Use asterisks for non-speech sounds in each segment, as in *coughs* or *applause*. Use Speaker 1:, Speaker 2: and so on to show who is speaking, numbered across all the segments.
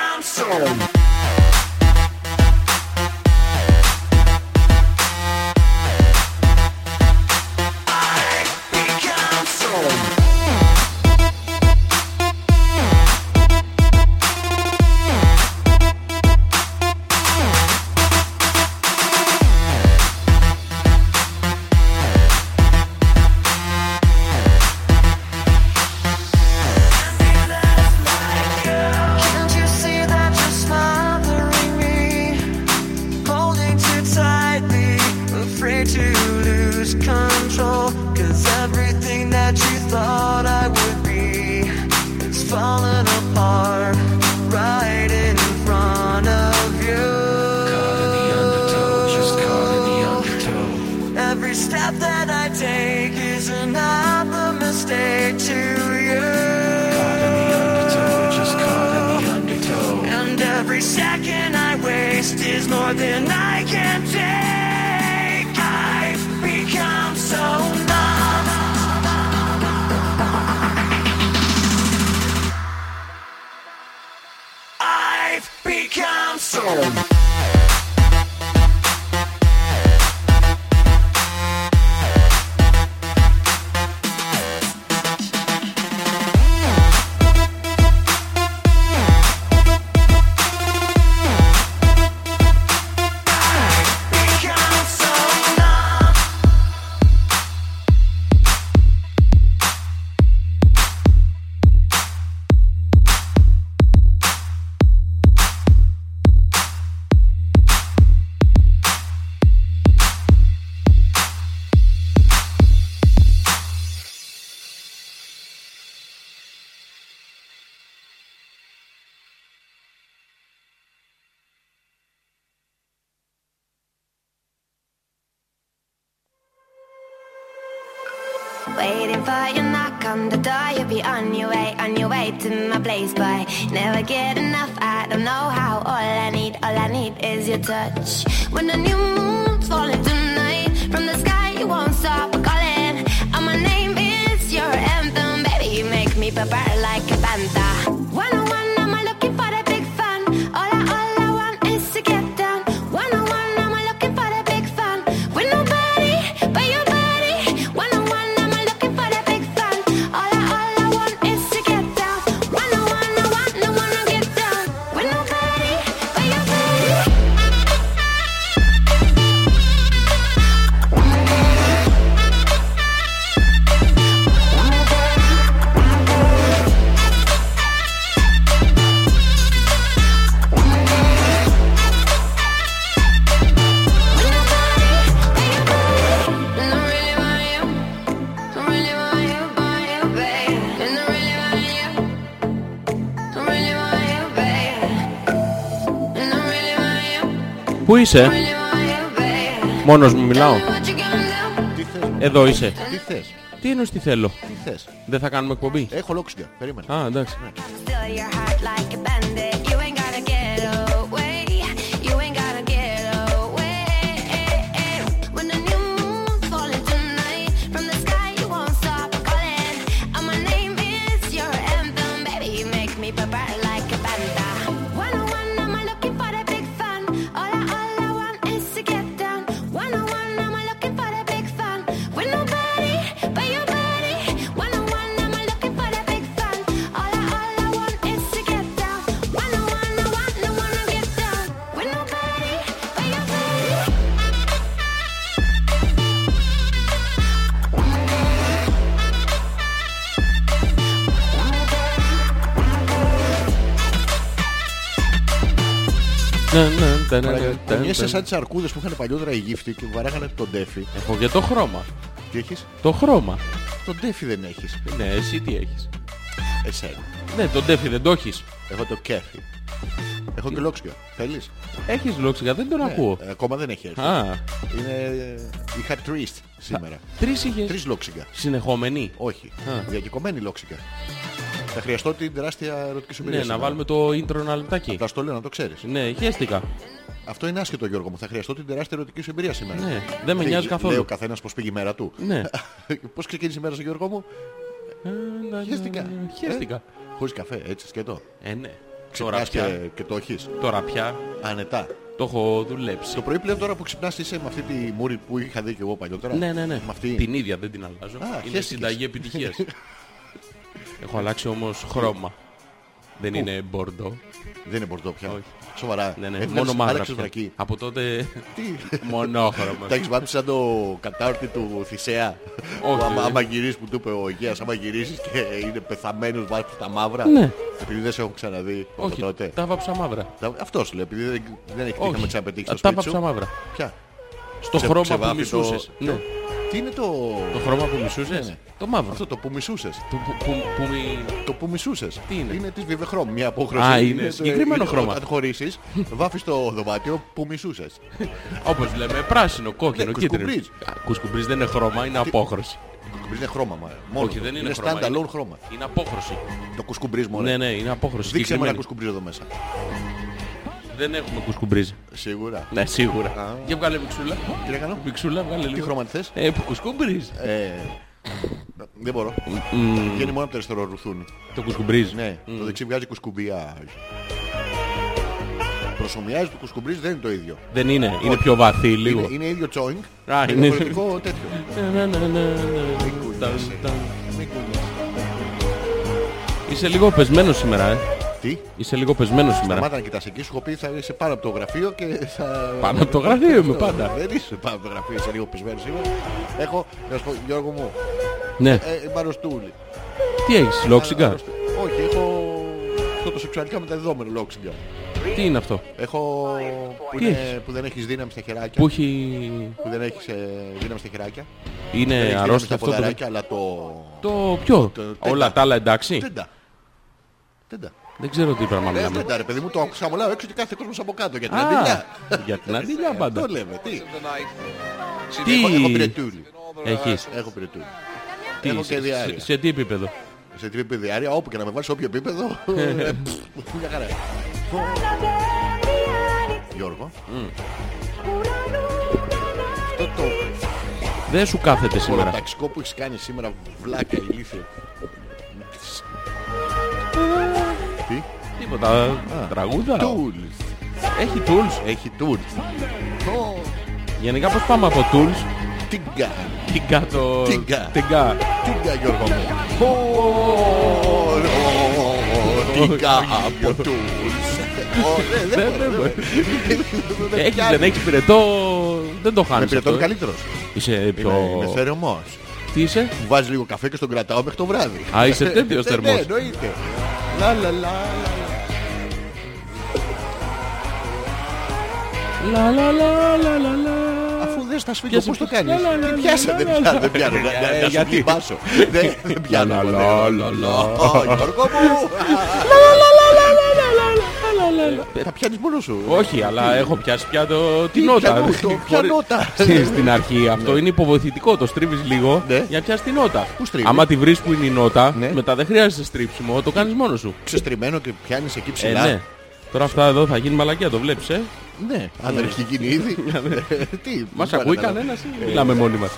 Speaker 1: Claro.
Speaker 2: Can't you see that you're smothering me? Holding too tightly, afraid to lose control. Cause everything that you thought I would be is falling apart right in front of you. Caught in the undertow, just caught in the undertow. Every step that I take is another mistake to you. Caught in the undertow, just caught in the undertow. And every second I waste is more than I can take. I've become so numb. I've become so become so numb.
Speaker 3: Waiting for your knock on the door, you'll be on your way, on your way to my place, boy. Never get enough, I don't know how. All I need, all I need is your touch. When the new moon's falling tonight, from the sky you won't stop calling. And my name is your anthem, baby. You make me prepare like a panther. One on one, am I looking for the big fun? All I, all I want is to get down. One on one, am I looking for the big fun? With nobody but your body. One on one, am I looking for the big fun? All I, all I want is to get down. One on one, I want, I wanna get down. With nobody but your body. With nobody but your body. And I really want you. I really want you, want you, babe. And I really want you. I really want you, babe. And I really want you.
Speaker 4: Πού είσαι,
Speaker 3: Really want you, babe.
Speaker 4: μόνος μου μιλάω.
Speaker 3: What you gonna do?
Speaker 5: Τι θες, ρε.
Speaker 4: Εδώ είσαι.
Speaker 5: Τι θες,
Speaker 4: Τι εννοείς τι θέλω.
Speaker 5: τι θες.
Speaker 4: Δεν θα κάνουμε εκπομπή.
Speaker 5: Έχω λόξιγκα, περίμενε. Ναι.
Speaker 4: Α, εντάξει.
Speaker 3: Steal your heart like a bandit. You ain't gotta get away. You ain't gotta get away. When the new moon's falling tonight, from the sky you won't stop calling. And my name is your anthem, baby. You make me prepare like a panda. One on one, am I looking for the big fun? All I, all I want is to get down. One on one, am I looking for the big fun? With nobody but your body. One on one, am I looking for the big fun? All I, all I want is to get down. One on one, I want, I wanna get down. With nobody but your body.
Speaker 4: Ναι, ναι, τα, ναι, ναι,
Speaker 5: Παρακαλώ,
Speaker 4: τα, ναι,
Speaker 5: Κουνιέσαι
Speaker 4: τα.
Speaker 5: σαν τις αρκούδες που είχαν παλιότερα οι γύφτοι και βαράγανε τον τέφι. ε,
Speaker 4: Έχω και το χρώμα.
Speaker 5: Τι έχεις,
Speaker 4: Το χρώμα.
Speaker 5: τον τέφι δεν έχεις.
Speaker 4: Ναι, εσύ τι έχεις.
Speaker 5: Εσένα.
Speaker 4: Ναι, τον τέφι δεν το έχεις.
Speaker 5: Έχω το κέφι. Έχω και λόξιγκα. Θέλεις.
Speaker 4: Έχεις λόξιγα, δεν τον ακούω.
Speaker 5: Ε, ακόμα δεν έχει έρθει.
Speaker 4: Α,
Speaker 5: Είναι... ε, Είχα τρεις σήμερα.
Speaker 4: τρεις είχες.
Speaker 5: Τρεις λόξιγκα.
Speaker 4: Συνεχόμενοι.
Speaker 5: Όχι.
Speaker 4: Α.
Speaker 5: Διακυκωμένη λόξιγκα. Θα χρειαστώ την τεράστια ερωτική σου εμπειρία
Speaker 4: Ναι, να
Speaker 5: σήμερα.
Speaker 4: βάλουμε το intro ένα λεπτάκι.
Speaker 5: Θα στο λέω να το ξέρεις.
Speaker 4: Ναι, χαίστηκα.
Speaker 5: Αυτό είναι άσχετο Γιώργο μου. Θα χρειαστώ την τεράστια ερωτική σου εμπειρία σήμερα.
Speaker 4: Ναι, δεν με
Speaker 5: Τι,
Speaker 4: νοιάζει καθόλου.
Speaker 5: Λέει ο καθένας πως πήγε η μέρα του.
Speaker 4: Ναι.
Speaker 5: *laughs* Πώς ξεκίνησε η μέρα σου Γιώργο μου.
Speaker 4: Ε, να-
Speaker 5: Χαίστηκα.
Speaker 4: Χαίστηκα.
Speaker 5: Χωρίς καφέ, έτσι σκέτο.
Speaker 4: Ε, ναι.
Speaker 5: Ξυπνάς
Speaker 4: πια.
Speaker 5: και, και το έχεις
Speaker 4: Τώρα πια
Speaker 5: Ανετά.
Speaker 4: το έχω δουλέψει.
Speaker 5: Το πρωί πλέον τώρα που ξυπνάς είσαι με αυτή τη μούρη που είχα δει και εγώ παλιότερα.
Speaker 4: Ναι, ναι, ναι.
Speaker 5: Με αυτή.
Speaker 4: Την ίδια δεν την αλλάζω.
Speaker 5: Α,
Speaker 4: είναι
Speaker 5: χέστηκες.
Speaker 4: συνταγή
Speaker 5: *laughs*
Speaker 4: επιτυχίας. έχω αλλάξει όμως χρώμα. Δεν είναι μπορντό.
Speaker 5: Δεν είναι μπορτό πια.
Speaker 4: Όχι.
Speaker 5: Σοβαρά.
Speaker 4: Ναι, ναι.
Speaker 5: Έβγαλες-
Speaker 4: Μόνο μαύρα.
Speaker 5: άλλαξες
Speaker 4: πια.
Speaker 5: βρακί.
Speaker 4: Από τότε *laughs*
Speaker 5: Τι.
Speaker 4: μονόχρωμα.
Speaker 5: Τα έχεις βάψει σαν το κατάρτι του Θησέα.
Speaker 4: Όχι,
Speaker 5: Που άμα,
Speaker 4: ρε.
Speaker 5: άμα γυρίσεις που του είπε ο Αιγαίας, άμα γυρίσεις και είναι πεθαμένος βάψει τα μαύρα.
Speaker 4: Ναι.
Speaker 5: Επειδή δεν σε έχω ξαναδεί από
Speaker 4: Όχι,
Speaker 5: τότε.
Speaker 4: τα βάψα μαύρα.
Speaker 5: Τα... Δηλαδή, Αυτός λέει, επειδή δεν, δεν έχει
Speaker 4: Όχι,
Speaker 5: είχαμε ξαναπετύχει στο
Speaker 4: τα
Speaker 5: σπίτι
Speaker 4: βάψα
Speaker 5: σου.
Speaker 4: μαύρα.
Speaker 5: Ποια.
Speaker 4: Στο
Speaker 5: Ξε-
Speaker 4: χρώμα που
Speaker 5: ξεβάφει το-
Speaker 4: μισούσες.
Speaker 5: το-
Speaker 4: Ναι.
Speaker 5: Τι είναι το...
Speaker 4: Το χρώμα που μισούσες.
Speaker 5: Ναι, ναι.
Speaker 4: Το μαύρο.
Speaker 5: Αυτό το που μισούσες.
Speaker 4: Που, που, που- που μη-
Speaker 5: Το που μισούσες.
Speaker 4: Τι είναι?
Speaker 5: Είναι της βιβεχρόμ. Μια απόχρωση.
Speaker 4: Α, είναι
Speaker 5: το-
Speaker 4: συγκεκριμένο
Speaker 5: είναι-
Speaker 4: χρώμα.
Speaker 5: Όταν χωρίσεις, βάφεις το δωμάτιο που μισούσες.
Speaker 4: Όπως λέμε, πράσινο, κόκκινο,
Speaker 5: Ναι,
Speaker 4: κίτρινο.
Speaker 5: κουσκουμπρίς.
Speaker 4: Α, Κουσκουμπρίς δεν είναι χρώμα, είναι απόχρωση.
Speaker 5: Είναι χρώμα μα- μόνος.
Speaker 4: Όχι,
Speaker 5: του.
Speaker 4: δεν είναι χρώμα,
Speaker 5: standalone
Speaker 4: είναι-
Speaker 5: χρώμα.
Speaker 4: Είναι απόχρωση.
Speaker 5: Το κουσκουμπρίζ μόνο.
Speaker 4: Ναι, ναι, είναι απόχρωση.
Speaker 5: Δείξε μου ένα
Speaker 4: συγκεκριμένη.
Speaker 5: κουσκουμπρίζ εδώ μέσα.
Speaker 4: Δεν έχουμε κουσκουμπρίζ.
Speaker 5: Σίγουρα.
Speaker 4: Ναι, σίγουρα.
Speaker 5: Α.
Speaker 4: Για βγάλε μιξούλα.
Speaker 5: Τι να κάνω.
Speaker 4: Μιξούλα, βγάλε λίγο.
Speaker 5: χρώμα τη θες?
Speaker 4: Ε, που κουσκουμπρίζ.
Speaker 5: Ε, δεν μπορώ. Βγαίνει μόνο από το αριστερό ρουθούνι.
Speaker 4: Το κουσκουμπρίζ.
Speaker 5: Ναι, το δεξί βγάζει κουσκουμπιάζ. Προσωμιάζει το κουσκουμπρίζ δεν είναι το ίδιο.
Speaker 4: Δεν είναι, είναι πιο βαθύ λίγο.
Speaker 5: Είναι, είναι ίδιο τσόινγκ.
Speaker 4: Α,
Speaker 5: με
Speaker 4: είναι-
Speaker 5: διαφορετικό τέτοιο.
Speaker 4: Ναι, ναι, ναι, ναι, ναι.
Speaker 5: Μην κουνιέσαι.
Speaker 4: Τα- τα-
Speaker 5: Μην κουνιέσαι.
Speaker 4: Είσαι λίγο πεσμένος σήμερα, ε.
Speaker 5: Τι,
Speaker 4: Είσαι λίγο πεσμένος σήμερα.
Speaker 5: σταμάτα να κοιτάς εκεί, σου έχω πει θα είσαι πάνω από το γραφείο και θα...
Speaker 4: Πάνω από το γραφείο είμαι
Speaker 5: Αυτό,
Speaker 4: πάντα.
Speaker 5: Δεν είσαι πάνω από το γραφείο, είσαι λίγο πεσμένος σήμερα. Έχω, να σου πω, Γιώργο μου,
Speaker 4: Ναι,
Speaker 5: ε, μπαρωστούλη.
Speaker 4: τι έχεις, λόξιγκα.
Speaker 5: Όχι, έχω αυτό το σεξουαλικά μεταδεδομένο λόξιγκα. ε,
Speaker 4: Τι είναι αυτό.
Speaker 5: Έχω που,
Speaker 4: Τι
Speaker 5: είναι-
Speaker 4: έχεις?
Speaker 5: που δεν έχεις δύναμη στα χεράκια.
Speaker 4: Που έχει.
Speaker 5: Που δεν έχεις ε, δύναμη στα χεράκια. δεν
Speaker 4: Είναι
Speaker 5: έχεις δύναμη στα
Speaker 4: αρρώστια αυτό το.
Speaker 5: ποδαράκια, αλλά το...
Speaker 4: Το ποιο.
Speaker 5: Το τέντα.
Speaker 4: Όλα τα άλλα εντάξει.
Speaker 5: Τέντα. Τέντα.
Speaker 4: Δεν ξέρω τι πράγμα
Speaker 5: Ε,
Speaker 4: μιλάμε.
Speaker 5: τέντα ρε παιδί μου, το άκουσα μολάω έξω και κάθε κόσμος από κάτω για την
Speaker 4: Α,
Speaker 5: αντιλιά.
Speaker 4: για την αντιλιά
Speaker 5: Ε,
Speaker 4: πάντα.
Speaker 5: Το λέμε, τι.
Speaker 4: Τι
Speaker 5: Έχω, έχω πυρετούλη.
Speaker 4: έχεις.
Speaker 5: Έχω πυρετούλη.
Speaker 4: Τι,
Speaker 5: έχω και
Speaker 4: σε-
Speaker 5: διάρκεια.
Speaker 4: σε- Σε τι επίπεδο.
Speaker 5: Σε τι επίπεδο διάρκεια, όπου και να με βάλεις, σε όποιο επίπεδο.
Speaker 4: *laughs*
Speaker 5: ε, πφ, Μια χαρά. Γιώργο. Αυτό το
Speaker 4: Δεν σου κάθεται σήμερα.
Speaker 5: Χωροταξικό που έχεις κάνει σήμερα Βλάκα ηλίθεια Τι
Speaker 4: Τίποτα. ε, Τραγούδα.
Speaker 5: Tools
Speaker 4: Έχει tools. Ε,
Speaker 5: Έχει tools
Speaker 4: Γενικά πώς πάμε από tools.
Speaker 5: Τίγκα
Speaker 4: Τίγκα το...
Speaker 5: Τίγκα.
Speaker 4: Τίγκα.
Speaker 5: Τίγκα Γιώργο μου Ω, ω, ω, Τίγκα από tools Ω, δεν- δεν
Speaker 4: *laughs* Δεν- δεν
Speaker 5: μπορώ,
Speaker 4: μπορεί.
Speaker 5: δεν- δεν
Speaker 4: Έχεις,
Speaker 5: πιάνει.
Speaker 4: δεν έχεις πυρετό. Δεν το
Speaker 5: Με
Speaker 4: χάνεις αυτό.
Speaker 5: πυρετώνει
Speaker 4: ε.
Speaker 5: καλύτερος
Speaker 4: Είσαι
Speaker 5: Είμαι
Speaker 4: πιο...
Speaker 5: είμαι θερμός
Speaker 4: Τι είσαι.
Speaker 5: Μου Βάζεις λίγο καφέ και στον κρατάω μέχρι το βράδυ
Speaker 4: Α, είσαι
Speaker 5: *laughs*
Speaker 4: τέτοιος
Speaker 5: Ναι, ναι,
Speaker 4: θερμός.
Speaker 5: εννοείται Λα λα λα
Speaker 4: Λα λα λα λα λα λα. *laughs*
Speaker 5: Αφού δεν στα σφίγγω,
Speaker 4: Πιάσε,
Speaker 5: πώς το
Speaker 4: πιάσε.
Speaker 5: κάνεις.
Speaker 4: Λα, λα, λα,
Speaker 5: Δεν πιάσα,
Speaker 4: λα,
Speaker 5: δεν
Speaker 4: λα,
Speaker 5: πιάνω,
Speaker 4: λα. Ε,
Speaker 5: δεν πιάνω. να- να- Να σου
Speaker 4: γιατί?
Speaker 5: λυπάσω. Δεν- Δεν πιάνω.
Speaker 4: Λα,
Speaker 5: ποτέ.
Speaker 4: λα, λα, *laughs* λα.
Speaker 5: Ω, Γιώργο μου. Τα πιάνεις μόνο σου.
Speaker 4: Ε, Όχι, αλλά έχω πιάσει πια το, την
Speaker 5: Τι,
Speaker 4: νότα.
Speaker 5: ποια νότα, ποια
Speaker 4: Χωρί-
Speaker 5: νότα.
Speaker 4: Στην- Στην αρχή αυτό είναι υποβοηθητικό. Το στρίβεις λίγο
Speaker 5: Ναι.
Speaker 4: για να πιάσεις την νότα.
Speaker 5: Πού στρίβεις?
Speaker 4: Άμα τη βρεις που είναι η νότα,
Speaker 5: Ναι.
Speaker 4: μετά δεν χρειάζεται στρίψιμο, το κάνεις μόνος σου.
Speaker 5: Ξεστριμμένο και πιάνεις εκεί
Speaker 4: Ε, ναι.
Speaker 5: ψηλά.
Speaker 4: Τώρα αυτά εδώ θα γίνει μαλακία, το βλέπεις, ε. ναι.
Speaker 5: Ναι. Αν δεν έχει γίνει ήδη. Τι.
Speaker 4: Μας
Speaker 5: δεν
Speaker 4: ακούει
Speaker 5: καταλαβαίνω.
Speaker 4: κανένας ή
Speaker 5: Ε,
Speaker 4: μιλάμε μόνοι μας.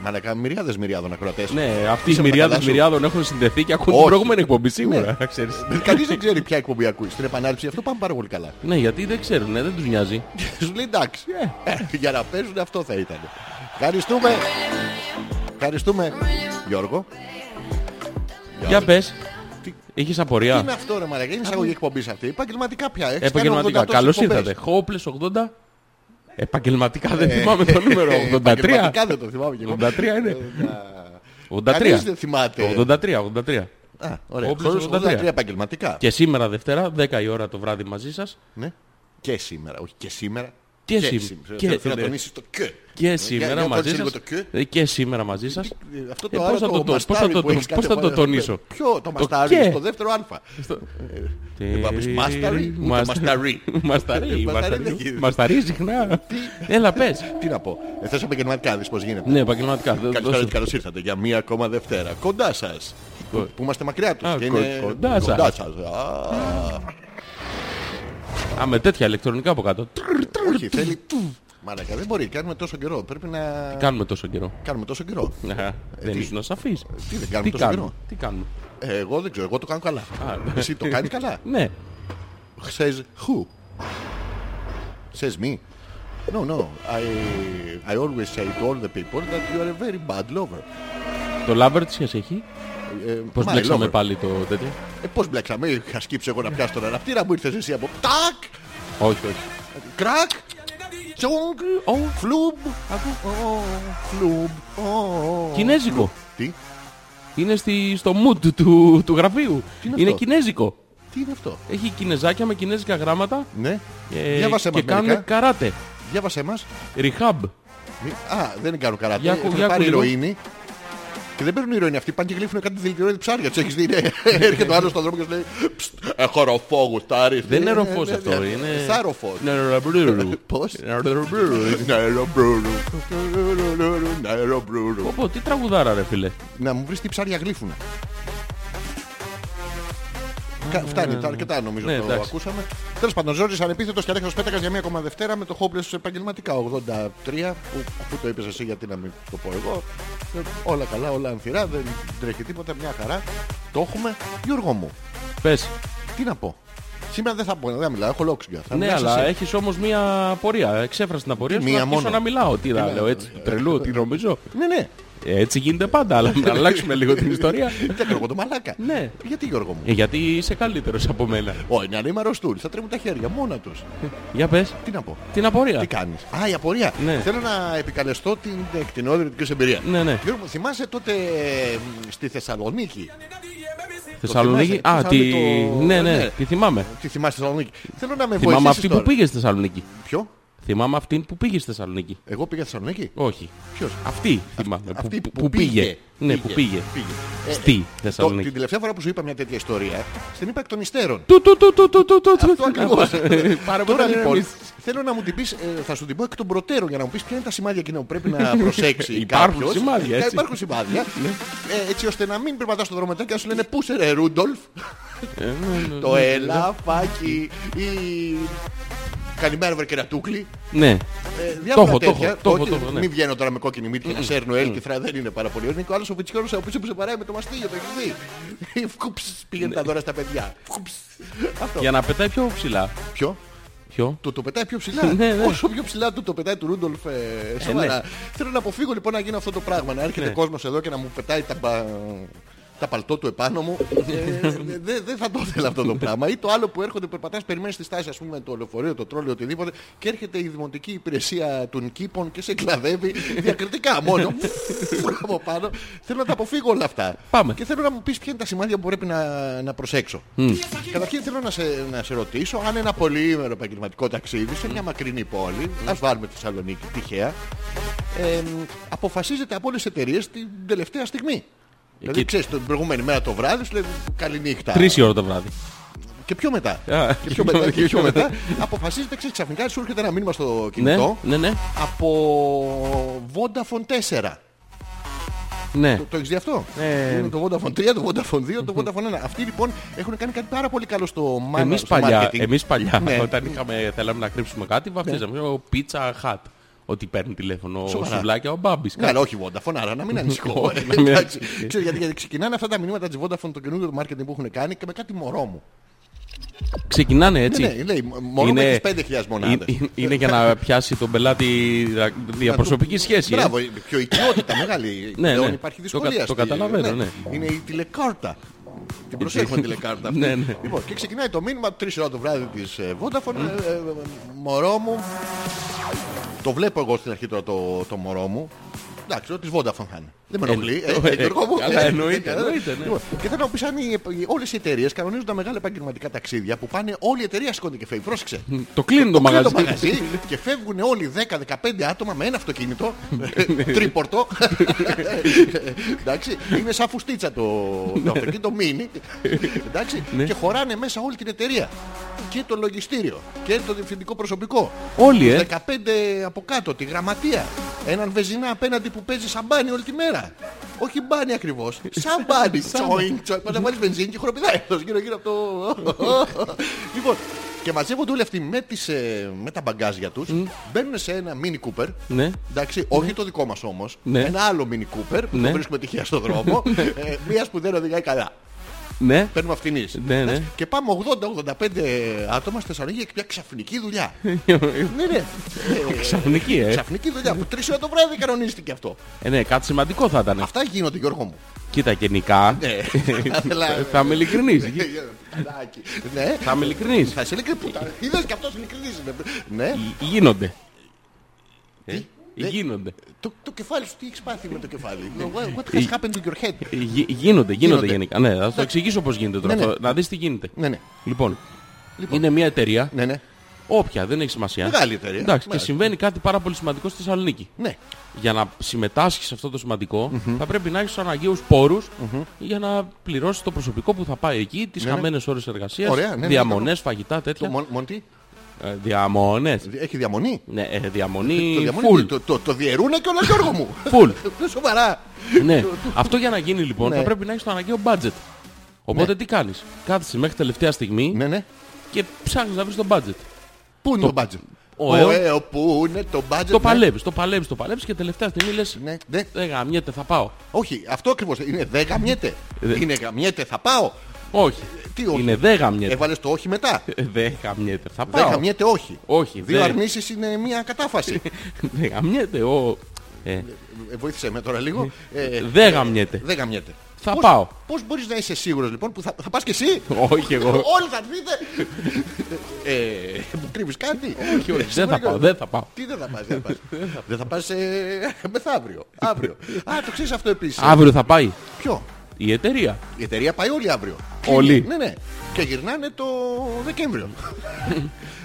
Speaker 5: Μαλακά μυριάδες μυριάδων ακροατές.
Speaker 4: Ναι, αυτοί οι
Speaker 5: ε, Είσαι με τα καλά
Speaker 4: μυριάδες
Speaker 5: σου.
Speaker 4: μυριάδων έχουν συνδεθεί και ακούνε την
Speaker 5: Όχι.
Speaker 4: προηγούμενη εκπομπή σίγουρα.
Speaker 5: Ναι.
Speaker 4: Ξέρεις.
Speaker 5: Κανείς δεν ξέρει ποια εκπομπή ακούει. Στην επανάληψη αυτό πάμε πάρα πολύ καλά.
Speaker 4: Ναι, γιατί δεν ξέρουν,
Speaker 5: ε,
Speaker 4: δεν τους νοιάζει.
Speaker 5: Σου λέει εντάξει. Ε, Για να παίζουν αυτό θα ήταν. Ευχαριστούμε. Ευχαριστούμε. Γιώργο.
Speaker 4: Για πες,
Speaker 5: Τι-
Speaker 4: είχες
Speaker 5: Τι
Speaker 4: απορία.
Speaker 5: είναι αυτό ρε Μαραγέ, είναι εισαγωγή εκπομπής αυτή. Ε, Επαγγελματικά πια. έχεις κάνει
Speaker 4: Επαγγελματικά.
Speaker 5: 80 τόσες
Speaker 4: Καλώς
Speaker 5: εκπομπές.
Speaker 4: ήρθατε. Χόπλε 80. Επαγγελματικά δεν θυμάμαι το νούμερο. 83.
Speaker 5: Ε, Επαγγελματικά δεν το θυμάμαι και εγώ.
Speaker 4: 83 είναι.
Speaker 5: Κανείς
Speaker 4: 83.
Speaker 5: δεν θυμάται.
Speaker 4: 83, 83.
Speaker 5: Α, ωραία.
Speaker 4: Όπλες
Speaker 5: Χωρίς
Speaker 4: 83.
Speaker 5: 83 επαγγελματικά.
Speaker 4: Και σήμερα Δευτέρα, 10 η ώρα το βράδυ μαζί σας.
Speaker 5: Ναι. Και σήμερα, όχι και σήμερα.
Speaker 4: Και σήμ- και-
Speaker 5: Θέλω να
Speaker 4: ναι.
Speaker 5: τονίσεις το και.
Speaker 4: Και
Speaker 5: Για-
Speaker 4: σήμερα
Speaker 5: για
Speaker 4: μαζί
Speaker 5: τόνισε λίγο
Speaker 4: σας.
Speaker 5: το και.
Speaker 4: Ε, Και σήμερα μαζί σας.
Speaker 5: Ε, Αυτό
Speaker 4: Ε,
Speaker 5: το
Speaker 4: πώς
Speaker 5: άλλο
Speaker 4: θα το-
Speaker 5: το
Speaker 4: πώς
Speaker 5: μαστάρι
Speaker 4: θα το-
Speaker 5: που έχεις
Speaker 4: πώς
Speaker 5: κάτω
Speaker 4: θα το
Speaker 5: πάνω-
Speaker 4: τονίσω.
Speaker 5: Ποιο το
Speaker 4: και.
Speaker 5: μαστάρι στο δεύτερο α. Δεν Ε, πάμε στο μαστάρι, ούτε μασταρί. Ε,
Speaker 4: Μασταρί.
Speaker 5: Μασταρί δεν γίνεται.
Speaker 4: Μασταρί συχνά. Έλα πες.
Speaker 5: Τι να πω. Ε, Θες επαγγελματικά δεις πώς γίνεται.
Speaker 4: Ναι, επαγγελματικά. δώ-
Speaker 5: Καλησπέρα
Speaker 4: δώσου.
Speaker 5: και καλώς ήρθατε για μία ακόμα Δευτέρα. Κοντά σας. Που που είμαστε μακριά τους.
Speaker 4: Α,
Speaker 5: και
Speaker 4: κο-
Speaker 5: είναι
Speaker 4: κοντά σας.
Speaker 5: Κοντά σας. Α,
Speaker 4: Α, με τέτοια ηλεκτρονικά από κάτω. Τρρρ,
Speaker 5: Όχι, θέλει... Μαρακα, δεν μπορεί. Κάνουμε τόσο καιρό. Πρέπει να...
Speaker 4: Κάνουμε τόσο καιρό.
Speaker 5: Κάνουμε τόσο καιρό.
Speaker 4: Αχα, Δεν
Speaker 5: Ε, τι- ε,
Speaker 4: ήσουν σαφής.
Speaker 5: Τι δεν κάνουμε
Speaker 4: Τι
Speaker 5: τόσο
Speaker 4: κάνουμε.
Speaker 5: καιρό.
Speaker 4: Τι κάνουμε.
Speaker 5: Ε, Εγώ δεν ξέρω. Εγώ το κάνω καλά.
Speaker 4: Α,
Speaker 5: Εσύ το κάνεις καλά.
Speaker 4: Ναι.
Speaker 5: says who? Says me. No, no. I I always say to all the people that you are a very bad lover.
Speaker 4: Το lover τι σχέση έχει.
Speaker 5: Ε,
Speaker 4: Πώς
Speaker 5: my
Speaker 4: μπλέξαμε
Speaker 5: lover.
Speaker 4: πάλι το τέτοιο.
Speaker 5: Ε, πώς μπλέξαμε. Είχα σκύψει εγώ να πιάσω τον αναπτήρα μου. Ήρθες εσύ από... Τακ!
Speaker 4: Όχι, όχι.
Speaker 5: Κρακ! Τσόγκ!
Speaker 4: Ω.
Speaker 5: Φλουμπ! Ω, ω, Φλουμπ! Ω, ω.
Speaker 4: Κινέζικο.
Speaker 5: Τι?
Speaker 4: Είναι στη, στο mood του, του γραφείου.
Speaker 5: είναι
Speaker 4: Είναι
Speaker 5: αυτό?
Speaker 4: κινέζικο.
Speaker 5: Τι είναι αυτό?
Speaker 4: Έχει κινεζάκια με κινέζικα γράμματα
Speaker 5: Ναι.
Speaker 4: ε,
Speaker 5: Διάβασέ
Speaker 4: και
Speaker 5: μας
Speaker 4: κάνουν
Speaker 5: μερικά.
Speaker 4: καράτε.
Speaker 5: Διάβασέ μας.
Speaker 4: Rehab.
Speaker 5: Μη- Α, δεν κάνω καράτε.
Speaker 4: Για ακού-
Speaker 5: Έχουν
Speaker 4: για ακού
Speaker 5: πάρει
Speaker 4: λίγο.
Speaker 5: ηρωίνη. Και δεν παίρνουν ηρωίνη αυτοί. Πάνε και γλύφουν κάτι δηλητηριώδη ψάρια. Τους έχεις δει. ναι. Έρχεται ο άλλος στον δρόμο και σου λέει «Ψτ, Έχω ροφόγους, τα αρίθμη».
Speaker 4: Δεν είναι
Speaker 5: Ε,
Speaker 4: ροφός
Speaker 5: ναι,
Speaker 4: αυτό.
Speaker 5: ναι.
Speaker 4: Είναι...
Speaker 5: Θάρροφος.
Speaker 4: Είναι ροραμπρούρου.
Speaker 5: Πώς?
Speaker 4: Είναι ροραμπρούρου.
Speaker 5: Νερομπρούρου, νερομπρούρου, νερομπρούρου.
Speaker 4: Πω, πω, τι τραγουδάρα ρε φίλε.
Speaker 5: Να μου βρεις τι ψάρια γλύφουν. Φτάνει, τα αρκετά νομίζω
Speaker 4: Ναι,
Speaker 5: το
Speaker 4: εντάξει.
Speaker 5: ακούσαμε. Τέλος πάντων, Ζόρις ανεπίθετος και Αλέξανδρος Πέτρακας για μία ακόμα Δευτέρα με το Hopeless επαγγελματικά 83 που, που το είπες εσύ γιατί να μην το πω εγώ. Ε, Όλα καλά, όλα ανθυρά, δεν τρέχει τίποτα, μια χαρά. Το έχουμε. Γιώργο μου,
Speaker 4: Πες.
Speaker 5: τι να πω. Σήμερα δεν θα πω, δεν θα μιλάω, έχω λόξιγκα. Θα
Speaker 4: Ναι,
Speaker 5: μιλάς
Speaker 4: αλλά
Speaker 5: εσύ.
Speaker 4: έχεις όμως μία πορεία. Εξέφρασες την απορία σου
Speaker 5: μία
Speaker 4: να αρχίσω
Speaker 5: μόνο.
Speaker 4: να μιλάω. Τι θα
Speaker 5: Μία.
Speaker 4: λέω έτσι, του τρελού, τι νομίζω.
Speaker 5: Ναι, ναι.
Speaker 4: Έτσι γίνεται πάντα, αλλά να αλλάξουμε λίγο την ιστορία.
Speaker 5: Δεν τρώγω το μαλάκα.
Speaker 4: Ναι.
Speaker 5: Γιατί Γιώργω μου.
Speaker 4: Ε, Γιατί είσαι καλύτερος από μένα.
Speaker 5: Ω, είναι ανήμερος τούλης, θα τρέμουν τα χέρια μόνα τους.
Speaker 4: Για πες,
Speaker 5: Τι να πω.
Speaker 4: την απορία.
Speaker 5: Τι κάνεις. Α, η απορία.
Speaker 4: Ναι.
Speaker 5: Θέλω να επικαλεστώ την εκτινόδρομη σου εμπειρίας.
Speaker 4: Ναι, ναι.
Speaker 5: Γιώργο, μου, θυμάσαι τότε εμ, στη Θεσσαλονίκη.
Speaker 4: Θεσσαλονίκη.
Speaker 5: θυμάσαι,
Speaker 4: Α,
Speaker 5: το
Speaker 4: τη...
Speaker 5: θυμάμαι το-
Speaker 4: Ναι, ναι,
Speaker 5: ναι.
Speaker 4: τη θυμάμαι.
Speaker 5: Τι θυμάσαι στη Θεσσαλονίκη. Θέλω να με βοηθήσεις
Speaker 4: Θυμάμαι αυτή
Speaker 5: τώρα.
Speaker 4: που πήγες στη Θεσσαλονίκη.
Speaker 5: Ποιο?
Speaker 4: Θυμάμαι αυτή που πήγε στη Θεσσαλονίκη.
Speaker 5: Εγώ πήγα στη Θεσσαλονίκη.
Speaker 4: Όχι.
Speaker 5: Ποιος?
Speaker 4: Αυτή θυμάμαι.
Speaker 5: Αυτή
Speaker 4: που, που πήγε. Ναι, που πήγε.
Speaker 5: Ε,
Speaker 4: Στη
Speaker 5: το-
Speaker 4: Θεσσαλονίκη.
Speaker 5: την τελευταία φορά που σου είπα μια τέτοια ιστορία, στην είπα εκ των υστέρων.
Speaker 4: Του, του, του, του, του, του, του,
Speaker 5: Αυτό
Speaker 4: του.
Speaker 5: *laughs* ακριβώς.
Speaker 4: Πάρα
Speaker 5: Τώρα
Speaker 4: πολύ
Speaker 5: λοιπόν,
Speaker 4: λοιπόν.
Speaker 5: θέλω να μου την πεις, ε, θα σου την πω εκ των προτέρων για να μου πεις ποια είναι τα σημάδια εκείνα που πρέπει να
Speaker 4: *laughs*
Speaker 5: προσέξει
Speaker 4: Υπάρχουν
Speaker 5: κάποιος.
Speaker 4: σημάδια, έτσι. Ναι.
Speaker 5: Υπάρχουν
Speaker 4: *laughs*
Speaker 5: σημάδια. ε, έτσι ώστε να μην περπατάς στο δρόμο μετά και να σου λένε πού είσαι ρε Ρούντολφ.
Speaker 4: Ε, ναι,
Speaker 5: Το ελαφάκι ή... Καλημέρα βρε κερατούκλι.
Speaker 4: Ναι.
Speaker 5: Ε, διάφορα
Speaker 4: έχω, το
Speaker 5: τέτοια.
Speaker 4: έχω, το έχω,
Speaker 5: Όχι,
Speaker 4: το έχω, ναι. Mm.
Speaker 5: Μην βγαίνω τώρα με κόκκινη μύτη και να σέρνω έλκυθρα, δεν είναι πάρα πολύ. ωραίο. Είναι και ο άλλος ο Βιτσιόνος από πίσω που σε παράει με το μαστίγιο, το έχεις δει.
Speaker 4: *laughs*
Speaker 5: Φκουψ, Πήγαινε τα δώρα στα παιδιά. Φκουψ. Αυτό.
Speaker 4: Ναι. Για να πετάει πιο ψηλά.
Speaker 5: Ποιο?
Speaker 4: Ποιο.
Speaker 5: Το το πετάει πιο ψηλά.
Speaker 4: Ναι, ναι.
Speaker 5: Όσο πιο ψηλά του το πετάει του Ρούντολφ. ε, σοβαρά.
Speaker 4: ναι.
Speaker 5: Θέλω να αποφύγω λοιπόν να γίνει αυτό το πράγμα. Να έρχεται κόσμος εδώ και να μου πετάει τα, μπα- τα παλτό του επάνω μου. Ε, ε, Δεν δεν θα το ήθελα αυτό το πράγμα. Ή το άλλο που έρχονται, περπατάς, περιμένεις τη στάση, ας πούμε, το λεωφορείο, το τρόλιο, οτιδήποτε. Και έρχεται η δημοτική υπηρεσία των κήπων και σε κλαδεύει διακριτικά μόνο. από πάνω. Θέλω να τα αποφύγω όλα αυτά.
Speaker 4: Πάμε.
Speaker 5: Και θέλω να μου πεις ποια είναι τα σημάδια που πρέπει να, να προσέξω. Καταρχήν θέλω να σε, να σε ρωτήσω αν ένα πολυήμερο επαγγελματικό ταξίδι σε μια μακρινή πόλη, ας βάλουμε τη Θεσσαλονίκη τυχαία, ε, αποφασίζεται από όλες τις εταιρείες την τελευταία στιγμή. Δηλαδή,
Speaker 4: και-
Speaker 5: ξέρεις, την προηγούμενη μέρα το βράδυ σου λέει καληνύχτα.
Speaker 4: Τρεις η ώρα το βράδυ.
Speaker 5: Και πιο μετά.
Speaker 4: Α,
Speaker 5: και πιο
Speaker 4: *laughs*
Speaker 5: μετά. Και πιο μετά. αποφασίζεται, ξέρεις, ξαφνικά σου έρχεται ένα μήνυμα στο
Speaker 4: Ναι,
Speaker 5: κινητό
Speaker 4: ναι, ναι.
Speaker 5: από Vodafone 4.
Speaker 4: Ναι.
Speaker 5: Το, το έχεις δει αυτό.
Speaker 4: Ε,
Speaker 5: Είναι το Vodafone 3, το Vodafone 2, το Vodafone 1. Αυτοί λοιπόν έχουν κάνει κάτι πάρα πολύ καλό στο μάνα-
Speaker 4: Εμείς
Speaker 5: στο
Speaker 4: παλιά,
Speaker 5: marketing.
Speaker 4: εμείς παλιά
Speaker 5: Ναι.
Speaker 4: όταν είχαμε, θέλαμε να κρύψουμε κάτι, βαφτίζαμε ο Pizza Hut. Ότι παίρνει τηλέφωνο ο
Speaker 5: Σοβαρά.
Speaker 4: Σουβλάκια, ο Μπάμπης.
Speaker 5: Ναι, αλλά όχι Vodafone, άρα να μην ανησυχώ. *laughs*
Speaker 4: Όχι, ναι. να μην
Speaker 5: Εντάξει.
Speaker 4: ανησυχείς.
Speaker 5: Ξέρεις, γιατί, γιατί ξεκινάνε αυτά τα μηνύματα της Vodafone, το καινούργιο marketing που έχουν κάνει και με κάτι μωρό μου.
Speaker 4: Ξεκινάνε έτσι.
Speaker 5: Ναι, ναι, λέει, μωρό με τις 5.000 μονάδες.
Speaker 4: είναι- είναι για να πιάσει τον πελάτη δια- διαπροσωπική
Speaker 5: *laughs*
Speaker 4: σχέση. ε.
Speaker 5: Μπράβο, πιο οικειότητα μεγάλη.
Speaker 4: Ναι,
Speaker 5: Πλέον
Speaker 4: ναι.
Speaker 5: υπάρχει
Speaker 4: Το
Speaker 5: δυσκολία.
Speaker 4: κα- το
Speaker 5: στη-
Speaker 4: καταλαβαίνω, ναι.
Speaker 5: Είναι η τηλεκάρτα. Την προσέχουμε τηλεκάρτα αυτή.
Speaker 4: *laughs* Ναι, ναι.
Speaker 5: Λοιπόν, και ξεκινάει το μήνυμα 3 ώρα το βράδυ της ε, Vodafone. ε, ε, Μωρό μου. Το βλέπω εγώ στην αρχή τώρα το, το μωρό μου. Εντάξει, ότι της Vodafone θα είναι. Δεν με ενοχλεί. ε,
Speaker 4: ε,
Speaker 5: ε, Γιώργο μου.
Speaker 4: καλά,
Speaker 5: Ε,
Speaker 4: εννοείται,
Speaker 5: ε,
Speaker 4: εννοείται, ναι.
Speaker 5: Λοιπόν, Και θέλω να μου πεις αν όλες οι εταιρείες κανονίζουν τα μεγάλα επαγγελματικά ταξίδια που πάνε όλη η εταιρεία σηκώνεται και φεύγει. Πρόσεξε.
Speaker 4: Το κλείνει το
Speaker 5: Κλείνει το
Speaker 4: μαγαζί.
Speaker 5: μαγαζί και φεύγουν όλοι 10-15 άτομα με ένα
Speaker 4: *laughs*
Speaker 5: αυτοκίνητο. τρίπορτο. Εντάξει, είναι σαν φουστίτσα το, το αυτοκίνητο μίνι. Εντάξει,
Speaker 4: Ναι.
Speaker 5: και χωράνε μέσα όλη την εταιρεία. Και το λογιστήριο και το διευθυντικό προσωπικό.
Speaker 4: Όλοι, ε.
Speaker 5: 15 από κάτω, τη γραμματεία. Έναν βεζινά απέναντι που παίζει σαμπάνι όλη τη μέρα. Όχι μπάνι ακριβώ. Σαμπάνι. Τσόιν, τσόιν. Πας να βάλεις βενζίνη και χοροπηδάει. αυτός γύρω-γύρω από το.
Speaker 4: *laughs*
Speaker 5: Λοιπόν, και μαζεύονται όλοι αυτοί με, τις, ε, με τα μπαγκάζια τους Μπαίνουν σε ένα mini Cooper.
Speaker 4: Ναι.
Speaker 5: Εντάξει, όχι το δικό μας όμως
Speaker 4: Ναι.
Speaker 5: Ένα άλλο mini Cooper που
Speaker 4: Ναι.
Speaker 5: το βρίσκουμε τυχαία στον δρόμο. ε, Μία που δεν οδηγάει καλά.
Speaker 4: Ναι.
Speaker 5: Παίρνουμε αυτήν
Speaker 4: Ναι, ναι.
Speaker 5: Και πάμε 80-85 άτομα στη Θεσσαλονίκη για μια ξαφνική
Speaker 4: *laughs*
Speaker 5: δουλειά. ναι, ναι. Ε,
Speaker 4: Ξαφνική, ε.
Speaker 5: Ξαφνική δουλειά που 3 ώρα το βράδυ κανονίστηκε αυτό.
Speaker 4: ε. Ναι, κάτι σημαντικό θα ήταν.
Speaker 5: Αυτά γίνονται, Γιώργο μου.
Speaker 4: Κοίτα γενικά. *laughs*
Speaker 5: Ναι. Θα ήθελα-
Speaker 4: Ε, Θα είμαι ειλικρινής.
Speaker 5: Ε, παιδάκι. Ναι.
Speaker 4: Θα είμαι ειλικρινής.
Speaker 5: Θα σε λέει πουτά. Είδες και αυτός ειλικρινής είναι. Ναι.
Speaker 4: Γι- Γίνονται. Ε,
Speaker 5: Τι? Ε,
Speaker 4: Γίνονται.
Speaker 5: Το, το κεφάλι σου, τι έχεις πάθει με το κεφάλι.
Speaker 4: Ε,
Speaker 5: What- What has happened to your head.
Speaker 4: Γι- Γίνονται, γίνονται
Speaker 5: Γίνονται.
Speaker 4: γενικά. Ναι, θα σου το εξηγήσω πώς γίνεται τώρα.
Speaker 5: Ναι, ναι.
Speaker 4: αυτό, Να δεις τι γίνεται.
Speaker 5: Ναι, ναι.
Speaker 4: Λοιπόν, είναι μια εταιρεία,
Speaker 5: Ναι, ναι.
Speaker 4: όποια, δεν έχει σημασία.
Speaker 5: Μεγάλη εταιρεία.
Speaker 4: Εντάξει, και
Speaker 5: Μεγάλη.
Speaker 4: συμβαίνει κάτι πάρα πολύ σημαντικό στη Θεσσαλονίκη.
Speaker 5: Ναι.
Speaker 4: Για να συμμετάσχεις σε αυτό το σημαντικο θα πρέπει να έχεις τους αναγκαίους για να πληρώσεις το προσωπικό που θα πάει εκεί, τις
Speaker 5: ναι.
Speaker 4: χαμένες ώρες εργασίας,
Speaker 5: Ωραία, ναι, ναι,
Speaker 4: διαμονές,
Speaker 5: ναι.
Speaker 4: φαγητά,
Speaker 5: Το
Speaker 4: τέτοια.
Speaker 5: μον- Μοντι.
Speaker 4: διαμονέ.
Speaker 5: Έχει διαμονή.
Speaker 4: Ναι, ε, διαμονή.
Speaker 5: Το διαμονή.
Speaker 4: full.
Speaker 5: Το, το, το διαιρούνε και όλα Γιώργο μου.
Speaker 4: *laughs*
Speaker 5: *laughs*
Speaker 4: Full.
Speaker 5: Σοβαρά.
Speaker 4: ναι. Αυτό για να γίνει λοιπόν
Speaker 5: Ναι.
Speaker 4: θα πρέπει να έχεις το αναγκαίο budget. Οπότε τι κάνεις. Κάθεσαι μέχρι τελευταία στιγμή
Speaker 5: Ναι, ναι.
Speaker 4: και ψάχνεις να βρεις το budget.
Speaker 5: Πού είναι το μπάτζετ.
Speaker 4: Ο ΕΟ.
Speaker 5: πού είναι το μπάτζετ.
Speaker 4: Το παλεύεις, το παλεύεις, το παλεύεις και τελευταία στιγμή λες.
Speaker 5: Ναι, ναι.
Speaker 4: Ε, γαμιέται, θα πάω.
Speaker 5: Όχι, αυτό ακριβώς. Είναι δε γαμιέται.
Speaker 4: Δε.
Speaker 5: Είναι γαμιέται, θα πάω.
Speaker 4: Όχι.
Speaker 5: τι όχι?
Speaker 4: Είναι δε γαμιέται.
Speaker 5: Έβαλες το όχι μετά.
Speaker 4: Ε, Δε γαμιέται, θα
Speaker 5: Δε
Speaker 4: πάω.
Speaker 5: γαμιέται όχι.
Speaker 4: Όχι,
Speaker 5: Δύο
Speaker 4: δε. *laughs*
Speaker 5: αρνήσεις είναι μια κατάφαση.
Speaker 4: Δε γαμιέται, ο. Ε,
Speaker 5: Ε, Βοήθησε με τώρα λίγο. Ε,
Speaker 4: Δε γαμιέται.
Speaker 5: Δεν γαμιέται.
Speaker 4: Θα
Speaker 5: Πώς-
Speaker 4: πάω.
Speaker 5: Πώς μπορείς να είσαι σίγουρος λοιπόν που θα, θα πας και εσύ.
Speaker 4: Όχι εγώ.
Speaker 5: Όλοι θα δείτε. ε, μου κρύβεις κάτι.
Speaker 4: Όχι, όχι, δεν θα πάω, δεν θα πάω.
Speaker 5: Τι δεν θα πας, δεν θα πας. δεν θα πας ε, μεθαύριο. Αύριο. Α, το ξέρεις αυτό επίσης.
Speaker 4: Ε, Αύριο θα πάει
Speaker 5: Ποιο.
Speaker 4: η εταιρεία.
Speaker 5: Η εταιρεία πάει όλοι αύριο.
Speaker 4: Όλοι.
Speaker 5: Ναι, ναι. Και γυρνάνε το Δεκέμβριο.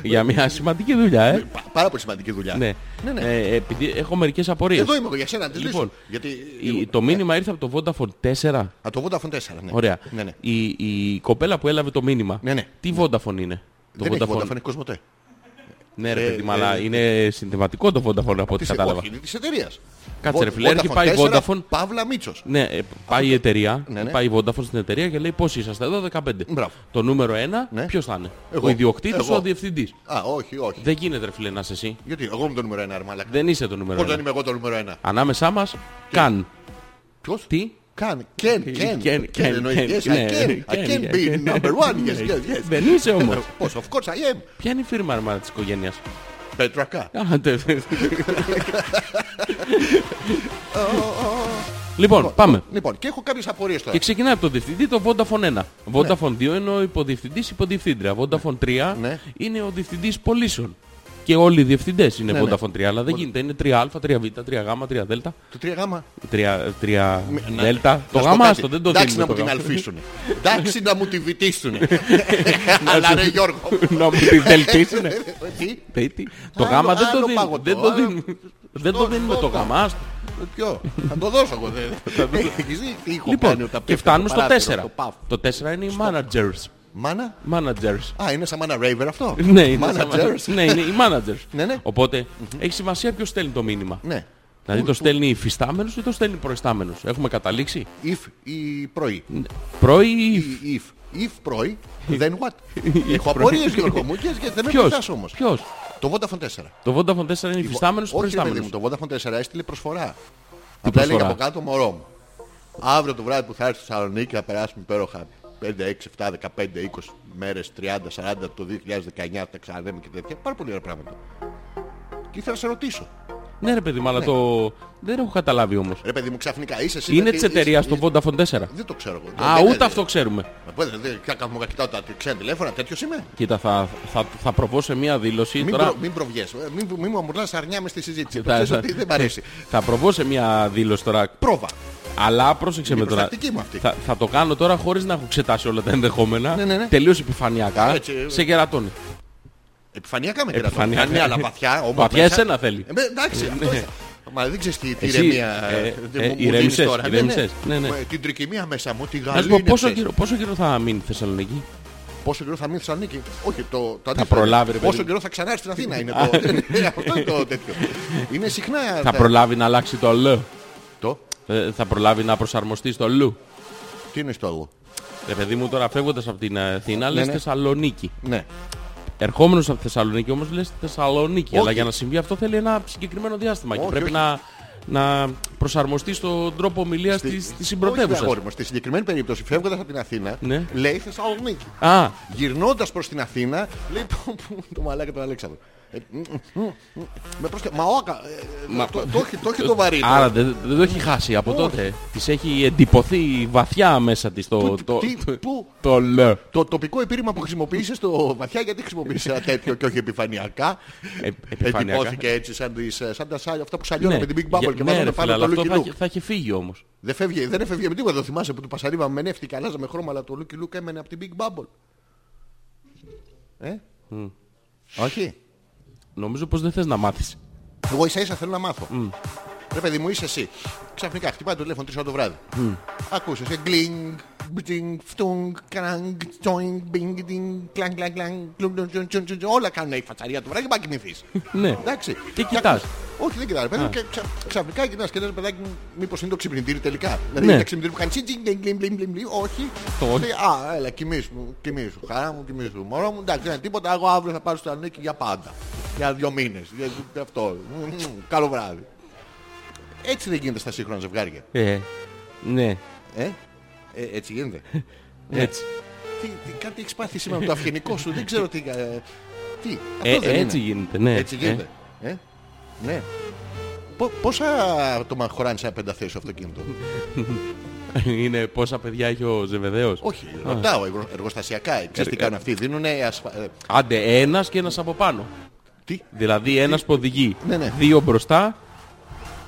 Speaker 4: Για μια σημαντική δουλειά, ε.
Speaker 5: Πα- Πάρα πολύ σημαντική δουλειά.
Speaker 4: Ναι.
Speaker 5: ναι, ναι.
Speaker 4: Ε, επειδή έχω μερικές απορίες.
Speaker 5: Εδώ είμαι εγώ για σένα, να τις
Speaker 4: Λοιπόν,
Speaker 5: λύσω. Γιατί... ε,
Speaker 4: Η- το μήνυμα ήρθε από το Vodafone 4.
Speaker 5: Α, το Vodafone 4, ναι.
Speaker 4: Ωραία.
Speaker 5: Ναι, ναι.
Speaker 4: Η, η κοπέλα που έλαβε το μήνυμα.
Speaker 5: Ναι, ναι.
Speaker 4: Τι Vodafone είναι. Το
Speaker 5: δεν έχει Vodafone, έχει Κοσμοτέ.
Speaker 4: Ναι, ρε
Speaker 5: Ε,
Speaker 4: παιδί, μου,
Speaker 5: ε,
Speaker 4: αλλά
Speaker 5: ε,
Speaker 4: είναι συνθεματικό το Vodafone από ό,τι
Speaker 5: Της-
Speaker 4: κατάλαβα.
Speaker 5: Όχι, είναι της εταιρείας.
Speaker 4: Κάτσε, ρε
Speaker 5: Vo-
Speaker 4: φίλε, έρχεται,
Speaker 5: Vodafone
Speaker 4: πάει
Speaker 5: 4,
Speaker 4: Vodafone.
Speaker 5: Παύλα Μίτσος.
Speaker 4: Ναι, ε, πάει η εταιρεία,
Speaker 5: Ναι, ναι.
Speaker 4: πάει η Vodafone στην εταιρεία και λέει πόσοι είσαστε εδώ, 15.
Speaker 5: Μπράβο.
Speaker 4: Το νούμερο 1,
Speaker 5: Ναι.
Speaker 4: ποιος θα είναι.
Speaker 5: Εγώ.
Speaker 4: Ο ιδιοκτήτης,
Speaker 5: Εγώ.
Speaker 4: ο διευθυντής.
Speaker 5: Α, όχι, όχι.
Speaker 4: Δεν γίνεται ρε φίλε να είσαι εσύ.
Speaker 5: Γιατί εγώ είμαι το νούμερο 1, ρε μαλάκα.
Speaker 4: Δεν είσαι το νούμερο
Speaker 5: Πώς δεν
Speaker 4: 1.
Speaker 5: είμαι εγώ το νούμερο 1.
Speaker 4: Ανάμεσά μας, καν.
Speaker 5: Ποιος?
Speaker 4: Τι?
Speaker 5: Καν, can, can,
Speaker 4: Can,
Speaker 5: can,
Speaker 4: can,
Speaker 5: εννοεί.
Speaker 4: can,
Speaker 5: Yes,
Speaker 4: ναι,
Speaker 5: I can, I
Speaker 4: can,
Speaker 5: can
Speaker 4: yeah,
Speaker 5: be
Speaker 4: can.
Speaker 5: number one,
Speaker 4: ναι,
Speaker 5: yes, yes, yes.
Speaker 4: Δεν είσαι όμως.
Speaker 5: Πώς, of course I am.
Speaker 4: Ποια είναι η φίρμα ρε μάνα, της οικογένειας.
Speaker 5: Πετρακά.
Speaker 4: Α, τε-
Speaker 5: *laughs*
Speaker 4: Λοιπόν, πάμε.
Speaker 5: Λοιπόν, και έχω κάποιες απορίες τώρα.
Speaker 4: Και ξεκινάει από το διευθυντή το Vodafone 1.
Speaker 5: Ναι.
Speaker 4: Vodafone 2 είναι ο υποδιευθυντής υποδιευθύντρια. Vodafone 3
Speaker 5: Ναι.
Speaker 4: είναι ο διευθυντής πωλήσεων. Και όλοι οι διευθυντές είναι
Speaker 5: Ναι, ναι.
Speaker 4: Vodafone 3, αλλά δεν γίνεται. Είναι 3α, 3β, 3γ, 3δ.
Speaker 5: Το 3 γάμα.
Speaker 4: 3
Speaker 5: Ναι. Να-
Speaker 4: δέλτα.
Speaker 5: να
Speaker 4: Το
Speaker 5: σου πω
Speaker 4: γάμα
Speaker 5: κάτι.
Speaker 4: άστο, δεν το
Speaker 5: Εντάξει
Speaker 4: δίνουμε
Speaker 5: να
Speaker 4: το
Speaker 5: μου την
Speaker 4: γάμα.
Speaker 5: αλφίσουνε. Εντάξει να μου τη βυτίσουνε. *laughs* Αλλά ρε Γιώργο.
Speaker 4: *laughs*
Speaker 5: ε,
Speaker 4: Να μου
Speaker 5: *laughs*
Speaker 4: τη δελτίσουνε.
Speaker 5: Τι,
Speaker 4: Τι, τι. Το
Speaker 5: Άλλο-
Speaker 4: γάμα δεν το
Speaker 5: άλλο
Speaker 4: δίνουμε.
Speaker 5: παγωτό,
Speaker 4: Δεν το
Speaker 5: άλλο-
Speaker 4: δίνουμε. Δεν το
Speaker 5: Σωστό,
Speaker 4: δίνουμε το
Speaker 5: σωστό.
Speaker 4: γάμα άστο.
Speaker 5: ποιο. Θα το δώσω εγώ.
Speaker 4: *laughs*
Speaker 5: δεν- *laughs* Έχεις δει τι ήχο κάνει
Speaker 4: Λοιπόν,
Speaker 5: όταν
Speaker 4: και
Speaker 5: πέφτει
Speaker 4: φτάνουμε
Speaker 5: το
Speaker 4: στο
Speaker 5: παράθυρο,
Speaker 4: 4.
Speaker 5: το παφ.
Speaker 4: Το 4 είναι οι managers.
Speaker 5: Μάνα.
Speaker 4: Managers.
Speaker 5: Α, είναι σαν μάνα Raver αυτό.
Speaker 4: *laughs* Ναι, είναι
Speaker 5: Managers.
Speaker 4: σαν- ναι, είναι οι managers.
Speaker 5: Ναι, ναι.
Speaker 4: Οπότε έχει σημασία ποιος στέλνει το μήνυμα.
Speaker 5: Ναι.
Speaker 4: Δηλαδή το στέλνει υφιστάμενος ή το στέλνει προϊστάμενος. Έχουμε καταλήξει.
Speaker 5: If ή πρωί.
Speaker 4: Πρώι ή
Speaker 5: If- If. If
Speaker 4: *laughs*
Speaker 5: πρωί, then what. Έχω απορίες Γιώργο μου και και δεν με
Speaker 4: ποιος.
Speaker 5: κοιτάς όμως.
Speaker 4: Ποιος.
Speaker 5: Το Vodafone 4.
Speaker 4: Το Vodafone 4 είναι υφιστάμενος ή
Speaker 5: Όχι, ρε παιδί
Speaker 4: προϊστάμενος.
Speaker 5: μου, το Vodafone 4 έστειλε προσφορά. Απλά έλεγε
Speaker 4: προσφορά?
Speaker 5: από κάτω μωρό μου. Αύριο το βράδυ που θα έρθεις στη Θεσσαλονίκη θα περάσουμε υπέροχα 5, 6, 7, 15, 20 μέρες, 30, 40 το 2019 τα ξαναδέμε και τέτοια. Πάρα πολύ ωραία πράγματα. Και ήθελα να σε ρωτήσω.
Speaker 4: Ναι ρε παιδί μου, αλλά το... Δεν έχω καταλάβει όμως.
Speaker 5: Ρε παιδί μου, ξαφνικά είσαι Ε, εσύ.
Speaker 4: Είναι
Speaker 5: γιατί
Speaker 4: της
Speaker 5: είσαι-
Speaker 4: εταιρείας το
Speaker 5: είσαι-
Speaker 4: Vodafone 4.
Speaker 5: Δεν ε. το ξέρω εγώ.
Speaker 4: Α,
Speaker 5: Δεν-
Speaker 4: ούτε
Speaker 5: δεν-
Speaker 4: αυτό ξέρουμε.
Speaker 5: Μα πού- Δεν δεν- κάθομαι εγώ, κοιτάω τα ξένα τηλέφωνα, τέτοιος είμαι.
Speaker 4: Κοίτα, θα, θα, θα προβώ σε μία δήλωση
Speaker 5: Μην,
Speaker 4: τώρα.
Speaker 5: προ, μην προβιέσαι. ε, Μην, μην μου αμουρλάς αρνιά μες στη συζήτηση. Το
Speaker 4: Θα-
Speaker 5: ξέρεις
Speaker 4: θα-
Speaker 5: ότι δεν μ' αρέσει.
Speaker 4: Θα προβώ σε μία δήλωση τώρα.
Speaker 5: Πρόβα.
Speaker 4: Αλλά πρόσεξε με τώρα.
Speaker 5: προστακτική μου αυτή.
Speaker 4: Θα, θα το κάνω τώρα χωρίς να έχω εξετάσει όλα τα ενδεχόμενα.
Speaker 5: Ναι, ναι, ναι.
Speaker 4: Τελείως επιφανειακά.
Speaker 5: Έτσι, ε.
Speaker 4: σε κερατώνει.
Speaker 5: Επιφανειακά με κερατώνει.
Speaker 4: Επιφανειακά.
Speaker 5: Ναι, αλλά βαθιά. όμως
Speaker 4: Βαθιά
Speaker 5: μέσα.
Speaker 4: εσένα θέλει. Ναι.
Speaker 5: Ε, με- εντάξει. αυτό θα- Μα δεν ξέρεις τι, τι
Speaker 4: Εσύ,
Speaker 5: ηρεμία
Speaker 4: ε,
Speaker 5: ε,
Speaker 4: ε,
Speaker 5: μου- μου δίνεις
Speaker 4: ηρέμησες,
Speaker 5: τώρα. Ναι, ναι.
Speaker 4: ηρέμησες. Ναι, ναι.
Speaker 5: Μα, Την τρικυμία μέσα μου, τη
Speaker 4: Να σου πω
Speaker 5: γαλήνη.
Speaker 4: πόσο καιρό, πόσο καιρό θα μείνει η Θεσσαλονίκη.
Speaker 5: Πόσο καιρό θα μείνει στη Θεσσαλονίκη. Όχι, το, το αντίθετο.
Speaker 4: προλάβει, ρε παιδί
Speaker 5: Πόσο
Speaker 4: μου.
Speaker 5: καιρό θα ξανάρθει στην Αθήνα είναι *laughs* το. Ναι, Αυτό είναι το τέτοιο. Είναι συχνά.
Speaker 4: Θα
Speaker 5: τα-
Speaker 4: προλάβει να αλλάξει το λου.
Speaker 5: Το.
Speaker 4: Ε, θα προλάβει να προσαρμοστεί στο λου.
Speaker 5: Τι είναι στο εγώ.
Speaker 4: Ρε παιδί μου τώρα φεύγοντας από την Αθήνα λες
Speaker 5: ναι.
Speaker 4: Θεσσαλονίκη.
Speaker 5: Ναι.
Speaker 4: Ερχόμενος από τη Θεσσαλονίκη όμως λες Θεσσαλονίκη. Αλλά
Speaker 5: Όχι.
Speaker 4: για να συμβεί αυτό θέλει ένα συγκεκριμένο διάστημα και
Speaker 5: Όχι,
Speaker 4: πρέπει
Speaker 5: όχι.
Speaker 4: να, να προσαρμοστεί στον τρόπο ομιλίας τη
Speaker 5: Όχι, αγόρι
Speaker 4: συμπρωτεύουσα.
Speaker 5: μου, Στη συγκεκριμένη περίπτωση, φεύγοντας από την Αθήνα,
Speaker 4: Ναι.
Speaker 5: λέει Θεσσαλονίκη.
Speaker 4: Α,
Speaker 5: Γυρνώντας προς την Αθήνα, λέει πω, πω, το μαλάκα τον Αλέξανδρο. Ε, μ, μ, μ, Με προσκε... Μα όκα, ε, το- το έχει- το έχει το βαρύ.
Speaker 4: άρα δεν δεν το έχει χάσει από τότε. Της έχει εντυπωθεί βαθιά μέσα της το.
Speaker 5: Πού-
Speaker 4: το-
Speaker 5: τι-
Speaker 4: το-
Speaker 5: πού-
Speaker 4: Το λέω.
Speaker 5: Το τοπικό επίρρημα που χρησιμοποίησες στο βαθιά, γιατί χρησιμοποίησες ένα τέτοιο και όχι επιφανειακά.
Speaker 4: Ε, επιφανειακά.
Speaker 5: Εντυπώθηκε έτσι σαν, τις, ε, σαν τα σάλια αυτά που σαλιώναμε
Speaker 4: Ναι.
Speaker 5: με την Big Bubble
Speaker 4: Για-
Speaker 5: και
Speaker 4: ναι,
Speaker 5: βάζαμε
Speaker 4: ρε φίλε,
Speaker 5: πάνω το
Speaker 4: αλλά αυτό
Speaker 5: Lucky
Speaker 4: θα
Speaker 5: Luke.
Speaker 4: είχε- θα είχε φύγει όμως.
Speaker 5: Δεν, φεύγε, δεν έφευγε με τίποτα. Το θυμάσαι που του πασαρίδαμε με νεύτη και αλλάζαμε χρώμα, αλλά το Lucky Luke έμενε από την Big Bubble. Ε? Όχι.
Speaker 4: Νομίζω πως δεν θες να μάθεις.
Speaker 5: Εγώ ίσα ίσα θέλω να μάθω. Ρε παιδί μου, είσαι εσύ. Ξαφνικά χτυπάει το τηλέφωνο 3 ώρα το βράδυ. Ακούσε και γκλινγκ, μπτζινγκ, φτουνγκ, κραγκ, τσόινγκ, μπινγκ, ντινγκ, κλανγκ, κλανγκ, κλανγκ, κλουμ, κλουμ, κλουμ, κλουμ, κλουμ. Όλα κάνουν η φατσαρία του βράδυ και πάει να κοιμηθείς.
Speaker 4: Ναι.
Speaker 5: Εντάξει.
Speaker 4: Και κοιτάς.
Speaker 5: ακούς. Όχι, δεν κοιτάς. ρε παιδί μου, και ξα- Ξαφνικά κοιτάς και λες παιδάκι μου, μήπως είναι το ξυπνητήρι τελικά. Δηλαδή
Speaker 4: Ναι.
Speaker 5: είναι το ξυπνητήρι που κάνει τσιν, τσιν, γκλιν, γκλιν, γκλιν, γκλιν, γκλιν. Όχι.
Speaker 4: Το όχι.
Speaker 5: Λέει, Α, έλα, κοιμήσου, κοιμήσου. Χαρά μου, κοιμήσου. Μωρό μου, εντάξει, δεν είναι τίποτα. Εγώ αύριο θα πάρω στο Ανίκη για πάντα. Για δύο μήνες. Για- Αυτό. Μμμ, Καλό βράδυ. Έτσι δεν γίνεται στα σύγχρονα ζευγάρια.
Speaker 4: Ε, ναι,
Speaker 5: Ε, ε έτσι γίνεται.
Speaker 4: *laughs*
Speaker 5: Ναι.
Speaker 4: έτσι.
Speaker 5: τι, τι, κάτι έχεις πάθει σήμερα
Speaker 4: *laughs*
Speaker 5: με το αυγενικό σου. Δεν ξέρω τι. ε, τι. Αυτό
Speaker 4: Ε,
Speaker 5: δεν
Speaker 4: έτσι
Speaker 5: είναι.
Speaker 4: γίνεται, ναι.
Speaker 5: Έτσι γίνεται. Ε. Ναι. Πο- πόσα άτομα χωράνε σε ένα πενταθέσιο αυτοκίνητο.
Speaker 4: Ε, είναι πόσα παιδιά έχει ο Ζεβεδέος.
Speaker 5: Όχι, ρωτάω εργο- εργοστασιακά. Ξέρεις τι
Speaker 4: ε.
Speaker 5: κάνουν αυτοί. Δίνουν ασφα... ε,
Speaker 4: Άντε, ένας και ένας από πάνω.
Speaker 5: Τι.
Speaker 4: Δηλαδή ένας που οδηγεί,
Speaker 5: Ναι, ναι.
Speaker 4: δύο μπροστά,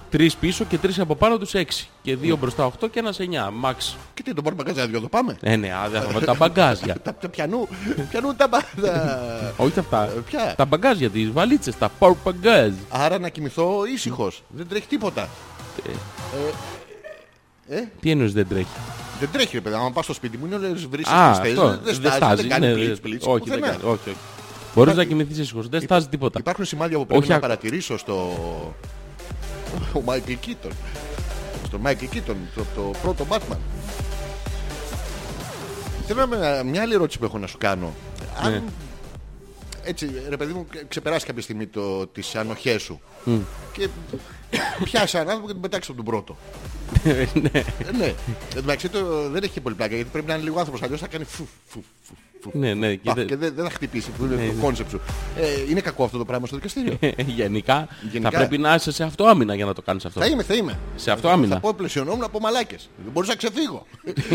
Speaker 4: τρεις πίσω και τρεις από πάνω τους έξι. Και δύο μπροστά οχτώ και ένας εννιά, μάξ.
Speaker 5: Και τι, τον πάρουμε μαγκαζιά δυο, το πάμε.
Speaker 4: Ε, ναι, α, δεν
Speaker 5: *laughs*
Speaker 4: θα βάλω τα μπαγκάζια.
Speaker 5: Τα, τα πιανού, πιανού τα, μπα- τα...
Speaker 4: Όχι αυτά.
Speaker 5: Ε, ποια?
Speaker 4: Τα μπαγκάζια, τις βαλίτσες, τα power μπαγκάζ.
Speaker 5: Άρα να κοιμηθώ ήσυχος. Δεν τρέχει τίποτα.
Speaker 4: Τι εννοείς δεν τρέχει.
Speaker 5: Δεν τρέχει ρε παιδί, άμα πας στο σπίτι μου είναι όλες βρίσεις
Speaker 4: Α,
Speaker 5: τις θέσεις,
Speaker 4: αυτό.
Speaker 5: δεν στάζει, δεν κάνει
Speaker 4: ναι,
Speaker 5: πλήτσι,
Speaker 4: δεν-
Speaker 5: πλήτσι,
Speaker 4: Όχι, δεν
Speaker 5: πουθενά.
Speaker 4: κάνει. Όχι, όχι. Μπορείς να κοιμηθείς ήσυχος, δεν στάζει τίποτα.
Speaker 5: Υπάρχουν
Speaker 4: *laughs*
Speaker 5: σημάδια που πρέπει
Speaker 4: Όχι
Speaker 5: να
Speaker 4: ακ-
Speaker 5: παρατηρήσω στο... Ο Μάικλ Κίτον. Στο Μάικλ Κίτον, το, το πρώτο Batman. Θέλω να- μια άλλη ερώτηση που έχω να σου κάνω. Αν...
Speaker 4: Ναι.
Speaker 5: Έτσι, ρε παιδί μου, ξεπεράσει κάποια στιγμή το, τις ανοχές σου. Και *coughs* πιάσει έναν άνθρωπο και τον πετάξεις από τον
Speaker 4: *laughs*
Speaker 5: πρώτο. Ε, ναι. Εν τω μεταξύ το δεν έχει και πολύ πλάκα γιατί πρέπει να είναι λίγο άνθρωπος Αλλιώς θα κάνει φου, φου, φου, φου.
Speaker 4: Ναι, ναι, και
Speaker 5: Πα,
Speaker 4: δεν-
Speaker 5: και δεν δεν θα χτυπήσει που
Speaker 4: Ναι,
Speaker 5: είναι το κόνσεπτ σου. Ε, είναι κακό αυτό το πράγμα στο
Speaker 4: Ε,
Speaker 5: δικαστήριο.
Speaker 4: Γενικά,
Speaker 5: Γενικά.
Speaker 4: θα πρέπει να είσαι σε αυτό άμυνα για να το κάνεις αυτό.
Speaker 5: θα είμαι, θα είμαι.
Speaker 4: Σε αυτό άμυνα.
Speaker 5: Θα πω πλαισιωνόμουν από μαλάκες. Δεν μπορούσα να
Speaker 4: *laughs*
Speaker 5: ξεφύγω.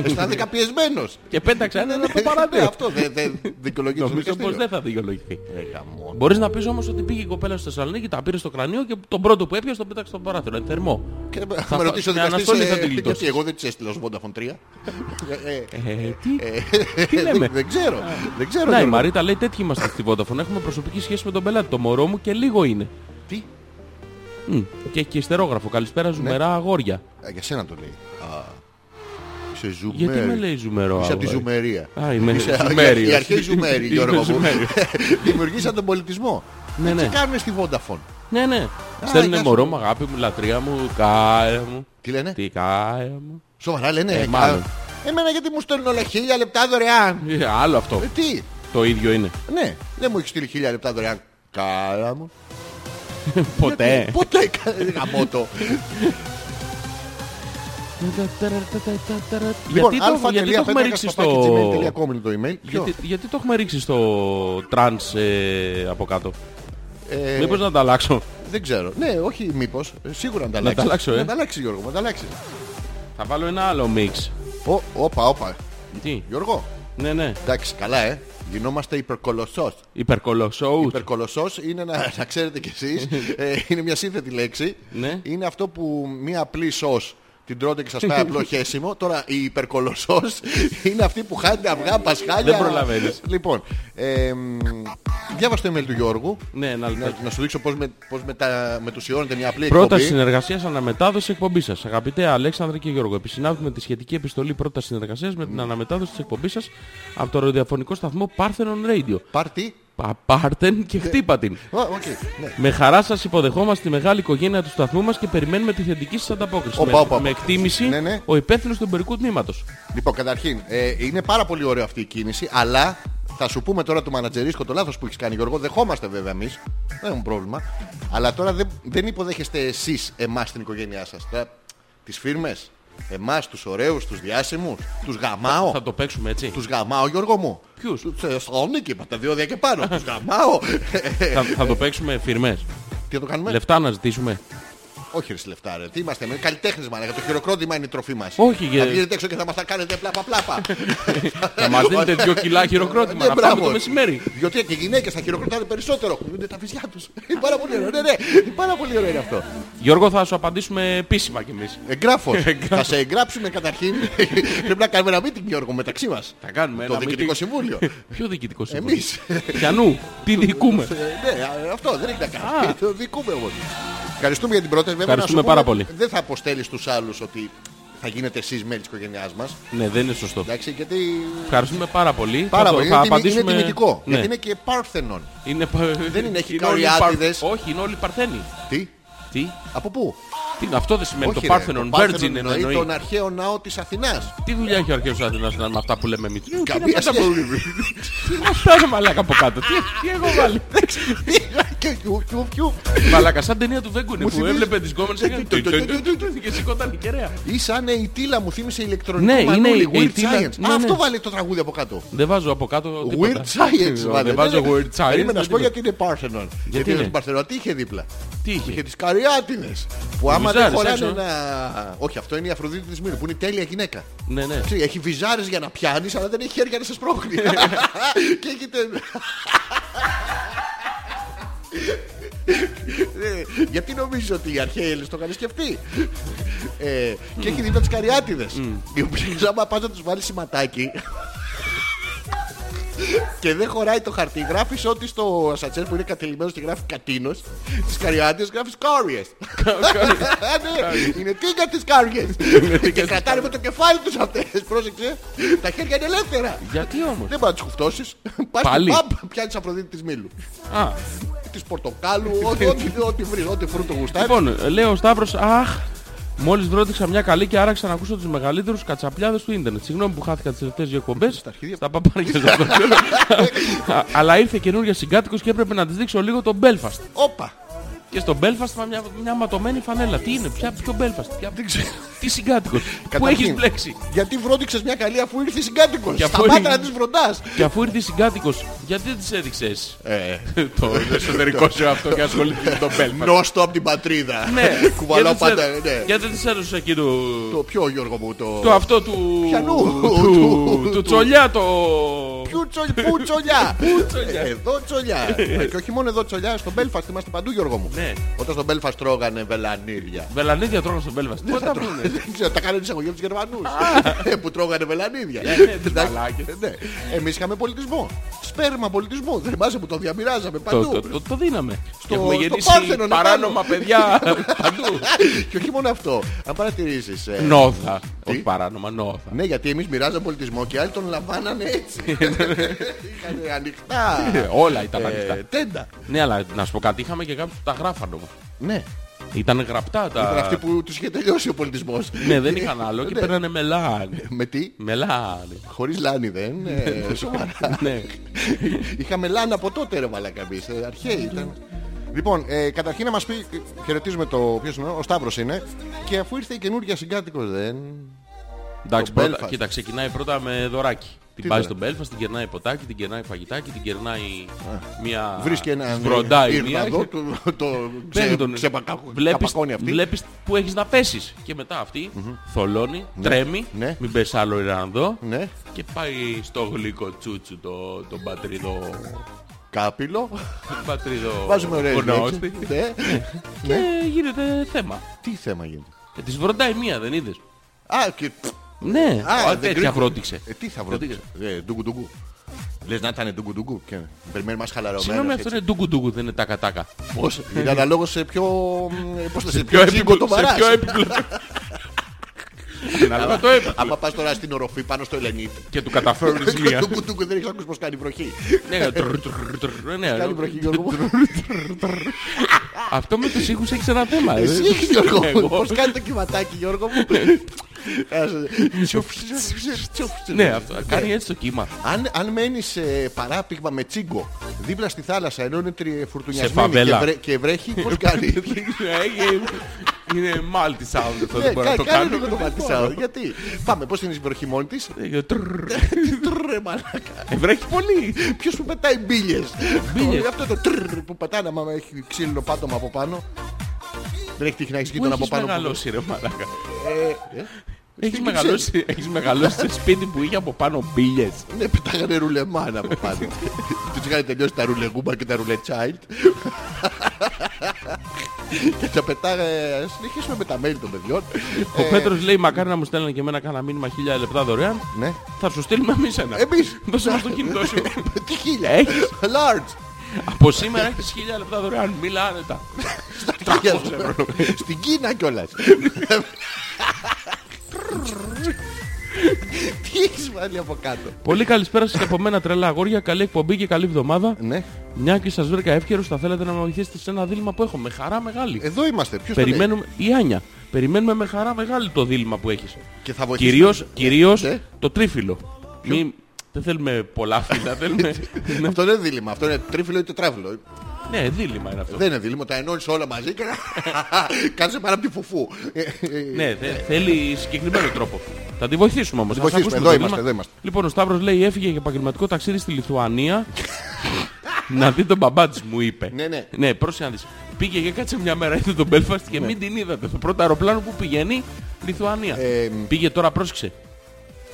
Speaker 5: Αισθάνθηκα πιεσμένος.
Speaker 4: Και πέταξε έναν από
Speaker 5: Ναι,
Speaker 4: παραπέρα.
Speaker 5: Αυτό δεν δεν δικαιολογεί το
Speaker 4: Ε, Νομίζω πως
Speaker 5: δικαστήριο.
Speaker 4: δεν θα δικαιολογηθεί.
Speaker 5: Ε, γαμώ.
Speaker 4: Μπορείς να πεις όμως ότι πήγε η κοπέλα στη Θεσσαλονίκη, τα πήρε στο κρανίο και τον πρώτο που έπιασε τον πέταξε στο παράθυρο. Είναι θερμό.
Speaker 5: Και Θα με
Speaker 4: φα-
Speaker 5: ρωτήσω
Speaker 4: με
Speaker 5: δικαστής.
Speaker 4: αναστολή θα τη
Speaker 5: ε,
Speaker 4: γλιτώσεις.
Speaker 5: Γιατί εγώ δεν της έστειλα ως Vodafone 3. Ε, ε,
Speaker 4: Ε, τι,
Speaker 5: ε,
Speaker 4: τι λέμε.
Speaker 5: Δεν ξέρω. Δεν ξέρω.
Speaker 4: Να η
Speaker 5: Γιώργο.
Speaker 4: Μαρίτα λέει τέτοιοι είμαστε στη Vodafone. Έχουμε προσωπική σχέση με τον πελάτη. Το μωρό μου και λίγο είναι.
Speaker 5: Τι.
Speaker 4: Μμ. Και έχει και ιστερόγραφο.
Speaker 5: Ναι.
Speaker 4: Καλησπέρα ζουμερά αγόρια.
Speaker 5: Α, Για σένα το λέει. Α, Είσαι ζουμέρι.
Speaker 4: Γιατί με λέει ζουμερό
Speaker 5: Ναι. Είσαι από τη
Speaker 4: αγόρι?
Speaker 5: Ζουμερία.
Speaker 4: Α, είμαι
Speaker 5: Είσαι-
Speaker 4: Ζουμέριος.
Speaker 5: Οι αρχαίοι Ζουμέρι,
Speaker 4: Είμαι
Speaker 5: Γιώργο μου.
Speaker 4: Ζουμέριος.
Speaker 5: Δημιουργήσαν τον πολιτισμό.
Speaker 4: Ναι,
Speaker 5: Τι
Speaker 4: ναι.
Speaker 5: κάνουν στη Vodafone.
Speaker 4: Ναι, ναι. Στέλνουν
Speaker 5: γεια σου. Ναι.
Speaker 4: μωρό μου, αγάπη μου, λατρεία μου, κάε μου.
Speaker 5: Τι λένε.
Speaker 4: Τι κάε μου.
Speaker 5: Σοβαρά λένε.
Speaker 4: Ε,
Speaker 5: ε,
Speaker 4: μάλλον.
Speaker 5: α, Εμένα γιατί μου στέλνουν όλα χίλια λεπτά δωρεάν.
Speaker 4: Ε, Άλλο αυτό.
Speaker 5: Ε, τι.
Speaker 4: Το ίδιο είναι.
Speaker 5: Ναι, δεν μου έχεις στείλει χίλια λεπτά δωρεάν. Καλά μου.
Speaker 4: Ποτέ.
Speaker 5: Ποτέ. κα- ε, Γαμώ το.
Speaker 4: Γιατί
Speaker 5: Λοιπόν,
Speaker 4: το, γιατί το έχουμε ρίξει στο...
Speaker 5: α.πέτρακα.gmail.com είναι το email. Ποιο?
Speaker 4: Γιατί, γιατί το έχουμε ρίξει στο τρανς ε, από κάτω.
Speaker 5: Ε,
Speaker 4: Μήπως να τα αλλάξω.
Speaker 5: Δεν ξέρω. Ναι, όχι μήπως. Ε, Σίγουρα να τα
Speaker 4: τα
Speaker 5: αλλάξεις.
Speaker 4: αλλάξω, ε.
Speaker 5: Να τα αλλάξεις, Γιώργο, να τα αλλάξεις.
Speaker 4: Θα βάλω ένα άλλο μίξ.
Speaker 5: Ω, Όπα, όπα.
Speaker 4: Τι.
Speaker 5: Γιώργο,
Speaker 4: Ναι, ναι.
Speaker 5: εντάξει, καλά, ε. Γινόμαστε υπερκολοσσός.
Speaker 4: Υπερκολοσσόου.
Speaker 5: Υπερκολοσσός είναι, να, να ξέρετε κι
Speaker 4: *laughs*
Speaker 5: εσείς, ε, είναι μια σύνθετη λέξη.
Speaker 4: Ναι.
Speaker 5: Είναι αυτό που μια απλή σως την τρώτε και σας πάει
Speaker 4: *laughs*
Speaker 5: απλό χέσιμο. Τώρα η υπερκολοσσός *laughs* είναι αυτή που χάνεται αυγά, πασχάλια.
Speaker 4: Δεν προλαβαίνεις.
Speaker 5: Λοιπόν, ε, μ, διάβασε το email του Γιώργου.
Speaker 4: Ναι, ένα
Speaker 5: Να,
Speaker 4: λεπτό.
Speaker 5: να σου δείξω πώς, με, πώς μετα, μετουσιώνεται μια απλή
Speaker 4: Πρόταση
Speaker 5: εκπομπή.
Speaker 4: συνεργασίας αναμετάδοσης εκπομπής σας. Αγαπητέ Αλέξανδρε και Γιώργο, επισυνάβουμε τη σχετική επιστολή πρόταση συνεργασίας με την αναμετάδοση της εκπομπής σας από το ραδιοφωνικό σταθμό Parthenon Radio.
Speaker 5: Πάρτι.
Speaker 4: Πα- Πάρτεν
Speaker 5: Ναι.
Speaker 4: και χτύπα την.
Speaker 5: Ω, οκ, ναι.
Speaker 4: Με χαρά σας υποδεχόμαστε τη μεγάλη οικογένεια του σταθμού μας και περιμένουμε τη θετική σας ανταπόκριση.
Speaker 5: Όπα,
Speaker 4: με,
Speaker 5: όπα,
Speaker 4: με
Speaker 5: όπα.
Speaker 4: εκτίμηση
Speaker 5: Ναι, ναι.
Speaker 4: ο υπεύθυνος του εμπορικού τμήματος.
Speaker 5: Λοιπόν, καταρχήν, ε, είναι πάρα πολύ ωραία αυτή η κίνηση, αλλά θα σου πούμε τώρα το μανατζερίσκο το λάθος που έχεις κάνει, Γιώργο. Δεχόμαστε βέβαια εμείς. Δεν έχουμε πρόβλημα. Αλλά τώρα δεν, δεν υποδέχεστε εσείς εμάς την οικογένειά σας. τις φίρμες, εμάς τους ωραίους, τους διάσημους, τους γαμάω.
Speaker 4: Θα το παίξουμε έτσι.
Speaker 5: Τους γαμάω Γιώργο μου.
Speaker 4: Ποιους?
Speaker 5: Τους ε, Θεσσαλονίκη είπα τα δύο δια και πάνω. Τους
Speaker 4: *laughs*
Speaker 5: γαμάω.
Speaker 4: θα, θα το παίξουμε φιρμές.
Speaker 5: Τι θα το κάνουμε.
Speaker 4: Λεφτά να ζητήσουμε.
Speaker 5: Όχι ρε λεφτά ρε. Τι είμαστε. εμείς, Καλλιτέχνες μάνα. Το χειροκρότημα είναι η τροφή μας.
Speaker 4: Όχι,
Speaker 5: Θα
Speaker 4: γε-
Speaker 5: βγαίνετε έξω και θα μας τα κάνετε πλάπα πλάπα.
Speaker 4: Θα μας δίνετε δύο κιλά χειροκρότημα.
Speaker 5: Ναι,
Speaker 4: να πάμε
Speaker 5: μπράβο.
Speaker 4: το μεσημέρι.
Speaker 5: Διότι και οι γυναίκες θα χειροκροτάνε περισσότερο. Κουνούνται τα βυζιά τους. Είναι πάρα πολύ ωραίο. Ναι, ναι. Πάρα πολύ ωραίο είναι αυτό.
Speaker 4: Γιώργο, θα σου απαντήσουμε επίσημα κι εμείς.
Speaker 5: Εγγράφο. θα σε εγγράψουμε καταρχήν. Πρέπει να κάνουμε ένα meeting, Γιώργο, μεταξύ μας.
Speaker 4: Θα κάνουμε
Speaker 5: Το
Speaker 4: ένα
Speaker 5: διοικητικό
Speaker 4: meeting.
Speaker 5: συμβούλιο.
Speaker 4: *laughs* Ποιο διοικητικό συμβούλιο.
Speaker 5: Εμείς.
Speaker 4: Πιανού, τι
Speaker 5: *laughs*
Speaker 4: διοικούμε.
Speaker 5: ναι, α, αυτό δεν έχει να κάνει. Ε, Το διοικούμε όμω. Ευχαριστούμε για την πρόταση. Βέβαια, να σου
Speaker 4: Ευχαριστούμε πάρα
Speaker 5: πούμε,
Speaker 4: πολύ.
Speaker 5: Δεν θα αποστέλεις στου άλλους ότι θα γίνετε εσείς μέλη της οικογένειάς μας.
Speaker 4: ναι, δεν είναι σωστό.
Speaker 5: Εντάξει, γιατί.
Speaker 4: Ευχαριστούμε πάρα πολύ.
Speaker 5: Πάρα
Speaker 4: θα, το-
Speaker 5: πολύ.
Speaker 4: θα
Speaker 5: Είναι, τιμή-
Speaker 4: απαντήσουμε...
Speaker 5: είναι τιμητικό.
Speaker 4: Ναι.
Speaker 5: Γιατί είναι και πάρθενον.
Speaker 4: Είναι...
Speaker 5: Δεν είναι, έχει
Speaker 4: όλοι
Speaker 5: καριάτιδες.
Speaker 4: παρ- Όχι, είναι όλοι Παρθένοι.
Speaker 5: Τι,
Speaker 4: Τι,
Speaker 5: από πού?
Speaker 4: τι είναι, αυτό δεν σημαίνει
Speaker 5: Όχι,
Speaker 4: το
Speaker 5: ρε,
Speaker 4: Parthenon,
Speaker 5: Πάρθενον
Speaker 4: Virgin
Speaker 5: εννοεί
Speaker 4: εννοεί.
Speaker 5: Τον αρχαίο ναό της Αθηνάς.
Speaker 4: Τι δουλειά έχει ο αρχαίος Αθηνάς να είναι με αυτά που λέμε εμείς. Τι είναι
Speaker 5: Καμία
Speaker 4: αυτά
Speaker 5: σχέση.
Speaker 4: που- Τι είναι αυτά ρε μαλάκα από κάτω. Τι- Τι έχω βάλει.
Speaker 5: *laughs* Και κιου, κιου, κιου.
Speaker 4: Μαλάκα, σαν ταινία του Βέγκουνε που
Speaker 5: θυμίζει- Ε,
Speaker 4: έβλεπε τις κόμενες και έκανε
Speaker 5: Το- το- το- το- το-
Speaker 4: και σηκώταν η κεραία.
Speaker 5: Ή σαν η Τίλα μου θύμισε ηλεκτρονικό
Speaker 4: Ναι,
Speaker 5: μανούλι,
Speaker 4: είναι η
Speaker 5: Weird
Speaker 4: Τίλα.
Speaker 5: Science.
Speaker 4: Ναι,
Speaker 5: Α,
Speaker 4: ναι.
Speaker 5: αυτό βάλει το τραγούδι από κάτω.
Speaker 4: Δεν βάζω από κάτω
Speaker 5: Weird
Speaker 4: τίποτα.
Speaker 5: Science βάλε.
Speaker 4: Δεν βάζω Weird Science.
Speaker 5: Περίμενα να
Speaker 4: δεν
Speaker 5: σου πω
Speaker 4: τίποτα.
Speaker 5: γιατί είναι Parthenon. Γιατί
Speaker 4: είναι?
Speaker 5: στην Παρθενό τι είχε δίπλα.
Speaker 4: Τι είχε.
Speaker 5: Είχε τις καριάτινες. Που άμα δεν
Speaker 4: βυζάρες
Speaker 5: χωράνε
Speaker 4: έξω.
Speaker 5: ένα... Όχι, αυτό είναι η Αφροδίτη της Μύρου που είναι τέλεια γυναίκα.
Speaker 4: Ναι, ναι.
Speaker 5: Ξέρεις, Έχει βυζάρες για να πιάνεις αλλά δεν έχει χέρια να σε σπρώχνει. *laughs* Και έχει τε... Ε, *laughs* Γιατί νομίζω ότι οι αρχαίοι Έλληνες το είχαν σκεφτεί. Ε, και έχει δίπλα τις καριάτιδες.
Speaker 4: Mm.
Speaker 5: Οι οποίες άμα πας να τους βάλεις σηματάκι και δεν χωράει το χαρτί. Γράφεις ό,τι στο σατσέρ που είναι κατελημένος και γράφει κατίνος. Στις καριάτιδες γράφεις κάριες. Ναι, είναι τίγκα τις κάριες. Και κρατάνε με το κεφάλι τους αυτές. Πρόσεξε. Τα χέρια είναι ελεύθερα.
Speaker 4: Γιατί όμως.
Speaker 5: Δεν μπορεί να τις κουφτώσεις. Πας
Speaker 4: Πάλι.
Speaker 5: στην παμπ, πιάνεις Αφροδίτη της Μήλου.
Speaker 4: Α,
Speaker 5: Της πορτοκάλου, ό,τι- ό,τι- ό,τι βρεις, ό,τι φρούτο γουστάρεις.
Speaker 4: Λοιπόν, λέει ο Σταύρος, αχ, μόλις βρόντιξα μια καλή και άραξα να ακούσω τους μεγαλύτερους κατσαπλιάδες του ίντερνετ. Συγγνώμη που χάθηκα τις τελευταίες δύο εκπομπές. Στα
Speaker 5: αρχίδια.
Speaker 4: παπάρια σας το *laughs* ξέρω. Α, Αλλά ήρθε καινούργια συγκάτοικος και έπρεπε να της δείξω λίγο το Belfast.
Speaker 5: Όπα.
Speaker 4: Και στο Belfast είπα, μια, μια ματωμένη φανέλα. Τι είναι, ποια, ποιο Belfast, ποια,
Speaker 5: Δεν ξέρω.
Speaker 4: τι συγκάτοικος, που
Speaker 5: Καταρχήν,
Speaker 4: έχεις μπλέξει.
Speaker 5: Γιατί βρόντιξες μια καλή αφού ήρθες η συγκάτοικος.
Speaker 4: Και αφού
Speaker 5: Σταμάτα
Speaker 4: ήρθε-
Speaker 5: να τις βροντάς.
Speaker 4: Και αφού ήρθες η συγκάτοικος, γιατί δεν της έδειξες
Speaker 5: Ε,
Speaker 4: το εσωτερικό σου αυτό και ασχολήθηκε με το Belfast.
Speaker 5: Νόστο από την πατρίδα.
Speaker 4: Ναι,
Speaker 5: Κουβαλάω
Speaker 4: γιατί της
Speaker 5: πάντα.
Speaker 4: έδω-
Speaker 5: ναι.
Speaker 4: Γιατί της έδωσε εκεί το,
Speaker 5: Το πιο Γιώργο μου το.
Speaker 4: Το αυτό του...
Speaker 5: Πιανού.
Speaker 4: Του,
Speaker 5: Του-
Speaker 4: του τσολιά το...
Speaker 5: Ποιου τσολ- Πού
Speaker 4: *laughs*
Speaker 5: τσολιά! Πού
Speaker 4: τσολιά.
Speaker 5: Εδώ τσολιά! Ε, Και όχι μόνο εδώ τσολιά, στο Belfast είμαστε παντού Γιώργο μου.
Speaker 4: Ναι.
Speaker 5: Όταν στο Belfast τρώγανε βελανίδια.
Speaker 4: Βελανίδια τρώγανε στον Πέλβας. Πού τα πούνε.
Speaker 5: *laughs* Δεν ξέρω, Ναι, τα κάνανε εισαγωγή από τους Γερμανούς Ε, Που τρώγανε βελανίδια.
Speaker 4: Ε, τις
Speaker 5: Εντάξει,
Speaker 4: μαλάκες.
Speaker 5: ναι. Εμείς είχαμε πολιτισμό. Σπέρμα πολιτισμού. Δεν θυμάσαι που το διαμοιράζαμε
Speaker 4: Το, το,
Speaker 5: παντού.
Speaker 4: το, το δίναμε.
Speaker 5: Στο-
Speaker 4: Έχουμε
Speaker 5: στο
Speaker 4: γεννήσει
Speaker 5: Πάρθενο, ναι,
Speaker 4: παράνομα
Speaker 5: πάνω.
Speaker 4: παιδιά παντού.
Speaker 5: *laughs* Και όχι μόνο αυτό. Αν παρατηρήσεις ε,
Speaker 4: Νόθα. Όχι παράνομα, νόθα.
Speaker 5: Ναι, γιατί εμείς μοιράζαμε πολιτισμό και άλλοι τον λαμβάνανε έτσι. *laughs* Είχανε ανοιχτά.
Speaker 4: ναι, Ε, Όλα ήταν
Speaker 5: ε,
Speaker 4: ανοιχτά.
Speaker 5: Τέντα.
Speaker 4: Ναι, αλλά να σου πω κάτι, είχαμε και κάποιους που τα γράφανε όμως.
Speaker 5: Ναι.
Speaker 4: Ήταν γραπτά
Speaker 5: Ήταν
Speaker 4: τα...
Speaker 5: αυτοί Ε, που τους είχε τελειώσει ο πολιτισμός.
Speaker 4: Ναι, δεν είχαν άλλο και
Speaker 5: Ναι.
Speaker 4: παίρνανε μελάνι.
Speaker 5: Με τι,
Speaker 4: Μελάνι.
Speaker 5: χωρίς λάνι δεν, ε, σοβαρά.
Speaker 4: Ναι.
Speaker 5: Είχαμε λάνι από τότε ρε μαλάκα εμείς, ε, αρχαίοι ήταν. Λοιπόν, ε, καταρχήν να μας πει, ε, χαιρετίζουμε το ποιος είναι, ο Σταύρος είναι, και αφού ήρθε η καινούργια συγκάτοικος δεν...
Speaker 4: Εντάξει,
Speaker 5: Το
Speaker 4: πρώτα,
Speaker 5: Belfast.
Speaker 4: κοίτα, ξεκινάει πρώτα με δωράκι. Την
Speaker 5: Τι
Speaker 4: πάει στον
Speaker 5: δωράκι?
Speaker 4: Belfast, την κερνάει ποτάκι, την κερνάει φαγητάκι, την κερνάει μια.
Speaker 5: Βρίσκει ένα
Speaker 4: Σβροντάει μια.
Speaker 5: Ιρλανδό, το, το
Speaker 4: Μπαίνει
Speaker 5: ξε,
Speaker 4: τον-
Speaker 5: ξεπακάκου-
Speaker 4: βλέπεις,
Speaker 5: καπακώνει αυτή.
Speaker 4: βλέπεις που έχεις να πέσεις. Και μετά αυτή θολώνει, τρέμει,
Speaker 5: Ναι.
Speaker 4: μην πες άλλο Ιρλανδό.
Speaker 5: Ναι,
Speaker 4: Και πάει στο γλυκό τσούτσου το, τον πατρίδο.
Speaker 5: κάπηλο,
Speaker 4: τον πατρίδο.
Speaker 5: βάζουμε ωραίες λέξεις.
Speaker 4: γνώστη.
Speaker 5: Ναι.
Speaker 4: Και γίνεται θέμα.
Speaker 5: Τι θέμα γίνεται.
Speaker 4: Και της βροντάει μία, δεν είδες.
Speaker 5: Α, και...
Speaker 4: Ναι,
Speaker 5: Α,
Speaker 4: Α,
Speaker 5: δεν
Speaker 4: τέτοια
Speaker 5: κρύβει.
Speaker 4: βρόντιξε.
Speaker 5: Ε, τι θα βρω. Ε, ντουγκου ντουγκου. Λες να ήταν ντουγκου ντουγκου και περιμένει μας χαλαρωμένος.
Speaker 4: Συγγνώμη, αυτό
Speaker 5: έτσι. Ε,
Speaker 4: είναι ντούγκου ντούγκου, δεν είναι τάκα τάκα.
Speaker 5: Πώς, είναι αναλόγως σε ποιο... ε, Πώς θα σε
Speaker 4: Πιο
Speaker 5: ποιο
Speaker 4: έπικο
Speaker 5: τσίγκο το
Speaker 4: το
Speaker 5: βαράς.
Speaker 4: Πιο έπικο. Ανάλογα το έπικο.
Speaker 5: Άμα πας τώρα στην οροφή πάνω στο Ελενίτ.
Speaker 4: *laughs* Και του
Speaker 5: *laughs*
Speaker 4: καταφέρνεις μία.
Speaker 5: Ντουγκου ντουγκου δεν έχεις ακούσει πως κάνει βροχή.
Speaker 4: Ναι, τρρ, τρρ, τρρ, ναι,
Speaker 5: Κάνει βροχή Γιώργο. μου.
Speaker 4: Αυτό με τους ήχους έχεις ένα θέμα. ε.
Speaker 5: *laughs* Εσύ έχεις Γιώργο. μου.
Speaker 4: Εγώ.
Speaker 5: Πώς κάνει το κυματάκι Γιώργο
Speaker 4: *laughs*
Speaker 5: μου. Ας- τσοφ, τσοφ, τσοφ,
Speaker 4: Ναι, αυτό κάνει έτσι το κύμα.
Speaker 5: Αν, αν μένεις παράπηγμα με τσίγκο δίπλα στη θάλασσα ενώ είναι τριφουρτουνιασμένη
Speaker 4: φαβέλα.
Speaker 5: και, βρε- και βρέχει, πώς κάνει.
Speaker 4: Ε, ε, Είναι multi-sound αυτό,
Speaker 5: Ναι,
Speaker 4: δεν μπορώ να
Speaker 5: κα-
Speaker 4: το
Speaker 5: κάνε
Speaker 4: κάνω.
Speaker 5: λίγο το μαντισάο. Γιατί. Πάμε, πώς είναι η βροχημόνη της.
Speaker 4: *laughs* Ε, τρρρ.
Speaker 5: Τρε μαλάκα.
Speaker 4: Ε, Βρέχει πολύ.
Speaker 5: Ποιος σου πετάει μπίλιες.
Speaker 4: Μπίλιες.
Speaker 5: Το- Αυτό το τρρ που πετάνε άμα έχει ξύλινο πάτωμα από πάνω. Δεν έχει τύχη να έχεις
Speaker 4: Πού
Speaker 5: γείτονα από
Speaker 4: έχεις
Speaker 5: πάνω. που-
Speaker 4: μεγαλώσει ρε μαλάκα.
Speaker 5: Ε, ε,
Speaker 4: Έχεις
Speaker 5: Στην
Speaker 4: μεγαλώσει, έχεις μεγαλώσει σε σπίτι που είχε από πάνω μπίλιες.
Speaker 5: Ναι, πετάγανε ρουλεμάνα από πάνω. *laughs* Τους είχαν τελειώσει τα ρουλεγούμπα και τα ρουλετσάιλτ. *laughs* Και τα πετάγανε. Συνεχίσουμε με τα mail των παιδιών.
Speaker 4: Ο
Speaker 5: Ε,
Speaker 4: Πέτρος λέει μακάρι να μου στέλνανε και εμένα κάνα μήνυμα 1000 λεπτά δωρεάν.
Speaker 5: Ναι.
Speaker 4: Θα σου στείλουμε εμείς ένα.
Speaker 5: Εμείς.
Speaker 4: Δώσε μας το κινητό σου.
Speaker 5: Τι χίλια.
Speaker 4: Έχεις.
Speaker 5: Large.
Speaker 4: Από σήμερα έχεις 1000 λεπτά δωρεάν. Μίλα άνετα.
Speaker 5: 300 ευρώ. Στην Κίνα κιόλας. Τι έχεις βάλει από κάτω.
Speaker 4: Πολύ καλησπέρα σας και από μένα τρελά αγόρια. Καλή εκπομπή και καλή εβδομάδα.
Speaker 5: Ναι.
Speaker 4: Μια και σας βρήκα εύκαιρος, θα θέλετε να με βοηθήσετε σε ένα δίλημα που έχω. Με χαρά μεγάλη.
Speaker 5: Εδώ είμαστε. Ποιος το λέει?
Speaker 4: Περιμένουμε, η Άνια, περιμένουμε με χαρά μεγάλη το δίλημα που έχεις.
Speaker 5: Και θα βοηθήσουμε.
Speaker 4: Κυρίως, κυρίως
Speaker 5: Ναι.
Speaker 4: το τρίφυλλο. Μη- δεν θέλουμε πολλά
Speaker 5: *laughs*
Speaker 4: φύλλα, θέλουμε... ναι,
Speaker 5: Αυτό δεν είναι δίλημα. Αυτό είναι τρίφυλλο ή τετράφυλλο.
Speaker 4: ναι, δίλημα είναι αυτό.
Speaker 5: Δεν είναι δίλημα. Τα ενώνεις όλα μαζί
Speaker 4: *laughs*
Speaker 5: και κάνεις πάνω από τη φουφού. Ε, ε,
Speaker 4: Ναι, δε- θέλει συγκεκριμένο τρόπο. Θα τη βοηθήσουμε όμως.
Speaker 5: τη
Speaker 4: θα σας
Speaker 5: βοηθήσουμε.
Speaker 4: ακούσουμε
Speaker 5: Εδώ είμαστε,
Speaker 4: το δίλημα.
Speaker 5: εδώ είμαστε.
Speaker 4: Λοιπόν, ο Σταύρος λέει έφυγε για επαγγελματικό ταξίδι στη Λιθουανία. να δει τον μπαμπά της μου είπε.
Speaker 5: Ναι, ναι.
Speaker 4: Ναι, πρόσεχε να δεις. Πήγε και κάτσε μια μέρα, είδε τον Belfast και μην την είδατε. Το πρώτο αεροπλάνο που πηγαίνει, Λιθουανία.
Speaker 5: Ε,
Speaker 4: πήγε τώρα, πρόσεξε.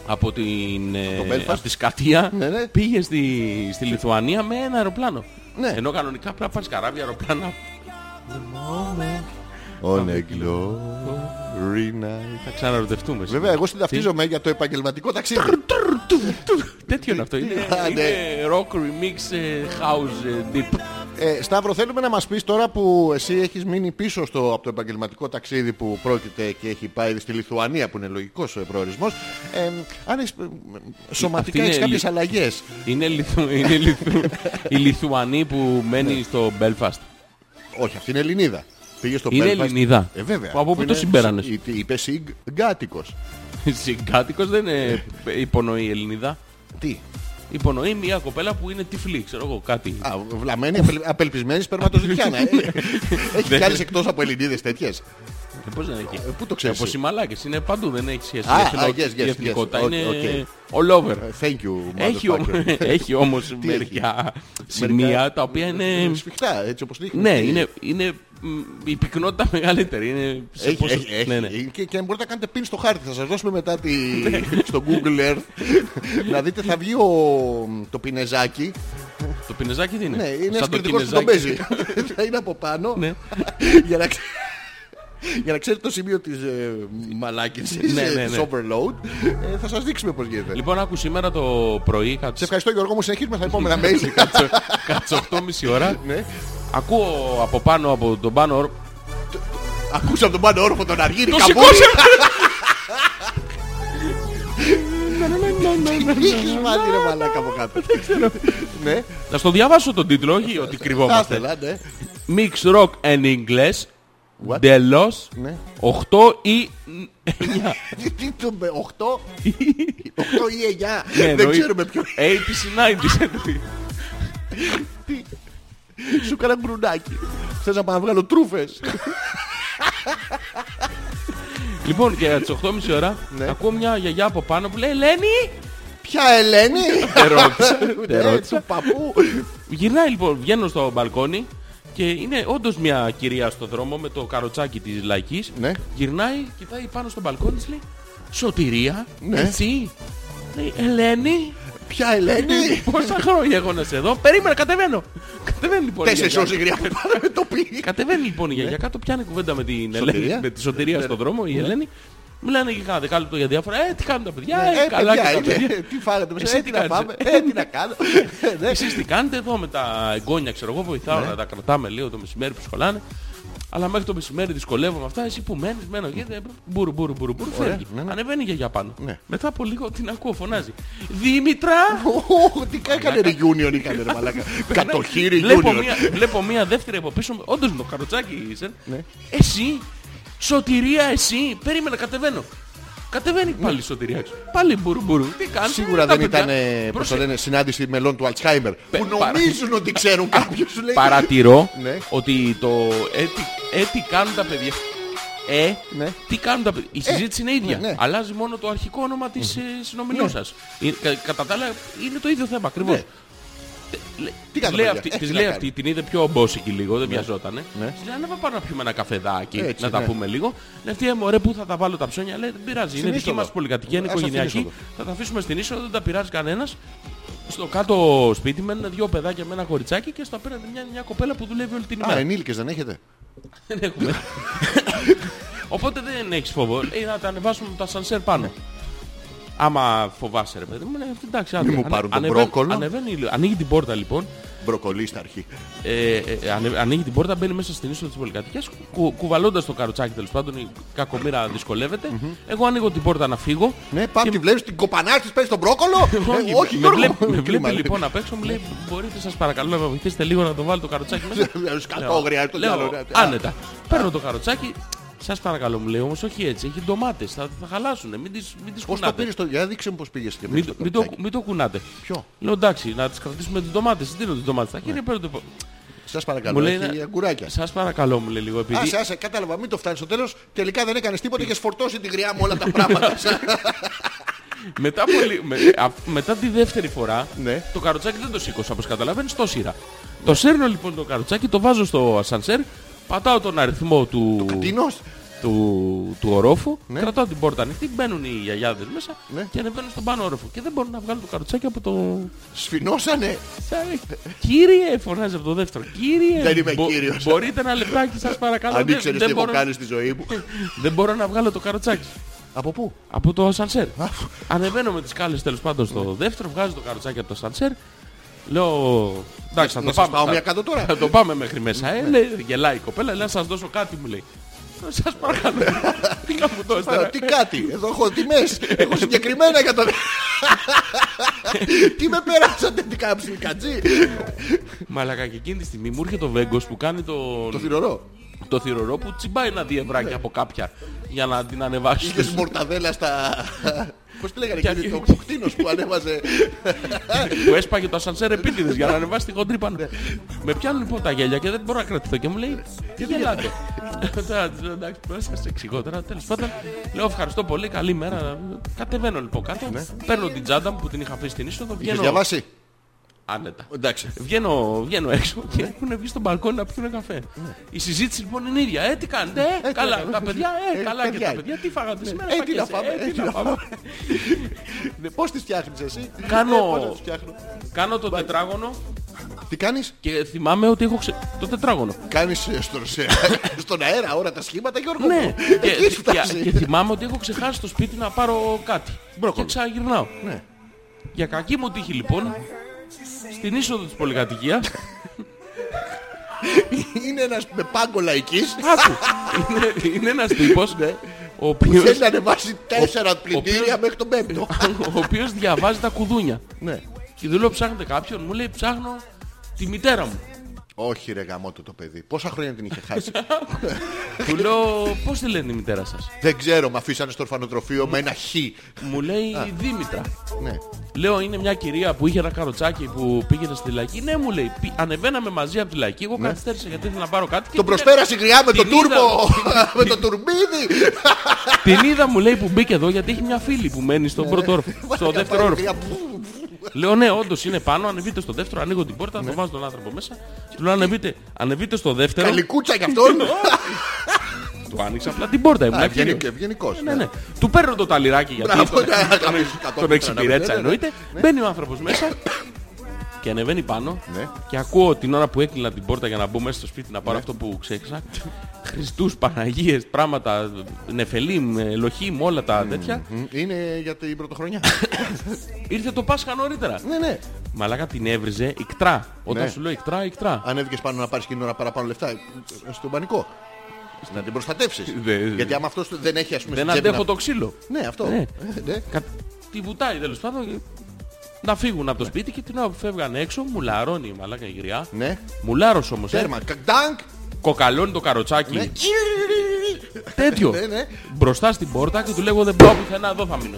Speaker 4: Από την ε,
Speaker 5: το Belfast.
Speaker 4: από τη Σκατία
Speaker 5: Ναι, ναι.
Speaker 4: πήγε στη, στη Λιθουανία με ένα αεροπλάνο.
Speaker 5: Ναι.
Speaker 4: Ενώ κανονικά πρέπει να πας καράβια αεροπλάνα.
Speaker 5: On a ναι, glory night.
Speaker 4: Θα ξαναρωτευτούμε.
Speaker 5: Βέβαια, εγώ συνταυτίζομαι για το επαγγελματικό ταξίδι.
Speaker 4: Τέτοιο είναι αυτό. Είναι,
Speaker 5: Α, ναι.
Speaker 4: είναι rock remix ε, house ε, deep.
Speaker 5: Ε, Σταύρο, θέλουμε να μας πεις τώρα που εσύ έχεις μείνει πίσω στο, από το επαγγελματικό ταξίδι που πρόκειται και έχει πάει στη Λιθουανία, που είναι λογικός ο προορισμός, ε, αν έχεις, ε, σωματικά
Speaker 4: Αυτή
Speaker 5: έχεις
Speaker 4: είναι
Speaker 5: κάποιες
Speaker 4: λι-
Speaker 5: αλλαγές.
Speaker 4: Είναι, Λιθου, είναι Λιθου, η Λιθουανή που
Speaker 5: Ναι.
Speaker 4: μένει στο Belfast.
Speaker 5: Όχι, αυτή είναι Ελληνίδα. Πήγε στο
Speaker 4: Είναι
Speaker 5: Belfast.
Speaker 4: Ελληνίδα.
Speaker 5: Ε, βέβαια.
Speaker 4: Από πού
Speaker 5: που
Speaker 4: το
Speaker 5: είναι-
Speaker 4: συμπέρανες?
Speaker 5: Εί- Είπε συγκάτοικος.
Speaker 4: Συγκάτοικος δεν ε, υπονοεί Ελληνίδα.
Speaker 5: Τι.
Speaker 4: Υπονοεί μια κοπέλα που είναι τυφλή, ξέρω εγώ κάτι.
Speaker 5: Α, βλαμμένη, απελ- απελπισμένη σπερματοζωικιάνα.
Speaker 4: Ναι.
Speaker 5: ε. Έχει κι άλλες εκτός από Ελληνίδες τέτοιες.
Speaker 4: Ε, πώς δεν έχει.
Speaker 5: Ε, Πού το ξέρεις.
Speaker 4: Όπως οι μαλάκες είναι παντού, δεν έχει σχέση
Speaker 5: Α,
Speaker 4: με
Speaker 5: α,
Speaker 4: εθνο-
Speaker 5: yes, yes,
Speaker 4: η εθνικότητα.
Speaker 5: yes.
Speaker 4: Είναι
Speaker 5: Okay, okay.
Speaker 4: all over.
Speaker 5: Ε, Thank you,
Speaker 4: Έχει,
Speaker 5: motherfucker.
Speaker 4: όμ- έχει όμως μερικά σημεία τα οποία είναι...
Speaker 5: Σφιχτά, έτσι όπως δείχνεις.
Speaker 4: Ναι, είναι, είναι μ, η πυκνότητα μεγαλύτερη. Είναι σε
Speaker 5: Έχει,
Speaker 4: πόσο-
Speaker 5: έχει, έχει.
Speaker 4: Ναι, ναι.
Speaker 5: Και, και μπορείτε να κάνετε πιν στο χάρτη. Θα σας δώσουμε μετά τη... *laughs* στο Google
Speaker 4: *laughs*
Speaker 5: Earth. να δείτε, θα βγει ο... το πινεζάκι.
Speaker 4: Το πινεζάκι τι είναι.
Speaker 5: Ναι, είναι
Speaker 4: Σαν
Speaker 5: ένας
Speaker 4: το
Speaker 5: κριτικός που τον
Speaker 4: κινεζάκι.
Speaker 5: παίζει. *laughs* θα είναι από πάνω.
Speaker 4: Ναι.
Speaker 5: *laughs* για, να... ξε- για να ξέρετε το σημείο της ε, μαλάκησης,
Speaker 4: Ναι,
Speaker 5: ε,
Speaker 4: ναι,
Speaker 5: της
Speaker 4: ναι.
Speaker 5: overload. Ε, θα σας δείξουμε πώς γίνεται.
Speaker 4: Λοιπόν, άκου σήμερα το πρωί,
Speaker 5: Σε
Speaker 4: κάτσε
Speaker 5: ευχαριστώ Γιώργο μου, συνεχίζουμε στα επόμενα
Speaker 4: *laughs*
Speaker 5: mail.
Speaker 4: κάτσε- κάτσε 8.30 ώρα.
Speaker 5: ναι.
Speaker 4: Ακούω από πάνω από τον πάνω όρο-
Speaker 5: Ακούσα από τον πάνω όροφο τον Αργύρη
Speaker 4: Το
Speaker 5: Καμπούρη.
Speaker 4: σηκώσε!
Speaker 5: Τι έχεις βάλει ρε μαλάκα από κάτω. Δεν ξέρω. Ναι,
Speaker 4: Να στο διαβάσω τον τίτλο, όχι ότι
Speaker 5: θα
Speaker 4: κρυβόμαστε.
Speaker 5: ήθελα, ναι.
Speaker 4: Mix Rock and English.
Speaker 5: What?
Speaker 4: Τέλος.
Speaker 5: Ναι.
Speaker 4: 8 ή...
Speaker 5: Τι- Τι το με
Speaker 4: *laughs*
Speaker 5: 8 8 ή 9
Speaker 4: Ναι,
Speaker 5: Δεν
Speaker 4: εννοεί-
Speaker 5: ξέρουμε ποιο
Speaker 4: 80s ή 90s. εννοεί.
Speaker 5: Σου έκανα γκρουνάκι Θες να πάω να βγάλω τρούφες
Speaker 4: Λοιπόν, και τις 8.30 ώρα
Speaker 5: Ναι.
Speaker 4: ακούω μια γιαγιά από πάνω που λέει «Ελένη,
Speaker 5: Ποια Ελένη
Speaker 4: Τε ρώτησα, τε
Speaker 5: Ναι,
Speaker 4: ρώτησα.
Speaker 5: Του παππού
Speaker 4: Γυρνάει λοιπόν, βγαίνω στο μπαλκόνι και είναι όντως μια κυρία στο δρόμο με το καροτσάκι της λαϊκής.
Speaker 5: Ναι.
Speaker 4: Γυρνάει, κοιτάει πάνω στο μπαλκόνι της λέει Σωτηρία,
Speaker 5: Ναι.
Speaker 4: εσύ. Λέει, Ελένη,
Speaker 5: Ποια
Speaker 4: Ναι,
Speaker 5: Ελένη
Speaker 4: πόσα χρόνια έχω να σε δω. Περίμενα, κατεβαίνω. Κατεβαίνει λοιπόν. η
Speaker 5: Τέσσερις
Speaker 4: γιαγιά.
Speaker 5: ώρες γρήγορα που πάμε με το πει
Speaker 4: Κατεβαίνει λοιπόν η γιαγιά κάτω, πιάνει κουβέντα με την
Speaker 5: Ναι.
Speaker 4: Ελένη,
Speaker 5: Σωτηρία. Ναι,
Speaker 4: με τη σωτηρία στον δρόμο, η Ελένη. Μιλάνε για κάνα δεκάλεπτο για διάφορα. Ε, τι κάνουν τα παιδιά, ε,
Speaker 5: Ε,
Speaker 4: καλά
Speaker 5: παιδιά,
Speaker 4: και τα παιδιά.
Speaker 5: είναι. Τι φάγατε μέσα,
Speaker 4: Εσύ
Speaker 5: ε,
Speaker 4: τι
Speaker 5: τι να
Speaker 4: κάνεις,
Speaker 5: πάμε,
Speaker 4: ε?
Speaker 5: ε, τι να κάνω. Ε, ναι.
Speaker 4: Εσείς τι κάνετε εδώ με τα εγγόνια, ξέρω εγώ, βοηθάω να τα κρατάμε λίγο το μεσημέρι που σχολάνε. Αλλά μέχρι το μεσημέρι δυσκολεύομαι αυτά. Εσύ που μένεις, μένω γίνεται. Μπούρου, μπούρου, μπούρου, μπούρου,
Speaker 5: Ωραία,
Speaker 4: φεύγει.
Speaker 5: ναι, ναι.
Speaker 4: Ανεβαίνει για για πάνω.
Speaker 5: Ναι.
Speaker 4: Μετά από λίγο την ακούω, φωνάζει. Δήμητρα!
Speaker 5: Ωχ, Τι έκανε ρε Union είχαν ρε μαλάκα. Κατοχήρι
Speaker 4: βλέπω,
Speaker 5: Union.
Speaker 4: μία, βλέπω μία δεύτερη από πίσω. Όντως με το καροτσάκι είσαι.
Speaker 5: Ναι.
Speaker 4: Εσύ, σωτηρία εσύ. Περίμενα, κατεβαίνω. Κατεβαίνει πάλι η σωτηρία. σου. Πάλι μπουρου μπουρου. Τι κάνεις,
Speaker 5: Ναι. Σίγουρα
Speaker 4: τα
Speaker 5: δεν
Speaker 4: παιδιά.
Speaker 5: ήταν ε, πώς το
Speaker 4: Πρόσεχε.
Speaker 5: λένε, συνάντηση μελών του Αλτσχάιμερ που
Speaker 4: παρα-
Speaker 5: νομίζουν ότι ξέρουν *laughs* κάποιους. σου λέει.
Speaker 4: Παρατηρώ
Speaker 5: Ναι.
Speaker 4: ε, ότι το έτσι κάνουν τα παιδιά. Ε,
Speaker 5: Ναι.
Speaker 4: τι κάνουν τα παιδιά. Η συζήτηση είναι ίδια.
Speaker 5: ναι, ναι.
Speaker 4: Αλλάζει μόνο το αρχικό όνομα της συνομιλίας σας. Ε, κα- Κατά τα άλλα είναι το ίδιο θέμα ακριβώς.
Speaker 5: Ναι. Τι κάνουν τα
Speaker 4: Λέει
Speaker 5: παιδιά, Ε,
Speaker 4: αυτή,
Speaker 5: τι
Speaker 4: της
Speaker 5: να
Speaker 4: λέει
Speaker 5: κάνουν.
Speaker 4: αυτή, την είδε πιο ομπόσικη λίγο, δεν βιαζότανε.
Speaker 5: Ναι.
Speaker 4: Της λέει, να πάμε να πιούμε ένα καφεδάκι,
Speaker 5: Έτσι,
Speaker 4: να τα
Speaker 5: ναι.
Speaker 4: πούμε λίγο. Λέει αυτή, «Ε, μωρέ, πού θα τα βάλω τα ψώνια. Λέει, δεν πειράζει, είναι
Speaker 5: Στην
Speaker 4: δική
Speaker 5: είσοδο.
Speaker 4: μας πολυκατοικία, είναι
Speaker 5: Ας τα αφήνει
Speaker 4: οικογενειακή.
Speaker 5: είσοδο.
Speaker 4: Θα τα αφήσουμε στην είσοδο, δεν τα πειράζει κανένας. Στο κάτω σπίτι μένουν δύο παιδάκια με ένα κοριτσάκι και στο απέναντι μια, μια κοπέλα που δουλεύει όλη την
Speaker 5: Α,
Speaker 4: ημέρα.
Speaker 5: ενήλικες δεν έχετε.
Speaker 4: Δεν έχουμε. Οπότε δεν έχεις φόβο. Λέει να τα ανεβάσουμε με το ασανσέρ πάνω. Άμα φοβάσαι ρε παιδί μου, λέει, εντάξει, άντε,
Speaker 5: μου
Speaker 4: ανε-
Speaker 5: πάρουν τον
Speaker 4: ανεβαίνει-
Speaker 5: μπρόκολο.
Speaker 4: ανεβαίνει η λου- ανοίγει την πόρτα λοιπόν
Speaker 5: Μπροκολί στα αρχή.
Speaker 4: ε, ε, ανε- ανοίγει την πόρτα, μπαίνει μέσα στην είσοδο της πολυκατοικίας κου, κουβαλώντας το καροτσάκι τέλος πάντων, η κακομήρα δυσκολεύεται. Εγώ ανοίγω την πόρτα να φύγω.
Speaker 5: Ναι, πας τη βλέπεις την κοπανά της παίρνει τον μπρόκολο. Ε, Όχι,
Speaker 4: Λοιπόν, με,
Speaker 5: Γιώργο.
Speaker 4: βλέπει,
Speaker 5: Κρίμα,
Speaker 4: με βλέπει
Speaker 5: λέει. *laughs*
Speaker 4: λοιπόν απ' έξω, μου λέει: Μπορείτε, σας παρακαλώ να με βοηθήσετε λίγο να το βάλω το καροτσάκι
Speaker 5: *laughs*
Speaker 4: μέσα.
Speaker 5: Σκατόγρια, το
Speaker 4: Λέω,
Speaker 5: διάλογο. ναι.
Speaker 4: Άνετα. Παίρνω το καροτσάκι. Σας παρακαλώ, μου λέει όμως όχι έτσι. Έχει ντομάτες. Θα, θα χαλάσουνε. Μην τις, μην τις
Speaker 5: Πώς το
Speaker 4: κουνάτε.
Speaker 5: πήρες το... Για δείξε μου πώς πήγες και
Speaker 4: Μην,
Speaker 5: πήρες
Speaker 4: το-
Speaker 5: το
Speaker 4: μην, το,
Speaker 5: καροτσάκι.
Speaker 4: μην το κουνάτε.
Speaker 5: Ποιο?
Speaker 4: Λέω εντάξει, να τις κρατήσουμε τις ντομάτες. Τι είναι τις ντομάτες. Τα χέρια παίρνω το.
Speaker 5: Σας
Speaker 4: Μου
Speaker 5: παρακαλώ,
Speaker 4: λέει,
Speaker 5: έχει
Speaker 4: να-
Speaker 5: αγκουράκια.
Speaker 4: Σας παρακαλώ, μου λέει λίγο. Επειδή...
Speaker 5: Άσε, άσε, κατάλαβα, μην το φτάνεις στο τέλος. Τελικά δεν έκανες τίποτα και σφορτώσει τη γριά μου όλα τα
Speaker 4: *laughs*
Speaker 5: πράγματα.
Speaker 4: μετά, από λι- με- α- μετά τη δεύτερη φορά
Speaker 5: Ναι.
Speaker 4: το καροτσάκι δεν το σήκωσα όπως καταλαβαίνεις το σύρα. Το σέρνω λοιπόν το καροτσάκι, το βάζω στο ασανσέρ, πατάω τον αριθμό του,
Speaker 5: Τινός.
Speaker 4: του, του ορόφου, κρατάω την πόρτα ανοιχτή, μπαίνουν οι γιαγιάδες μέσα
Speaker 5: Ναι.
Speaker 4: και ανεβαίνουν στον πάνω όροφο. Και δεν μπορούν να βγάλουν το καροτσάκι από το...
Speaker 5: Σφινώσανε.
Speaker 4: Κύριε, φωνάζει από το δεύτερο. Κύριε,
Speaker 5: Δεν είμαι κύριος.
Speaker 4: μπορείτε ένα λεπτάκι σας παρακαλώ.
Speaker 5: Αν
Speaker 4: Δεν-
Speaker 5: ήξερες
Speaker 4: δεν
Speaker 5: τι έχω
Speaker 4: μπορώ-
Speaker 5: κάνει στη ζωής μου.
Speaker 4: *laughs* δεν μπορώ να βγάλω το καροτσάκι.
Speaker 5: Από πού?
Speaker 4: Από το ασανσέρ. Ανεβαίνω με τις κάλες τέλος πάντων στο δεύτερο, βγάζω το καροτσάκι από το ασανσέρ. Λέω, εντάξει, θα
Speaker 5: Να
Speaker 4: το
Speaker 5: σας
Speaker 4: πάμε.
Speaker 5: πάω
Speaker 4: θα-
Speaker 5: μια κάτω τώρα.
Speaker 4: Θα το πάμε μέχρι μέσα. Ε, λέει, γελάει η κοπέλα, λέει, να σας δώσω κάτι, μου λέει. Σας παρακαλώ. Τι να μου δώσετε.
Speaker 5: Τώρα,
Speaker 4: ρε.
Speaker 5: Τι κάτι, εδώ έχω τιμές, έχω συγκεκριμένα για το...
Speaker 4: *laughs*
Speaker 5: Τι με περάσατε, τι κάψει, κατζή.
Speaker 4: Μαλακα και εκείνη τη στιγμή μου έρχεται ο Βέγκος που κάνει το,
Speaker 5: Το θηρορό.
Speaker 4: το θηρορό που τσιμπάει ένα διευράκι από κάποια για να την ανεβάσει.
Speaker 5: Είχες μορταδέλα στα... Πώς τη λέγανε
Speaker 4: Και
Speaker 5: εκείνη, το
Speaker 4: αρχίζει-
Speaker 5: κουκτίνος που ανέβαζε.
Speaker 4: που έσπαγε το ασανσέρ επίτηδες για να ανεβάσει την κοντρή πάνω.
Speaker 5: Ναι.
Speaker 4: με πιάνουν λοιπόν τα γέλια και δεν μπορώ να κρατηθώ και μου λέει Τι γελάτε. Τώρα, της λέω, Εντάξει, πρέπει να σας εξηγώ τώρα. Τέλος πάντων, λέω ευχαριστώ πολύ, καλή μέρα. Κατεβαίνω λοιπόν κάτω. Παίρνω την τσάντα μου που την είχα αφήσει στην είσοδο.
Speaker 5: Ναι. Είχες
Speaker 4: Βγαίνω
Speaker 5: διαβάσει.
Speaker 4: άνετα.
Speaker 5: Εντάξει.
Speaker 4: Βγαίνω, βγαίνω έξω και έχουν βγει στο μπαλκόνι να πιούν καφέ. Η συζήτηση λοιπόν είναι ίδια. Ε, τι κάνετε, ε,
Speaker 5: Ναι. τι
Speaker 4: καλά.
Speaker 5: κάνουμε.
Speaker 4: Τα παιδιά, ε,
Speaker 5: Ε,
Speaker 4: καλά και
Speaker 5: παιδιά.
Speaker 4: τα παιδιά. Τι φάγατε σήμερα,
Speaker 5: Ε, τι να
Speaker 4: φάκεσαι,
Speaker 5: φάμε,
Speaker 4: ε, τι να φάμε.
Speaker 5: Ναι, Πώς τις φτιάχνεις εσύ.
Speaker 4: Κάνω-
Speaker 5: Ε, πώς να τις φτιάχνω.
Speaker 4: Κάνω το τετράγωνο
Speaker 5: Τι κάνεις.
Speaker 4: και θυμάμαι ότι έχω ξε... το τετράγωνο.
Speaker 5: Κάνεις ε, στον- σε- στον αέρα όλα τα σχήματα Γιώργο
Speaker 4: Ναι,
Speaker 5: μου.
Speaker 4: και,
Speaker 5: Εκεί
Speaker 4: και, και
Speaker 5: φτάσεις.
Speaker 4: θυμάμαι ότι έχω ξεχάσει στο σπίτι να πάρω κάτι.
Speaker 5: Μπρόκολο.
Speaker 4: Και ξαναγυρνάω.
Speaker 5: Ναι.
Speaker 4: Για κακή μου τύχη λοιπόν, στην είσοδο της πολυκατοικίας,
Speaker 5: Είναι ένας με πάγκο λαϊκής.
Speaker 4: άκου, είναι, είναι ένας τύπος,
Speaker 5: Ναι.
Speaker 4: ο οποίος,
Speaker 5: Θέλει να ανεβάσει τέσσερα πλυντήρια
Speaker 4: οποίος-
Speaker 5: μέχρι τον πέμπτο.
Speaker 4: *laughs* ο οποίος διαβάζει τα κουδούνια.
Speaker 5: Ναι.
Speaker 4: Και του λέω ψάχνετε κάποιον, μου λέει ψάχνω τη μητέρα μου.
Speaker 5: Όχι ρε γαμότο το παιδί. Πόσα χρόνια την είχε χάσει.
Speaker 4: του λέω πώς τη λένε η μητέρα σας.
Speaker 5: Δεν ξέρω, με αφήσανε στο ορφανοτροφείο με ένα χ.
Speaker 4: Μου λέει Δήμητρα.
Speaker 5: Ναι.
Speaker 4: Λέω είναι μια κυρία που είχε ένα καροτσάκι που πήγαινε στη λαϊκή. Ναι, μου λέει. «Πη- Ανεβαίναμε μαζί από τη λαϊκή. Εγώ καθυστέρησα γιατί ήθελα να πάρω κάτι. και
Speaker 5: Ναι. Τον
Speaker 4: την
Speaker 5: προσπέρασε η γριά με το
Speaker 4: την
Speaker 5: τούρμπο,
Speaker 4: είδα.
Speaker 5: *laughs* με το τουρμπίδι.
Speaker 4: Την είδα μου λέει που μπήκε εδώ γιατί έχει μια φίλη που μένει
Speaker 5: Ναι.
Speaker 4: στον πρώτο όροφο. Στο δεύτερο
Speaker 5: Πάει η
Speaker 4: όροφο.
Speaker 5: γριά, βου, βου.
Speaker 4: Λέω ναι, όντως είναι πάνω. Ανεβείτε στο δεύτερο, ανοίγω την πόρτα,
Speaker 5: Ναι.
Speaker 4: το βάζω τον άνθρωπο μέσα. Του λέω ανεβείτε, ανεβείτε στο δεύτερο.
Speaker 5: Καλικούτσα γι'
Speaker 4: Ναι,
Speaker 5: αυτόν.
Speaker 4: Του άνοιξα απλά την πόρτα. ήμουν
Speaker 5: Α,
Speaker 4: κύριο.
Speaker 5: ευγενικ- ευγενικός,
Speaker 4: Ναι,
Speaker 5: ναι.
Speaker 4: ναι. Του παίρνω το ταλιράκι γιατί
Speaker 5: Μπράβο,
Speaker 4: τον-
Speaker 5: ναι, αγαπητοί,
Speaker 4: τον
Speaker 5: κατόπιν
Speaker 4: εξυπηρέτησα
Speaker 5: να-
Speaker 4: εννοείται. Μπαίνει ο άνθρωπος μέσα και ανεβαίνει πάνω
Speaker 5: Ναι.
Speaker 4: και ακούω την ώρα που έκλεινα την πόρτα για να μπω μέσα στο σπίτι να πάρω αυτό που ξέχασα. Χριστούς, Παναγίες, πράγματα, νεφελίμ, ελοχήμ, όλα τα
Speaker 5: Ναι,
Speaker 4: τέτοια.
Speaker 5: Μμ, Είναι για την πρωτοχρονιά.
Speaker 4: Ήρθε το Πάσχα νωρίτερα.
Speaker 5: Ναι, ναι.
Speaker 4: Μαλάκα την έβριζε ικτρά. Όταν
Speaker 5: Ναι.
Speaker 4: σου λέω ικτρά, ικτρά.
Speaker 5: Αν έβγες πάνω να πάρεις εκείνη την ώρα παραπάνω λεφτά, ε, στον πανικό. Να την προστατεύσεις.
Speaker 4: Δε- δε-
Speaker 5: Γιατί άμα αυτός δεν έχει ας πούμε
Speaker 4: Δεν
Speaker 5: στην τσέπη
Speaker 4: αντέχω
Speaker 5: να-
Speaker 4: το ξύλο.
Speaker 5: Ναι, αυτό.
Speaker 4: Ναι.
Speaker 5: Ε, ναι.
Speaker 4: Κα... Τη βουτάει τέλος πάντων. Να φύγουν από το σπίτι και την ώρα που φεύγανε έξω μου λαρώνει η μαλάκα η γριά.
Speaker 5: Ναι.
Speaker 4: Μουλάρος όμως, ε.
Speaker 5: Τέρμα. Κακτάνκ.
Speaker 4: Κοκαλώνει το καροτσάκι.
Speaker 5: Ναι.
Speaker 4: Τέτοιο.
Speaker 5: Ναι, ναι.
Speaker 4: Μπροστά στην πόρτα και του λέγω δεν πάω πουθενά, εδώ θα μείνω.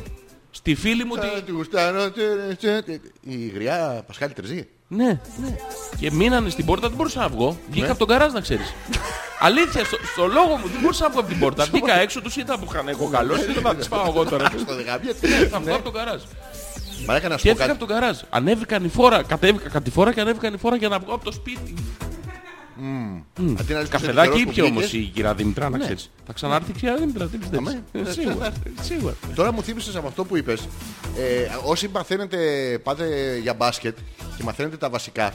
Speaker 4: Στη φίλη μου
Speaker 5: Θα
Speaker 4: τη.
Speaker 5: τη γουστάρω, τε, τε, τε. Η γριά Πασχάλη Τερζή.
Speaker 4: Ναι, ναι. Και μείνανε στην πόρτα, δεν μπορούσα να βγω. Βγήκα
Speaker 5: Ναι.
Speaker 4: από τον καράζ να ξέρεις. Αλήθεια, στο, στο λόγο μου δεν μπορούσα να βγω από την
Speaker 5: *laughs*
Speaker 4: πόρτα. Βγήκα έξω, τους είδα που είχαν εγώ καλό.
Speaker 5: Ναι,
Speaker 4: Δεν θα τους πάω εγώ τώρα.
Speaker 5: Στο δεκαμπιέ.
Speaker 4: Θα βγω από τον καράζ.
Speaker 5: Μαλάκα να σου
Speaker 4: Και
Speaker 5: Ναι. πω κάτι.
Speaker 4: έφυγα Ναι. από τον καράζ. Ανέβηκαν η φόρα, κατέβηκα κατά τη φόρα και ανέβηκαν η φόρα για να βγω από το σπίτι.
Speaker 5: Αντί να λες πως είναι
Speaker 4: Καφεδάκι
Speaker 5: τυχερός που
Speaker 4: ήπια όμως
Speaker 5: βγήκες.
Speaker 4: η κυρία Δημητρά, να ξέρει. Ναι. Θα ξανάρθει η κυρία Δημητρά, τι πιστεύεις.
Speaker 5: Αμέ.
Speaker 4: Σίγουρα. σίγουρα.
Speaker 5: Τώρα μου θύμισες από αυτό που είπες. Ε, όσοι μαθαίνετε, πάτε για μπάσκετ και μαθαίνετε τα βασικά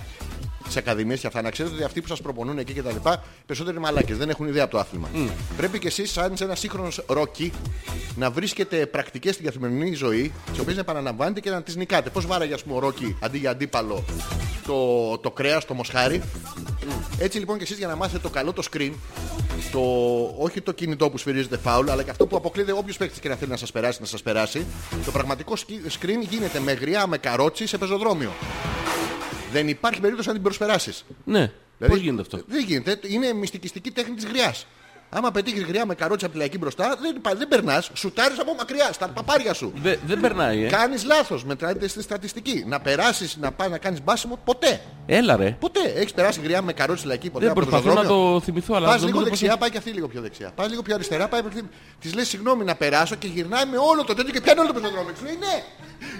Speaker 5: τι ακαδημίες και αυτά, να ξέρετε ότι αυτοί που σας προπονούν εκεί και τα λοιπά, περισσότεροι μαλάκες δεν έχουν ιδέα από το άθλημα. Πρέπει κι εσείς, σαν ένα σύγχρονος ρόκι, να βρίσκετε πρακτικές στην καθημερινή ζωή, τις οποίες να επαναλαμβάνετε και να τις νικάτε. Πώς βάραγε, ας πούμε, ο ρόκι αντί για αντίπαλο το, το κρέας, το μοσχάρι. Έτσι λοιπόν και εσείς για να μάθετε το καλό το screen, το, όχι το κινητό που σφυρίζεται φάουλ, αλλά και αυτό που αποκλείεται όποιος παίκτης και να θέλει να σας περάσει, να σας περάσει. Το πραγματικό σκι- screen γίνεται με γριά, με καρότσι σε πεζοδρόμιο. Δεν υπάρχει περίπτωση να την προσπεράσεις.
Speaker 4: Ναι.
Speaker 5: Δηλαδή-
Speaker 4: Πώς γίνεται αυτό.
Speaker 5: Δεν γίνεται. Είναι μυστικιστική τέχνη της γριάς. Άμα πετύχει γριά με καρότσι από τη λαϊκή μπροστά, δεν, υπά- δεν περνάς. Σουτάρεις από μακριά, στα παπάρια σου.
Speaker 4: Δε- Δεν περνάει, ε.
Speaker 5: Κάνεις λάθος, μετράτε στη στατιστική. Να περάσεις, να πάει να κάνεις μπάσιμο, ποτέ.
Speaker 4: Έλα ρε.
Speaker 5: Ποτέ. Έχεις περάσει γριά με καρότσι λαϊκή ποτέ.
Speaker 4: Δεν
Speaker 5: από το
Speaker 4: προσπαθώ να
Speaker 5: πεζοδρόμιο?
Speaker 4: το θυμηθώ, αλλά
Speaker 5: Πας
Speaker 4: δεν
Speaker 5: λίγο
Speaker 4: μπορώ να
Speaker 5: δεξιά, πάει και αυτή λίγο πιο δεξιά. Πα λίγο πιο αριστερά, πάει πιο. Τη λέει συγγνώμη να περάσω και γυρνάει με όλο το τέτοιο και πιάνει όλο το πεζοδρόμιο. Σου λέει ναι,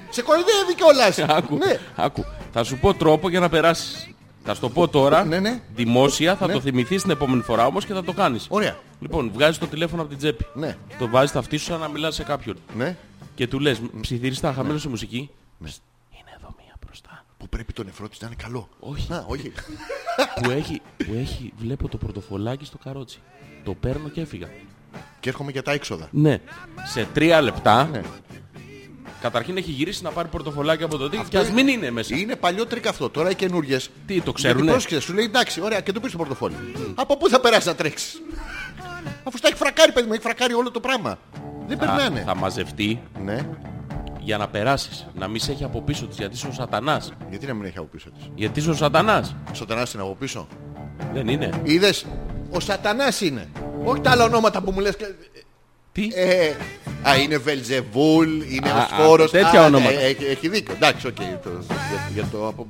Speaker 5: σε κοροϊδεύει κιόλας.
Speaker 4: *laughs* Άκου,
Speaker 5: Ναι,
Speaker 4: άκου. Θα σου πω τρόπο για να περάσεις. Θα σου το πω τώρα.
Speaker 5: Ναι, ναι.
Speaker 4: Δημόσια, θα
Speaker 5: Ναι.
Speaker 4: το θυμηθείς την επόμενη φορά όμως και θα το κάνεις.
Speaker 5: Ωραία.
Speaker 4: Λοιπόν, βγάζεις το τηλέφωνο από την τσέπη.
Speaker 5: Ναι.
Speaker 4: Το βάζεις στα αυτί σου σαν να μιλάς σε κάποιον.
Speaker 5: ναι.
Speaker 4: Και του λες, ψιθύριστα, χαμένο σε μουσική. Ψ, Είναι εδώ μία μπροστά.
Speaker 5: Που πρέπει το νεφρό της να είναι καλό.
Speaker 4: Όχι.
Speaker 5: Α, όχι.
Speaker 4: που, έχει, που έχει, βλέπω το πορτοφολάκι στο καρότσι. Το παίρνω και έφυγα.
Speaker 5: και έρχομαι για τα
Speaker 4: *laughs*
Speaker 5: έξοδα.
Speaker 4: Ναι. Σε τρία λεπτά.
Speaker 5: Ναι.
Speaker 4: Καταρχήν έχει γυρίσει να πάρει πορτοφολάκι από το δίκτυο. Και ας μην είναι μέσα.
Speaker 5: Είναι παλιό τρίκ αυτό. Τώρα οι καινούριε.
Speaker 4: Τι, το ξέρουνε?
Speaker 5: Πρόσχε, σου λέει εντάξει, ωραία, και του πει το πορτοφόλι. Από πού θα περάσεις να τρέξεις. Αφού στα έχει φρακάρει, παιδί μου, έχει φρακάρει όλο το πράγμα. Δεν περνάνε.
Speaker 4: Θα μαζευτεί
Speaker 5: Ναι,
Speaker 4: για να περάσεις. Να μην σε έχει από πίσω της. Γιατί είσαι ο σατανάς.
Speaker 5: γιατί να μην έχει από πίσω της.
Speaker 4: Γιατί είσαι ο σατανάς.
Speaker 5: Σωτανά είναι από πίσω.
Speaker 4: Δεν είναι.
Speaker 5: Είδες, ο Σατανάς είναι. Όχι τα άλλα ονόματα που μου λες.
Speaker 4: Τι.
Speaker 5: Ε, α, είναι Βελζεβούλ, είναι
Speaker 4: Α,
Speaker 5: ο Σφόρο.
Speaker 4: α, τέτοια ονόματα.
Speaker 5: έχει, ε, έχει δίκιο. Εντάξει, οκ. το- για, για το από-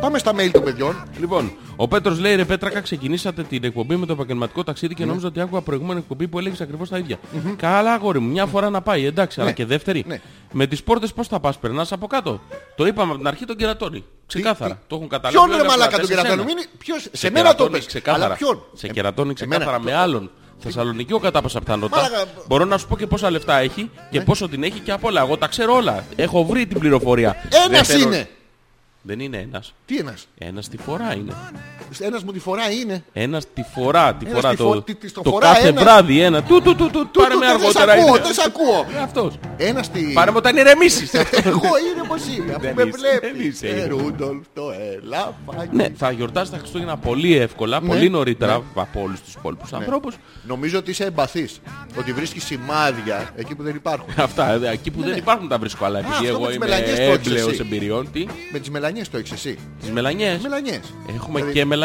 Speaker 5: Πάμε στα mail των παιδιών.
Speaker 4: Λοιπόν, ο Πέτρος λέει: Ρε Πέτρακα, ξεκινήσατε την εκπομπή με το επαγγελματικό ταξίδι
Speaker 5: Ναι.
Speaker 4: και νόμιζα ότι άκουγα προηγούμενη εκπομπή που έλεγες ακριβώς τα ίδια. Καλά, αγόρι μου, μια φορά να πάει, εντάξει, αλλά
Speaker 5: Ναι.
Speaker 4: και δεύτερη.
Speaker 5: Ναι.
Speaker 4: Με τις πόρτες πώς θα πας, περνάς από κάτω. Το είπαμε από την αρχή τον κερατώνει. Ξεκάθαρα.
Speaker 5: τι.
Speaker 4: Το έχουν καταλάβει.
Speaker 5: Ποιον
Speaker 4: όλοι
Speaker 5: ρε μαλάκα
Speaker 4: ακροατές,
Speaker 5: τον
Speaker 4: σε σένα.
Speaker 5: κερατώνει. είναι- Ποιος, σε,
Speaker 4: Σε
Speaker 5: μένα το
Speaker 4: κερατώνει
Speaker 5: πες.
Speaker 4: ξεκάθαρα.
Speaker 5: Αλλά ποιον.
Speaker 4: Σε
Speaker 5: Ε,
Speaker 4: κερατώνει
Speaker 5: εμένα.
Speaker 4: ξεκάθαρα με άλλον. Θεσσαλονίκη ο κατά πάσα πιθανότητα.
Speaker 5: Μάλακα.
Speaker 4: Μπορώ να σου πω και πόσα λεφτά έχει και
Speaker 5: Ναι.
Speaker 4: πόσο την έχει και απ' όλα. Εγώ τα ξέρω όλα. Έχω βρει την πληροφορία. Δεν
Speaker 5: Ένας
Speaker 4: θέλω-
Speaker 5: είναι.
Speaker 4: Δεν είναι ένας.
Speaker 5: Τι ένας.
Speaker 4: Ένας τη φορά είναι.
Speaker 5: Ένας μου τη φορά είναι.
Speaker 4: Ένας τη φορά, τη
Speaker 5: Ένας
Speaker 4: φορά
Speaker 5: τη
Speaker 4: το,
Speaker 5: φω- τη- τη- το
Speaker 4: το
Speaker 5: φορά
Speaker 4: κάθε
Speaker 5: ένας.
Speaker 4: βράδυ ένα. Του, του, του, του,
Speaker 5: Του,
Speaker 4: πάρε
Speaker 5: του,
Speaker 4: με
Speaker 5: του, δεν σ'
Speaker 4: αργότερα.
Speaker 5: ακούω,
Speaker 4: είναι.
Speaker 5: δεν σ' ακούω.
Speaker 4: Αυτός.
Speaker 5: Ένας τη...
Speaker 4: Ε. Πάρε με όταν ηρεμήσεις.
Speaker 5: *laughs* Εγώ είναι πως είμαι. Αφού
Speaker 4: Δεν
Speaker 5: με
Speaker 4: είσαι, δεν
Speaker 5: βλέπεις.
Speaker 4: είσαι,
Speaker 5: Ε,
Speaker 4: είναι.
Speaker 5: Ρούντολφ το ελαφάκι.
Speaker 4: ναι, θα γιορτάσει τα Χριστούγεννα πολύ εύκολα,
Speaker 5: Ναι.
Speaker 4: πολύ νωρίτερα από όλους τους υπόλοιπους ανθρώπους.
Speaker 5: Νομίζω ότι είσαι εμπαθής. Ότι βρίσκεις σημάδια εκεί που δεν υπάρχουν.
Speaker 4: Αυτά, ε, εκεί που δεν υπάρχουν τα βρίσκω, αλλά επειδή
Speaker 5: Ναι, αυτό με
Speaker 4: εγώ
Speaker 5: τις
Speaker 4: είμαι
Speaker 5: μελανιές το έχεις
Speaker 4: έμπλεος
Speaker 5: εσύ.
Speaker 4: εμπειριών, τι,
Speaker 5: Με τις μελανιές το έχεις εσύ.
Speaker 4: τις μελανιές.
Speaker 5: Μελανιές.
Speaker 4: Έχουμε
Speaker 5: Δηλαδή,
Speaker 4: και μελανιές.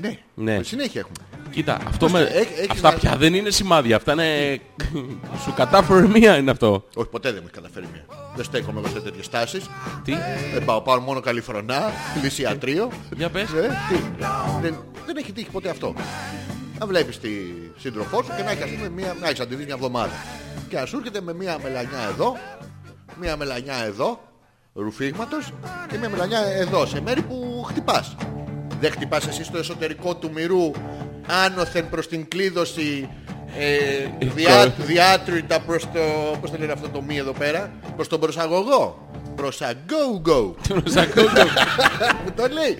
Speaker 5: Ναι,
Speaker 4: Ναι.
Speaker 5: συνέχεια έχουμε.
Speaker 4: Κοίτα, αυτό με...
Speaker 5: Έχ- έχεις
Speaker 4: αυτά
Speaker 5: να-
Speaker 4: πια δεν είναι σημάδια, αυτά είναι... *laughs* Σου κατάφερε μία είναι αυτό.
Speaker 5: Όχι, ποτέ δεν μου έχει καταφέρει μία. Δεν στέκομαι εγώ σε τέτοιες τάσεις.
Speaker 4: Τι,
Speaker 5: Δεν πάω, πάω μόνο καλυφρονά,
Speaker 4: Ε,
Speaker 5: λυσιατρίο.
Speaker 4: για πες.
Speaker 5: Ε, τι. δεν, δεν έχει τύχει ποτέ αυτό. Να βλέπεις τη σύντροφό σου και να έχεις ας πούμε μία, να έχεις αντιδείς μια εβδομάδα. Και να σου έρχεται με μία μελανιά εδώ, μία μελανιά εδώ, ρουφήγματος και μία μελανιά εδώ, σε μέρη που χτυπάς. Δεν χτυπάς εσύ στο εσωτερικό του μυρού άνωθεν προς την κλείδωση ε, διά, διάτρητα προς το, πώς το λένε αυτό το μη εδώ πέρα, προς τον προσαγωγό. Προσαγκόγκο. Μου το λέει.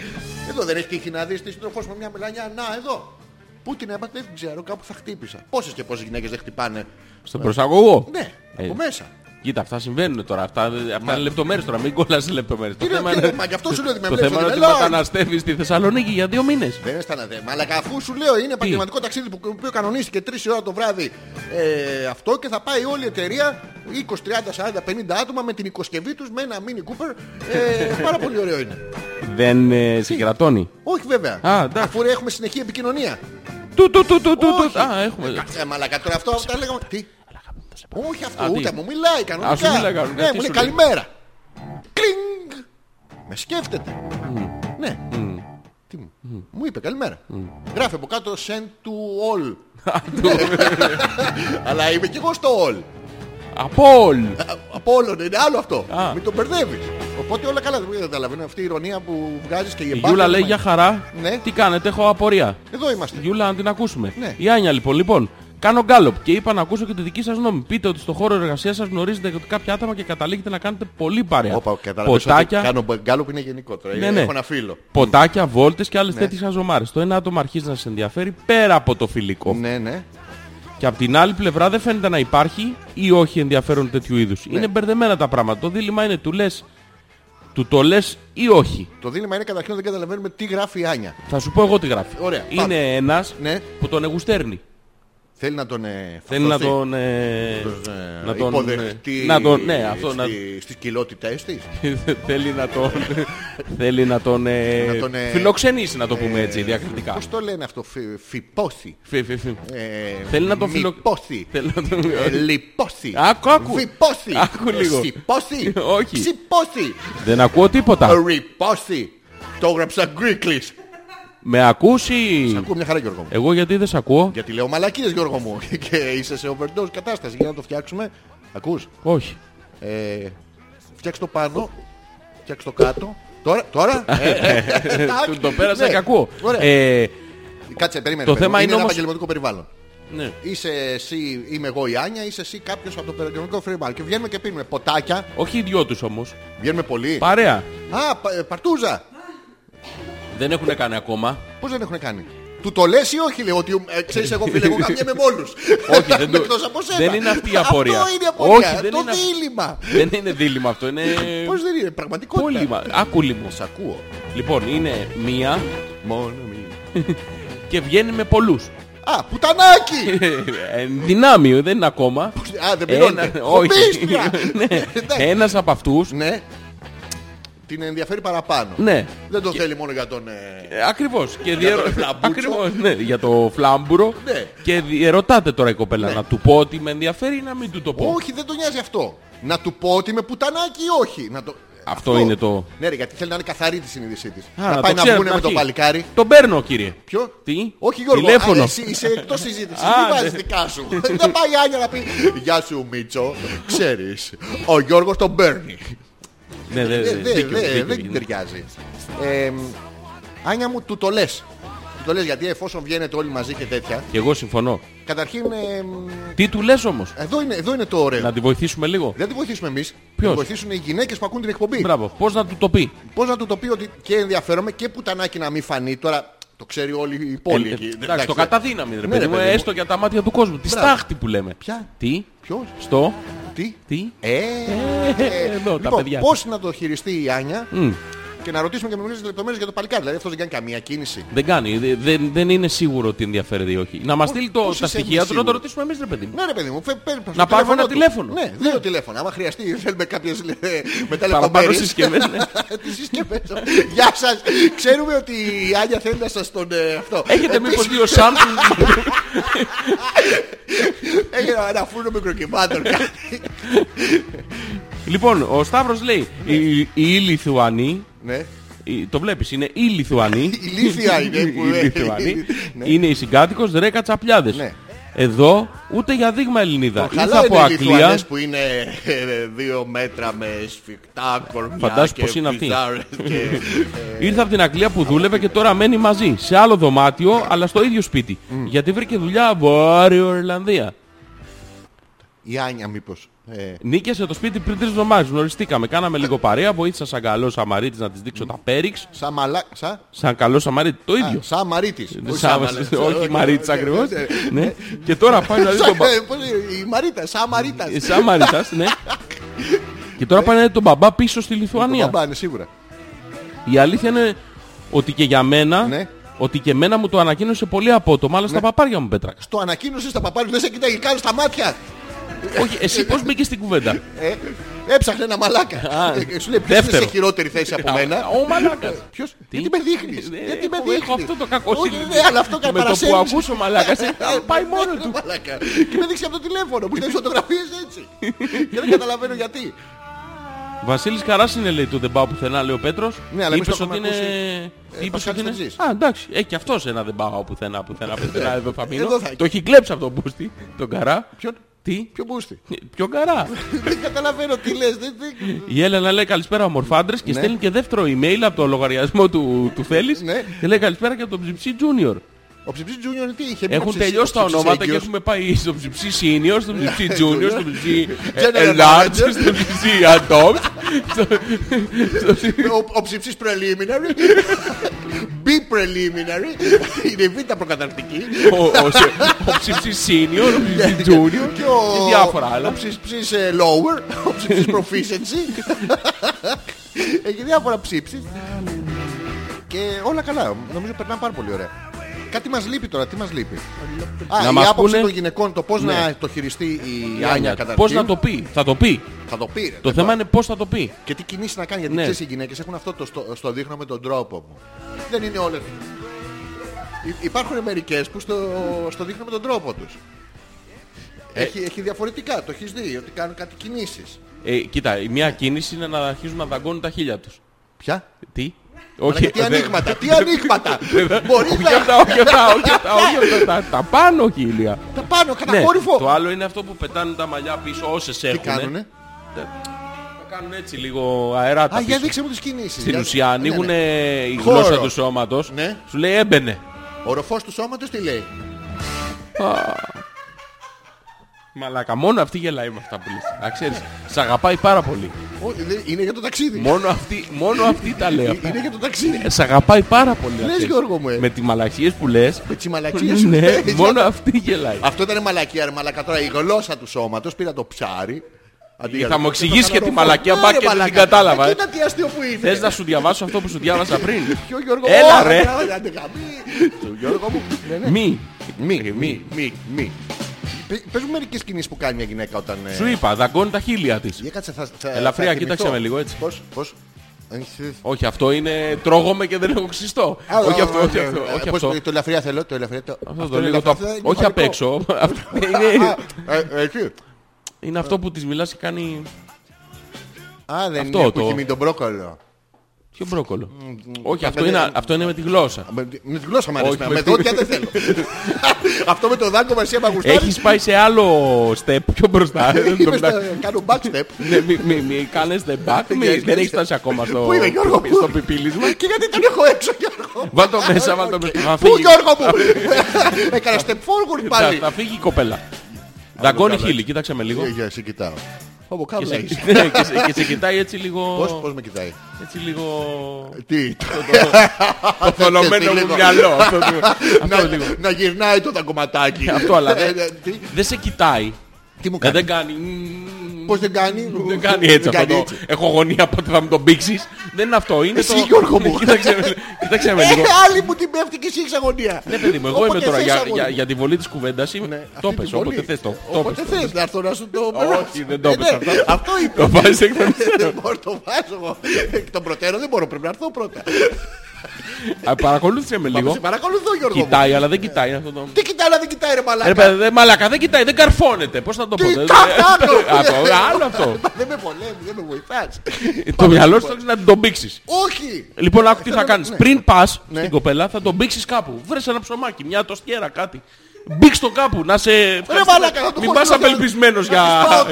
Speaker 5: Εδώ δεν έχει τύχει να δεις τη σύντροφό με μια μελανιά. Να, εδώ. Πού την έπατε, δεν ξέρω, κάπου θα χτύπησα. Πόσες και πόσες γυναίκες δεν χτυπάνε.
Speaker 4: Στον προσαγωγό.
Speaker 5: Ναι,
Speaker 4: Ε,
Speaker 5: από μέσα.
Speaker 4: Κοίτα, αυτά συμβαίνουν τώρα. Αυτά, αυτά είναι λεπτομέρειες τώρα. Μην κολλάς σε λεπτομέρειες.
Speaker 5: Τι λέω, τι λέω, μα γι' αυτό σου λέω ότι με
Speaker 4: το
Speaker 5: βλέπεις
Speaker 4: θέμα είναι
Speaker 5: ότι
Speaker 4: ότι
Speaker 5: με λέει.
Speaker 4: μεταναστεύεις στη Θεσσαλονίκη για δύο μήνες.
Speaker 5: Δεν αισθάνεται. Μα αλλά αφού σου λέω είναι επαγγελματικό ταξίδι που, που κανονίστηκε 3 ώρα το βράδυ ε, αυτό και θα πάει όλη η εταιρεία 20, 30, 40, 50 άτομα με την οικοσκευή τους με ένα mini Cooper. Ε, πάρα πολύ ωραίο είναι.
Speaker 4: Δεν ε, συγκρατώνει.
Speaker 5: Όχι βέβαια.
Speaker 4: Α, εντάξει.
Speaker 5: αφού ρε, έχουμε συνεχή επικοινωνία.
Speaker 4: Του, του, του, του, του,
Speaker 5: Όχι.
Speaker 4: του. Α, έχουμε.
Speaker 5: Ε, μαλακά τώρα αυτό τα λέγαμε. Τι.
Speaker 4: Έλα, χαμό, το σε πάρω.
Speaker 5: Όχι αυτό,
Speaker 4: Α, τι.
Speaker 5: ούτε μου μιλάει κανονικά.
Speaker 4: σου μιλάει κανονικά,
Speaker 5: Ναι,
Speaker 4: τι
Speaker 5: μου λέει
Speaker 4: σου λέει.
Speaker 5: καλημέρα. Κλινγκ. Με σκέφτεται. Ναι. Τι μου. Μου είπε καλημέρα. Γράφει από κάτω send to all. *laughs* Αλλά είμαι και εγώ στο all.
Speaker 4: Από όλ.
Speaker 5: Α, Από όλων είναι άλλο αυτό.
Speaker 4: Α.
Speaker 5: Μην τον μπερδεύεις. Οπότε όλα καλά δεν καταλαβαίνω. Αυτή η ηρωνία που βγάζεις και η
Speaker 4: Η
Speaker 5: επάρκεια.
Speaker 4: Γιούλα
Speaker 5: του
Speaker 4: λέει
Speaker 5: Μάικ.
Speaker 4: για χαρά.
Speaker 5: Ναι.
Speaker 4: Τι κάνετε, έχω απορία.
Speaker 5: Εδώ είμαστε.
Speaker 4: Γιούλα, αν την ακούσουμε.
Speaker 5: Ναι.
Speaker 4: Η Άνια λοιπόν, λοιπόν. Κάνω γκάλωπ και είπα να ακούσω και τη δική σας γνώμη. Πείτε ότι στο χώρο εργασίας σας γνωρίζετε κάποια άτομα και καταλήγετε να κάνετε πολύ παρέα.
Speaker 5: Όπα, καταλαβαίνεις ότι
Speaker 4: ποτάκια,
Speaker 5: Κάνω γκάλο που είναι γενικότερο. Ε,
Speaker 4: Ναι, ναι.
Speaker 5: Έχω ένα φίλο.
Speaker 4: ποτάκια, βόλτες και άλλες ναι. τέτοιες χαζομάρες. Το ένα άτομο αρχίζει να σε ενδιαφέρει πέρα από το φιλικό.
Speaker 5: Ναι, ναι.
Speaker 4: Και από την άλλη πλευρά δεν φαίνεται να υπάρχει ή όχι ενδιαφέρον τέτοιου είδους.
Speaker 5: Ναι.
Speaker 4: Είναι μπερδεμένα τα πράγματα. Το δίλημα είναι του λες. Του το λες ή όχι.
Speaker 5: Το δίλημα είναι καταρχήν ότι δεν καταλαβαίνουμε τι γράφει η Άνια.
Speaker 4: Θα σου πω εγώ τι γράφει.
Speaker 5: Ωραία, πάμε.
Speaker 4: είναι ένας
Speaker 5: Ναι.
Speaker 4: που τον εγουστέρνει.
Speaker 5: Θέλει να τον. Ε,
Speaker 4: Θέλει να
Speaker 5: φαυτωθεί,
Speaker 4: τον. ε,
Speaker 5: ε,
Speaker 4: να τον.
Speaker 5: υποδεχτεί ε,
Speaker 4: Να τον. Ναι, αυτό να.
Speaker 5: στη- στις κοιλότητές της.
Speaker 4: *laughs* Θέλει να τον. Θέλει να τον. ε,
Speaker 5: Να τον, ε,
Speaker 4: Φιλοξενήσει, να το πούμε έτσι
Speaker 5: Ε,
Speaker 4: διακριτικά.
Speaker 5: Πώς το λένε αυτό, φι, φιπόθη.
Speaker 4: Φι- φι- φι.
Speaker 5: Ε,
Speaker 4: Θέλει να τον φιλο-
Speaker 5: μυπόθη.
Speaker 4: Θέλει να τον.
Speaker 5: Ε, Λιπόθη.
Speaker 4: Άκου, άκου.
Speaker 5: Φιπόθη.
Speaker 4: Άκου λίγο.
Speaker 5: Σιπόθη.
Speaker 4: Όχι.
Speaker 5: Ξυπόθη.
Speaker 4: Δεν ακούω
Speaker 5: Ε,
Speaker 4: τίποτα.
Speaker 5: Ριπόθη. Το έγραψα γκρίκλις.
Speaker 4: Με ακούσει.
Speaker 5: Ακούω μια χαρά Γιώργο μου.
Speaker 4: Εγώ γιατί δεν σ' ακούω.
Speaker 5: Γιατί λέω μαλακίες Γιώργο μου. *laughs* Και είσαι σε overdose κατάσταση για να το φτιάξουμε. Ακούς.
Speaker 4: Όχι.
Speaker 5: Ε, φτιάξε το πάνω, φτιάξε το κάτω. Τώρα, τώρα. ε, ε,
Speaker 4: *laughs*
Speaker 5: ε, τάκ.
Speaker 4: Του το πέρασα
Speaker 5: Ναι.
Speaker 4: και ακούω.
Speaker 5: Ωραία.
Speaker 4: Ε,
Speaker 5: Κάτσε, περίμενε.
Speaker 4: Το
Speaker 5: περίμενε.
Speaker 4: θέμα είναι
Speaker 5: ένα
Speaker 4: όμως-
Speaker 5: επαγγελματικό περιβάλλον.
Speaker 4: ναι.
Speaker 5: Είσαι εσύ, είμαι εγώ η Άνια, είσαι εσύ κάποιος από το επαγγελματικό περιβάλλον. Και βγαίνουμε και πίνουμε ποτάκια,
Speaker 4: Όχι οι δυο τους όμως.
Speaker 5: βγαίνουμε πολύ.
Speaker 4: Παρέα.
Speaker 5: Α, πα- ε, παρτούζα!
Speaker 4: Δεν έχουν κάνει ακόμα.
Speaker 5: Πώς δεν έχουν κάνει. Του το λες ή όχι, λέω ότι ε, ξέρεις, εγώ φίλε, εγώ καμιά με όλου.
Speaker 4: *laughs* Όχι, δεν το-
Speaker 5: Εκτός από σένα.
Speaker 4: δεν είναι αυτή η απορία.
Speaker 5: Αυτό είναι η απορία.
Speaker 4: Όχι, δεν
Speaker 5: το
Speaker 4: είναι αυ- Ε,
Speaker 5: δίλημα.
Speaker 4: δεν είναι δίλημα αυτό. Είναι.
Speaker 5: Πώς δεν είναι, πραγματικότητα.
Speaker 4: Κούλημα. Άκουλημα.
Speaker 5: Σ' ακούω.
Speaker 4: Λοιπόν, είναι μία
Speaker 5: Μόνο μη.
Speaker 4: και βγαίνει με πολλούς.
Speaker 5: Α, πουτανάκι!
Speaker 4: *laughs* Εν δυνάμει, δεν είναι ακόμα.
Speaker 5: Α, δεν πληρώνεται.
Speaker 4: Ένα- όχι.
Speaker 5: Χομπίστρια!
Speaker 4: ναι.
Speaker 5: Εντάξει.
Speaker 4: Ένας από αυτούς.
Speaker 5: Ναι. Την ενδιαφέρει παραπάνω.
Speaker 4: Ναι.
Speaker 5: Δεν το θέλει μόνο για τον... ε,
Speaker 4: Ε, Ακριβώς. Και διερω...
Speaker 5: το φλαμπούτσο.
Speaker 4: Ακριβώς, ναι, για το φλάμπουρο.
Speaker 5: Ναι.
Speaker 4: Και διερωτάται τώρα η κοπέλα να του πω ότι με ενδιαφέρει ή να μην του το πω.
Speaker 5: Όχι, δεν τον νοιάζει αυτό. Να του πω ότι είμαι πουτανάκι ή όχι. Να το...
Speaker 4: Αυτό είναι το-
Speaker 5: Ναι, ρε, γιατί θέλει να είναι καθαρή τη συνείδησή της.
Speaker 4: Α,
Speaker 5: να
Speaker 4: το
Speaker 5: πάει να
Speaker 4: ξέρει
Speaker 5: βγουνε με
Speaker 4: από
Speaker 5: το
Speaker 4: την αρχή.
Speaker 5: παλικάρι.
Speaker 4: Τον παίρνω, κύριε.
Speaker 5: Ποιο?
Speaker 4: Τι?
Speaker 5: Όχι Γιώργο,
Speaker 4: Τηλέφωνο.
Speaker 5: Α, εσύ είσαι εκτός συζήτησης.
Speaker 4: Α,
Speaker 5: Μην βάζεις
Speaker 4: ναι.
Speaker 5: δικά σου. Δεν πάει η Άνια να πει «Γεια σου Μίτσο, ξέρεις, ο Γιώργος τον παίρνει».
Speaker 4: Ναι, ναι, ναι,
Speaker 5: Ε, δε-
Speaker 4: δίκιο,
Speaker 5: δε-
Speaker 4: δίκιο,
Speaker 5: Δεν
Speaker 4: δίκιο.
Speaker 5: ταιριάζει. Ε, μ, Άνια μου, του το λες. Του το λες γιατί εφόσον βγαίνετε όλοι μαζί και τέτοια.
Speaker 4: Και εγώ συμφωνώ.
Speaker 5: Καταρχήν, ε, μ,
Speaker 4: Τι του λες όμως.
Speaker 5: εδώ, είναι, εδώ είναι το ωραίο.
Speaker 4: Να τη βοηθήσουμε λίγο.
Speaker 5: Δεν τη βοηθήσουμε εμείς.
Speaker 4: Ποιος?
Speaker 5: Τη βοηθήσουν οι γυναίκες που ακούν την εκπομπή.
Speaker 4: Μπράβο. Πώς να του το πει.
Speaker 5: Πώς να του το πει ότι και ενδιαφέρομαι και πουτανάκι να μην φανεί. Τώρα το ξέρει όλη η πόλη
Speaker 4: Ε,
Speaker 5: εκεί.
Speaker 4: Εντάξει, το καταδύναμη, ρε
Speaker 5: Ναι,
Speaker 4: παιδί
Speaker 5: ρε
Speaker 4: μου.
Speaker 5: παιδί μου.
Speaker 4: Έστω για τα μάτια του κόσμου. Τη
Speaker 5: Μπράβο.
Speaker 4: στάχτη που λέμε.
Speaker 5: Ποια?
Speaker 4: Τι.
Speaker 5: Ποιος,
Speaker 4: Στο.
Speaker 5: τι.
Speaker 4: Τι.
Speaker 5: Ε, ε,
Speaker 4: εδώ τα
Speaker 5: λοιπόν,
Speaker 4: παιδιά.
Speaker 5: πώς να το χειριστεί η Άνια και να ρωτήσουμε και με μικρές λεπτομέρειες για το παλικάρι. Δηλαδή αυτός δεν κάνει καμία κίνηση.
Speaker 4: Δεν κάνει. δε- Δεν, δεν είναι σίγουρο ότι ενδιαφέρεται ή όχι. Να μας
Speaker 5: Πώς-
Speaker 4: στείλει το,
Speaker 5: πώς
Speaker 4: τα
Speaker 5: είσαι
Speaker 4: στοιχεία
Speaker 5: εμείς
Speaker 4: του να το
Speaker 5: σίγουροι?
Speaker 4: ρωτήσουμε εμείς ρε παιδί μου.
Speaker 5: Ναι, ρε παιδί μου, φε- παίρνει το
Speaker 4: Να πάρουμε ένα
Speaker 5: τηλέφωνο
Speaker 4: τηλέφωνο.
Speaker 5: του. Ναι, δύο τηλέφωνα. Άμα χρειαστεί, *laughs* θέλουμε ε, κάποιε
Speaker 4: Παραπάνω
Speaker 5: μεταλλευτικέ
Speaker 4: συσκευές,
Speaker 5: *laughs*
Speaker 4: ναι.
Speaker 5: Τις συσκευές. Γεια σας. Ξέρουμε ότι η Άνια θέλει να σας τον. ε, αυτό.
Speaker 4: Έχετε
Speaker 5: Επίσης,
Speaker 4: μήπως δύο Samsung.
Speaker 5: Έχει ένα φούρνο
Speaker 4: *laughs*
Speaker 5: μικροκυμάτων. κάτι.
Speaker 4: λοιπόν, ο Σταύρος λέει, οι, οι Λιθουανοί,
Speaker 5: Ναι.
Speaker 4: οι- το βλέπεις, είναι οι Λιθουανοί.
Speaker 5: *laughs* Η Λίθια
Speaker 4: *laughs*
Speaker 5: είναι που-
Speaker 4: Οι *laughs* Λιθουανοί.
Speaker 5: Ναι.
Speaker 4: Είναι οι συγκάτοικος Ρέκα Τσαπλιάδες.
Speaker 5: Ναι.
Speaker 4: Εδώ ούτε για δείγμα Ελληνίδα.
Speaker 5: Καλά
Speaker 4: Ήρθα από
Speaker 5: είναι οι Λιθουανές
Speaker 4: Αγγλία.
Speaker 5: που είναι ε, δύο μέτρα με σφιχτά κορμιά
Speaker 4: Φαντάσου
Speaker 5: και
Speaker 4: πως είναι αυτοί.
Speaker 5: πιζάρες και-
Speaker 4: Ήρθα από την Αγγλία που δούλευε και τώρα μένει μαζί. Σε άλλο
Speaker 5: Ναι.
Speaker 4: δωμάτιο, αλλά στο ίδιο σπίτι. Γιατί βρήκε δουλειά Βόρειο Ιρλανδία.
Speaker 5: Η Άνια μήπως. ε,
Speaker 4: Νίκιασε το σπίτι πριν τρεις εβδομάδες. Γνωριστήκαμε, κάναμε λίγο παρέα. Βοήθησα σαν καλό Σαμαρίτης να της δείξω τα Πέριξ.
Speaker 5: Σαν μαλά... Σαν...
Speaker 4: Σαν καλό Σαμαρίτη, το ίδιο.
Speaker 5: Σαν Μαρίτης.
Speaker 4: Σαν-
Speaker 5: Όχι σαν Μαλα-
Speaker 4: *laughs* Όχι Μαρίτης
Speaker 5: ναι,
Speaker 4: ακριβώ.
Speaker 5: ναι, ναι.
Speaker 4: Και τώρα πάει να δει Δηλαδή τον
Speaker 5: *laughs* Σαν-
Speaker 4: μπα-
Speaker 5: ε, πώς είναι, Η Μαρίτα, σαν Μαρίτας.
Speaker 4: Σαν Μαρίτας, ναι. Και τώρα πάει να δει τον μπαμπά πίσω στη Λιθουανία.
Speaker 5: Ναι. Μπαμπά είναι σίγουρα.
Speaker 4: Η αλήθεια είναι ότι και για μένα.
Speaker 5: Ναι.
Speaker 4: Ότι και εμένα μου το ανακοίνωσε πολύ απότομα, αλλά στα παπάρια μου πέτρακα.
Speaker 5: Το ανακοίνωσε στα παπάρια, δεν σε κοιτάει καν στα μάτια.
Speaker 4: Όχι, εσύ πώς μπήκε στην κουβέντα.
Speaker 5: Ε, έψαχνε ένα μαλάκα.
Speaker 4: Α,
Speaker 5: Ε, Σου λέει ποιος είναι
Speaker 4: δεύτερο.
Speaker 5: σε χειρότερη θέση από μένα.
Speaker 4: Ο μαλάκας.
Speaker 5: Ποιος, Ε, γιατί με δείχνεις. Γιατί με
Speaker 4: έχω-
Speaker 5: δείχνει.
Speaker 4: έχω αυτό το κακό σύνδεσμο.
Speaker 5: αλλά αυτό
Speaker 4: Με το που
Speaker 5: παρασέρνεις.
Speaker 4: ακούσω ο μαλάκας, ε, πάει
Speaker 5: *laughs*
Speaker 4: μόνο του.
Speaker 5: Μαλάκα. Και με δείξει από το τηλέφωνο που έχει φωτογραφίες
Speaker 4: *laughs*
Speaker 5: έτσι. Και δεν καταλαβαίνω γιατί.
Speaker 4: Βασίλης Καράς είναι λέει του δεν πάω πουθενά, λέει ο Πέτρος.
Speaker 5: Ναι, αλλά εμείς το
Speaker 4: ότι
Speaker 5: έχουμε
Speaker 4: είναι.
Speaker 5: ακούσει, ε,
Speaker 4: είπες
Speaker 5: Πασχάλης
Speaker 4: ότι είναι.
Speaker 5: Φετζής.
Speaker 4: Α, εντάξει, ε, και αυτός ένα δεν πάω πουθενά, πουθενά, πουθενά, εδώ θα μείνω.
Speaker 5: Εδώ θα-
Speaker 4: Το έχει κλέψει από τον Μπούστη, τον Καρά.
Speaker 5: Ποιον?
Speaker 4: Τι,
Speaker 5: Ποιο μπούστι.
Speaker 4: ποιο Καρά.
Speaker 5: Δεν καταλαβαίνω τι λες.
Speaker 4: Η Έλενα λέει καλησπέρα ομορφάντρες και
Speaker 5: Ναι.
Speaker 4: στέλνει και δεύτερο email από το λογαριασμό του, του Θέλης
Speaker 5: Ναι.
Speaker 4: και λέει καλησπέρα και από τον Ψιψή Junior.
Speaker 5: Ο ψηψή Τζούνιορ τι είχε μήπως
Speaker 4: Έχουν
Speaker 5: ψηψής-
Speaker 4: τελειώσει τα
Speaker 5: ο ψηψής
Speaker 4: ονόματα και
Speaker 5: έγκυος.
Speaker 4: έχουμε πάει στον Ψιψή Senior, στον Ψιψή Junior, στον Ψιψή
Speaker 5: Ναι, General
Speaker 4: Enlarged,
Speaker 5: Manager.
Speaker 4: στον Ψιψή Adopt. στο- στο Ψιψή-
Speaker 5: Ο- Ο ψηψής preliminary. B preliminary. Είναι η β' προκαταρκτική.
Speaker 4: ο, ο, ο ψήψης senior, ο ψήψης junior
Speaker 5: Και ο,
Speaker 4: διάφορα άλλα.
Speaker 5: ο ψηψής ε, lower, ο
Speaker 4: *laughs*
Speaker 5: ψηψής proficiency. Έχει διάφορα ψήψεις. Και όλα καλά. Νομίζω περνάμε πάρα πολύ ωραία. Κάτι μας λείπει τώρα, τι μας λείπει. Α,
Speaker 4: Να
Speaker 5: η
Speaker 4: μας
Speaker 5: άποψη
Speaker 4: πούνε- Ναι.
Speaker 5: των γυναικών, το πώς να το χειριστεί η,
Speaker 4: Η
Speaker 5: Άνια
Speaker 4: Άνια,
Speaker 5: καταρχήν. Ε,
Speaker 4: Πώς να το πει, θα το πει.
Speaker 5: Θα το πει. ρε.
Speaker 4: Το θέμα είναι πώς θα το πει.
Speaker 5: Και τι κινήσεις να κάνει, γιατί
Speaker 4: Ναι.
Speaker 5: ξέρεις οι γυναίκες έχουν αυτό το στο, στο δείχνω με τον τρόπο μου. Δεν είναι όλες. Υ- Υπάρχουν μερικές που στο, στο δείχνω με τον τρόπο τους. Έχει, έχει διαφορετικά, το έχεις δει, ότι κάνουν κάτι κινήσεις.
Speaker 4: Ε, κοίτα, η μία κίνηση είναι να αρχίζουν να δαγκώνουν τα χίλια τους.
Speaker 5: Ποια?
Speaker 4: Τι.
Speaker 5: Μαλάκα, τι
Speaker 4: ε, δεν- *laughs*
Speaker 5: ανοίγματα, τι ανοίγματα! Μπορείς
Speaker 4: Όχι
Speaker 5: να
Speaker 4: αυτά, όχι αυτά, όχι
Speaker 5: *laughs*
Speaker 4: αυτά, όχι αυτά, τα- Τα πάνω χίλια.
Speaker 5: τα πάνω,
Speaker 4: Ναι, το
Speaker 5: κατακόρυφο!
Speaker 4: άλλο είναι αυτό που πετάνε τα μαλλιά πίσω όσες
Speaker 5: Τι
Speaker 4: έχουν.
Speaker 5: κάνουνε?
Speaker 4: Τα κάνουν έτσι λίγο αεράτα
Speaker 5: Α, για
Speaker 4: πίσω.
Speaker 5: δείξε μου τις κινήσεις.
Speaker 4: Στην
Speaker 5: Για-
Speaker 4: ουσία
Speaker 5: ναι, ναι.
Speaker 4: ανοίγουν η
Speaker 5: Χώρο.
Speaker 4: γλώσσα του σώματος.
Speaker 5: Ναι.
Speaker 4: Σου λέει έμπαινε.
Speaker 5: Ο ροφός του σώματος τι λέει.
Speaker 4: Μαλάκα, μόνο αυτή γελάει με αυτά που λες. Να ξέρεις, σ' αγαπάει πάρα
Speaker 5: *laughs*
Speaker 4: πολύ.
Speaker 5: Ο, δε- Είναι για το ταξίδι.
Speaker 4: Μόνο αυτή, μόνο αυτή τα λέει
Speaker 5: Ε,
Speaker 4: αυτά.
Speaker 5: Είναι για το
Speaker 4: *laughs*
Speaker 5: ταξίδι.
Speaker 4: Ε, Σ' αγαπάει πάρα πολύ. να
Speaker 5: Λες,
Speaker 4: ξέρεις.
Speaker 5: Γιώργο μου, ε.
Speaker 4: Με τις μαλακίες που λες.
Speaker 5: Με τις μαλακίες σου. ε,
Speaker 4: Ναι,
Speaker 5: Έτσι,
Speaker 4: μόνο αυτή γελάει.
Speaker 5: Αυτό ήταν μαλακία, ρε μαλακά. Τώρα η γλώσσα του σώματος πήρα το ψάρι. Αντί για
Speaker 4: Θα
Speaker 5: το-
Speaker 4: μου εξηγήσεις και τη
Speaker 5: το
Speaker 4: μαλακία,
Speaker 5: Ναι,
Speaker 4: μπα
Speaker 5: ρε,
Speaker 4: και δεν την
Speaker 5: μαλάκα.
Speaker 4: κατάλαβα,
Speaker 5: Ε,
Speaker 4: ε.
Speaker 5: Κοίτα τι αστείο που είναι.
Speaker 4: Θες να σου διαβάσω αυτό που σου διάβασα πριν.
Speaker 5: Ποιο Γιώργο
Speaker 4: Έλα,
Speaker 5: Ω,
Speaker 4: ρε.
Speaker 5: άντε, άντε, γαμί. Του Γιώργο μου. Ναι, ναι.
Speaker 4: Μη. Ε,
Speaker 5: Μη,
Speaker 4: μη.
Speaker 5: μη, μη. Πε- Πες μου μερικές κινήσεις που κάνει μια γυναίκα όταν... ε,
Speaker 4: Σου είπα, δαγκώνει τα χείλια της.
Speaker 5: Για κάτσε, θα, θα,
Speaker 4: Ελαφριά,
Speaker 5: θα
Speaker 4: κοίταξε
Speaker 5: θυμηθώ.
Speaker 4: με λίγο, έτσι.
Speaker 5: Πώς, πώς. Αν έχεις-
Speaker 4: Όχι, αυτό είναι τρώγομαι και δεν έχω ξυστό.
Speaker 5: Α,
Speaker 4: Όχι
Speaker 5: α,
Speaker 4: αυτό,
Speaker 5: α,
Speaker 4: όχι
Speaker 5: α,
Speaker 4: αυτό.
Speaker 5: α,
Speaker 4: Όχι
Speaker 5: πώς
Speaker 4: αυτό.
Speaker 5: το- Το ελαφριά θέλω, το ελαφριά... το-
Speaker 4: Αυτό
Speaker 5: αυτό
Speaker 4: το
Speaker 5: είναι
Speaker 4: λίγο,
Speaker 5: ελαφριά,
Speaker 4: το-
Speaker 5: είναι
Speaker 4: όχι απ'
Speaker 5: φαλικό. *laughs*
Speaker 4: έξω. Αυτό είναι-
Speaker 5: Α, ε, εκεί.
Speaker 4: Είναι αυτό που της μιλάς και κάνει...
Speaker 5: Α, δεν
Speaker 4: Αυτό
Speaker 5: είναι που
Speaker 4: το-
Speaker 5: έχει μείνει τον πρόκολο.
Speaker 4: Ποιο μπρόκολο. Όχι, αυτό
Speaker 5: με-
Speaker 4: είναι, αυτό είναι με
Speaker 5: ε.
Speaker 4: τη γλώσσα.
Speaker 5: Με, με τη γλώσσα μου αρέσει
Speaker 4: Όχι,
Speaker 5: να-
Speaker 4: με
Speaker 5: Με
Speaker 4: τη-
Speaker 5: δόντια δεν θέλω.
Speaker 4: *laughs*
Speaker 5: Αυτό με το δάγκωμα εσύ απαγουστάρεις.
Speaker 4: Έχεις πάει σε άλλο step πιο
Speaker 5: *laughs*
Speaker 4: μπροστά. Δεν το
Speaker 5: Είπες
Speaker 4: μετα-
Speaker 5: να κάνω backstep.
Speaker 4: Ναι, μη- μη- Μη κάνεις step back. μη-
Speaker 5: Yes,
Speaker 4: Δεν
Speaker 5: yes.
Speaker 4: έχεις φτάσει ακόμα στο
Speaker 5: Πού είναι Γιώργο μου?
Speaker 4: στο πιπίλισμα.
Speaker 5: Και γιατί τον έχω έξω Γιώργο.
Speaker 4: Βάλ' το μέσα, βάλ' το μέσα. Θα
Speaker 5: Πού
Speaker 4: φύγει.
Speaker 5: Γιώργο μου.
Speaker 4: *laughs*
Speaker 5: *laughs* Έκανα step forward
Speaker 4: Θα-
Speaker 5: πάλι.
Speaker 4: Θα φύγει η κοπέλα. Δαγκώνει
Speaker 5: καλά.
Speaker 4: χείλη, κοίταξε με λίγο.
Speaker 5: Ε, Για σε κοιτάω. Όπω
Speaker 4: Και
Speaker 5: κάπου
Speaker 4: σε- ναι, *laughs* και σε- Και σε κοιτάει έτσι
Speaker 5: Πώς,
Speaker 4: λίγο...
Speaker 5: πώς με κοιτάει.
Speaker 4: Έτσι λίγο... *laughs*
Speaker 5: Τι. *laughs*
Speaker 4: Το θολωμένο
Speaker 5: Λίγο. Ναι,
Speaker 4: μου μυαλό.
Speaker 5: *laughs*
Speaker 4: Αυτό το-
Speaker 5: Να-
Speaker 4: Αυτό λίγο.
Speaker 5: Να γυρνάει το δαγκωματάκι.
Speaker 4: *laughs* Αυτό αλλά
Speaker 5: Ε,
Speaker 4: δεν-
Speaker 5: ε, τι-
Speaker 4: δεν σε κοιτάει.
Speaker 5: Τι μου
Speaker 4: Ε,
Speaker 5: κάνει.
Speaker 4: Δεν κάνει. μμμ,
Speaker 5: Πώς δεν κάνει.
Speaker 4: Δεν κάνει έτσι
Speaker 5: Δεν
Speaker 4: αυτό.
Speaker 5: κάνει
Speaker 4: το,
Speaker 5: έτσι.
Speaker 4: Έχω γωνία, πότε θα μου τον πήξεις. Δεν είναι αυτό. Είναι
Speaker 5: Εσύ,
Speaker 4: το...
Speaker 5: Γιώργο μου.
Speaker 4: Κοίταξε με- Κοίταξε με
Speaker 5: Ε,
Speaker 4: λίγο.
Speaker 5: άλλη μου την πέφτει και εσύ έχεις αγωνία.
Speaker 4: Ναι, παιδί μου, εγώ
Speaker 5: Όποτε
Speaker 4: είμαι τώρα
Speaker 5: θες,
Speaker 4: για,
Speaker 5: αγόρι
Speaker 4: για,
Speaker 5: μου.
Speaker 4: για τη βολή της κουβέντας. είμαι-
Speaker 5: Ναι, αυτή
Speaker 4: το
Speaker 5: την
Speaker 4: πες,
Speaker 5: πολύ.
Speaker 4: όποτε θες το. το
Speaker 5: Όποτε
Speaker 4: πες,
Speaker 5: θες να έρθω να σου το
Speaker 4: Όχι, δεν το
Speaker 5: Ε,
Speaker 4: πες
Speaker 5: ναι,
Speaker 4: αυτό.
Speaker 5: Αυτό είπε.
Speaker 4: Το βάζεις εκ των
Speaker 5: Δεν μπορώ, το βάζω εγώ. Εκ των προτέρων δεν μπορώ, πρέπει να έρθω πρώτα.
Speaker 4: Α, Ε, Παρακολούθησε με
Speaker 5: Λίγο.
Speaker 4: λίγο.
Speaker 5: Σε παρακολουθώ Γιώργο. μου.
Speaker 4: Λοιπόν, Κοιτάει, αλλά δεν κοιτάει αυτό το. Ε,
Speaker 5: Τι κοιτάει, αλλά δεν κοιτάει ρε
Speaker 4: Ρε
Speaker 5: μαλάκα.
Speaker 4: παιδί, Ε, μαλακά, δεν κοιτάει, δεν καρφώνεται. Πώς να το πω.
Speaker 5: Τι
Speaker 4: δεν-
Speaker 5: κάνω!
Speaker 4: *laughs* Αυτό, Άλλο αυτό.
Speaker 5: Δεν με πολέμει, δεν με βοηθάς.
Speaker 4: Το μυαλό σου θέλει να την τον πήξεις.
Speaker 5: Όχι.
Speaker 4: Λοιπόν, άκου τι θα
Speaker 5: Θέλω-
Speaker 4: κάνεις.
Speaker 5: ναι.
Speaker 4: Πριν πας
Speaker 5: Ναι.
Speaker 4: στην κοπέλα, θα τον πήξεις κάπου. Βρες ένα ψωμάκι, μια τοστιέρα, κάτι. Μπήξ το κάπου, να σε...
Speaker 5: Ρε
Speaker 4: ευχαριστημένο.
Speaker 5: μαλάκα, θα το
Speaker 4: Μην πας απελπισμένος για...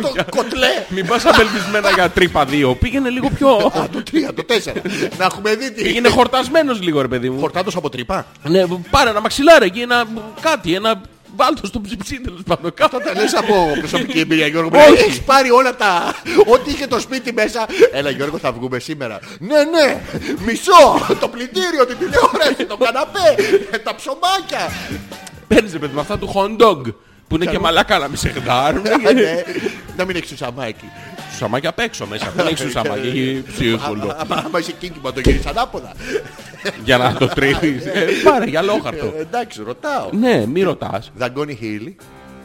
Speaker 5: Το
Speaker 4: για-
Speaker 5: κοτλέ.
Speaker 4: Μην πας απελπισμένα για τρύπα δύο. Πήγαινε λίγο πιο...
Speaker 5: Α, το 3, το 4. Να έχουμε δει τι.
Speaker 4: Πήγαινε χορτασμένος λίγο ρε παιδί μου.
Speaker 5: Φορτάτος από τρύπα.
Speaker 4: Ναι, πάρε ένα μαξιλάρι εκεί, ένα κάτι, ένα... Βάλτο στο ψιψί τέλος πάντων. Κάπου.
Speaker 5: Τα λες από προσωπική εμπειρία Γιώργο μου.
Speaker 4: Όχι.
Speaker 5: Έχεις πάρει όλα τα... Ό,τι είχε το σπίτι μέσα. Έλα Γιώργο θα βγούμε σήμερα. Ναι, ναι. Μισό. Το πλυντήριο, την τηλεόραση, το καναπέ. Τα ψωμάκια.
Speaker 4: Παίρνεις ρε παιδί μου αυτά του hot dog. Που είναι και μαλάκα να μην σε χδάρουν.
Speaker 5: Ναι. Να μην έχεις σουσαμάκι.
Speaker 4: Σουσαμάκι απ' έξω μέσα. Δεν έχεις σουσαμάκι. έχει ψίχουλο.
Speaker 5: Άμα άμα είσαι κίνκιμα το γυρίσεις ανάποδα.
Speaker 4: Για να το τρίβεις. Ε, Πάρε γυαλόχαρτο.
Speaker 5: Ε, Εντάξει, ρωτάω.
Speaker 4: Ναι, μη ρωτάς.
Speaker 5: Δαγκώνει χείλη.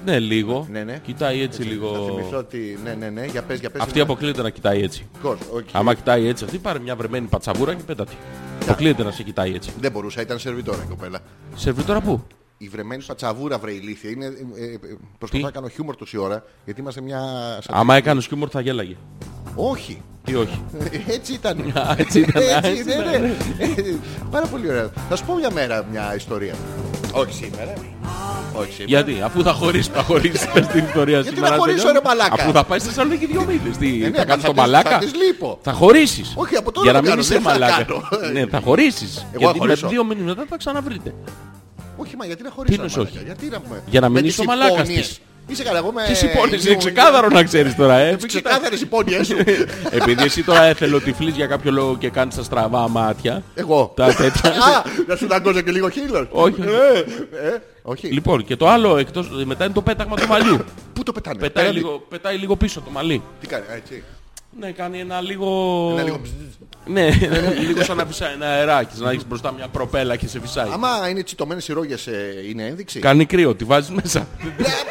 Speaker 4: Ναι, λίγο.
Speaker 5: Ναι, ναι.
Speaker 4: Κοιτάει έτσι
Speaker 5: Θα
Speaker 4: λίγο.
Speaker 5: θυμηθώ ότι. Ναι, ναι, ναι, για πες, για πες.
Speaker 4: Αυτή αποκλείεται να κοιτάει έτσι.
Speaker 5: Κόρ, οκ.
Speaker 4: Άμα κοιτάει έτσι, αυτή πάρε μια βρεμένη πατσαβούρα και πέτα τη. Αποκλείεται να σε κοιτάει έτσι.
Speaker 5: Δεν μπορούσα, ήταν σερβιτόρα η κοπέλα.
Speaker 4: Σερβιτόρα πού?
Speaker 5: Η βρεμένη πατσαβούρα, βρε ηλίθεια. Είναι, ε, ε, προσπαθώ
Speaker 4: Τι?
Speaker 5: να κάνω χιούμορ τόση ώρα, γιατί είμαστε μια.
Speaker 4: Άμα έκανες χιούμορ θα γέλαγε.
Speaker 5: Όχι. Ε,
Speaker 4: Τι όχι.
Speaker 5: Έτσι ήταν.
Speaker 4: Α, έτσι ήταν, α,
Speaker 5: Έτσι,
Speaker 4: έτσι
Speaker 5: ναι,
Speaker 4: ήταν.
Speaker 5: ναι. Ε, Πάρα πολύ ωραία. Θα σου πω μια μέρα μια ιστορία. Όχι σήμερα. Όχι σήμερα.
Speaker 4: Ε, Γιατί, αφού θα χωρίσεις, θα
Speaker 5: *laughs*
Speaker 4: χωρίσεις πες την ιστορία
Speaker 5: Γιατί
Speaker 4: σήμερα.
Speaker 5: να
Speaker 4: να
Speaker 5: χωρίσω,
Speaker 4: τελειώνει.
Speaker 5: ρε μαλάκα.
Speaker 4: Αφού θα πάει στη Θεσσαλονίκη δύο μήνες.
Speaker 5: ναι,
Speaker 4: Τι,
Speaker 5: μα
Speaker 4: θα κάνεις
Speaker 5: θα
Speaker 4: τον
Speaker 5: της- θα
Speaker 4: μαλάκα.
Speaker 5: της λείπω.
Speaker 4: Θα χωρίσεις.
Speaker 5: Όχι, από τώρα το
Speaker 4: Για να μην
Speaker 5: κάνω,
Speaker 4: είσαι
Speaker 5: δεν θα
Speaker 4: μαλάκα.
Speaker 5: κάνω.
Speaker 4: Ναι, θα χωρίσεις.
Speaker 5: θα
Speaker 4: Γιατί με
Speaker 5: χωρίσω.
Speaker 4: δύο μήνες μετά θα ξαναβρείτε.
Speaker 5: Όχι, μα γιατί να χωρίσω.
Speaker 4: Τι
Speaker 5: ρε
Speaker 4: εννοείς
Speaker 5: μαλάκα,
Speaker 4: όχι?
Speaker 5: Γιατί να πούμε.
Speaker 4: Για να μην
Speaker 5: Με
Speaker 4: είσαι ο
Speaker 5: τις
Speaker 4: μαλάκας
Speaker 5: υπόνοιες.
Speaker 4: της.
Speaker 5: Είσαι καλά, εγώ με.
Speaker 4: Τις υπόνοιες,
Speaker 5: ε,
Speaker 4: είναι ξεκάθαρο Ε, να ξέρεις τώρα. ε. Μην κοιτάς.
Speaker 5: Ξεκάθαρες υπόνοιες σου.
Speaker 4: Επειδή εσύ τώρα εθελοτυφλής για κάποιο λόγο και κάνεις τα στραβά μάτια.
Speaker 5: Εγώ.
Speaker 4: Τα τέτοια.
Speaker 5: Α, να σου δαγκώσω και λίγο χείλο.
Speaker 4: Όχι.
Speaker 5: Όχι.
Speaker 4: Λοιπόν, και το άλλο εκτός, μετά είναι το πέταγμα του μαλλιού.
Speaker 5: Πού το πετάνε.
Speaker 4: πετάει,
Speaker 5: απέναντι.
Speaker 4: λίγο, πετάει λίγο πίσω το μαλλί.
Speaker 5: Τι κάνει, α, έτσι.
Speaker 4: Ναι, κάνει ένα λίγο.
Speaker 5: Ένα λίγο.
Speaker 4: Ναι, λίγο σαν να φυσάει ένα αεράκι, να έχεις μπροστά μια προπέλα και σε φυσάει.
Speaker 5: Άμα είναι τσιτωμένες οι ρόγες ε, είναι ένδειξη.
Speaker 4: Κάνει κρύο, τη βάζεις μέσα.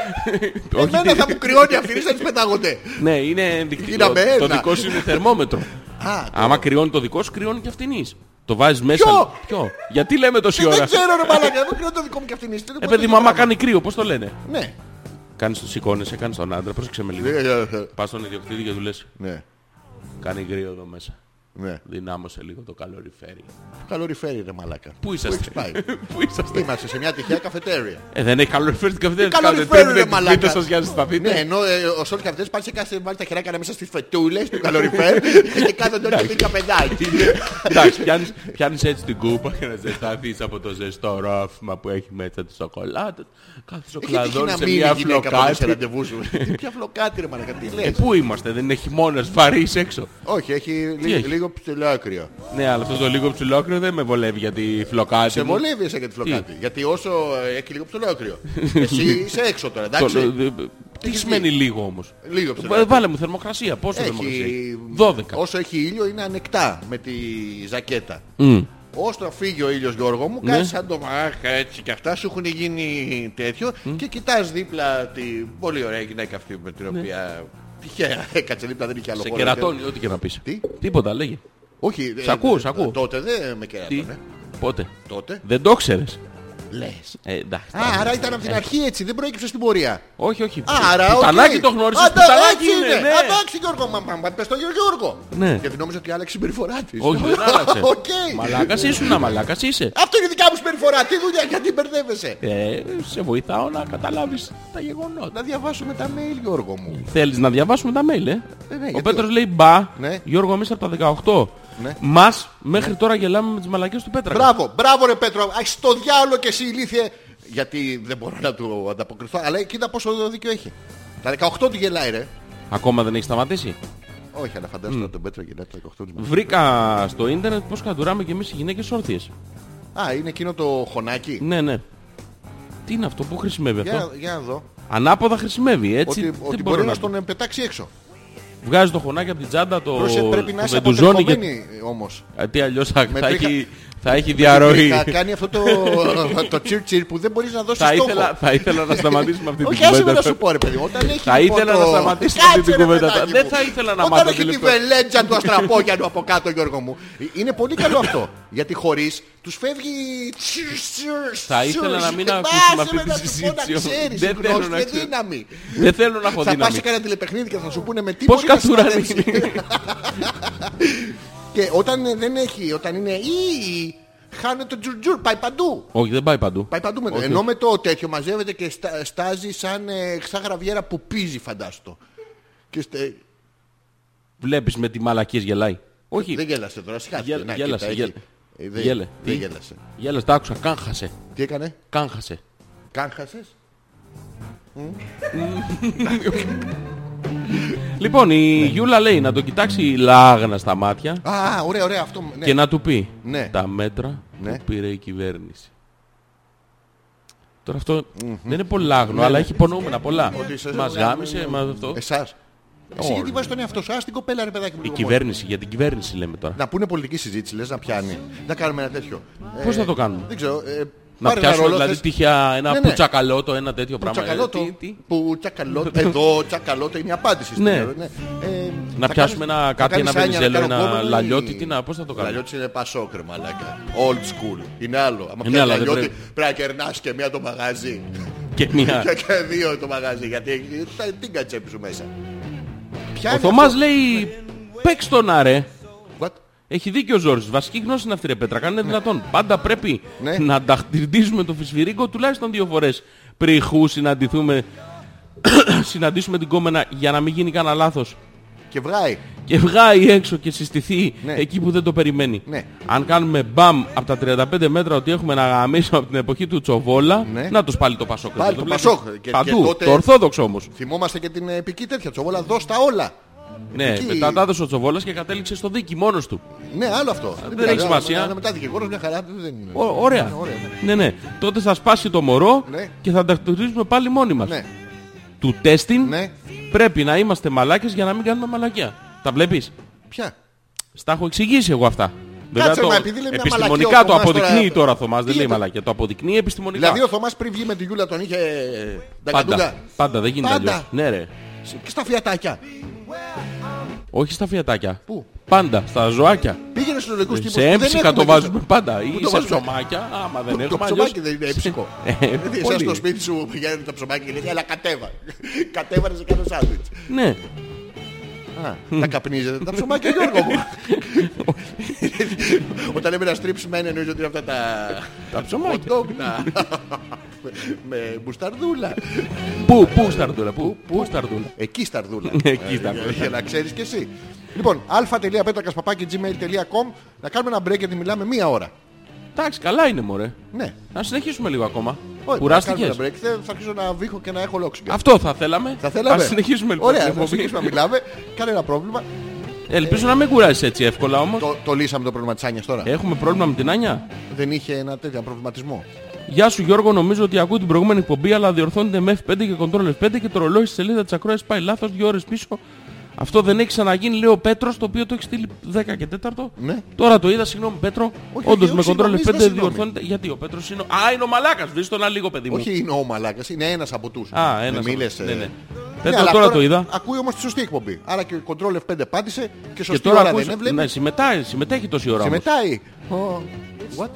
Speaker 4: *laughs* Όχι,
Speaker 5: Εμένα
Speaker 4: τι-
Speaker 5: θα μου κρυώνει αυτή, δεν τις πετάγονται.
Speaker 4: *laughs* Ναι, είναι ενδεικτικό.
Speaker 5: Γίναμε
Speaker 4: Το
Speaker 5: ένα.
Speaker 4: δικό σου είναι θερμόμετρο.
Speaker 5: Α, το-
Speaker 4: Άμα κρυώνει το δικό σου, κρυώνει και αυτήν. Το βάζεις μέσα.
Speaker 5: Ποιο? Ε,
Speaker 4: Ποιο? Γιατί λέμε τόση
Speaker 5: Δεν
Speaker 4: ώρα.
Speaker 5: ξέρω ρε μαλάκα, εγώ κρυώνω το δικό μου και αυτήν είστε.
Speaker 4: Ε, παιδί μου, άμα κάνει κρύο, πώς το λένε.
Speaker 5: Ναι.
Speaker 4: Κάνεις το σηκώνεσαι, κάνεις τον άντρα, πρόσεξε με λίγο.
Speaker 5: Ε, ε, ε,
Speaker 4: Πας στον ιδιοκτήτη και του λες,
Speaker 5: Ναι.
Speaker 4: κάνει κρύο εδώ μέσα.
Speaker 5: Ναι.
Speaker 4: Δυνάμωσε λίγο το καλοριφέρι.
Speaker 5: Καλοριφέρει ρε μαλάκα.
Speaker 4: Πού είσαστε.
Speaker 5: έχεις πάει?
Speaker 4: *laughs* Πού είσαστε.
Speaker 5: Είμαστε σε μια τυχαία καφετέρια.
Speaker 4: Ε, δεν έχει καλοριφέρι την καφετέρια.
Speaker 5: Τι καλοριφέρι,
Speaker 4: Κάντε,
Speaker 5: ρε
Speaker 4: τρέξτε,
Speaker 5: μαλάκα.
Speaker 4: πείτε σας για να συσταθείτε.
Speaker 5: Ναι, ενώ ε, ο Σόλ Καφετέρ πάει σε κάθε βάλει τα χεράκια μέσα στις φετούλες
Speaker 4: *laughs*
Speaker 5: του καλοριφέρ και κάθονται όλοι και καπεντάκι.
Speaker 4: Εντάξει, πιάνεις, πιάνεις έτσι την κούπα για να ζεσταθείς από το ζεστό ρόφημα που έχει μέσα της σοκολάτας. Κάθε
Speaker 5: Ε, Έχει τύχει
Speaker 4: σοκολαδόν
Speaker 5: να
Speaker 4: σε
Speaker 5: μείνει η
Speaker 4: μια
Speaker 5: γυναίκα από σε
Speaker 4: φλοκάτη.
Speaker 5: ραντεβού σου. *laughs* Ποια φλοκάτη ρε μαλάκα, τι
Speaker 4: Ε,
Speaker 5: λες.
Speaker 4: πού είμαστε, δεν είναι χειμώνας, βαρύς έξω.
Speaker 5: Όχι, έχει λίγο-
Speaker 4: έχει?
Speaker 5: λίγο ψηλόκριο.
Speaker 4: Ναι, αλλά αυτό το λίγο ψηλόκριο δεν με βολεύει για τη φλοκάτη.
Speaker 5: Σε
Speaker 4: μου.
Speaker 5: βολεύει εσένα για τη φλοκάτη. Γιατί όσο ε, έχει λίγο
Speaker 4: *laughs*
Speaker 5: ψηλόκριο. Εσύ είσαι έξω τώρα,
Speaker 4: Το-
Speaker 5: εντάξει.
Speaker 4: ε, Τι
Speaker 5: Έχεις
Speaker 4: σημαίνει
Speaker 5: δει.
Speaker 4: λίγο όμως.
Speaker 5: Ε, Λίγο
Speaker 4: Βα-
Speaker 5: ψηλόκριο.
Speaker 4: Βάλε μου θερμοκρασία. Πόσο
Speaker 5: Έχει...
Speaker 4: θερμοκρασία. 12.
Speaker 5: Όσο έχει ήλιο είναι ανεκτά με τη ζακέτα.
Speaker 4: Μμ.
Speaker 5: Όσο να φύγει ο ήλιος Γιώργο
Speaker 4: Ναι.
Speaker 5: μου, κάνεις σαν το μάχα έτσι και αυτά σου έχουν γίνει τέτοιο και κοιτάς δίπλα την πολύ ωραία γυναίκα αυτή με την οποία τυχαία *laughs* έκατσε δίπλα, δεν είχε άλλο
Speaker 4: Ναι. Σε
Speaker 5: χώρο.
Speaker 4: κερατώνει, ό,τι και να πεις.
Speaker 5: Τι?
Speaker 4: Τίποτα, λέγε.
Speaker 5: Όχι, ε,
Speaker 4: Σε ακούω,
Speaker 5: ε,
Speaker 4: σε ακούω.
Speaker 5: Τότε δεν με
Speaker 4: Τι,
Speaker 5: κερατώνε.
Speaker 4: πότε.
Speaker 5: Τότε
Speaker 4: Δεν το ξέρεις.
Speaker 5: ναι. λες.
Speaker 4: Ε, εντάξει.
Speaker 5: Α, άρα ήταν από την
Speaker 4: ναι.
Speaker 5: αρχή έτσι, δεν προέκυψες στην πορεία.
Speaker 4: Όχι, όχι.
Speaker 5: Άρα,
Speaker 4: Πουτανάκι
Speaker 5: οκ.
Speaker 4: το γνώρισες.
Speaker 5: Αντα-
Speaker 4: Πουτανάκι
Speaker 5: έτσι
Speaker 4: είναι. ναι.
Speaker 5: Εντάξει, Γιώργο, μα, μα, μα πες το Γιώργο.
Speaker 4: Ναι.
Speaker 5: Γιατί νόμιζα ότι άλλαξε η συμπεριφορά της.
Speaker 4: Όχι,
Speaker 5: *laughs*
Speaker 4: δεν άλλαξε.
Speaker 5: Οκ.
Speaker 4: Μαλάκας ήσουν, να μαλάκας είσαι.
Speaker 5: Αυτό είναι δικά μου συμπεριφορά. Τι δουλειά, γιατί μπερδεύεσαι.
Speaker 4: Ε, σε βοηθάω να καταλάβεις τα γεγονότα.
Speaker 5: Να διαβάσουμε τα mail, Γιώργο μου.
Speaker 4: Θέλεις να διαβάσουμε τα mail, ε.
Speaker 5: Ε, ναι,
Speaker 4: Ο
Speaker 5: γιατί
Speaker 4: Πέτρος
Speaker 5: όχι.
Speaker 4: λέει μπα,
Speaker 5: Ναι.
Speaker 4: Γιώργο, εμείς από τα 18.
Speaker 5: Ναι.
Speaker 4: Μας, μέχρι τώρα γελάμε με τις μαλακές του Πέτρα.
Speaker 5: Μπράβο, μπράβο ρε Πέτρο. Αχ, το διάλογο και εσύ ηλίθιε. Γιατί δεν μπορώ να του ανταποκριθώ. Αλλά κοίτα πόσο δίκιο έχει. Τα 18 του γελάει, ρε.
Speaker 4: Ακόμα δεν έχει σταματήσει.
Speaker 5: Όχι, αλλά
Speaker 4: Mm.
Speaker 5: φαντάζομαι τον Πέτρο γελάει τα 18 του.
Speaker 4: Βρήκα στο ίντερνετ πώς κατουράμε και εμείς οι γυναίκες όρθιες.
Speaker 5: Α, είναι εκείνο το χωνάκι.
Speaker 4: Ναι, ναι. Τι είναι αυτό, πού χρησιμεύει αυτό.
Speaker 5: Για, για να δω.
Speaker 4: Ανάποδα χρησιμεύει,
Speaker 5: Ότι,
Speaker 4: έτσι. δεν
Speaker 5: ότι
Speaker 4: μπορώ
Speaker 5: μπορεί
Speaker 4: να-
Speaker 5: να τον πετάξει έξω.
Speaker 4: Βγάζει το χωνάκι από την τσάντα, το,
Speaker 5: Πρόσεχε, πρέπει να
Speaker 4: το
Speaker 5: είσαι
Speaker 4: βεντουζώνει και
Speaker 5: αποτεχομένη όμως.
Speaker 4: Α, Τι αλλιώς θα,
Speaker 5: Με
Speaker 4: θα
Speaker 5: τρίχα-
Speaker 4: έχει, θα έχει διαρροή.
Speaker 5: Θα κάνει αυτό το, το *laughs* τσιρ τσιρ που δεν μπορείς να δώσεις
Speaker 4: θα,
Speaker 5: στόχο.
Speaker 4: ήθελα, θα ήθελα να
Speaker 5: *laughs*
Speaker 4: σταματήσουμε αυτή την
Speaker 5: Όχι, άσε με να
Speaker 4: κουβέντα.
Speaker 5: σου πω ρε παιδί. μου, Όταν έχει
Speaker 4: Θα
Speaker 5: λοιπόν
Speaker 4: ήθελα
Speaker 5: το-
Speaker 4: να σταματήσω
Speaker 5: Κάτσε,
Speaker 4: αυτή την
Speaker 5: ρε,
Speaker 4: κουβέντα.
Speaker 5: παιδάκι
Speaker 4: Δεν
Speaker 5: μου.
Speaker 4: θα ήθελα να
Speaker 5: Όταν
Speaker 4: μάθω
Speaker 5: έχει
Speaker 4: τη
Speaker 5: τη
Speaker 4: λεπτό-
Speaker 5: βελέτζα του Αστραπόγιανου από κάτω, Γιώργο μου. Είναι πολύ καλό αυτό. Γιατί χωρίς τους φεύγει...
Speaker 4: Θα ήθελα να μην
Speaker 5: Άσε
Speaker 4: ακούσουμε
Speaker 5: με
Speaker 4: αυτή
Speaker 5: να
Speaker 4: τη
Speaker 5: σου πω να
Speaker 4: συζήτηση.
Speaker 5: ξέρεις,
Speaker 4: Δεν
Speaker 5: η
Speaker 4: θέλω
Speaker 5: γνώση
Speaker 4: να
Speaker 5: και
Speaker 4: ξέρω.
Speaker 5: δύναμη.
Speaker 4: Δεν θέλω να έχω
Speaker 5: Θα πας
Speaker 4: δύναμη.
Speaker 5: σε κανένα τηλεπαιχνίδι και θα σου πούνε με τι
Speaker 4: Πώς
Speaker 5: μπορεί να
Speaker 4: κατουράνε.
Speaker 5: συναντεύσεις. *laughs* Και όταν ε, δεν έχει, όταν είναι ή χάνεται το τζουρτζουρ, πάει παντού.
Speaker 4: Όχι, δεν πάει παντού.
Speaker 5: Πάει παντού με το.
Speaker 4: Όχι.
Speaker 5: Ενώ με το τέτοιο μαζεύεται και στα- στάζει σαν, ε, σαν γραβιέρα που πίζει, φαντάστο. Και στε-
Speaker 4: Βλέπεις με τι μαλακίες γελάει. Όχι,
Speaker 5: Δεν γέλασε τώρα, σιγά-σιγά.
Speaker 4: Γέλα-
Speaker 5: Να,
Speaker 4: γέλασε,
Speaker 5: κοίτα, έχει.
Speaker 4: γέλα-
Speaker 5: Ε, δεν-
Speaker 4: γέλε.
Speaker 5: Δεν
Speaker 4: Τι?
Speaker 5: γέλασε.
Speaker 4: γέλας, τα άκουσα, κάγχασε.
Speaker 5: Τι έκανε,
Speaker 4: Κάγχασε.
Speaker 5: κάνχασες.
Speaker 4: Λοιπόν,
Speaker 5: Ναι.
Speaker 4: η Γιούλα λέει να τον κοιτάξει λάγνα στα μάτια
Speaker 5: Α, ωραία, ωραία αυτό. ναι.
Speaker 4: και να του πει
Speaker 5: Ναι.
Speaker 4: τα μέτρα
Speaker 5: Ναι.
Speaker 4: που πήρε η κυβέρνηση. Τώρα αυτό δεν είναι
Speaker 5: Ναι,
Speaker 4: πολλάγνο, αλλά έχει υπονοούμενα πολλά.
Speaker 5: Ότι σας-
Speaker 4: Μας
Speaker 5: ναι, ναι,
Speaker 4: γάμισε,
Speaker 5: ναι.
Speaker 4: μας αυτό.
Speaker 5: Εσάς. Εσύ
Speaker 4: Όλοι.
Speaker 5: γιατί βάζεις τον εαυτό σου, ας την κοπέλα ρε παιδάκι μου.
Speaker 4: Η
Speaker 5: λίγο μόνη.
Speaker 4: κυβέρνηση, για την κυβέρνηση λέμε τώρα.
Speaker 5: Να πούνε πολιτική συζήτηση, λες να πιάνει. Να κάνουμε ένα τέτοιο.
Speaker 4: Πώς
Speaker 5: Ε,
Speaker 4: θα το κάνουμε?
Speaker 5: Δεν ξέρω. ε,
Speaker 4: Να
Speaker 5: Πάρε ένα
Speaker 4: πιάσουμε
Speaker 5: ρολό,
Speaker 4: δηλαδή
Speaker 5: θες.
Speaker 4: τυχαία ένα
Speaker 5: Ναι, ναι.
Speaker 4: πουτσακαλώτο, ένα τέτοιο πράγμα. ε,
Speaker 5: Τσακαλώτο.
Speaker 4: τι- τι.
Speaker 5: Που
Speaker 4: *laughs*
Speaker 5: τσακαλώτο. Εδώ τσακαλώτο είναι η απάντηση. στην
Speaker 4: Ναι.
Speaker 5: ερώτηση, ναι. Ε,
Speaker 4: Να
Speaker 5: θα
Speaker 4: πιάσουμε
Speaker 5: κάνεις-
Speaker 4: ένα
Speaker 5: θα
Speaker 4: κάτι,
Speaker 5: κάνεις
Speaker 4: ένα
Speaker 5: Άνια να
Speaker 4: βενιζέλο,
Speaker 5: κάνω
Speaker 4: ένα
Speaker 5: κόμμα ή-
Speaker 4: λαλιώτη, τι να, πώς θα το κάνουμε.
Speaker 5: Λαλιώτης είναι πασόκρε, μαλάκα. Old school. Είναι άλλο. Άμα
Speaker 4: Είναι
Speaker 5: πιάσεις
Speaker 4: άλλο, δεν
Speaker 5: λαλιώτη,
Speaker 4: πρέπει.
Speaker 5: πρέπει να κερνάς και μία το
Speaker 4: *laughs*
Speaker 5: μαγαζί.
Speaker 4: Και μια.
Speaker 5: Και- Και δύο το μαγαζί. Γιατί έχει- θα- την κατσέπη σου μέσα.
Speaker 4: Ο
Speaker 5: Πιάνει
Speaker 4: Θωμάς
Speaker 5: αυτό.
Speaker 4: λέει παίξ τον αρέ.
Speaker 5: What?
Speaker 4: Έχει δίκιο ο Ζόρις. Βασική γνώση είναι αυτή ρε Πέτρα. Κάνε δυνατόν. Πάντα πρέπει
Speaker 5: Ναι.
Speaker 4: να ανταχτυρντίζουμε το φυσφυρίγκο τουλάχιστον δύο φορές πριν χου συναντηθούμε *coughs* συναντήσουμε την κόμενα για να μην γίνει κανένα λάθος
Speaker 5: Και βράει.
Speaker 4: και βγάει έξω και συστηθεί
Speaker 5: Ναι.
Speaker 4: εκεί που δεν το περιμένει.
Speaker 5: Ναι.
Speaker 4: Αν κάνουμε μπαμ από τα 35 μέτρα ότι έχουμε να γαμίσουμε από την εποχή του Τσοβόλα,
Speaker 5: Ναι.
Speaker 4: να τους πάλι το Πασόκ.
Speaker 5: Πάλι
Speaker 4: Το
Speaker 5: το
Speaker 4: βλέπεις
Speaker 5: Πασόκ. Και- και
Speaker 4: Παντού.
Speaker 5: τότε-
Speaker 4: Το Ορθόδοξο όμως.
Speaker 5: Θυμόμαστε και την επική τέτοια τσοβόλα. Δώσ' τα όλα.
Speaker 4: Ναι,
Speaker 5: Εκεί-
Speaker 4: μετά τα έδωσε ο Τσοβόλας και κατέληξε στο δίκη μόνος του.
Speaker 5: Ναι, άλλο αυτό. Δεν
Speaker 4: έχει σημασία.
Speaker 5: Μετά δικηγόρος μια χαρά δεν είναι.
Speaker 4: Ω, ωραία.
Speaker 5: Ναι, ωραία, ναι.
Speaker 4: Ναι, ναι. Τότε θα σπάσει το μωρό
Speaker 5: Ναι.
Speaker 4: και θα αντακτορίζουμε πάλι μόνοι μας.
Speaker 5: Ναι,
Speaker 4: Του τέστην
Speaker 5: ναι.
Speaker 4: πρέπει να είμαστε μαλάκες για να μην κάνουμε μαλακία. Τα βλέπεις.
Speaker 5: Ποια.
Speaker 4: Στα έχω εξηγήσει εγώ αυτά. Βέβαια,
Speaker 5: μα,
Speaker 4: το
Speaker 5: επειδή λέει μια μαλακία
Speaker 4: επιστημονικά
Speaker 5: ο
Speaker 4: το
Speaker 5: Θωμάς
Speaker 4: αποδεικνύει
Speaker 5: τώρα-
Speaker 4: τώρα, ο Θωμάς, δεν
Speaker 5: Τι
Speaker 4: λέει
Speaker 5: είναι το-
Speaker 4: μαλακία. Το αποδεικνύει επιστημονικά.
Speaker 5: Δηλαδή ο Θωμάς πριν βγει με τη Γιούλα τον είχε... ε,
Speaker 4: Πάντα.
Speaker 5: ντακατούγκα.
Speaker 4: Πάντα, δεν γίνεται
Speaker 5: Πάντα.
Speaker 4: αλλιώς. Ναι, ρε.
Speaker 5: Και στα φιατάκια.
Speaker 4: Όχι στα φιατάκια.
Speaker 5: Πού?
Speaker 4: Πάντα, στα ζωάκια.
Speaker 5: Πήγαινε στους λογικούς τύπους.
Speaker 4: Ε, Σε
Speaker 5: που δεν
Speaker 4: έμψυχα
Speaker 5: έχουν
Speaker 4: το
Speaker 5: εκεί
Speaker 4: βάζουμε
Speaker 5: στο-
Speaker 4: πάντα. Ή
Speaker 5: Πού το
Speaker 4: σε
Speaker 5: βάζουμε?
Speaker 4: ψωμάκια, άμα δεν
Speaker 5: Το-
Speaker 4: έχουμε.
Speaker 5: Το
Speaker 4: αλλιώς-
Speaker 5: ψωμάκι δεν είναι έψυχο.
Speaker 4: Ε,
Speaker 5: Δηλαδή εσάς
Speaker 4: πολύ.
Speaker 5: στο σπίτι σου πηγαίνετε τα ψωμάκια και λέτε, αλλά κατέβα. *laughs* Κατέβα να σε κάνω σάντουιτς.
Speaker 4: Ναι.
Speaker 5: Α, Τα καπνίζετε τα ψωμάκια, Γιώργο
Speaker 4: *laughs*
Speaker 5: μου. Όταν λέμε να στρίψουμε ένα εννοείς ότι είναι αυτά τα...
Speaker 4: Τα ψωμάκια.
Speaker 5: Κοντόγνα. *laughs* Με μπουσταρδούλα.
Speaker 4: Πού, πού σταρδούλα, πού, πού σταρδούλα.
Speaker 5: Εκεί σταρδούλα.
Speaker 4: Ναι, Εκεί σταρδούλα.
Speaker 5: Ε, Για να ξέρεις και εσύ. Λοιπόν, α.πέτρακας.gmail.com Να κάνουμε ένα break γιατί μιλάμε μία ώρα.
Speaker 4: Εντάξει, καλά είναι μωρέ.
Speaker 5: Ναι.
Speaker 4: Να συνεχίσουμε λίγο ακόμα.
Speaker 5: Όχι, να
Speaker 4: Κουράστηκες.
Speaker 5: κάνουμε ένα break. Θα- Θα αρχίσω να βήχω και να έχω λόξιγκα.
Speaker 4: Αυτό θα θέλαμε.
Speaker 5: Θα θέλαμε.
Speaker 4: Ας συνεχίσουμε λοιπόν.
Speaker 5: Ωραία,
Speaker 4: την
Speaker 5: θα
Speaker 4: εκπομπή.
Speaker 5: συνεχίσουμε να μιλάμε. Κανένα πρόβλημα.
Speaker 4: Ελπίζω να μην κουράσει έτσι εύκολα όμως.
Speaker 5: Το, το λύσαμε το πρόβλημα της Άνιας τώρα.
Speaker 4: Έχουμε πρόβλημα με την Άνια.
Speaker 5: Δεν είχε ένα τέτοιο προβληματισμό.
Speaker 4: Γεια σου Γιώργο, νομίζω ότι ακούω την προηγούμενη εκπομπή αλλά διορθώνεται με F5 και Control F5 και το ρολόι στη σελίδα της ακρόασης πάει λάθος δύο ώρες πίσω. Αυτό δεν έχει ξαναγίνει, λέει ο Πέτρος, το οποίο το έχει στείλει 10 και 4.
Speaker 5: Ναι.
Speaker 4: Τώρα το είδα, συγγνώμη Πέτρο.
Speaker 5: όχι,
Speaker 4: Όντως
Speaker 5: όχι,
Speaker 4: με Control
Speaker 5: συγγνώμη,
Speaker 4: F5
Speaker 5: δεν συγγνώμη.
Speaker 4: διορθώνεται. Γιατί ο Πέτρος είναι... ο- Α, είναι ο Μαλάκας, δεις τον άλλο λίγο παιδί μου.
Speaker 5: Όχι είναι ο μαλάκας, είναι ένας από τους.
Speaker 4: Α,
Speaker 5: Δεν
Speaker 4: ένας.
Speaker 5: μίλες, ε.
Speaker 4: Ναι, ναι.
Speaker 5: Ναι,
Speaker 4: Πέτρο,
Speaker 5: αλλά
Speaker 4: τώρα, το είδα.
Speaker 5: Ακούει όμως τη σωστή εκπομπή. Άρα και Control F5 πάτησε και
Speaker 4: Και
Speaker 5: σωστή
Speaker 4: τώρα
Speaker 5: ώρα
Speaker 4: ακούς...
Speaker 5: δεν έβλεπε.
Speaker 4: ναι, συμμετά, συμμετέχει τόση ώρα. όμως.
Speaker 5: Συμμετάει. Ο- What?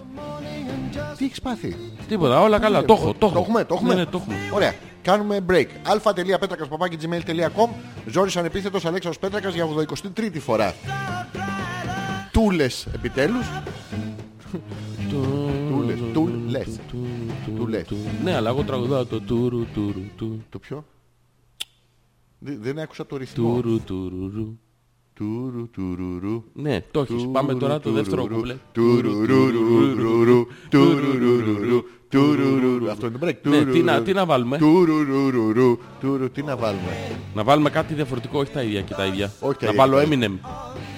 Speaker 5: Τι έχεις πάθει.
Speaker 4: Τίποτα, όλα καλά. Το έχω, το έχω.
Speaker 5: έχουμε, Ε, το έχουμε.
Speaker 4: Ναι, ναι, το έχουμε.
Speaker 5: Ωραία. Κάνουμε break. α.πέτρακας.gmail.com Ζόρις ανεπίθετος Αλέξανδρος Πέτρακας για 83η φορά. Τούλες επιτέλους. Τούλες, τούλες. Τούλες.
Speaker 4: Ναι, αλλά εγώ τραγουδάω το τουρου τουρου του.
Speaker 5: Το ποιο? Δε- Δεν άκουσα το ρυθμό.
Speaker 4: Τουρου τουρουρου.
Speaker 5: Τουρου, τουρουρου.
Speaker 4: Ναι, το έχεις. Πάμε τώρα το δεύτερο κουμπλέ.
Speaker 5: Τουρουρουρουρουρουρου, τουρουρουρουρου, τουρουρουρου. Αυτό είναι το break.
Speaker 4: Ναι, τι να-
Speaker 5: Τουρουρουρου.
Speaker 4: τι να βάλουμε?
Speaker 5: Τουρουρουρουρου, τουρου, τι να βάλουμε.
Speaker 4: Να βάλουμε κάτι διαφορετικό, όχι τα ίδια και τα ίδια.
Speaker 5: Όχι τα
Speaker 4: να
Speaker 5: ίδια.
Speaker 4: βάλω Eminem.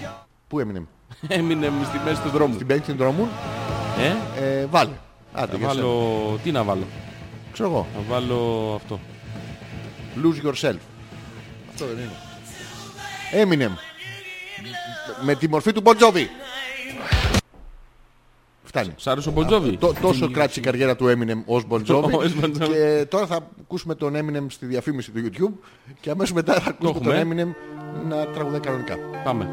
Speaker 4: *laughs*
Speaker 5: Πού έμεινε.
Speaker 4: Eminem στη μέση του δρόμου.
Speaker 5: Στην πέμπτη συνδρομούν,
Speaker 4: Ε,
Speaker 5: ε, βάλε.
Speaker 4: να
Speaker 5: Άντε, για σένα.
Speaker 4: βάλω... Τι να βάλω.
Speaker 5: Ξέρω εγώ.
Speaker 4: Να βάλω αυτό.
Speaker 5: Lose yourself. Αυτό δεν είναι. Eminem. Με τη μορφή του Μποντζόβι. Φτάνει.
Speaker 4: Σ' άρεσε ο Μποντζόβι.
Speaker 5: Τό- τόσο κράτησε η καριέρα του Eminem ως Bon Jovi.
Speaker 4: Ως Bon Jovi.
Speaker 5: και τώρα θα ακούσουμε τον Eminem στη διαφήμιση του YouTube και αμέσως μετά θα ακούσουμε τον Eminem
Speaker 4: έχουμε.
Speaker 5: να τραγουδάει κανονικά.
Speaker 4: Πάμε.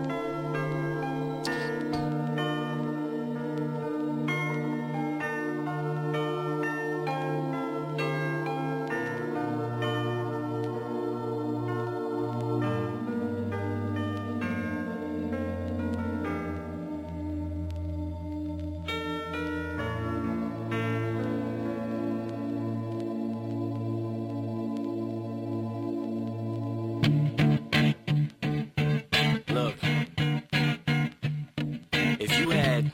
Speaker 1: Look, if you had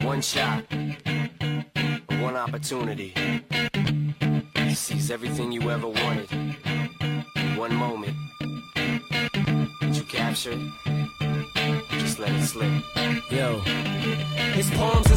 Speaker 1: one shot, one opportunity to seize everything you ever wanted, one moment that you captured, just let it slip. Yo. His palms are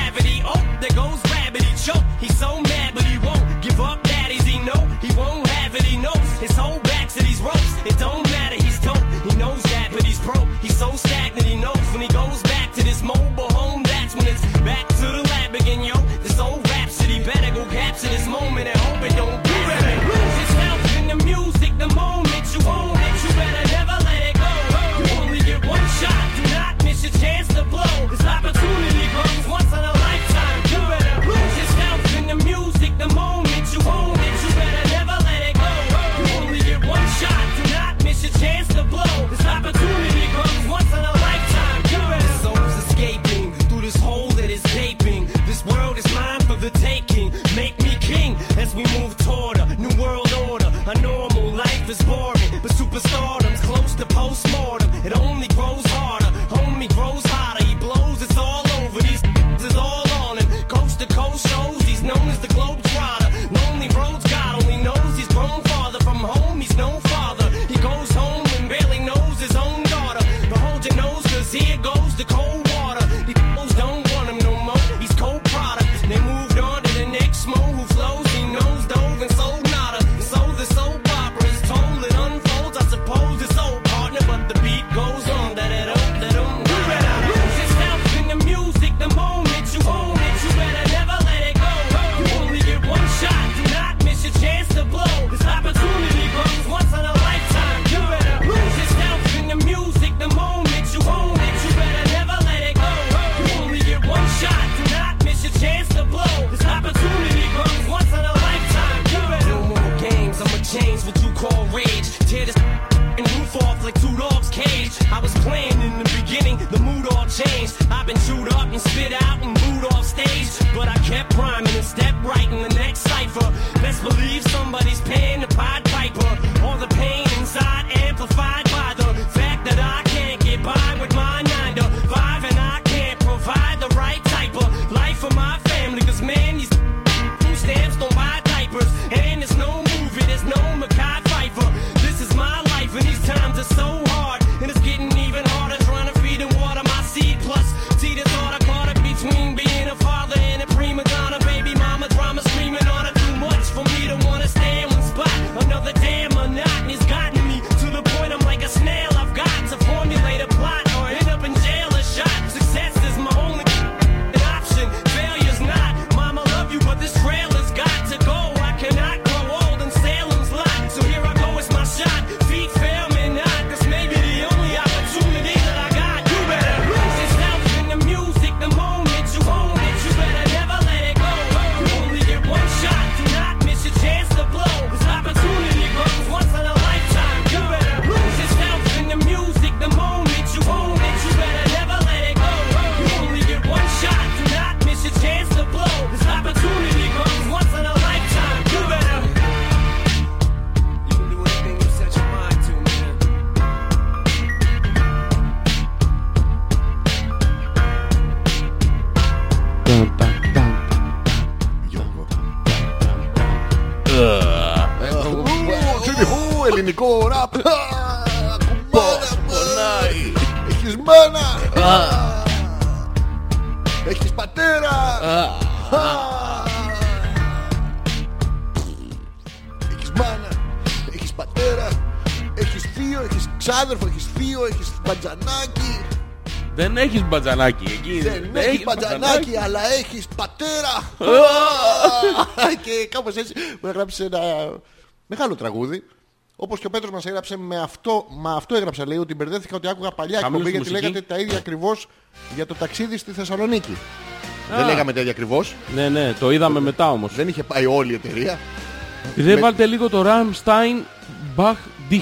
Speaker 1: Oh, When he goes back to this mobile home, that's when it's back to the lab again, yo. This old rhapsody better go capture this moment and hope it don't do that. Lose yourself in the music the moment you own it. You better never let it go. You only get one shot, do not miss your chance to blow. This opportunity comes once in a lifetime. You better lose yourself in the music the moment you own it. You better never let it go. You only get one shot, do not miss your chance to blow. This opportunity comes once in a lifetime. You better souls escaping through this hole that is gaping. This world is mine for the taking. Make me king as we move toward a new world order. A normal life is boring, but superstardom's close to postmortem. It only grows harder, homie grows hotter. He blows, it's all over. These *laughs* is all on him. Coast to coast shows, he's known as the globe trotter. Lonely roads, God only knows he's grown farther from home. He's no father. He goes home and barely knows his own daughter. But hold your nose, cause here goes the cold water. These *laughs* fools don't want him no more. He's cold product. They moved on to the next mo who flows. He knows dove and sold nada. And so the soap opera is told. It unfolds. I suppose it's old partner, but the beat goes on. That it up, that um. You better lose yourself in the music the moment you own it. You better never let it go. You only get one shot. Do not miss your chance to blow. This opportunity comes once in a lifetime. You better lose yourself in the music the moment you own it. You better never let it go. You only get one shot. Do not miss your chance to blow. This opportunity comes once in a lifetime. You better no more games. I'ma change what you call rage. Tear this and roof off like two dogs cage. I was playing in the beginning, the mood all changed. I've been chewed up and spit out and booed off stage, but I kept rhyming and stepped right in the next cipher. Best believe somebody's paying the Pied Piper. All the pain inside amplified by the fact that I can't get by with my nine to five, and I can't provide the right type of life for my family. Cause man, these *laughs* food stamps don't buy diapers, and it's no movie, there's no Mackay Pfeiffer. This is my life, and these times are so hard, and it's getting even harder trying to feed and water my seed. Plus, see the thought I caught up between being a father and a prima donna, baby mama drama screaming on her too much for me to wanna stay in one spot. Another damn monotony's gotten me to the point I'm like a snail. I've got to formulate a plot or end up in jail or shot. Success is my only option. Failure's not. Mama love you, but this trail has got to go. I cannot grow old in Salem's lot. So here I go, it's my shot. Feet fail me not. This may be the only opportunity that I got. You better lose yourself in the music the moment you own it. You better never let it go. You only get one shot. Do not miss your chance to blow. This opportunity comes once in a lifetime. You better lose yourself in the music the moment you own it. You better never let it go. You only get one shot. Do not miss your chance to blow. This opportunity comes once in a lifetime. You better. You can do anything you set your mind to, man.
Speaker 5: Γιώργο. Ε, ου, Τζίμι Χου, Ελληνικό ραπ. Α, κουμπάρα,
Speaker 4: Πονάει.
Speaker 5: ε, Έχεις μάνα. Έχεις πατέρα. Έχεις μάνα, έχεις πατέρα, έχεις θείο, έχεις ξάδερφο, έχεις θείο, έχεις μπατζανάκι.
Speaker 4: Δεν έχεις μπατζανάκι εκεί.
Speaker 5: Δεν έχεις μπατζανάκι, αλλά έχεις πατέρα. Και κάπως έτσι μου έγραψε ένα μεγάλο τραγούδι. Όπως και ο Πέτρος μας έγραψε με αυτό, μα αυτό έγραψα λέει ότι μπερδέθηκα ότι άκουγα παλιά
Speaker 4: Χαμηλός
Speaker 5: εκπομπή
Speaker 4: στη
Speaker 5: γιατί
Speaker 4: μουσική.
Speaker 5: λέγατε τα ίδια ακριβώς για το ταξίδι στη Θεσσαλονίκη.
Speaker 4: Α.
Speaker 5: Δεν λέγαμε τα ίδια ακριβώς.
Speaker 4: Ναι, ναι, το είδαμε μετά όμως.
Speaker 5: Δεν είχε πάει όλη η εταιρεία.
Speaker 4: Δεν βάλτε λίγο το Rammstein Bach Dich.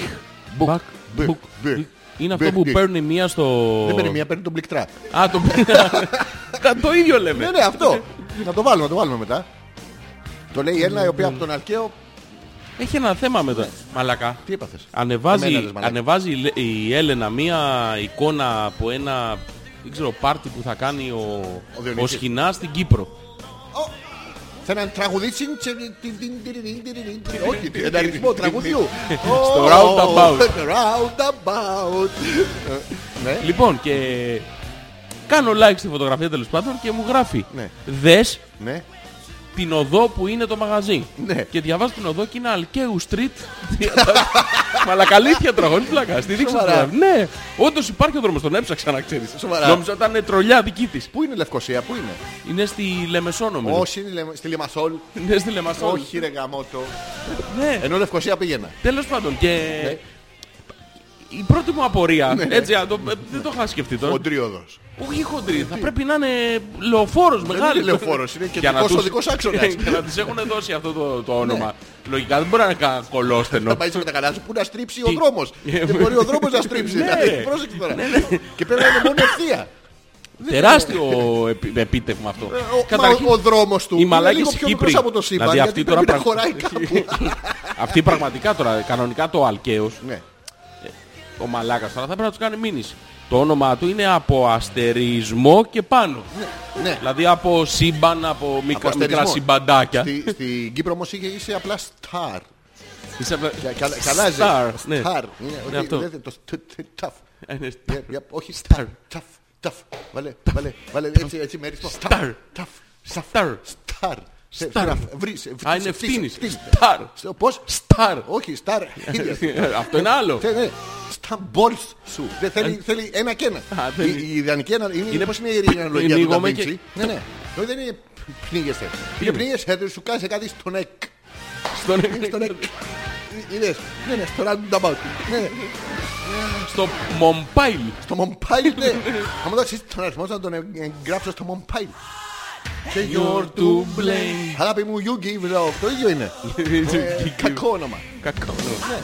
Speaker 5: Buch.
Speaker 4: Bach
Speaker 5: Buch.
Speaker 4: Buch.
Speaker 5: Buch.
Speaker 4: Είναι
Speaker 5: Buch.
Speaker 4: αυτό που
Speaker 5: Dich.
Speaker 4: παίρνει μία στο...
Speaker 5: Δεν παίρνει μία, παίρνει τον μπλικτρά.
Speaker 4: Α, το
Speaker 5: *laughs*
Speaker 4: παίρνει. Το ίδιο λέμε.
Speaker 5: Ναι, ναι, αυτό. Να το βάλουμε, να το βάλουμε μετά. Το λέει ένα η οποία από τον Αρκαίο.
Speaker 4: Έχει ένα θέμα με το... Μαλακά.
Speaker 5: Τι έπαθες. Εμένα,
Speaker 4: Ανεβάζει,
Speaker 5: λες, μαλάκα.
Speaker 4: ανεβάζει η Λε- η Έλενα μία εικόνα από ένα δεν ξέρω, πάρτι που θα κάνει ο,
Speaker 5: Ο
Speaker 4: ο
Speaker 5: Διονύσης.
Speaker 4: Σχοινά στην Κύπρο.
Speaker 5: Θα έναν τραγουδίτσι. Όχι, έναν αριθμό τραγουδιού.
Speaker 4: Στο
Speaker 5: Ω,
Speaker 4: roundabout.
Speaker 5: στο roundabout. Ε, Ναι.
Speaker 4: Λοιπόν, και κάνω like στη φωτογραφία τέλος πάντων και μου γράφει.
Speaker 5: Ναι.
Speaker 4: Δες
Speaker 5: Ναι.
Speaker 4: την οδό που είναι το μαγαζί.
Speaker 5: Ναι.
Speaker 4: Και διαβάζω την οδό και είναι Αλκαίου Street. *laughs* Μαλακαλήθεια τρώγω, μην πλακάς. Τη δείξα
Speaker 5: Σοβαρά.
Speaker 4: τώρα. Ναι, όντως υπάρχει ο δρόμος, τον έψαξα να ξέρεις.
Speaker 5: Σοβαρά.
Speaker 4: Νόμιζα ότι ήταν τρολιά δική της.
Speaker 5: Πού είναι η Λευκοσία, πού είναι.
Speaker 4: Είναι στη Λεμεσό νομίζω.
Speaker 5: Όχι, είναι λε- στη Λιμασόλ.
Speaker 4: Είναι στη Λεμεσό.
Speaker 5: Όχι, ρε γαμότο.
Speaker 4: Ναι.
Speaker 5: Ενώ Λευκοσία πήγαινα.
Speaker 4: Τέλος πάντων και...
Speaker 5: Ναι.
Speaker 4: Η πρώτη μου απορία, έτσι, αν το, ε, δεν το είχα σκεφτεί τώρα.
Speaker 5: Χοντρίοδο.
Speaker 4: Όχι χοντρή, θα πρέπει να είναι λεωφόρος μεγάλη.
Speaker 5: είναι λεωφόρος, είναι
Speaker 4: Για
Speaker 5: κεντρικός
Speaker 4: να τους-
Speaker 5: οδικός άξονας.
Speaker 4: *laughs*
Speaker 5: Ναι.
Speaker 4: Για να της έχουν δώσει αυτό το, το όνομα. Λογικά δεν μπορεί να είναι κα- κολόστενο.
Speaker 5: Θα πάει με τα καλά σου που να στρίψει ο
Speaker 4: Τι-
Speaker 5: δρόμος.
Speaker 4: Ε,
Speaker 5: Δεν μπορεί ο δρόμος να στρίψει.
Speaker 4: Ναι,
Speaker 5: Δηλαδή,
Speaker 4: ρε.
Speaker 5: Πρόσεξε τώρα. Και πρέπει να είναι μόνο ευθεία.
Speaker 4: Τεράστιο επί- επίτευγμα αυτό.
Speaker 5: Ε, Ο- μα Ο, δρόμος του
Speaker 4: οι
Speaker 5: είναι
Speaker 4: μαλάκες
Speaker 5: λίγο πιο
Speaker 4: Κύπροι.
Speaker 5: μικρός από το σύμπαν.
Speaker 4: Δηλαδή,
Speaker 5: γιατί
Speaker 4: αυτοί
Speaker 5: πρέπει
Speaker 4: τώρα
Speaker 5: να
Speaker 4: *laughs*
Speaker 5: χωράει
Speaker 4: πραγ-
Speaker 5: κάπου.
Speaker 4: Αυτή πραγματικά τώρα, κανονικά το Αλκαίος,
Speaker 5: Ναι.
Speaker 4: ο μαλάκας τώρα θα πρέπει να τους κάνει μήνυση. Το όνομά του είναι από αστερισμό και πάνω.
Speaker 5: Ναι.
Speaker 4: Δηλαδή από σύμπαν, από
Speaker 5: Από
Speaker 4: μικρά,
Speaker 5: αστερισμό.
Speaker 4: μικρά συμπαντάκια.
Speaker 5: Στη- Στην Κύπρο όμως είχε- είσαι απλά star.
Speaker 4: Είσαι απλά-
Speaker 5: Κα- κα- Καλά ζε.
Speaker 4: Star, ναι.
Speaker 5: Star. Είναι- όχι,
Speaker 4: αυτό.
Speaker 5: δεν- το- το- το- Tough.
Speaker 4: Ε, ναι,
Speaker 5: Yeah, yeah, Όχι star. Tough. Tough. Βάλε, βάλε, βάλε έτσι, έτσι με ρυθμό.
Speaker 4: Star.
Speaker 5: Tough. Tough.
Speaker 4: Star.
Speaker 5: Star. Σε-
Speaker 4: Star.
Speaker 5: να βρεις, ε,
Speaker 4: Α,
Speaker 5: σε-
Speaker 4: είναι
Speaker 5: σε-
Speaker 4: ευθύνης.
Speaker 5: ευθύνης.
Speaker 4: Star.
Speaker 5: Στο- Πώς?
Speaker 4: Star.
Speaker 5: Όχι, star. ίδιας.
Speaker 4: Ε, Αυτό είναι άλλο. Ε,
Speaker 5: Θε- ναι. Στα μπολς σου. Δεν θέλει, θέλει ένα και ένα.
Speaker 4: Α,
Speaker 5: Η,
Speaker 4: δεν είναι.
Speaker 5: η ιδανική ανα... είναι,
Speaker 4: Είναι
Speaker 5: πώς είναι η αναλογία του
Speaker 4: πνίγομαι
Speaker 5: Da Vinci.
Speaker 4: και-
Speaker 5: Ναι, ναι. Όχι, δεν είναι πνίγεσαι. Είναι πνίγεσαι, δεν σου κάνει κάτι στο νεκ.
Speaker 4: Στον-
Speaker 5: Στο νεκ. Είδες. Ναι, ναι, στο roundabout. Ναι, ναι.
Speaker 4: Στο Μομπάιλ.
Speaker 5: Στο Μομπάιλ, ναι. Θα μου δώσεις τον αριθμό σου να τον εγ- εγγράψω στο Μομπάιλ. Και
Speaker 4: You're to blame.
Speaker 5: Αγάπη μου, you give love. Το ίδιο είναι. Ε, Κακό όνομα.
Speaker 4: Κακό.
Speaker 5: Ναι.
Speaker 4: Ναι.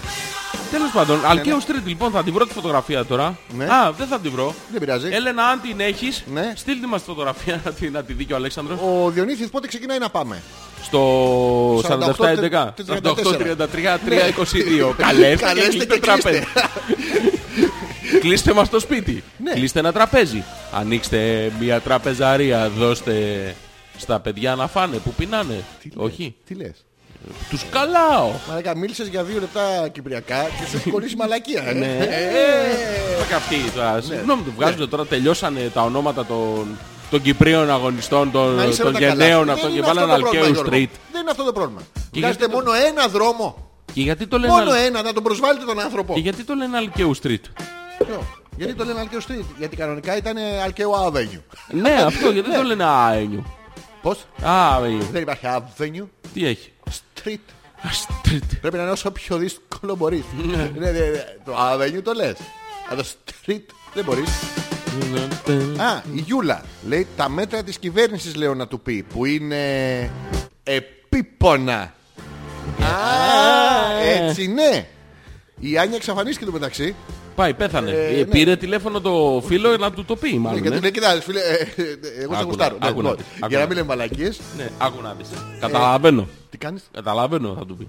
Speaker 4: Τέλος πάντων, Αλκαίο Street λοιπόν θα την βρω τη φωτογραφία τώρα.
Speaker 5: Ναι.
Speaker 4: Α, δεν θα την βρω.
Speaker 5: Δεν πειράζει.
Speaker 4: Έλενα, αν την έχεις,
Speaker 5: Ναι.
Speaker 4: στείλτε μας τη φωτογραφία *laughs* να τη- να τη δει και ο Αλέξανδρος.
Speaker 5: Ο Διονύσης πότε ξεκινάει να πάμε.
Speaker 4: Στο 4711 48-33-322 Καλέστε και
Speaker 5: Ναι. Καλέστε
Speaker 4: κλείστε
Speaker 5: και κλείστε.
Speaker 4: τραπέζι Κλείστε μας το σπίτι
Speaker 5: Ναι.
Speaker 4: Κλείστε ένα τραπέζι Ανοίξτε μια τραπεζαρία Δώστε στα παιδιά να φάνε που πεινάνε Όχι
Speaker 5: Τι λες.
Speaker 4: Τους καλάω
Speaker 5: Μαλάκα, μίλησες για δύο λεπτά κυπριακά και σου
Speaker 4: *laughs*
Speaker 5: έχει κολλήσει μαλακία. ε.
Speaker 4: Ναι. Μα καυτή τώρα Συγγνώμη του βγάζουν τώρα Τελειώσανε τα ονόματα των των Κυπρίων αγωνιστών, των,
Speaker 5: Να είσαι
Speaker 4: των
Speaker 5: όλα καλά.
Speaker 4: γενναίων
Speaker 5: Δεν
Speaker 4: αυτών
Speaker 5: είναι
Speaker 4: και
Speaker 5: αυτό
Speaker 4: βάλανε
Speaker 5: το πρόβλημα,
Speaker 4: Αλκαίου
Speaker 5: Γιώργο.
Speaker 4: Street.
Speaker 5: Δεν είναι αυτό το πρόβλημα. Βγάζετε
Speaker 4: γιατί το-
Speaker 5: μόνο ένα δρόμο.
Speaker 4: Και γιατί το λένε,
Speaker 5: Μόνο
Speaker 4: αλ-
Speaker 5: ένα, να τον προσβάλλετε τον άνθρωπο.
Speaker 4: και γιατί το λένε Αλκαίου Street.
Speaker 5: Ποιο? Γιατί το λένε Αλκαίο Street. Γιατί κανονικά ήταν Αλκαίο Avenue.
Speaker 4: Ναι,
Speaker 5: *laughs*
Speaker 4: αυτό γιατί δεν το λένε Αένιου.
Speaker 5: Πώς?
Speaker 4: Αένιου.
Speaker 5: Δεν υπάρχει Avenue.
Speaker 4: Τι έχει.
Speaker 5: Street.
Speaker 4: Street.
Speaker 5: Πρέπει να είναι όσο πιο δύσκολο μπορείς. Ναι, ναι, ναι. Το Avenue το λες. Αλλά το Street δεν μπορείς. Α, η Γιούλα λέει τα μέτρα της κυβέρνησης λέω να του πει που είναι επίπονα. Α, έτσι ναι. Η Άνια εξαφανίστηκε το μεταξύ.
Speaker 4: Πάει, πέθανε.
Speaker 5: Ε,
Speaker 4: Ε,
Speaker 5: ναι.
Speaker 4: Πήρε τηλέφωνο το φίλο να του το πει,
Speaker 5: Ναι,
Speaker 4: μάλλον.
Speaker 5: Και
Speaker 4: ε.
Speaker 5: του λέει κοιτάξτε φίλε, ε, ε, ε, εγώ σε
Speaker 4: Άκουνα,
Speaker 5: γουστάρω. Ναι,
Speaker 4: άκουνα,
Speaker 5: λοιπόν,
Speaker 4: άκουνα.
Speaker 5: Για να μην λέμε μαλακίες.
Speaker 4: Ναι, άκου να δεις.
Speaker 5: Ε.
Speaker 4: Καταλαβαίνω.
Speaker 5: Τι κάνεις.
Speaker 4: Καταλαβαίνω, θα του πει.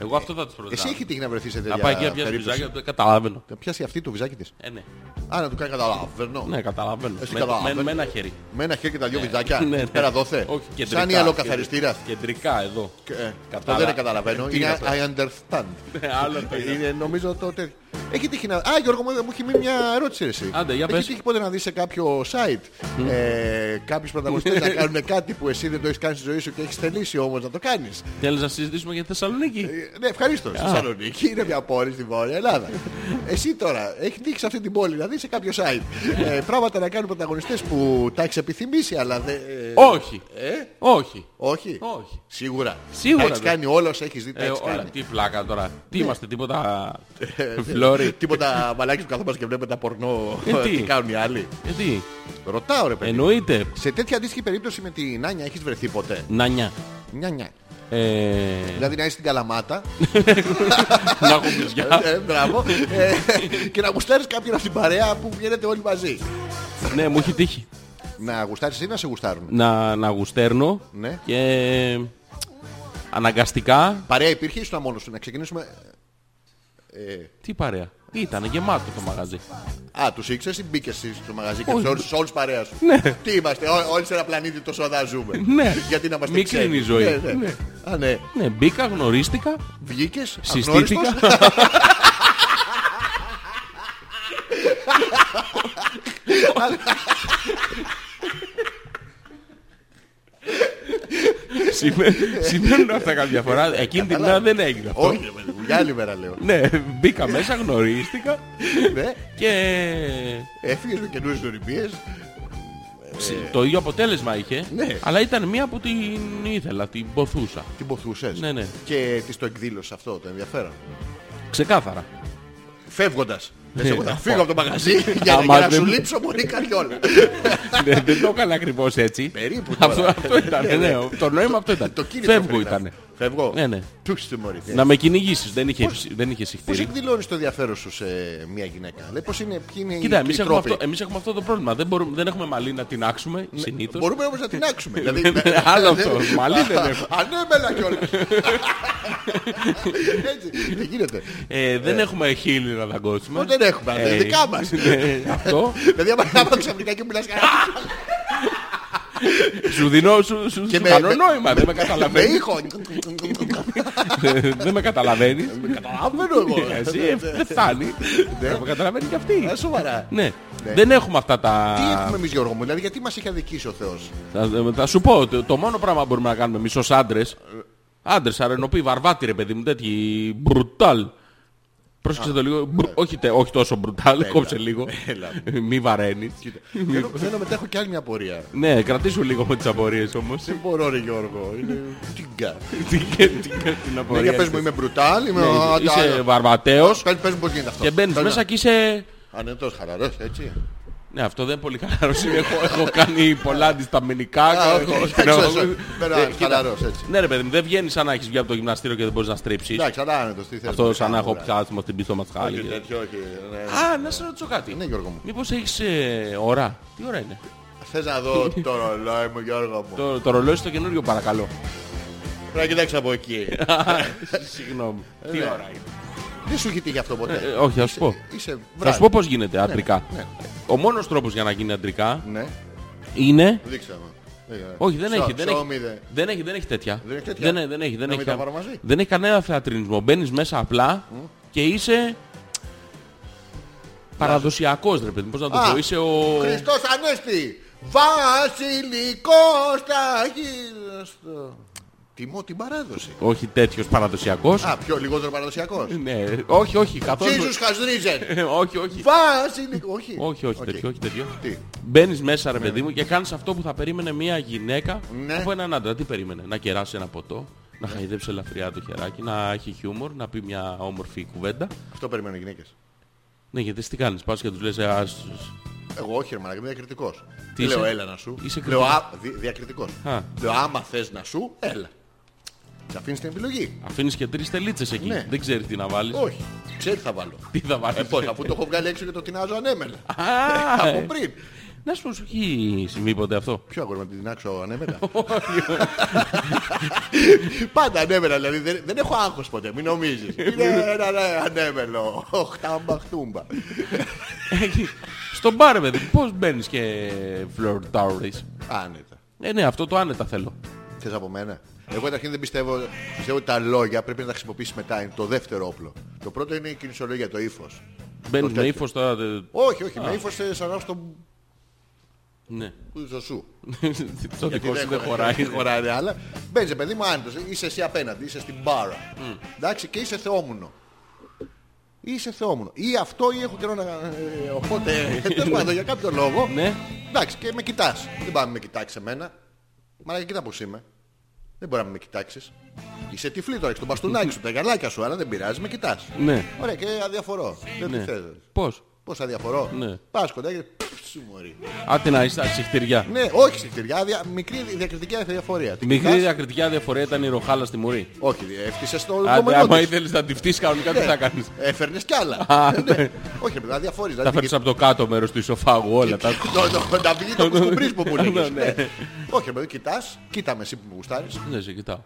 Speaker 4: Εγώ αυτό θα τους προτείνω.
Speaker 5: Εσύ έχει τύχει να βρεθείς σε
Speaker 4: Να πάει και
Speaker 5: τέτοια
Speaker 4: να πιάσει
Speaker 5: περίπτωση.
Speaker 4: μπιζάκια, το καταλαβαίνω.
Speaker 5: Να πιάσει αυτή το βυζάκι της.
Speaker 4: Ε, ναι.
Speaker 5: Α, να του κάνει καταλαβαίνω.
Speaker 4: Ναι, καταλαβαίνω.
Speaker 5: Εσύ
Speaker 4: Με-
Speaker 5: καταλαβαίνω.
Speaker 4: με- Με ένα χέρι.
Speaker 5: Με ένα χέρι και τα δύο βυζάκια.
Speaker 4: Ναι, ναι.
Speaker 5: Πέρα δόθε.
Speaker 4: Όχι, κεντρικά.
Speaker 5: Σαν η αλοκαθαριστήρα. Ε,
Speaker 4: Κεντρικά εδώ.
Speaker 5: Αυτό
Speaker 4: Κατάλα-
Speaker 5: δεν καταλαβαίνω.
Speaker 4: Ε, Τι
Speaker 5: Είναι
Speaker 4: αυτό.
Speaker 5: I understand.
Speaker 4: Ναι, Άλλο το είναι.
Speaker 5: Είναι, νομίζω το τέτοιο. Έχει τύχει να... Α, Γιώργο μου, μου έχει μείνει μια ερώτηση ρε, εσύ.
Speaker 4: Άντε, για
Speaker 5: έχει
Speaker 4: πες.
Speaker 5: τύχει ποτέ να δεις σε κάποιο site ε, κάποιους πρωταγωνιστές
Speaker 4: *laughs*
Speaker 5: να κάνουν κάτι που εσύ δεν το έχεις κάνει στη ζωή σου και έχεις θελήσει όμως να το κάνεις.
Speaker 4: Θέλεις να συζητήσουμε για τη Θεσσαλονίκη.
Speaker 5: Ε, ναι, ευχαρίστω. Στη Θεσσαλονίκη είναι μια πόλη στη Βόρεια Ελλάδα. εσύ τώρα, έχεις τύχει σε αυτή την πόλη, δηλαδή σε κάποιος site. ε, πράγματα να κάνουν πρωταγωνιστές που τα έχεις επιθυμήσει, αλλά δεν... ε,
Speaker 4: Όχι.
Speaker 5: Ε,
Speaker 4: Όχι.
Speaker 5: όχι.
Speaker 4: Όχι.
Speaker 5: Σίγουρα.
Speaker 4: Σίγουρα,
Speaker 5: Τα έχεις
Speaker 4: βέβαια.
Speaker 5: κάνει όλα όσα έχεις δει, τα
Speaker 4: Ε,
Speaker 5: έχεις
Speaker 4: όλα,
Speaker 5: κάνει. Ναι. Ε,
Speaker 4: τι πλάκα τώρα. Τι είμαστε, τίποτα φλόρι.
Speaker 5: Τίποτα μαλάκι που καθόμαστε και βλέπουμε τα πορνό.
Speaker 4: Ε, τι.
Speaker 5: τι κάνουν οι άλλοι.
Speaker 4: Ε, τι,
Speaker 5: Ρωτάω ρε παιδί.
Speaker 4: εννοείται.
Speaker 5: Σε τέτοια αντίστοιχη περίπτωση με την Άνια έχεις βρεθεί ποτέ.
Speaker 4: Νανιά.
Speaker 5: Νια νια.
Speaker 4: Ε,
Speaker 5: Δηλαδή να είσαι στην Καλαμάτα.
Speaker 4: να έχω μπιζιά.
Speaker 5: ε, μπράβο. ε, και να γουστάρεις κάποιον από την παρέα που βγαίνετε όλοι μαζί.
Speaker 4: Ναι, μου έχει τύχει.
Speaker 5: Να γουστάρεις ή να σε γουστάρουν.
Speaker 4: Να, να γουστέρνω
Speaker 5: Ναι.
Speaker 4: και αναγκαστικά.
Speaker 5: Παρέα υπήρχε ή ήσουν μόνος σου να ξεκινήσουμε.
Speaker 4: Τι παρέα. Ήταν γεμάτο το μαγαζί.
Speaker 5: Α, τους ήξερες ή μπήκες εσύ στο μαγαζί και
Speaker 4: Όχι.
Speaker 5: τους όλους παρέας σου.
Speaker 4: Ναι.
Speaker 5: Τι είμαστε, ό- όλοι σε ένα πλανήτη τόσο σοδά ζούμε.
Speaker 4: Ναι.
Speaker 5: Γιατί να είμαστε
Speaker 4: Μη
Speaker 5: ξένοι.
Speaker 4: κλείνει η ζωή.
Speaker 5: Ναι, ναι.
Speaker 4: Ναι.
Speaker 5: Α, ναι.
Speaker 4: Ναι, μπήκα, γνωρίστηκα,
Speaker 5: Βγήκες,
Speaker 4: συστήθηκα.
Speaker 5: αγνώριστος.
Speaker 4: Συμβα- Συμβαίνουν αυτά κάποια φορά. Εκείνη την ώρα δεν έγινε αυτό.
Speaker 5: Όχι, ρε παιδί μου, για άλλη μέρα λέω.
Speaker 4: Ναι, μπήκα μέσα, γνωρίστηκα
Speaker 5: Ναι,
Speaker 4: και
Speaker 5: έφυγε με καινούριες νοημίε.
Speaker 4: το ίδιο αποτέλεσμα είχε.
Speaker 5: Ναι.
Speaker 4: Αλλά ήταν μία που την ήθελα, την ποθούσα.
Speaker 5: Την ποθούσες.
Speaker 4: Ναι, ναι.
Speaker 5: Και της το εκδήλωσε αυτό το ενδιαφέρον.
Speaker 4: ξεκάθαρα.
Speaker 5: Φεύγοντας.
Speaker 4: Ναι,
Speaker 5: Εγώ θα
Speaker 4: αυτό.
Speaker 5: φύγω από το μαγαζί για, για
Speaker 4: Άμα
Speaker 5: να
Speaker 4: δεν-
Speaker 5: σου λείψω πολύ καριόλα.
Speaker 4: Ναι, δεν το έκανα ακριβώς έτσι.
Speaker 5: Περίπου τώρα.
Speaker 4: Αυτό, αυτό ήταν.
Speaker 5: Ναι, ναι.
Speaker 4: ναι, το νόημα αυτό ήταν.
Speaker 5: Το κίνητρο
Speaker 4: Φεύγω
Speaker 5: πρέπει να
Speaker 4: ήταν.
Speaker 5: είναι. Φεύγω.
Speaker 4: Ναι, ναι.
Speaker 5: Του συμμορφωθεί.
Speaker 4: Να με κυνηγήσεις, δεν είχε,
Speaker 5: Πώς-
Speaker 4: δεν είχες
Speaker 5: Πώς
Speaker 4: συχτήρι.
Speaker 5: εκδηλώνεις το ενδιαφέρον σου σε μια γυναίκα. Δηλαδή, πώς είναι, ποιοι είναι
Speaker 4: Κοίτα,
Speaker 5: οι
Speaker 4: εμείς έχουμε,
Speaker 5: τρόποι.
Speaker 4: αυτό, εμείς έχουμε αυτό το πρόβλημα. Δεν, μπορούμε, δεν έχουμε μαλλί να την άξουμε συνήθως.
Speaker 5: Ναι, Μπορούμε όμως να την
Speaker 4: *laughs*
Speaker 5: άξουμε. δηλαδή,
Speaker 4: Ναι,
Speaker 5: ναι,
Speaker 4: Άλλο αυτό. Μαλλί δεν έχουμε.
Speaker 5: *laughs* Ανέμελα κιόλας. Έτσι. Δεν γίνεται.
Speaker 4: Ε, δεν έχουμε χείλη να δαγκώσουμε.
Speaker 5: Ω, Δεν έχουμε.
Speaker 4: Ε,
Speaker 5: δεν είναι Δικά μας.
Speaker 4: ναι, αυτό.
Speaker 5: Δηλαδή, άμα άμα ξαφνικά και μιλάς.
Speaker 4: Σου δίνω σου, σου, σου
Speaker 5: με-
Speaker 4: κάνω
Speaker 5: με-
Speaker 4: νόημα. Δεν με
Speaker 5: Με
Speaker 4: καταλαβαίνεις.
Speaker 5: ήχο.
Speaker 4: δεν με καταλαβαίνεις.
Speaker 5: Καταλαβαίνω Ε, εγώ. Ναι.
Speaker 4: Εσύ ε, δεν φτάνει. Δεν με καταλαβαίνει και αυτή.
Speaker 5: Ε, Σοβαρά.
Speaker 4: Ναι.
Speaker 5: Ναι.
Speaker 4: Δεν έχουμε αυτά τα.
Speaker 5: Τι έχουμε εμείς, Γιώργο μου, δηλαδή γιατί μας είχε αδικήσει ο Θεός.
Speaker 4: Θα, θα σου πω, το, το μόνο πράγμα που μπορούμε να κάνουμε εμείς ως άντρες. Άντρες, αρενοποί, βαρβάτι ρε παιδί μου, τέτοιοι. Μπρουτάλ. Πρόσεξε το λίγο.
Speaker 5: Ε,
Speaker 4: Μπρου- όχι, τε- όχι τόσο μπρουτάλ, κόψε λίγο. Μη βαραίνεις.
Speaker 5: Θέλω θέλω να μετέχω κι άλλη μια πορεία.
Speaker 4: Ναι, κρατήσου λίγο με τις απορίες όμως.
Speaker 5: *laughs* Δεν μπορώ, ρε Γιώργο. Είναι τίγκα.
Speaker 4: Την
Speaker 5: Ναι,
Speaker 4: απορία.
Speaker 5: για Ναι, πες μου, είμαι μπρουτάλ, είμαι. άντα,
Speaker 4: Ναι, Είσαι
Speaker 5: άντα.
Speaker 4: βαρβατέο
Speaker 5: Πες- Πες μου πώς γίνεται αυτό.
Speaker 4: και μπαίνεις
Speaker 5: Πες μου.
Speaker 4: μέσα και είσαι.
Speaker 5: Ανετός χαλαρός, έτσι.
Speaker 4: Ναι, αυτό δεν είναι πολύ χαλαρό. Έχω, έχω κάνει πολλά αντισταμινικά.
Speaker 5: Α,
Speaker 4: έχω-
Speaker 5: όχι,
Speaker 4: Ναι,
Speaker 5: Ε, εντάξει,
Speaker 4: έχω-
Speaker 5: Πέρα χαλαρός, έτσι.
Speaker 4: Ναι, ρε παιδί μου, δεν βγαίνεις σαν να έχεις βγει από το γυμναστήριο και δεν μπορείς να στρίψεις.
Speaker 5: Εντάξει, αλλά άνετος, τι θες.
Speaker 4: Αυτό
Speaker 5: με
Speaker 4: σαν να έχω
Speaker 5: χαμούρα.
Speaker 4: πιάσμα στην πίσω μας χάλη.
Speaker 5: Όχι, Ε, τέτοιο, όχι. ναι.
Speaker 4: Α, να σε ρωτήσω κάτι.
Speaker 5: Ναι, Γιώργο
Speaker 4: *laughs*
Speaker 5: μου.
Speaker 4: Μήπως έχεις ε, ώρα. Τι ώρα είναι.
Speaker 5: Θες να δω το ρολόι μου, Γιώργο μου.
Speaker 4: Το, το ρολόι στο καινούριο παρακαλώ.
Speaker 5: Πρέπει να κοιτάξεις από εκεί.
Speaker 4: Συγγνώμη. Τι ώρα είναι.
Speaker 5: *laughs* Δεν σου έχει τύχει αυτό
Speaker 4: Ε,
Speaker 5: ποτέ.
Speaker 4: όχι, θα σου πω.
Speaker 5: Είσαι
Speaker 4: Θα
Speaker 5: βράδυ.
Speaker 4: σου πω πώς γίνεται αντρικά.
Speaker 5: ναι.
Speaker 4: Ο μόνος τρόπος για να γίνει αντρικά
Speaker 5: Ναι,
Speaker 4: είναι...
Speaker 5: δείξε μου. Ε,
Speaker 4: Όχι, δεν
Speaker 5: show-
Speaker 4: έχει, δεν
Speaker 5: show
Speaker 4: έχει,
Speaker 5: me the-
Speaker 4: δεν έχει, δεν έχει τέτοια.
Speaker 5: Δεν έχει τέτοια.
Speaker 4: Δεν, δεν έχει, δεν
Speaker 5: Να
Speaker 4: έχει,
Speaker 5: μην τα
Speaker 4: κα-
Speaker 5: πάρω μαζί.
Speaker 4: δεν έχει κανένα θεατρινισμό. Μπαίνεις μέσα απλά και είσαι παραδοσιακός ρε παιδί. Πώς να το
Speaker 5: Α,
Speaker 4: πω, είσαι ο...
Speaker 5: Χριστός Ανέστη! Βασιλικός θα γίνεις στο- Τιμώ την παράδοση.
Speaker 4: Όχι τέτοιος παραδοσιακός.
Speaker 5: Α, πιο λιγότερο παραδοσιακός.
Speaker 4: Ναι, όχι, όχι, καθόλου.
Speaker 5: Jesus has risen.
Speaker 4: Ε, *laughs* όχι, όχι.
Speaker 5: Βασιλικό. Όχι.
Speaker 4: Όχι, όχι,
Speaker 5: Οκ.
Speaker 4: τέτοιο, όχι τέτοιο.
Speaker 5: Τι.
Speaker 4: Μπαίνεις μέσα, ρε παιδί μου, και κάνεις αυτό που θα περίμενε μια γυναίκα
Speaker 5: Ναι.
Speaker 4: από έναν άντρα. Τι περίμενε, να κεράσει ένα ποτό, να χαϊδέψει ελαφριά το χεράκι, να έχει χιούμορ, να πει μια όμορφη κουβέντα.
Speaker 5: Αυτό περιμένουν οι γυναίκες.
Speaker 4: Ναι, γιατί εσύ τι κάνεις, πας και τους λες, «Ε, ας-
Speaker 5: Εγώ όχι, ρε μαλάκα, είμαι διακριτικός.
Speaker 4: Τι
Speaker 5: Τι
Speaker 4: είσαι?
Speaker 5: λέω, έλα να σου.
Speaker 4: Είσαι
Speaker 5: λέω, α, δι, διακριτικός.
Speaker 4: Α.
Speaker 5: Λέω, άμα θες να σου, έλα. Και αφήνεις την επιλογή.
Speaker 4: αφήνεις και τρεις τελίτσες εκεί,
Speaker 5: Ναι.
Speaker 4: δεν ξέρεις τι να βάλεις.
Speaker 5: Όχι. Ξέρει τι θα βάλω.
Speaker 4: Τι θα
Speaker 5: Ε,
Speaker 4: βάλεις.
Speaker 5: πώς, αφού το έχω βγάλει έξω και το τεινάζω ανέμελα.
Speaker 4: Α,
Speaker 5: *laughs* από
Speaker 4: ε.
Speaker 5: πριν.
Speaker 4: Να σου πω, σου έχει συμβεί ποτέ αυτό.
Speaker 5: Ποιο αγόρι να την τεινάξω
Speaker 4: *laughs*
Speaker 5: ανέμελα. *laughs* Πάντα ανέμελα, δηλαδή δεν, δεν έχω άγχος ποτέ, μην νομίζεις.
Speaker 4: Ε,
Speaker 5: Είναι ένα ναι, ανέμελο. Χτάμπαχτούμπα.
Speaker 4: Εκεί, Στο μπαρ, ρε παιδί, μου, πώς μπαίνεις και φλερτάρεις.
Speaker 5: Άνετα.
Speaker 4: Ε, ναι, αυτό το άνετα θέλω.
Speaker 5: Θες από μένα. Εγώ καταρχήν δεν πιστεύω, πιστεύω ότι τα λόγια πρέπει να τα χρησιμοποιήσεις μετά. Είναι το δεύτερο όπλο. Το πρώτο είναι η κινησιολογία, το ύφος.
Speaker 4: Μπαίνεις με
Speaker 5: τέτοιο.
Speaker 4: ύφος ε, τώρα, δε-
Speaker 5: Όχι, όχι, με ύφο σαν να στο
Speaker 4: ναι.
Speaker 5: στο σου.
Speaker 4: Το δικό σου δεν χωράει.
Speaker 5: Δεν χωράει, ρε, αλλά μπαίνεις, ρε παιδί μου, άνετος. Είσαι εσύ απέναντι, είσαι στην μπάρα. Εντάξει, και είσαι θεόμουνο. Είσαι θεόμουνο. Ή αυτό ή έχω καιρό να. ε, Οπότε, τέλος πάντων, για κάποιο λόγο.
Speaker 4: Ναι.
Speaker 5: Εντάξει, και με κοιτάς. Δεν πάμε να με κοιτάξεις εμένα. Μα κοιτά πως είμαι. Δεν μπορεί να με κοιτάξεις. Είσαι τυφλή τώρα, έχεις τον μπαστούνάκι σου, τα γαλάκια σου, αλλά δεν πειράζει, με κοιτάς.
Speaker 4: Ναι.
Speaker 5: Ωραία, και αδιαφορώ. Δεν τη θέλω.
Speaker 4: Πώς.
Speaker 5: Πώς αδιαφορώ.
Speaker 4: Ναι.
Speaker 5: Πας κοντά και πφ, σου μωρή.
Speaker 4: Άντε να είσαι συχτηριά.
Speaker 5: Ναι, όχι συχτηριά, αδια... μικρή διακριτική αδιαφορία. Την
Speaker 4: Μικρή
Speaker 5: κοιτάς-
Speaker 4: διακριτική αδιαφορία ήταν η ροχάλα στη μουρή.
Speaker 5: Όχι, έφτιασε το
Speaker 4: Άντε,
Speaker 5: κομμάτι.
Speaker 4: άμα ήθελες να τη φτύσεις κανονικά τι θα κάνεις.
Speaker 5: Έφερνες κι άλλα.
Speaker 4: Α,
Speaker 5: Ναι.
Speaker 4: ναι.
Speaker 5: Όχι, παιδιά, αδιαφορεί.
Speaker 4: Τα φέρνεις από το κάτω μέρος του ισοφάγου όλα τα...
Speaker 5: Να βγει *laughs* το κουσκουμπρίσκο που λέγες.
Speaker 4: Ναι, ναι.
Speaker 5: Ναι. Όχι, παιδιά, κοιτάς, κοίτα με εσύ που με γουστάρεις.
Speaker 4: Ναι, σε κοιτάω.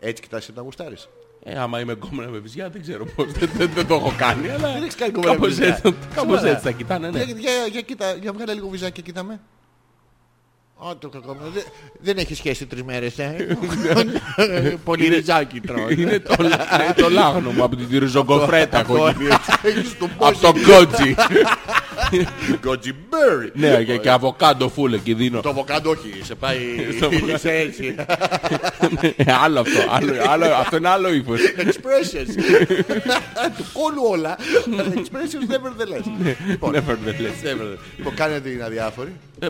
Speaker 5: Έτσι κοιτάς εσύ που με γουστάρεις.
Speaker 4: Ε, άμα είμαι κόμμενα με βυζιά δεν ξέρω πώς. Δεν- Δεν δεν το έχω κάνει, αλλά...
Speaker 5: Δεν έχεις κάνει κομμάτι.
Speaker 4: κάπως έτσι- Κάπως έτσι θα κοιτάνε, ναι.
Speaker 5: Για, Ε, για, για, κοίτα, για βγάλε λίγο βυζάκι, κοίτα με. Α, το κακό μου. Δεν- Δεν έχει σχέση τρεις μέρες, ε.
Speaker 4: *laughs*
Speaker 5: Πολύ ριζάκι τρώω.
Speaker 4: Είναι Ε, το, λα- είναι το λάγνο μου από την ριζογκοφρέτα έχω γίνει.
Speaker 5: *laughs* Έχεις του
Speaker 4: Από
Speaker 5: πόση
Speaker 4: το κότσι.
Speaker 5: Γκοτζιμπέρι.
Speaker 4: Ναι, και, και αβοκάντο φούλε εκεί δίνω.
Speaker 5: Το βοκάντο όχι, σε
Speaker 4: *laughs*
Speaker 5: πάει. Είσαι έτσι.
Speaker 4: Ε, άλλο αυτό. Άλλο, άλλο, αυτό είναι άλλο ύφος. *laughs*
Speaker 5: Expressions. Του κόλλου όλα. αλλά Expressions
Speaker 4: Ναι,
Speaker 5: nevertheless. Λοιπόν, nevertheless. Λοιπόν, κάνε την αδιάφορη.
Speaker 4: Ε,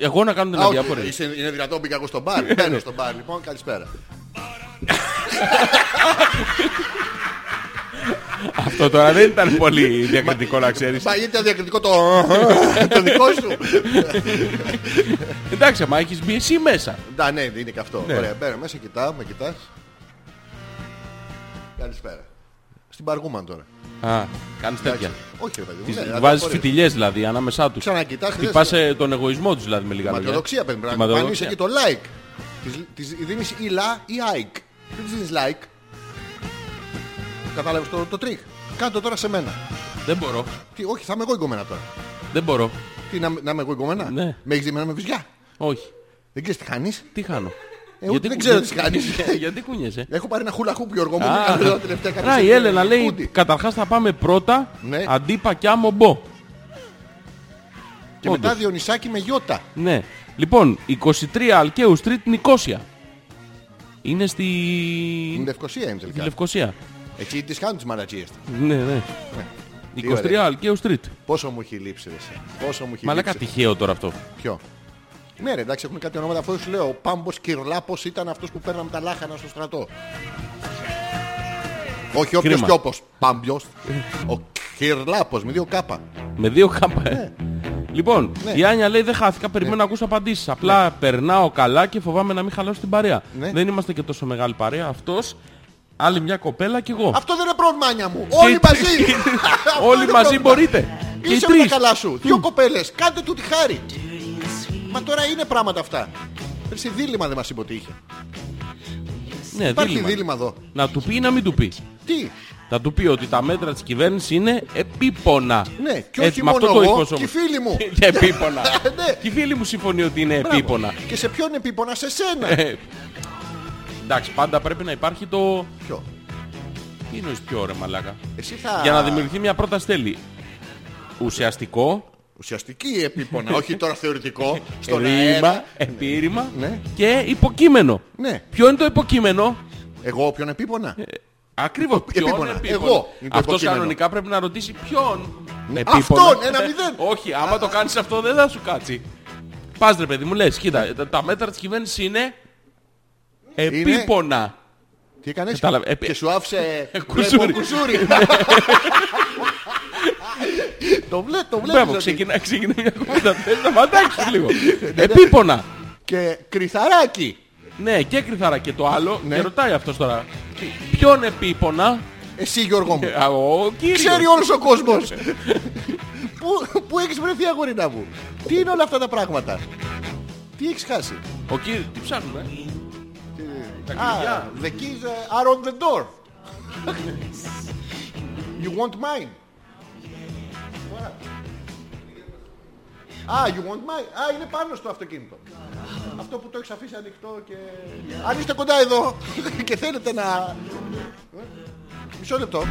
Speaker 4: Εγώ να Ναι, κάνω την
Speaker 5: Α, όχι,
Speaker 4: αδιάφορη.
Speaker 5: είσαι- Είναι δυνατόν μπήκα εγώ στο μπαρ. Μπαίνω στο μπαρ, λοιπόν, καλησπέρα.
Speaker 4: Αυτό τώρα δεν ήταν πολύ διακριτικό να ξέρεις.
Speaker 5: Μα ήταν διακριτικό το.
Speaker 4: *laughs*
Speaker 5: το δικό σου.
Speaker 4: Εντάξει, μα έχεις μπει εσύ μέσα.
Speaker 5: Να, ναι, είναι και αυτό. Ωραία, μπαίνω μέσα, κοιτάω, με κοιτάς. Καλησπέρα. Στην Παργούμαν τώρα.
Speaker 4: Α, κάνεις τέτοια.
Speaker 5: Εντάξει. Όχι, ρε παιδί μου.
Speaker 4: Τις
Speaker 5: ναι,
Speaker 4: βάζει
Speaker 5: αδιαφορίες.
Speaker 4: φιτιλιές δηλαδή ανάμεσά τους.
Speaker 5: Ξανακοιτάς,
Speaker 4: Χτυπάς
Speaker 5: χθες.
Speaker 4: ε, τον εγωισμό τους δηλαδή με λίγα λόγια.
Speaker 5: Ματιοδοξία παίρνει
Speaker 4: Τη
Speaker 5: πράγμα. Αν είσαι
Speaker 4: ματιοδοξία.
Speaker 5: και το like. Της- Της δίνεις ή λα ή like. Δεν της δίνεις like. Κατάλαβες το, το τρίκ. Κάντο τώρα σε μένα.
Speaker 4: Δεν μπορώ.
Speaker 5: Τι, όχι, θα είμαι εγώ εγκομμένα τώρα.
Speaker 4: Δεν μπορώ.
Speaker 5: Τι, να, να είμαι εγώ εγκομμένα.
Speaker 4: Ναι.
Speaker 5: Με έχεις δει εμένα με βυζιά.
Speaker 4: Όχι.
Speaker 5: Δεν ξέρεις τι κάνεις.
Speaker 4: Τι χάνω.
Speaker 5: Ε, ούτε δεν ξέρω τι
Speaker 4: κουνιέ-
Speaker 5: κάνεις.
Speaker 4: *laughs* Γιατί κουνιέσαι. ε?
Speaker 5: Έχω πάρει ένα χούλα χούπ Γιώργο μου.
Speaker 4: Α,
Speaker 5: Κάνω εδώ τελευταία κάποια
Speaker 4: Ρα, η
Speaker 5: στιγμή.
Speaker 4: Έλενα λέει
Speaker 5: Κούντι.
Speaker 4: καταρχάς θα πάμε πρώτα
Speaker 5: Ναι.
Speaker 4: αντίπα και άμμο μπό.
Speaker 5: Και μετά Διονυσάκη με γιώτα.
Speaker 4: Ναι. Λοιπόν, 23 Αλκαίου Street Νικόσια. Είναι στη
Speaker 5: Είναι λευκοσία είναι τελικά.
Speaker 4: Λευκοσία.
Speaker 5: Εκεί τις κάνουν τις μαρατσίες.
Speaker 4: Ναι, ναι.
Speaker 5: Τι
Speaker 4: 23
Speaker 5: ωραία.
Speaker 4: Αλκαίου Street.
Speaker 5: Πόσο μου έχει λείψει ρε, εσύ. Πόσο μου έχει
Speaker 4: Μαλάκα
Speaker 5: λείψει.
Speaker 4: τυχαίο τώρα αυτό.
Speaker 5: Ποιο. Ναι, ρε, εντάξει, έχουν κάτι ονόματα. Αυτό σου λέω. Ο Πάμπος Κυρλάπος ήταν αυτός που παίρναμε τα λάχανα στο στρατό. Όχι, όποιο
Speaker 4: Κρίμα.
Speaker 5: και όπω. Πάμπιος. Ο Κυρλάπος με δύο κάπα.
Speaker 4: Με δύο χάμπα, ε. Λοιπόν,
Speaker 5: Ναι.
Speaker 4: η Άνια λέει δεν χάθηκα, περιμένω να ακούσω απαντήσεις. Απλά περνάω καλά και φοβάμαι να μην χαλάσω την παρέα.
Speaker 5: Ναι.
Speaker 4: Δεν είμαστε και τόσο μεγάλη παρέα. Αυτός, άλλη μια κοπέλα και εγώ.
Speaker 5: Αυτό δεν είναι πρόβλημα, Άνια μου. Όλοι
Speaker 4: *laughs* Και-
Speaker 5: μαζί. Αυτό
Speaker 4: Όλοι
Speaker 5: είναι
Speaker 4: μαζί
Speaker 5: πρόβλημα.
Speaker 4: μπορείτε. Και οι
Speaker 5: Είσαι με τα
Speaker 4: τρεις.
Speaker 5: καλά σου. Δύο κοπέλες. Κάντε του τη χάρη. Μα τώρα είναι πράγματα αυτά. Πέρσι δίλημα δεν μας είπε ότι είχε.
Speaker 4: Ναι,
Speaker 5: Υπάρχει
Speaker 4: Ε, δίλημα.
Speaker 5: δίλημα εδώ.
Speaker 4: Να του πει ή να μην του πει.
Speaker 5: Τι.
Speaker 4: Θα του πει ότι τα μέτρα της κυβέρνησης είναι επίπονα.
Speaker 5: Ναι, και
Speaker 4: Έτσι,
Speaker 5: όχι
Speaker 4: Ε, με
Speaker 5: μόνο
Speaker 4: αυτό το
Speaker 5: εγώ,
Speaker 4: ύφος
Speaker 5: και οι
Speaker 4: όμως. Ε,
Speaker 5: φίλοι μου.
Speaker 4: Και επίπονα.
Speaker 5: *laughs* Ναι.
Speaker 4: Και η φίλη μου συμφωνεί ότι είναι
Speaker 5: Μπράβο.
Speaker 4: επίπονα.
Speaker 5: Και σε ποιον επίπονας, σε σένα.
Speaker 4: Ε, Εντάξει, πάντα πρέπει να υπάρχει το.
Speaker 5: Ποιο.
Speaker 4: Τι νοείς πιο ρε μαλάκα.
Speaker 5: Εσύ θα...
Speaker 4: Για να δημιουργηθεί μια πρόταση θέλει ουσιαστικό,
Speaker 5: Ουσιαστική
Speaker 4: *laughs*
Speaker 5: επίπονα, όχι τώρα θεωρητικό. Στον
Speaker 4: ρήμα,
Speaker 5: αέρα.
Speaker 4: επίρρημα
Speaker 5: Ναι.
Speaker 4: και υποκείμενο.
Speaker 5: Ναι.
Speaker 4: Ποιο είναι το υποκείμενο?
Speaker 5: Εγώ ποιον επίπονα.
Speaker 4: Ε, Ακριβώς ποιον
Speaker 5: επίπονα.
Speaker 4: επίπονα.
Speaker 5: Εγώ είναι το
Speaker 4: Αυτός
Speaker 5: υποκείμενο. Ναι.
Speaker 4: κανονικά πρέπει να ρωτήσει ποιον Ναι.
Speaker 5: Αυτόν, ένα μηδέν.
Speaker 4: Όχι, άμα το κάνεις αυτό δεν θα σου κάτσει. Πας ρε παιδί μου, λες, κοίτα, τα- τα μέτρα της κυβέρνησης είναι επίπονα.
Speaker 5: Τι έκανες.
Speaker 4: Κατάλαβε, επί- Ε,
Speaker 5: Και σου άφησε
Speaker 4: Κουσούρι. Ναι.
Speaker 5: βλέπω κουσούρι. *laughs* Το βλέπω, το
Speaker 4: Μπράβο,
Speaker 5: βλέπω.
Speaker 4: ξεκινάει ξεκινάει μια κουβέντα. Θέλεις να μαντάξεις λίγο.
Speaker 5: ναι,
Speaker 4: Επίπονα.
Speaker 5: Και κρυθαράκι.
Speaker 4: Ναι, και κρυθάρα και το άλλο.
Speaker 5: Ναι.
Speaker 4: Και ρωτάει αυτός τώρα. Ποιον επίπονα.
Speaker 5: Εσύ Γιώργο μου.
Speaker 4: Α, Ο κύριος.
Speaker 5: Ξέρει όλος ο κόσμος.
Speaker 4: Ε.
Speaker 5: Πού- Πού έχεις βρεθεί αγορινά μου. Τι είναι όλα αυτά τα πράγματα. Τι έχεις χάσει.
Speaker 4: Ο κύριος. Τι ψάχνουμε. ε?
Speaker 5: Ah, the keys uh, are on the door. you want mine? Α, Ah, you want mine. Α, είναι πάνω στο αυτοκίνητο. Αυτό που το έχεις αφήσει ανοιχτό και... Αν είστε κοντά εδώ *laughs* και θέλετε να... Μισό λεπτό.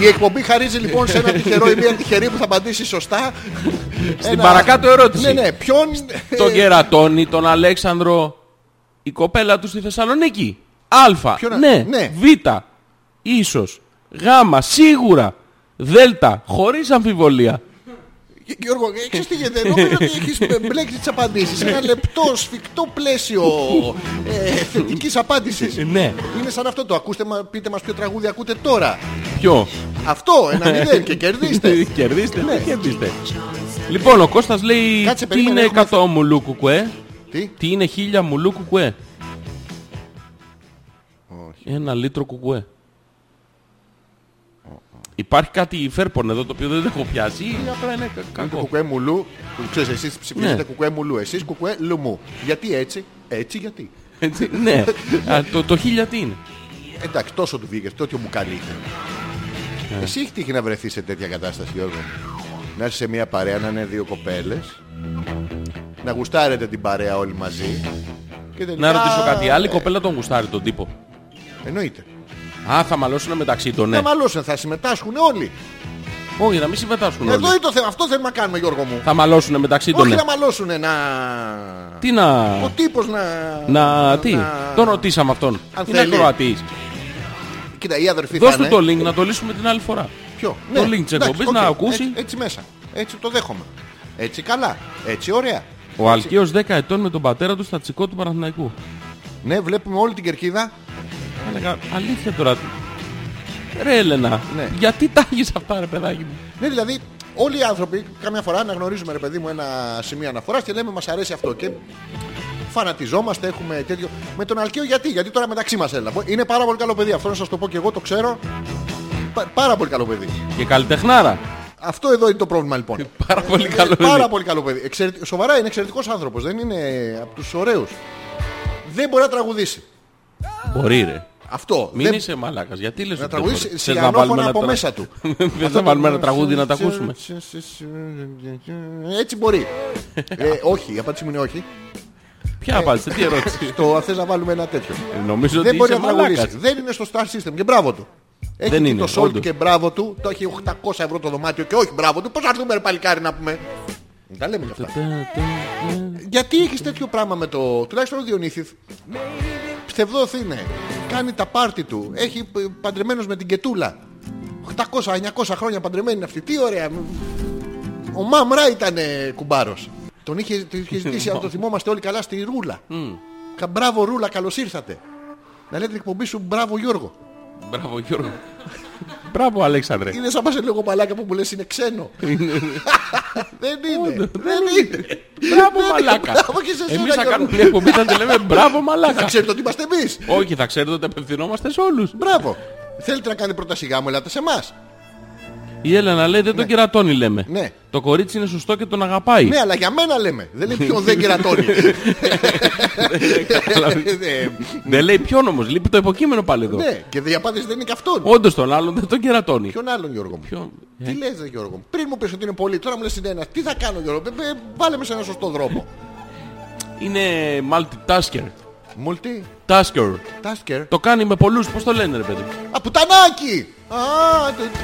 Speaker 5: Η εκπομπή χαρίζει λοιπόν
Speaker 4: *laughs*
Speaker 5: σε ένα τυχερό ή μια τυχερή που θα απαντήσει σωστά. Στην
Speaker 4: παρακάτω ερώτηση.
Speaker 5: Ναι, ναι. Ποιον...
Speaker 4: Τον Κερατώνη, τον Αλέξανδρο, η κοπέλα του στη Θεσσαλονίκη. Α,
Speaker 5: Ποιο να-
Speaker 4: ναι,
Speaker 5: ναι.
Speaker 4: Β, ίσως, Γ, σίγουρα, Δ, χωρίς αμφιβολία.
Speaker 5: Γι- Γιώργο, ε, ξέρεις τι γίνεται. Νομίζω ότι έχεις μπλέξει τις απαντήσεις. Ένα λεπτό, σφιχτό πλαίσιο ε, θετικής απάντησης.
Speaker 4: Ναι.
Speaker 5: Είναι σαν αυτό το. Ακούστε, μα- πείτε μας ποιο τραγούδι ακούτε τώρα.
Speaker 4: Ποιο.
Speaker 5: Αυτό, ένα μηδέν και κερδίστε.
Speaker 4: *laughs* κερδίστε, ναι, κερδίστε. Λοιπόν, ο Κώστας λέει
Speaker 5: Κάτσε,
Speaker 4: τι
Speaker 5: περίμενε,
Speaker 4: είναι
Speaker 5: έχουμε-
Speaker 4: 100 μουλού κουκουέ,
Speaker 5: Τι,
Speaker 4: τι είναι 1000 μουλού κουκουέ. Ένα λίτρο κουκουέ. Υπάρχει κάτι υφέρπον εδώ το οποίο δεν το έχω πιάσει ή απλά είναι κα-
Speaker 5: το
Speaker 4: κακό.
Speaker 5: κουκουέ μουλού. που Ξέρεις, εσείς ψηφίζετε
Speaker 4: Ναι.
Speaker 5: κουκουέ μουλού. Εσείς κουκουέ λουμού. Γιατί έτσι, έτσι γιατί.
Speaker 4: Έτσι, ναι. Α, το, το χίλια τι είναι.
Speaker 5: Εντάξει, τόσο
Speaker 4: Ε.
Speaker 5: του βγήκε, τέτοιο μου καλεί. Εσύ έχει τύχει να βρεθείς σε τέτοια κατάσταση, Γιώργο. να είσαι σε μια παρέα, να είναι δύο κοπέλες, να γουστάρετε την παρέα όλοι μαζί. Και τελικά... Ε,
Speaker 4: Να ρωτήσω κάτι. Άλλη κοπέλα τον γουστάρει τον τύπο.
Speaker 5: Εννοείται.
Speaker 4: Α, θα μαλώσουν μεταξύ των, ναι.
Speaker 5: Να μαλώσουν, θα συμμετάσχουν όλοι.
Speaker 4: Όχι, να μην συμμετάσχουν
Speaker 5: Εδώ
Speaker 4: όλοι.
Speaker 5: είναι το θέμα, αυτό θέλουμε να κάνουμε Γιώργο μου.
Speaker 4: Θα μαλώσουν μεταξύ των,
Speaker 5: Όχι
Speaker 4: ναι.
Speaker 5: να μαλώσουν, να...
Speaker 4: Τι να...
Speaker 5: Ο τύπος να...
Speaker 4: Να, τι, τον ρωτήσαμε αυτόν.
Speaker 5: Αν
Speaker 4: Είναι
Speaker 5: θέλει.
Speaker 4: ακροατής.
Speaker 5: Κοίτα, η αδερφή
Speaker 4: Δώσ'
Speaker 5: θα
Speaker 4: του
Speaker 5: είναι.
Speaker 4: το link να το λύσουμε την άλλη φορά.
Speaker 5: Ποιο? Ναι,
Speaker 4: Το link της
Speaker 5: εντάξει,
Speaker 4: εκπομπής
Speaker 5: οκ. ε,
Speaker 4: να ακούσει.
Speaker 5: Έτσι, έτσι μέσα. Έτσι το δέχομαι. Έτσι καλά. Έτσι ωραία.
Speaker 4: Ο Αλκαίος 10 ετών με τον πατέρα του στα τσικό του Παναθηναϊκού.
Speaker 5: Ναι, βλέπουμε όλη την κερκίδα.
Speaker 4: Έλεγα, Αλήθεια τώρα. Ρε Έλενα,
Speaker 5: Ναι.
Speaker 4: γιατί τα έχεις αυτά ρε παιδάκι μου.
Speaker 5: Ναι, δηλαδή όλοι οι άνθρωποι καμιά φορά αναγνωρίζουμε ρε παιδί μου ένα σημείο αναφοράς και λέμε μας αρέσει αυτό. Και φανατιζόμαστε, έχουμε τέτοιο. Με τον Αλκαίο γιατί, γιατί τώρα μεταξύ μας έλα. Είναι πάρα πολύ καλό παιδί. Αυτό να σας το πω και εγώ το ξέρω. Πα- πάρα πολύ καλό παιδί.
Speaker 4: Και καλλιτεχνάρα.
Speaker 5: Αυτό εδώ είναι το πρόβλημα λοιπόν.
Speaker 4: *laughs* Πάρα πολύ
Speaker 5: Είναι
Speaker 4: καλό.
Speaker 5: Πάρα
Speaker 4: παιδί.
Speaker 5: πολύ καλό παιδί. Εξαιρετικ- Σοβαρά είναι εξαιρετικός άνθρωπος. Δεν είναι από τους ωραίους. Δεν μπορεί να τραγουδήσει.
Speaker 4: Μπορεί ρε.
Speaker 5: Αυτό.
Speaker 4: Μην
Speaker 5: δεν...
Speaker 4: είσαι μαλάκας, γιατί λες
Speaker 5: Να
Speaker 4: ότι
Speaker 5: τραγουδήσει
Speaker 4: δεν
Speaker 5: σε
Speaker 4: μπορεί. Θες να βάλουμε
Speaker 5: από
Speaker 4: τρα-
Speaker 5: μέσα
Speaker 4: *laughs*
Speaker 5: του.
Speaker 4: Δεν
Speaker 5: Αυτό
Speaker 4: θα
Speaker 5: το- *laughs*
Speaker 4: βάλουμε ένα τραγούδι να τα ακούσουμε.
Speaker 5: Έτσι
Speaker 4: *laughs*
Speaker 5: μπορεί. ε, όχι, η απάντηση μου είναι όχι.
Speaker 4: Ποια απάντησε, τι ερώτηση.
Speaker 5: Το θες να βάλουμε ένα τέτοιο.
Speaker 4: Ε, Νομίζω ότι
Speaker 5: Δεν μπορεί
Speaker 4: είσαι
Speaker 5: να
Speaker 4: μαλάκας.
Speaker 5: τραγουδήσει. Δεν είναι στο Star System και μπράβο του. Έχει
Speaker 4: Δεν
Speaker 5: και
Speaker 4: είναι,
Speaker 5: το Salt
Speaker 4: όντως.
Speaker 5: και μπράβο του. Το έχει 800 ευρώ το δωμάτιο και όχι μπράβο του. Πώς θα έρθουμε ρε παλικάρι να πούμε. Δεν Τα λέμε κι αυτά. Γιατί έχεις τέτοιο πράγμα με το. Τουλάχιστον ο Διονύθιθ. Ψευδό είναι. Κάνει τα πάρτι του. Έχει παντρεμένος με την Κετούλα. 800-900 χρόνια παντρεμένη είναι αυτή. Τι ωραία. Ο Μαμρά ήταν κουμπάρος. Τον είχε, τον είχε ζητήσει,
Speaker 4: *laughs*
Speaker 5: αν το θυμόμαστε όλοι καλά, στη Ρούλα. Κα- Μπράβο Ρούλα, καλώς ήρθατε. Να λέτε την εκπομπή σου, μπράβο Γιώργο.
Speaker 4: Μπράβο
Speaker 5: *laughs*
Speaker 4: Γιώργο. Μπράβο Αλέξανδρε.
Speaker 5: Είναι σαν να σε λίγο μαλάκα που μου λες είναι *laughs* ξένο. δεν είναι. δεν είναι.
Speaker 4: Μπράβο
Speaker 5: Δεν είναι.
Speaker 4: μαλάκα.
Speaker 5: Μπράβο και σε σένα,
Speaker 4: Εμείς θα
Speaker 5: Γιώργο.
Speaker 4: κάνουμε μια εκπομπή θα τη λέμε μπράβο
Speaker 5: *laughs*
Speaker 4: μαλάκα.
Speaker 5: Ξέρετε ότι είμαστε εμείς.
Speaker 4: Όχι, θα ξέρετε ότι απευθυνόμαστε σε όλους.
Speaker 5: Μπράβο. Θέλετε να κάνετε πρόταση γάμου, ελάτε σε εμάς.
Speaker 4: Η Έλενα λέει δεν τον κερατώνει λέμε.
Speaker 5: Ναι.
Speaker 4: Το κορίτσι είναι σωστό και τον αγαπάει.
Speaker 5: Ναι, αλλά για μένα λέμε. Δεν λέει ποιον δεν κερατώνει. *laughs* Ε,
Speaker 4: Δεν λέει ποιον όμως, λείπει το υποκείμενο πάλι εδώ.
Speaker 5: Ναι, και η απάντηση δεν είναι και αυτόν.
Speaker 4: Όντως τον άλλον δεν τον κερατώνει.
Speaker 5: Ποιον άλλον Γιώργο μου.
Speaker 4: Ποιον-
Speaker 5: Τι λες ρε Γιώργο μου. Πριν μου πεις ότι είναι πολύ, τώρα μου λες είναι ένα. Τι θα κάνω Γιώργο. Ε, ε, Βάλε με σε ένα σωστό δρόμο.
Speaker 4: Είναι multitasker.
Speaker 5: Multi
Speaker 4: Tasker.
Speaker 5: Tasker.
Speaker 4: Το κάνει με πολλούς, πώς το λένε ρε παιδί.
Speaker 5: Α, πουτανάκι! Α, το-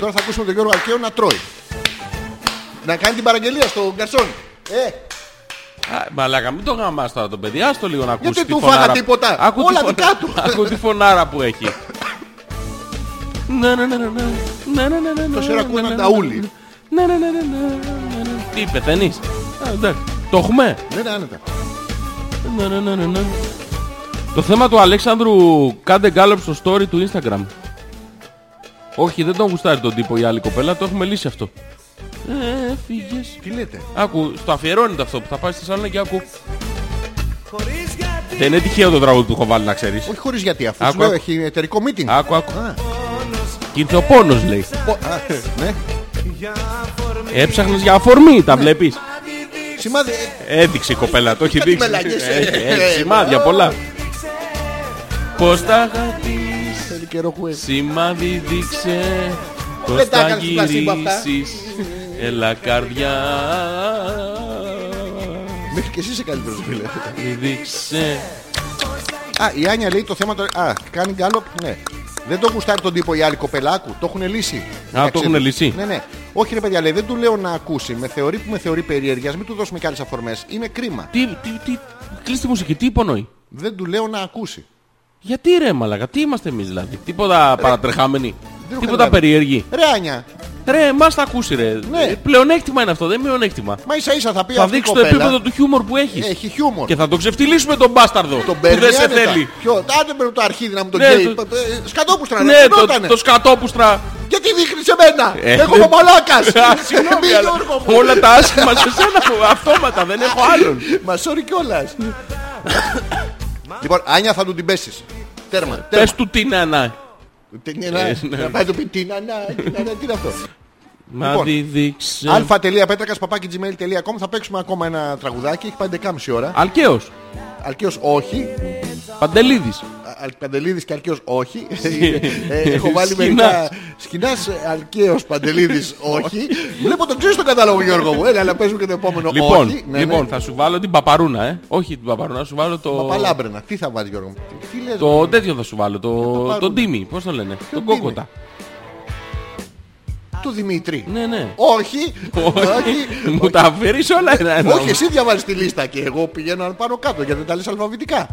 Speaker 5: Τώρα θα ακούσουμε τον Γιώργο Αρκαίο να τρώει. Να κάνει την παραγγελία στον γκαρσόν. Ε,
Speaker 4: Α, Μαλάκα, μην το γαμάς τώρα το παιδί, άστο λίγο να ακούσει.
Speaker 5: Γιατί
Speaker 4: τη
Speaker 5: του φάγα
Speaker 4: φωνάρα-
Speaker 5: τίποτα.
Speaker 4: Άκου τη
Speaker 5: Όλα
Speaker 4: φωνά-
Speaker 5: δικά του.
Speaker 4: *laughs* Άκου τη φωνάρα που έχει. Να, να, να, να, να. Να, να, να, να, να,
Speaker 5: Το σειρακού
Speaker 4: να,
Speaker 5: ένα
Speaker 4: να,
Speaker 5: ταούλι.
Speaker 4: να, να, να, να, να, να. Τι πεθαίνεις. ναι, Α, εντάξει. Το έχουμε.
Speaker 5: δεν είναι άνετα.
Speaker 4: Ναι, ναι, ναι, ναι, ναι. Το θέμα του Αλέξανδρου κάντε γκάλωπ στο story του Instagram. Όχι, δεν τον γουστάρει τον τύπο η άλλη κοπέλα, το έχουμε λύσει αυτό. Ε, φύγες.
Speaker 5: Τι λέτε.
Speaker 4: Άκου, στο αφιερώνεται αυτό που θα πάει στη σαλόνα και άκου. Δεν είναι τυχαίο το τραγούδι που έχω βάλει να ξέρεις.
Speaker 5: Όχι χωρίς γιατί, αφού
Speaker 4: Άκου,
Speaker 5: σου λέω,
Speaker 4: άκου.
Speaker 5: έχει εταιρικό meeting.
Speaker 4: Άκου, άκου.
Speaker 5: Α,
Speaker 4: Και ήρθε ο πόνος λέει.
Speaker 5: πο- α, ναι.
Speaker 4: Έψαχνες για αφορμή, τα βλέπεις.
Speaker 5: Σημάδι. ε,
Speaker 4: Έδειξε η κοπέλα, το έχει
Speaker 5: Κάτι
Speaker 4: δείξει.
Speaker 5: μελαγές, ε.
Speaker 4: Έχει, έχει σημάδια πολλά. Πώς τα αγαπείς
Speaker 5: Θέλει καιρό που έχει.
Speaker 4: Σημάδι δείξε πως
Speaker 5: Δεν τα
Speaker 4: θα
Speaker 5: έκανες στην πλασίμπα αυτά.
Speaker 4: γυρίσεις Έλα καρδιά
Speaker 5: Μέχρι και εσύ είσαι καλύτερος φίλε.
Speaker 4: Μη δείξε
Speaker 5: Α, η Άνια λέει το θέμα τώρα. Α, κάνει γκάλο. Ναι. Δεν το γουστάρει τον τύπο η άλλη κοπελάκου. Το έχουν λύσει. Μεταξύ
Speaker 4: το έχουν
Speaker 5: τους.
Speaker 4: λύσει.
Speaker 5: Ναι, ναι. Όχι ρε παιδιά, λέει, δεν του λέω να ακούσει. Με θεωρεί που με θεωρεί περίεργη. Ας μην του δώσουμε κι άλλες αφορμές. Είναι κρίμα.
Speaker 4: Τι, τι, τι, κλείς τη μουσική, τι υπονοεί
Speaker 5: Δεν του λέω να ακούσει.
Speaker 4: Γιατί ρε μαλακα, τι είμαστε εμείς δηλαδή Τίποτα παρατρεχάμενοι
Speaker 5: έχω
Speaker 4: Τίποτα
Speaker 5: καταλάβει.
Speaker 4: περίεργοι
Speaker 5: Ρε Άνια,
Speaker 4: Ρε μας τα ακούσει ρε Ε, Πλεονέκτημα είναι αυτό, δεν είναι μειονέκτημα
Speaker 5: μα ίσα ίσα θα πει
Speaker 4: Θα
Speaker 5: Ναι. αυτή η
Speaker 4: δείξει το
Speaker 5: κοπέλα.
Speaker 4: επίπεδο του χιούμορ που έχεις
Speaker 5: Έχει χιούμορ.
Speaker 4: Και θα τον ξεφτυλίσουμε τον μπάσταρδο
Speaker 5: Τον
Speaker 4: Που
Speaker 5: παίρνει
Speaker 4: δεν σε
Speaker 5: άνετα.
Speaker 4: θέλει
Speaker 5: Ποιο, άντε με το αρχίδι να μου τον
Speaker 4: Ναι,
Speaker 5: καίει.
Speaker 4: το-
Speaker 5: Ε, ε, Σκατόπουστρα,
Speaker 4: Ναι,
Speaker 5: ναι,
Speaker 4: το, το σκατόπουστρα
Speaker 5: Γιατί δείχνει σε μένα.
Speaker 4: Ε,
Speaker 5: Εγώ
Speaker 4: ναι.
Speaker 5: είμαι μαλάκας.
Speaker 4: Α, *laughs* Συγγνώμη,
Speaker 5: Ε, Μη
Speaker 4: αλλά
Speaker 5: Γιώργο μου. Ναι.
Speaker 4: όλα τα άσχημα σε σένα που αυτόματα δεν έχω
Speaker 5: *laughs*
Speaker 4: άλλον.
Speaker 5: Μα sorry κιόλας. Λοιπόν, Άνια θα του την πέσεις. Τέρμα. τέρμα.
Speaker 4: Πες του τι να να.
Speaker 5: Τι είναι, να-
Speaker 4: ναι.
Speaker 5: Να πάει το πει τι να να, τι να να, τι είναι
Speaker 4: *laughs*
Speaker 5: αυτό.
Speaker 4: Μα
Speaker 5: Λοιπόν.
Speaker 4: διδείξε.
Speaker 5: αλφα.πέτρακα παπάκι.gmail.com Θα παίξουμε ακόμα ένα τραγουδάκι. Έχει πάει 11.30 ώρα.
Speaker 4: Αλκαίος.
Speaker 5: Αλκαίος όχι.
Speaker 4: Παντελίδης. *laughs*
Speaker 5: Παντελίδης και Αλκαίος όχι. Ε, Έχω βάλει μερικά.
Speaker 4: Σκηνάς.
Speaker 5: Ξεκινά αλκαίος
Speaker 4: *laughs*
Speaker 5: Παντελίδης, όχι. Βλέπω τον ξέρει τον κατάλογο Γιώργο μου. Έλα, αλλά παίζουμε και το επόμενο.
Speaker 4: Λοιπόν,
Speaker 5: όχι. Ναι,
Speaker 4: λοιπόν
Speaker 5: ναι.
Speaker 4: θα σου βάλω την παπαρούνα, ε. Όχι την παπαρούνα, θα σου βάλω το.
Speaker 5: Παπαλάμπρενα, τι θα βάλει Γιώργο μου. Τι λες,
Speaker 4: Το τέτοιο θα σου βάλω. Το,
Speaker 5: πάρουμε.
Speaker 4: τον Τίμη, πώς το λένε. τον
Speaker 5: Τίμη?
Speaker 4: Κόκοτα.
Speaker 5: του Δημήτρη.
Speaker 4: Ναι, ναι.
Speaker 5: Όχι,
Speaker 4: Όχι,
Speaker 5: όχι.
Speaker 4: μου τα αφαιρείς όλα ένα ένα.
Speaker 5: Όχι, εσύ διαβάζεις τη λίστα και εγώ πηγαίνω αν πάνω κάτω γιατί δεν τα λες αλφαβητικά.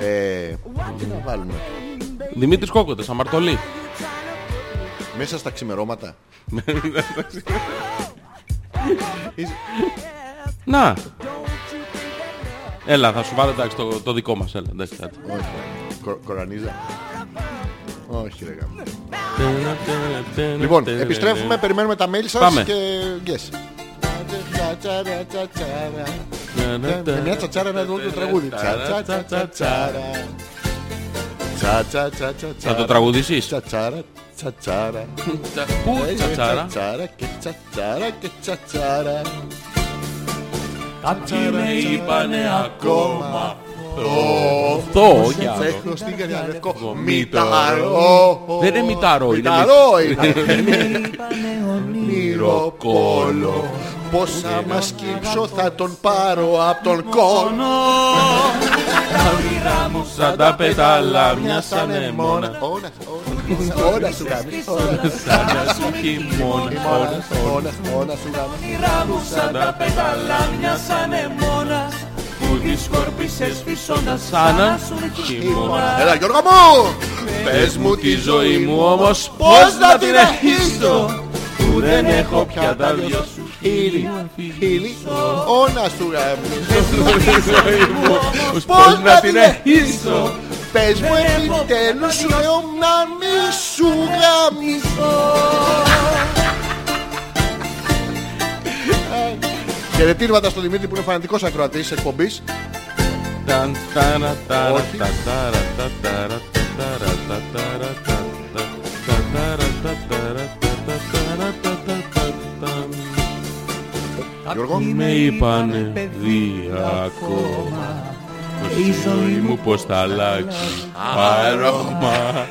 Speaker 5: Ε, τι να βάλουμε.
Speaker 4: Δημήτρης Κόκοτας, Αμαρτωλή.
Speaker 5: Μέσα στα ξημερώματα.
Speaker 4: Να. Έλα, θα σου βάλω εντάξει, το, το δικό μας. Έλα, εντάξει, κάτι.
Speaker 5: Όχι. Κορ- Κορανίζα. Όχι, ρε γάμο.
Speaker 4: Ναι,
Speaker 5: Λοιπόν, επιστρέφουμε, περιμένουμε τα mail
Speaker 4: Πάμε.
Speaker 5: σας και yes.
Speaker 4: Ναι,
Speaker 5: Με μια τσατσάρα να δω το τραγούδι. Τσα, τσα, τσα, τσατσάρα. Τσα, τσα, τσα, τσατσάρα.
Speaker 4: Θα το τραγουδήσεις.
Speaker 5: Τσατσάρα, τσατσάρα.
Speaker 4: Τσα- Πού,
Speaker 5: Ε,
Speaker 4: τσατσάρα.
Speaker 5: Τσατσάρα και τσατσάρα και τσατσάρα.
Speaker 4: Κάποιοι με είπανε ακόμα.
Speaker 5: Το
Speaker 4: Το, για το.
Speaker 5: τσέχο στην καρδιά λευκό.
Speaker 4: Μηταρό.
Speaker 5: Μηταρό.
Speaker 4: Δεν είναι μηταρό, είναι
Speaker 5: Μηταρό είναι. Όνειρο κόλο. Πόσα μας κύψω θα τον πάρω από τον κόλο.
Speaker 4: *laughs* Σαν τα πετάλα μια σαν εμόνα.
Speaker 5: Όλα, όλα, όλα σου γάμι. Όλα,
Speaker 4: Σαν να σου χειμώνα.
Speaker 5: όλα, όλα, όλα σου γάμι.
Speaker 4: Σαν τα πετάλα μια σαν εμόνα. Που τη σκορπίσες φυσώντας σαν να σου χειμώνα.
Speaker 5: Έλα Γιώργο μου!
Speaker 4: Πες μου τη ζωή μου όμως
Speaker 5: Πώς
Speaker 4: πώς να την αρχίσω.
Speaker 5: αρχίσω
Speaker 4: Που δεν έχω πια τα δυο σου χείλη.
Speaker 5: Φίλοι, όλα σου γάμι.
Speaker 4: Τη ζωή μου
Speaker 5: Πώς
Speaker 4: όμως πώς
Speaker 5: να
Speaker 4: να
Speaker 5: την
Speaker 4: την αρχίσω.
Speaker 5: Πες μου επιτέλους σου λέω να μη σου γαμίσω Χαιρετήρματα στον Δημήτρη που είναι φανατικός ακροατής της εκπομπής
Speaker 4: Ταν, ταρα, ταρα,
Speaker 5: Όχι.
Speaker 4: τα, ταρα, τα, ταρα, τα, ταρα, τα, ταρα, τα, τα, τα, ταρα, τα, ταρα, τα, τα, ταρα, τα, τα, τα, τα.
Speaker 5: Γιώργο
Speaker 4: Με είπανε παιδί ακόμα Η ζωή μου πως θα αλλάξει Αρώμα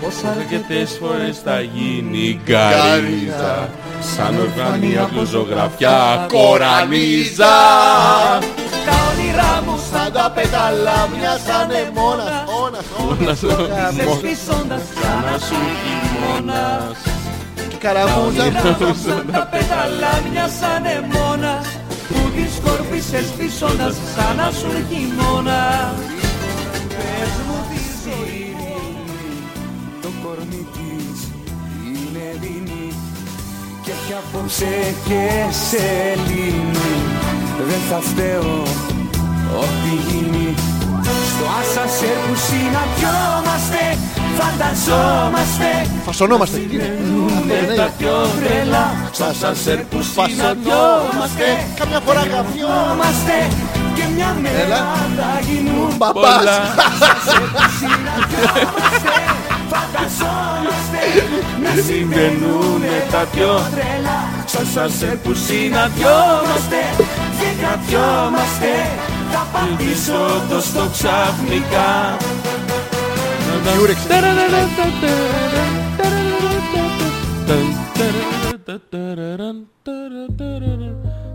Speaker 4: Πως αρκετές φορές θα γίνει γκαρίζα Σαν ορφανή από ζωγραφιά κορανίζα
Speaker 5: Σαν τα πεταλά μια σαν εμόνας Όνας,
Speaker 4: Να
Speaker 5: όνας,
Speaker 4: σου
Speaker 5: όνας
Speaker 4: να σου χειμώνας
Speaker 5: Και καραμούζα
Speaker 4: Σαν τα
Speaker 6: Καλάμια σαν εμόνα που τη σκορπίσε φυσώντας σαν να σου χειμώνα. Πες μου τη ζωή μου, το κορμί της είναι δεινή και έχει απόψε και σε λύνει. Δεν θα φταίω ό,τι γίνει στο άσασερ που συναντιόμαστε φανταζόμαστε
Speaker 5: Φασωνόμαστε Ναι, ναι.
Speaker 6: πιο τρελά
Speaker 5: Σαν σανσέρ που
Speaker 6: συναντιόμαστε.
Speaker 5: Καμιά φορά γαμιόμαστε
Speaker 6: Είμαστε και μια μέρα
Speaker 5: Έλα.
Speaker 6: θα γίνουν
Speaker 5: Μπαμπάς
Speaker 4: πολλά
Speaker 6: Συναντιόμαστε, φανταζόμαστε να συμβαινούνε τα πιο τρελά Σαν σανσέρ που συναντιόμαστε και κρατιόμαστε Θα πατήσω το στο ξαφνικά
Speaker 5: Γιούρεξε.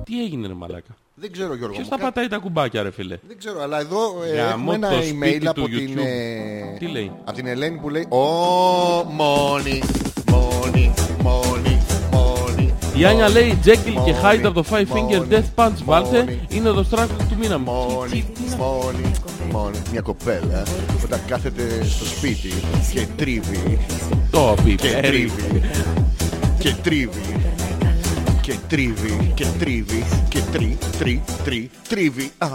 Speaker 4: Τι έγινε ρε μαλάκα
Speaker 5: Δεν ξέρω Γιώργο
Speaker 4: Ποιος
Speaker 5: μου
Speaker 4: τα πατάει τα κουμπάκια ρε φίλε
Speaker 5: Δεν ξέρω, αλλά εδώ ε,
Speaker 4: Γαμώ
Speaker 5: έχουμε ένα email από
Speaker 4: το σπίτι του
Speaker 5: την,
Speaker 4: YouTube.
Speaker 5: ε,
Speaker 4: Τι λέει?
Speaker 5: από την Ελένη που λέει «Ω, μόνη, μόνη, μόνη, μόνη».
Speaker 4: Η Άνια λέει Jekyll και
Speaker 5: Μόνη,
Speaker 4: Hyde από το Five Finger
Speaker 5: μόνη,
Speaker 4: Death Punch βάλτε
Speaker 5: μόνη,
Speaker 4: Είναι το struggle του μήνα μου
Speaker 5: Μόνη, μόνη, μόνη. Μια κοπέλα όταν κάθεται στο σπίτι και τρίβει,
Speaker 4: Το
Speaker 5: και
Speaker 4: πιπέρι
Speaker 5: τρίβει, και τρίβει. Και τρίβει, και τρίβει, και τρι, τρι, τρι, τρίβει. Αχ.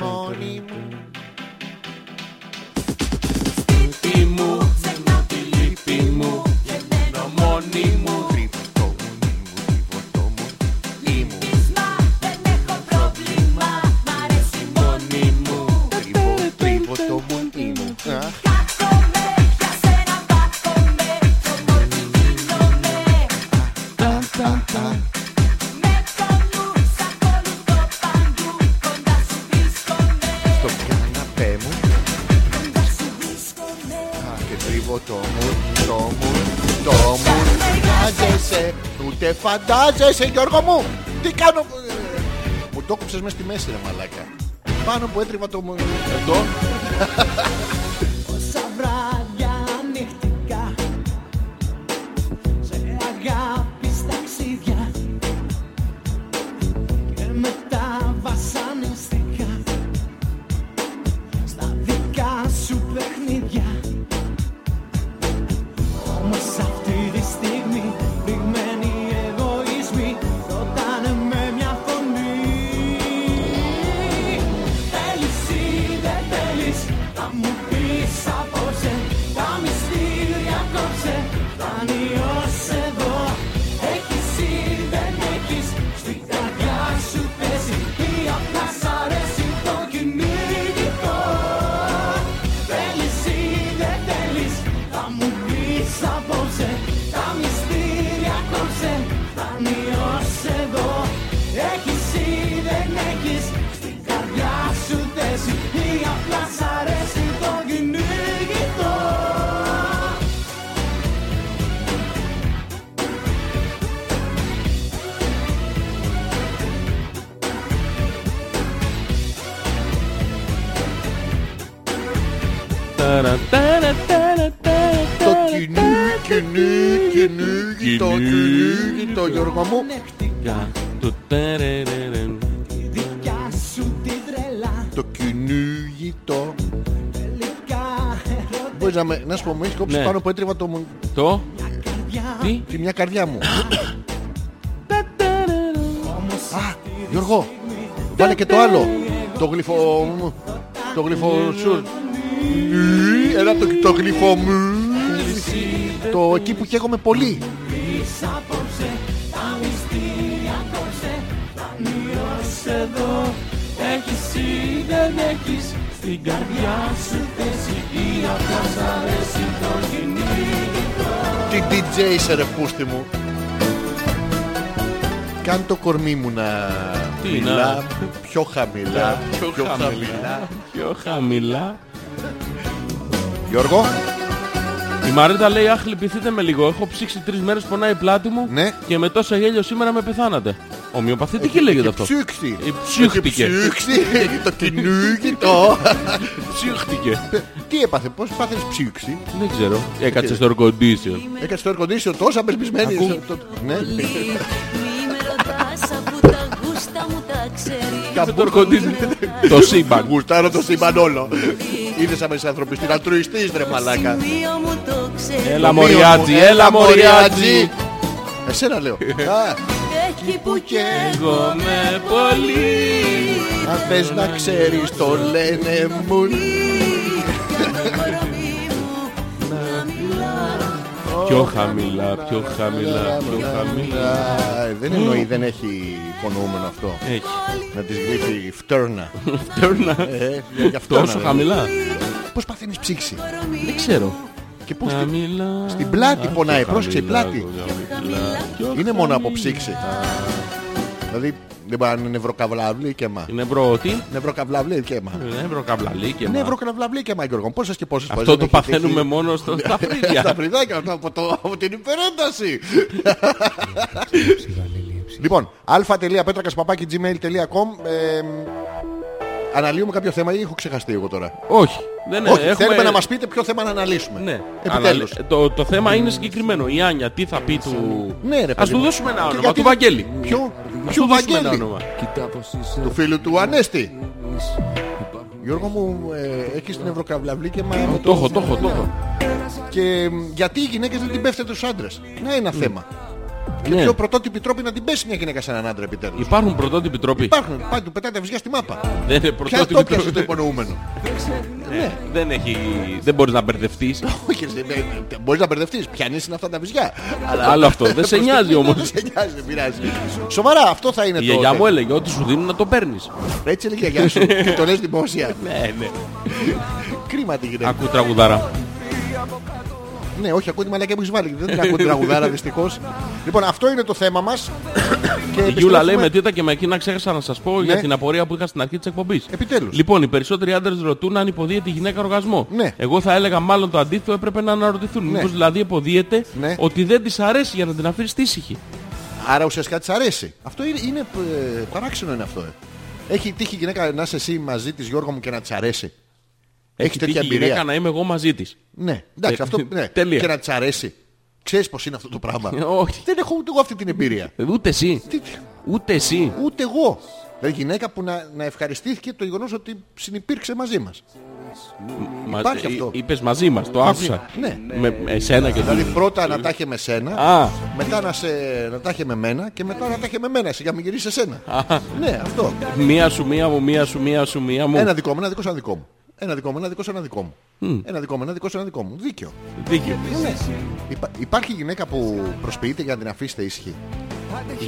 Speaker 5: Μόνη μου.
Speaker 4: Λύπη μου Τη λύπη μου Γεμμένο μόνη μου
Speaker 5: Τριβωτό μου, τριβωτό μου, ήμου,
Speaker 4: Μόνη μου
Speaker 5: τριβω- τριβωτό μου, ήμου. Αχ, στο καναπέ μου, Μπράβο το μουν, το μουν, το μουν. Φαντάζεσαι, ούτε φαντάζεσαι Γιώργο μου. Τι κάνω. ε, Μου το κόψες μέσα στη μέση ρε μαλάκα. Πάνω που έτριβα το μουν. Εδώ.
Speaker 7: Όσα βράδια νυχτικά Σε αγάπη ταξίδια Και μετά βασανιστικά Στα δικά σου παιχνίδια Όμως αυτή τη στιγμή Ρηγμένοι εγωισμοί Ρωτάνε με μια φωνή Θέλεις ή δεν θέλεις Θα μου πεις απόψε Τα μυστήρια κόψε Φτάνει ως εδώ Έχεις ή δεν έχεις Στην καρδιά σου θέση Ή απλά σ' αρέσει το κυνηγητό Θέλεις ή δεν θέλεις Θα μου πεις απόψε Τα μυστήρια κόψε Φτάνει ως εδώ Έχεις ή δεν έχεις Στην καρδιά σου θέση Ή απλά σ' αρέσει το κυνηγητό
Speaker 4: Ταρα, ταρα, ταρα, ταρα,
Speaker 5: Το
Speaker 4: ταρα,
Speaker 5: κυνήγι,
Speaker 4: ταρα,
Speaker 5: κυνήγι, κυνήγι, το κυνήγι, το Γιώργο μου.
Speaker 7: Νεκτικά
Speaker 4: ταρα, το τερερερε.
Speaker 7: η δικιά σου τη τρελά
Speaker 5: Το κυνήγι, το...
Speaker 7: Τελικά ερώτα
Speaker 5: Μπορείς να, με, να σου πω, μου έχει κόψεις
Speaker 4: Ναι.
Speaker 5: πάνω που έτριβα το μου...
Speaker 4: Το.
Speaker 7: καρδιά
Speaker 4: Τι.
Speaker 5: τη μια καρδιά μου.
Speaker 4: Τα, ταραρα.
Speaker 5: Α, Γιώργο, βάλε και το άλλο. Το γλυφο... Το γλυφο... σουρ. Ένα το, το γλυφο... Το εκεί που καίγομαι πολύ.
Speaker 7: Πεις απόψε Τα μυστήρια κόψε Φτάνει ως εδώ Έχεις ή δεν έχεις Στην καρδιά σου θέση Ή απλά σ' αρέσει το κυνηγητό
Speaker 5: Τι DJ είσαι ρε πούστη μου. Κάν το κορμί μου να
Speaker 4: Τι
Speaker 5: μιλά
Speaker 4: να.
Speaker 5: πιο χαμηλά.
Speaker 4: Πιο χαμηλά. Πιο χαμηλά.
Speaker 5: Γιώργο,
Speaker 4: Η Μαρίτα λέει: Αχ, λυπηθείτε με λίγο. Έχω ψήξει τρεις μέρες, πονάει η πλάτη μου
Speaker 5: Ναι.
Speaker 4: και με τόσο γέλιο σήμερα με πεθάνατε. Ομοιοπαθητική λέγεται αυτό.
Speaker 5: ψύχτη.
Speaker 4: Ε, ψύχτηκε.
Speaker 5: Ψύχτη. Το κυνήγι το.
Speaker 4: Ψύχτηκε.
Speaker 5: Τι έπαθε, πώς πάθες ψύχτη.
Speaker 4: Δεν ξέρω. Έκατσε στο air condition.
Speaker 5: Έκανε το air condition τόσο απελπισμένη.
Speaker 4: Ακούω.
Speaker 5: Το- το- Ναι.
Speaker 8: Μη με ρωτάς αφού τα γούστα μου τα ξέρεις
Speaker 4: Με το air condition. Το σύμπαν.
Speaker 5: Γουστάρω το σύμπαν όλο. Είδες σαν μέσα ανθρωπιστή. Αλτρουιστή ρε μαλάκα.
Speaker 8: Σημείο μου το ξέρεις
Speaker 4: Έλα μοριάτζι, έλα μοριάτζι.
Speaker 5: Εσένα
Speaker 4: *laughs*
Speaker 5: λέω. Α,
Speaker 8: Εκεί που και
Speaker 4: Εγώ με πολύ.
Speaker 5: Αν θες να ξέρεις το λένε μου.
Speaker 4: Πιο χαμηλά, πιο χαμηλά, πιο χαμηλά.
Speaker 5: Α, Ε, Δεν εννοεί, δεν έχει υπονοούμενο αυτό.
Speaker 4: Έχει.
Speaker 5: Να της γλύφει φτέρνα.
Speaker 4: Ε. Φτέρνα.
Speaker 5: Ε, για- για φτέρνα,
Speaker 4: Τόσο
Speaker 5: ρε.
Speaker 4: χαμηλά.
Speaker 5: Πώς παθαίνεις ψήξη.
Speaker 4: Δεν ξέρω.
Speaker 5: Και πώς την-
Speaker 4: Χαμηλά.
Speaker 5: στην πλάτη
Speaker 4: Αχ,
Speaker 5: πονάει,
Speaker 4: πιο
Speaker 5: πρόσεξε, η
Speaker 4: χαμηλά,
Speaker 5: πλάτη.
Speaker 4: πιο χαμηλά.
Speaker 5: είναι μόνο από ψήξη. Δηλαδή δεν μπορεί να είναι νευροκαβλαβλή και μα.
Speaker 4: Είναι πρώτη.
Speaker 5: Νευροκαβλαβλή και μα.
Speaker 4: Ναι, βροκαβλαλή και μα.
Speaker 5: Νευροκαβλαβλή και μα Γιώργο. Πόσες και πόσες φορές
Speaker 4: Αυτό το
Speaker 5: δεν έχει τύχει.
Speaker 4: παθαίνουμε μόνο στο,
Speaker 5: *laughs*
Speaker 4: στα
Speaker 5: Στα
Speaker 4: φρύδια.
Speaker 5: φρυδάκια αυτά από, το, από την υπερένταση. λοιπόν, α.πέτρακα.gmail.com ε, Αναλύουμε κάποιο θέμα ή έχω ξεχαστεί εγώ τώρα.
Speaker 4: Όχι. Δεν
Speaker 5: Όχι,
Speaker 4: Ναι, έχουμε-
Speaker 5: θέλουμε να μας πείτε ποιο θέμα να αναλύσουμε.
Speaker 4: Ναι.
Speaker 5: Επιτέλους.
Speaker 4: Αλλά Το, το θέμα είναι συγκεκριμένο. Η Άνια τι θα πει του...
Speaker 5: Ναι, ρε,
Speaker 4: Ας
Speaker 5: παιδί
Speaker 4: του
Speaker 5: μου.
Speaker 4: δώσουμε ένα
Speaker 5: Και
Speaker 4: όνομα.
Speaker 5: γιατί
Speaker 4: Του
Speaker 5: δεν-
Speaker 4: Βαγγέλη.
Speaker 5: Ποιο,
Speaker 4: Ας
Speaker 5: ποιο
Speaker 4: του δώσουμε ένα
Speaker 5: Βαγγέλη.
Speaker 4: όνομα.
Speaker 5: Του φίλου του Ανέστη. Γιώργο μου, ε, έχεις την ευρωκαβλαβλή και μα...
Speaker 4: Το έχω, το έχω, το έχω.
Speaker 5: Και μ, γιατί οι γυναίκες δεν την πέφτουν στους άντρες. Να ένα θέμα. Και
Speaker 4: Ναι.
Speaker 5: ποιο πρωτότυπη τρόπη να την πέσει μια γυναίκα σε έναν άντρα επιτέλους.
Speaker 4: Υπάρχουν πρωτότυποι τρόποι.
Speaker 5: Υπάρχουν. Πάει, του πετάει τα βυζιά στη μάπα.
Speaker 4: Δεν είναι
Speaker 5: Ποια το
Speaker 4: πρωτότυποι
Speaker 5: πιάσε το
Speaker 4: τρόποι.
Speaker 5: υπονοούμενο. *laughs* Ναι. Ε,
Speaker 4: Δεν έχει... Δεν μπορείς να μπερδευτείς.
Speaker 5: Όχι, ρε, ναι, ναι, μπορείς να μπερδευτείς. Πιανείς είναι αυτά τα βυζιά. Αλλά-
Speaker 4: Άλλο αυτό.
Speaker 5: *laughs*
Speaker 4: Δεν σε νοιάζει
Speaker 5: Δεν
Speaker 4: όμως.
Speaker 5: σε νοιάζει, δεν πειράζει. Σοβαρά, αυτό θα είναι
Speaker 4: Η
Speaker 5: το.
Speaker 4: γιαγιά μου έλεγε ότι σου δίνουν να το παίρνεις.
Speaker 5: Έτσι έλεγε η γιαγιά
Speaker 4: *laughs*
Speaker 5: σου. Και το λες δημόσια.
Speaker 4: Ναι, ναι.
Speaker 5: Ναι. Κρίμα τη γυναίκα.
Speaker 4: Ακού τραγουδάρα.
Speaker 5: Ναι, όχι, ακούω τη μαλακία που έχεις βάλει. Δεν την ακούω την τραγουδάρα δυστυχώς. λοιπόν, αυτό είναι το θέμα μας. Ε,
Speaker 4: Η Γιούλα λέει με τίτα και με εκείνα ξέχασα να σας πω για
Speaker 5: Ναι.
Speaker 4: την απορία που είχα στην αρχή της εκπομπής.
Speaker 5: Επιτέλους.
Speaker 4: Λοιπόν, οι περισσότεροι άντρες ρωτούν αν υποδίεται η γυναίκα οργασμό.
Speaker 5: Ναι.
Speaker 4: Εγώ θα έλεγα μάλλον το αντίθετο έπρεπε να αναρωτηθούν. Μήπως δηλαδή υποδίεται
Speaker 5: Ναι.
Speaker 4: ότι δεν της αρέσει για να την αφήσει ήσυχη.
Speaker 5: Άρα ουσιαστικά της αρέσει. Αυτό είναι, είναι ε, παράξενο είναι αυτό. Ε. Έχει τύχει η γυναίκα να είσαι εσύ μαζί της Γιώργο μου και να της αρέσει. Έχει τέτοια
Speaker 4: τύχει η
Speaker 5: εμπειρία.
Speaker 4: γυναίκα να είμαι εγώ μαζί της.
Speaker 5: Ναι, εντάξει,
Speaker 4: Ε,
Speaker 5: αυτό. Ναι.
Speaker 4: τέλεια. Ε,
Speaker 5: Και να της αρέσει. Ξέρεις πώ είναι αυτό το πράγμα.
Speaker 4: Όχι.
Speaker 5: Δεν έχω ούτε εγώ αυτή την εμπειρία.
Speaker 4: Ούτε εσύ.
Speaker 5: Τι- τι-
Speaker 4: Ούτε εσύ.
Speaker 5: Ούτε εγώ. Δηλαδή γυναίκα που να, να ευχαριστήθηκε το γεγονός ότι συνυπήρξε μαζί μας. υπάρχει αυτό.
Speaker 4: Είπες ε, μαζί μας, το άκουσα.
Speaker 5: Ναι.
Speaker 4: Με εσένα και
Speaker 5: Δηλαδή
Speaker 4: τον.
Speaker 5: πρώτα να τα είχε με σένα,
Speaker 4: Α.
Speaker 5: μετά να, σε, να τα είχε με μένα και μετά να τα είχε με μένα, εσύ για να μην γυρίσει εσένα. Ναι, αυτό.
Speaker 4: Μία σου, μία μου, μία σου, μία σου, μία μου.
Speaker 5: Ένα δικό μου, ένα δικό σου, ένα δικό μου. Ένα δικό μου, ένα δικό σου, ένα δικό μου. Ένα δικό μου, ένα δικό σου, ένα δικό μου. Δίκιο.
Speaker 4: Δίκιο.
Speaker 5: Υπά- υπάρχει γυναίκα που προσποιείται για να την αφήσετε ήσυχη.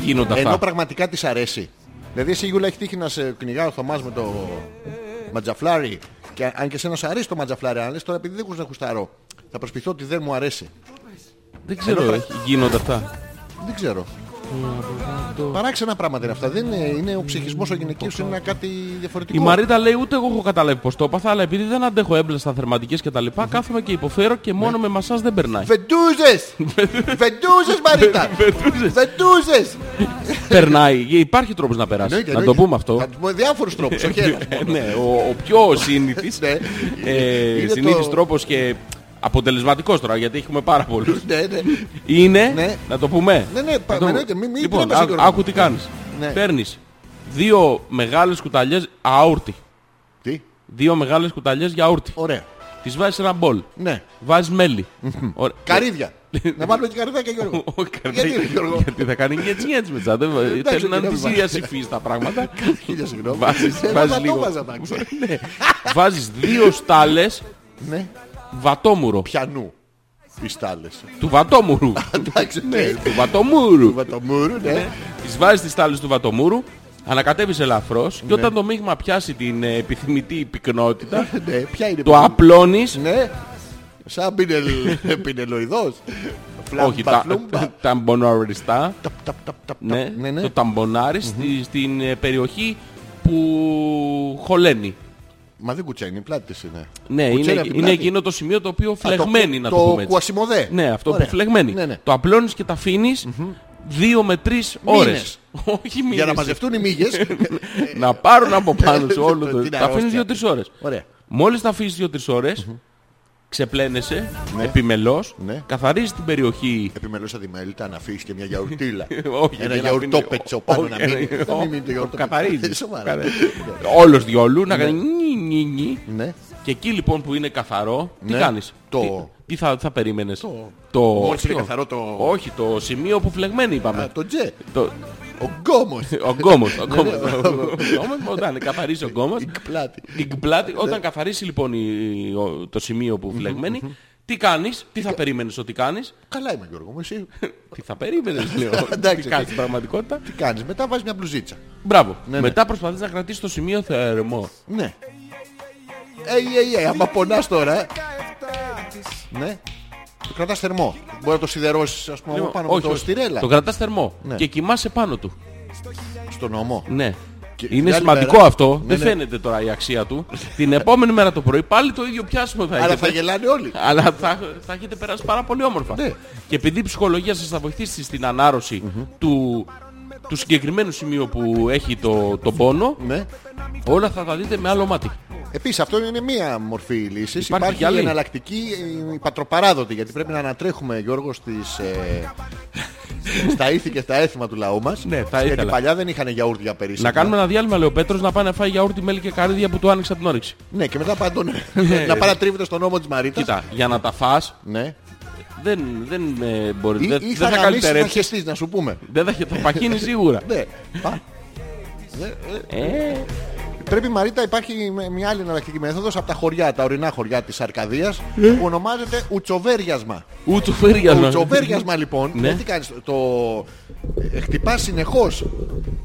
Speaker 4: Γίνονται
Speaker 5: Ναι. Ενώ
Speaker 4: αυτά.
Speaker 5: πραγματικά της αρέσει. Δηλαδή εσύ Γιούλα έχεις τύχει να σε κυνηγάει ο Θωμάς με το ματζαφλάρι. Και αν και εσένα σου αρέσει το ματζαφλάρι, αν λες τώρα επειδή δεν έχω να χουσταρώ, θα προσποιηθώ ότι δεν μου αρέσει.
Speaker 4: Δεν ξέρω,
Speaker 5: Ενώ-
Speaker 4: ε, γίνονται αυτά.
Speaker 5: Δεν ξέρω. Παράξενα πράγματα είναι αυτά. Δεν είναι, είναι ο ψυχισμός ο γυναικείος είναι ένα κάτι
Speaker 4: Η
Speaker 5: διαφορετικό.
Speaker 4: Μαρίτα λέει ούτε εγώ έχω καταλάβει πως το έπαθα, αλλά επειδή δεν αντέχω έμπλες στα θερματικές και τα λοιπά, κάθομαι και υποφέρω και
Speaker 5: Ναι.
Speaker 4: μόνο με μασάς δεν περνάει.
Speaker 5: Βεντούζες! Βεντούζες Μαρίτα!
Speaker 4: *laughs* Βεντούζες.
Speaker 5: Βεντούζες!
Speaker 4: Περνάει. Υπάρχει τρόπος να περάσει.
Speaker 5: Εννοείται,
Speaker 4: Να το
Speaker 5: εννοείται.
Speaker 4: πούμε αυτό.
Speaker 5: Θα τους πούμε διάφορους τρόπους, όχι ένας μόνο.
Speaker 4: Ναι, ο, ο πιο συνήθις,
Speaker 5: Ναι.
Speaker 4: ε,
Speaker 5: Είναι
Speaker 4: συνήθις
Speaker 5: το-
Speaker 4: τρόπος και αποτελεσματικός τώρα, γιατί έχουμε πάρα πολλούς.
Speaker 5: Ναι, ναι.
Speaker 4: Είναι,
Speaker 5: Ναι.
Speaker 4: να το πούμε.
Speaker 5: Ναι, ναι,
Speaker 4: Να το
Speaker 5: πα-
Speaker 4: πούμε.
Speaker 5: εννοείται, μη- μη
Speaker 4: Λοιπόν,
Speaker 5: τρέπεσαι,
Speaker 4: άκου-
Speaker 5: Γιώργο.
Speaker 4: άκου τι κάνεις.
Speaker 5: Ναι.
Speaker 4: Παίρνεις δύο μεγάλες κουταλιές αούρτι.
Speaker 5: Τι,
Speaker 4: Δύο μεγάλες κουταλιές για αούρτι.
Speaker 5: ωραία.
Speaker 4: Τις βάζεις σε ένα μπολ.
Speaker 5: Ναι.
Speaker 4: Βάζεις μέλι. Ωραία.
Speaker 5: Καρύδια. Να βάλουμε και καρδάκια Γιώργο.
Speaker 4: *laughs* Όχι,
Speaker 5: Γιατί ρε Γιώργο.
Speaker 4: Γιατί θα κάνει έτσι έτσι μετά. Δεν- Θέλουν Ε, να είναι
Speaker 5: δεν
Speaker 4: της
Speaker 5: βάζει.
Speaker 4: ίδιας υφής τα
Speaker 5: *laughs*
Speaker 4: πράγματα.
Speaker 5: Χίλια συγγνώμη.
Speaker 4: Βάζεις,
Speaker 5: Ε,
Speaker 4: βάζεις
Speaker 5: θα το
Speaker 4: λίγο.
Speaker 5: βάζα, τα ξέρω.
Speaker 4: Ναι. Βάζεις δύο στάλες
Speaker 5: Ναι.
Speaker 4: βατόμουρο.
Speaker 5: Πιανού. Οι στάλες.
Speaker 4: Του βατόμουρου.
Speaker 5: Εντάξει, ναι.
Speaker 4: Του βατόμουρου.
Speaker 5: Βατομούρου, ναι.
Speaker 4: Τις βάζεις τις στάλες του βατόμουρου. Ανακατεύεις ελαφρώς
Speaker 5: Ναι.
Speaker 4: και όταν το μείγμα πιάσει την ε, επιθυμητή πυκνότητα
Speaker 5: Ναι, ποια είναι.
Speaker 4: το απλώνεις
Speaker 5: Ναι. Σαν πινελ- πινελοειδός. Φλάμπα,
Speaker 4: όχι τα,
Speaker 5: φλούμπα.
Speaker 4: τα- ταμπονοριστά
Speaker 5: Ταπ, ταπ, ταπ, ταπ,
Speaker 4: ναι,
Speaker 5: ταπ. Ναι, ναι.
Speaker 4: το ταμπονάρι στη- στην ε, περιοχή που χωλένει
Speaker 5: Μα δεν κουτσένει, πλάτη της είναι.
Speaker 4: Ναι,
Speaker 5: Κουτσένει
Speaker 4: είναι,
Speaker 5: απ' την
Speaker 4: είναι
Speaker 5: πλάτη.
Speaker 4: εκείνο το σημείο το οποίο
Speaker 5: Α,
Speaker 4: φλεγμένει,
Speaker 5: το-
Speaker 4: να το, πούμε
Speaker 5: Το
Speaker 4: έτσι.
Speaker 5: κουασιμοδέ.
Speaker 4: Ναι, αυτό
Speaker 5: Ωραία.
Speaker 4: που φλεγμένει.
Speaker 5: Ναι, ναι.
Speaker 4: Το απλώνεις και τα αφηνει δύο με τρεις
Speaker 5: Μήνες.
Speaker 4: ώρες. *laughs* Όχι μήνες.
Speaker 5: Για να Ε, μαζευτούν οι μύγες. *laughs*
Speaker 4: να πάρουν από πάνω σου όλο το.
Speaker 5: Την
Speaker 4: τα αφήνεις
Speaker 5: αρρώστια.
Speaker 4: δύο-τρει ώρες.
Speaker 5: Ωραία.
Speaker 4: Μόλις τα αφήσει δύο-τρει ώρες, ξεπλένεσαι επιμελώς,
Speaker 5: Ναι.
Speaker 4: καθαρίζεις την περιοχή.
Speaker 5: Επιμελώσα τη μέλητα να αφήσεις και μια γιαουρτήλα.
Speaker 4: *laughs* Όχι,
Speaker 5: ένα
Speaker 4: για να μείνει-
Speaker 5: γιαουρτόπετσο πάνω
Speaker 4: όχι,
Speaker 5: να
Speaker 4: ένα- *laughs*
Speaker 5: μείνει. Να μην μείνει το γιαουρτόπετσο.
Speaker 4: Καθαρίζεις.
Speaker 5: Σοβαρά.
Speaker 4: Όλος διόλου να κάνει νι, νι, νι.
Speaker 5: Ναι.
Speaker 4: Και εκεί λοιπόν που είναι καθαρό, τι
Speaker 5: Ναι.
Speaker 4: κάνεις.
Speaker 5: Το-
Speaker 4: Τι, τι θα, θα περίμενες. Το...
Speaker 5: Μόλις
Speaker 4: ποιο?
Speaker 5: είναι καθαρό το-
Speaker 4: Όχι, το σημείο που φλεγμένοι είπαμε.
Speaker 5: Α, Το Ναι, τζε.
Speaker 4: Το...
Speaker 5: Ο γκόμος.
Speaker 4: Ο γκόμος. ο γκόμος. Ο γκόμος, όταν καθαρίσει ο γκόμος.
Speaker 5: Η πλάτη.
Speaker 4: η πλάτη,
Speaker 5: Ναι.
Speaker 4: όταν καθαρίσει λοιπόν η- ο- το σημείο που φλεγμένει, τι κάνεις, τι θα περίμενες ότι κάνεις.
Speaker 5: Καλά είμαι Γιώργο μου, εσύ
Speaker 4: Τι θα περίμενες λέω.
Speaker 5: *laughs* Εντάξει,
Speaker 4: Τι κάνεις στην πραγματικότητα.
Speaker 5: τι κάνεις. Μετά βάζεις μια μπλουζίτσα.
Speaker 4: Μπράβο.
Speaker 5: ναι.
Speaker 4: Μετά προσπαθείς να κρατήσεις το σημείο θερμό.
Speaker 5: Ναι. Ει, ει, ει, άμα πονάς τώρα. ε. Ναι. Το κρατάς θερμό. Μπορεί να το σιδερώσεις ας πούμε από
Speaker 4: Λοιπόν,
Speaker 5: πάνω από το
Speaker 4: όχι.
Speaker 5: στυρέλα.
Speaker 4: Το κρατάς θερμό
Speaker 5: Ναι.
Speaker 4: και κοιμάσαι πάνω του.
Speaker 5: Στον νόμο.
Speaker 4: Ναι.
Speaker 5: Και
Speaker 4: είναι
Speaker 5: την άλλη
Speaker 4: σημαντικό
Speaker 5: μέρα-
Speaker 4: αυτό.
Speaker 5: Ναι,
Speaker 4: δεν
Speaker 5: ναι.
Speaker 4: φαίνεται τώρα η αξία του. την επόμενη μέρα το πρωί πάλι το ίδιο πιάσιμο Ναι, θα
Speaker 5: Αλλά
Speaker 4: έχετε.
Speaker 5: θα γελάνε όλοι.
Speaker 4: Αλλά θα, θα έχετε περάσει πάρα πολύ όμορφα.
Speaker 5: Ναι.
Speaker 4: Και επειδή η ψυχολογία σας θα βοηθήσει στην ανάρρωση του, του συγκεκριμένου σημείου που έχει το, το πόνο,
Speaker 5: Ναι.
Speaker 4: όλα θα τα δείτε με άλλο μάτι.
Speaker 5: Επίσης αυτό είναι μία μορφή λύσης.
Speaker 4: Υπάρχει
Speaker 5: Υπάρχει,
Speaker 4: κι άλλη.
Speaker 5: η εναλλακτική, ε, η πατροπαράδοτη. Γιατί πρέπει να ανατρέχουμε Γιώργος στις, ε,
Speaker 4: *laughs*
Speaker 5: στα ήθη και στα έθιμα του λαού μας.
Speaker 4: Ναι, θα
Speaker 5: γιατί
Speaker 4: ήθελα.
Speaker 5: παλιά δεν είχαν γιαούρτια περίσσευμα.
Speaker 4: Να κάνουμε ένα διάλειμμα, λέει ο Πέτρος, να πάει να φάει γιαούρτι, μέλι και καρύδια που του άνοιξε την όρεξη.
Speaker 5: Ναι, και μετά παντών. να πάει να τρίβεται στον νόμο της Μαρίτας.
Speaker 4: Ναι. Κοίτα, για να τα φας,
Speaker 5: Ναι.
Speaker 4: δεν, δεν ε, μπορεί,
Speaker 5: Ή,
Speaker 4: δεν,
Speaker 5: ή θα
Speaker 4: δεν θα
Speaker 5: γαμίσεις να
Speaker 4: καλυτερέψεις.
Speaker 5: χεστείς, να σου πούμε.
Speaker 4: Δεν θα, θα παχύνεις σίγουρα.
Speaker 5: Ναι. Πα.
Speaker 4: ε,
Speaker 5: Πρέπει Μαρίτα, υπάρχει με- μια άλλη εναλλακτική μέθοδος από τα χωριά, τα ορεινά χωριά της Αρκαδίας που ονομάζεται Ουτσοβέριασμα.
Speaker 4: ούτσο φέριασμα.
Speaker 5: Το τσοβέριασμα λοιπόν,
Speaker 4: Ναι.
Speaker 5: ε, τι κάνεις, το ε, χτυπάς συνεχώς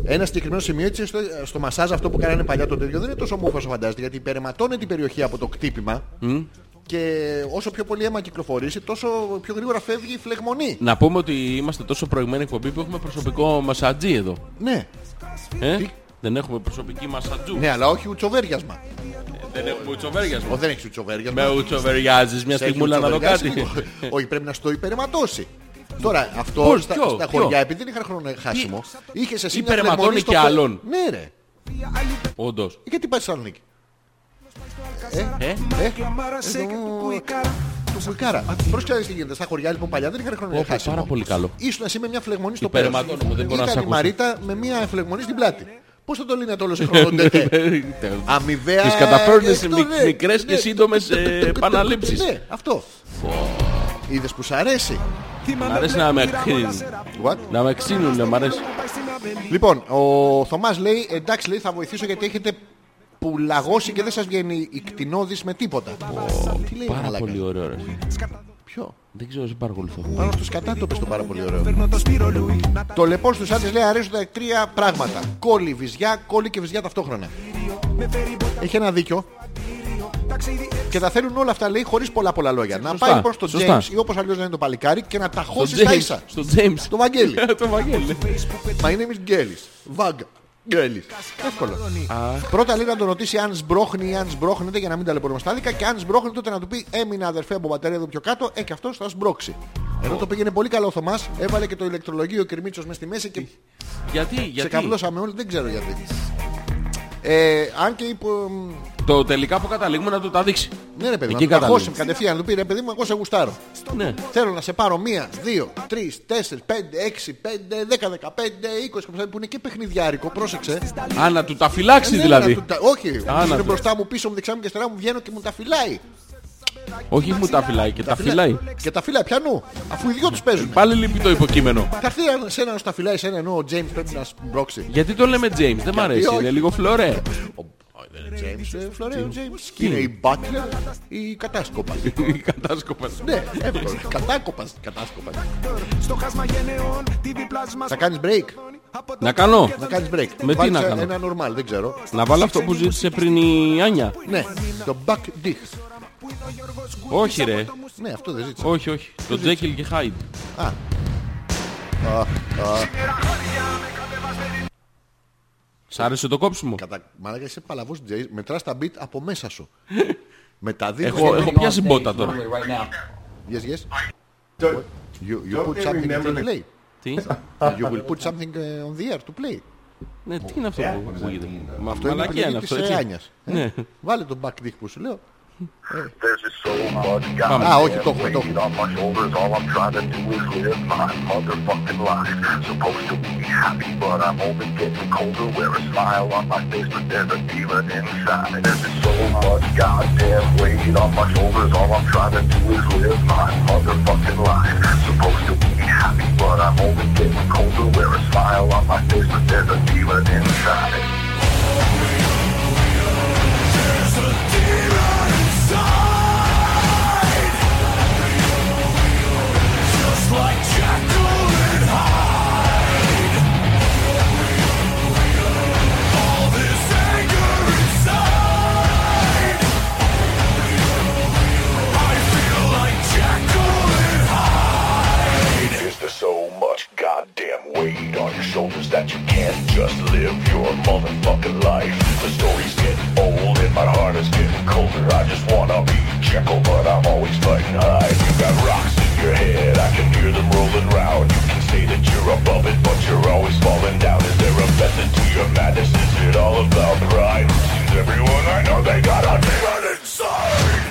Speaker 5: ένα συγκεκριμένο σημείο έτσι στο, στο μασάζ αυτό που κάνανε παλιά το τέτοιο δεν είναι τόσο μούφα σου φαντάζεται γιατί υπερεματώνει την περιοχή από το κτύπημα Και όσο πιο πολύ αίμα κυκλοφορήσει, τόσο πιο γρήγορα φεύγει η φλεγμονή.
Speaker 4: Να πούμε ότι είμαστε τόσο προηγμένη εκπομπή που έχουμε προσωπικό μασατζί εδώ.
Speaker 5: Ναι,
Speaker 4: Ε? Δεν έχουμε προσωπική μασατζού.
Speaker 5: ναι, αλλά όχι ουτσοβέριασμα.
Speaker 4: Δεν έχουμε ουτσοβέριασμα.
Speaker 5: Ο, δεν έχεις ουτσοβέριασμα.
Speaker 4: Με ουτσοβεριάζεις μια
Speaker 5: Σε έχει
Speaker 4: στιγμούλα να δω κάτι.
Speaker 5: ουτσοβεριασμό. *laughs*
Speaker 4: *laughs*
Speaker 5: Όχι, πρέπει να στο υπερματώσει. Τώρα, αυτό
Speaker 4: Πώς,
Speaker 5: στα,
Speaker 4: ποιο,
Speaker 5: στα
Speaker 4: ποιο?
Speaker 5: χωριά, επειδή δεν είχαν χρόνο χάσιμο, είχες εσύ μια φλεγμονή
Speaker 4: Υπερματώνει
Speaker 5: στο
Speaker 4: και
Speaker 5: πε-
Speaker 4: άλλον.
Speaker 5: Ναι, ρε.
Speaker 4: Όντως.
Speaker 5: Γιατί πάει στη Θεσσαλονίκη.
Speaker 4: Ε?
Speaker 5: Ε, του Σουκάρα. Πρόσεξε τι γίνεται. Στα χωριά λοιπόν παλιά δεν είχαν χρόνο
Speaker 4: Όπα,
Speaker 5: χάσιμο.
Speaker 4: πάρα πολύ καλό.
Speaker 5: Ήσουν εσύ με μια φλεγμονή στο πέρα.
Speaker 4: Υπερματώνω, δεν μπορώ να
Speaker 5: Ήταν η
Speaker 4: σε ακούσω.
Speaker 5: Μαρίτα με μια φλεγμονή στην πλάτη. Πώς θα το λύνεται όλο σε
Speaker 4: *laughs*
Speaker 5: χρόνο τέτοιο. Αμοιβαία.
Speaker 4: Τις καταφέρνεις σε
Speaker 5: αυτό, ναι.
Speaker 4: μικρές και ε,
Speaker 5: Ναι.
Speaker 4: σύντομες επαναλήψεις.
Speaker 5: Ναι, αυτό. Είδες που σ' αρέσει.
Speaker 4: Μ' αρέσει να με ξύνουν.
Speaker 5: What?
Speaker 4: Να με ξύνουν, μ' αρέσει.
Speaker 5: Λοιπόν, ο Θωμάς λέει: Εντάξει, λέει, θα βοηθήσω γιατί έχετε πουλαγώσει και δεν σας βγαίνει η κτηνόδης με τίποτα. Τι λέει,
Speaker 4: Πάρα
Speaker 5: μαλάκα.
Speaker 4: πολύ ωραίο. ρε.
Speaker 5: Ποιο.
Speaker 4: Δεν ξέρω, δεν παρακολουθώ.
Speaker 5: Πάνω στους κατά το πες το πάρα πολύ ωραίο. Το λοιπόν στους άντρες λέει αρέσουν τα τρία πράγματα. Κόλλη, βυζιά, κόλλη και βυζιά ταυτόχρονα. Έχει ένα δίκιο. Και τα θέλουν όλα αυτά λέει χωρίς πολλά πολλά λόγια. Να
Speaker 4: Σωστά,
Speaker 5: πάει λοιπόν στο
Speaker 4: σωστά.
Speaker 5: James ή όπως αλλιώς να είναι το παλικάρι και να τα χώσει
Speaker 4: Στο
Speaker 5: στα
Speaker 4: James.
Speaker 5: ίσα.
Speaker 4: Στο James.
Speaker 5: Το Βαγγέλη.
Speaker 4: *laughs* Το Βαγγέλη.
Speaker 5: My name is Γκέλης. Βάγκα. Γκέλης. Εύκολο. Πρώτα λέει να τον ρωτήσει αν σμπρώχνει ή αν σμπρώχνεται για να μην ταλαιπωρούμε στα δίκα και αν σμπρώχνει τότε να του πει έμεινα αδερφέ από πατέρα εδώ πιο κάτω, ε και αυτός θα σμπρώξει. Ενώ το πήγαινε πολύ καλό ο Θωμάς, έβαλε και το ηλεκτρολογείο Κερμίτσος μες στη μέση και
Speaker 4: Γιατί, γιατί.
Speaker 5: ξεκαβλώσαμε όλοι, δεν ξέρω γιατί. Ε, αν και είπε.
Speaker 4: Το τελικά που καταλήγουμε να το τα δείξει.
Speaker 5: Ναι, ρε παιδί,
Speaker 4: Εκεί
Speaker 5: να το
Speaker 4: καταλήγουμε.
Speaker 5: καχώσει κατευθείαν. Να του πει ρε παιδί μου, εγώ σε γουστάρω.
Speaker 4: Ναι.
Speaker 5: Θέλω να σε πάρω μία, δύο, τρεις, τέσσερις, πέντε, έξι, πέντε, δέκα, δεκαπέντε, είκοσι, που είναι και παιχνιδιάρικο, πρόσεξε.
Speaker 4: Α, να του τα φυλάξει
Speaker 5: Ναι, να του
Speaker 4: δηλαδή.
Speaker 5: τα- Όχι,
Speaker 4: να
Speaker 5: είναι
Speaker 4: του.
Speaker 5: μπροστά μου, πίσω μου, δεξιά μου και αριστερά μου, βγαίνω και μου τα φυλάει.
Speaker 4: Όχι, μου τα φυλάει και τα φυλάει.
Speaker 5: Και τα φυλάει πιανού, αφού οι δυο τους παίζουν.
Speaker 4: Πάλι λείπει το υποκείμενο.
Speaker 5: Θα έρθει ένα- σε ένα να στα φυλάει, σε ένα ενώ ο James πρέπει να σμπρώξει.
Speaker 4: Γιατί το λέμε James, δεν μ' αρέσει.
Speaker 5: όχι.
Speaker 4: Είναι λίγο φλωρέ.
Speaker 5: James, ε, Φλωρέ, ο James. Είναι η Butler ή η
Speaker 4: *laughs*
Speaker 5: κατάσκοπας.
Speaker 4: Η κατάσκοπας.
Speaker 5: Ναι, εύκολο. Κατάκοπας, κατάσκοπας. Θα κάνει break.
Speaker 4: Να κάνω.
Speaker 5: Να κάνεις break.
Speaker 4: Με τι
Speaker 5: Βάλεις
Speaker 4: να
Speaker 5: ένα-
Speaker 4: κάνω?
Speaker 5: Ένα normal, δεν ξέρω.
Speaker 4: Να βάλω αυτό που ζήτησε πριν η Άνια.
Speaker 5: Ναι, το back dick.
Speaker 4: Όχι ρε.
Speaker 5: Ναι, αυτό δεν ζήτησα.
Speaker 4: Όχι, όχι. Το Jekyll και Hyde. Σ' άρεσε το κόψιμο.
Speaker 5: Κατά... Μαλάκα είσαι παλαβός DJ, μετράς τα beat από μέσα σου.
Speaker 4: *laughs*
Speaker 5: Μεταδίδεις...
Speaker 4: Έχω, έχω πιάσει μπότα τώρα.
Speaker 5: Yes, yes. You, you put something on the play.
Speaker 4: Τι,
Speaker 5: You will put something uh, on the air to play.
Speaker 4: ναι, τι είναι αυτό που ακούγεται. Μα
Speaker 5: Το είναι η
Speaker 4: μαλακία
Speaker 5: επιλογή
Speaker 4: είναι αυτό,
Speaker 5: της
Speaker 4: έτσι.
Speaker 5: ε,
Speaker 4: Ναι.
Speaker 5: Άνιας. Ε, Βάλε τον back dick που σου λέω.
Speaker 9: There's just so much goddamn
Speaker 5: Α, όχι, το έχουμε, το έχουμε.
Speaker 9: weight on my shoulders. All I'm trying to do is live my motherfucking life. Supposed to be happy, but I'm only getting colder. Wear a smile on my face, but there's a demon inside. There's just so much goddamn weight on my shoulders. All I'm trying to do is live my motherfucking life. Supposed to be happy, but I'm only getting colder. Wear a smile on my face, but there's a demon inside. Is there so much goddamn weight on your shoulders that you can't just live your motherfucking life? The story's getting old and my heart is getting colder. I just wanna be Jekyll, but I'm always fighting high. You got rocks in your head, I can hear them rolling round. You can say that you're above it, but you're always falling down. Is there a method to your madness? Is it all about pride? Seems everyone I know they got a demon inside.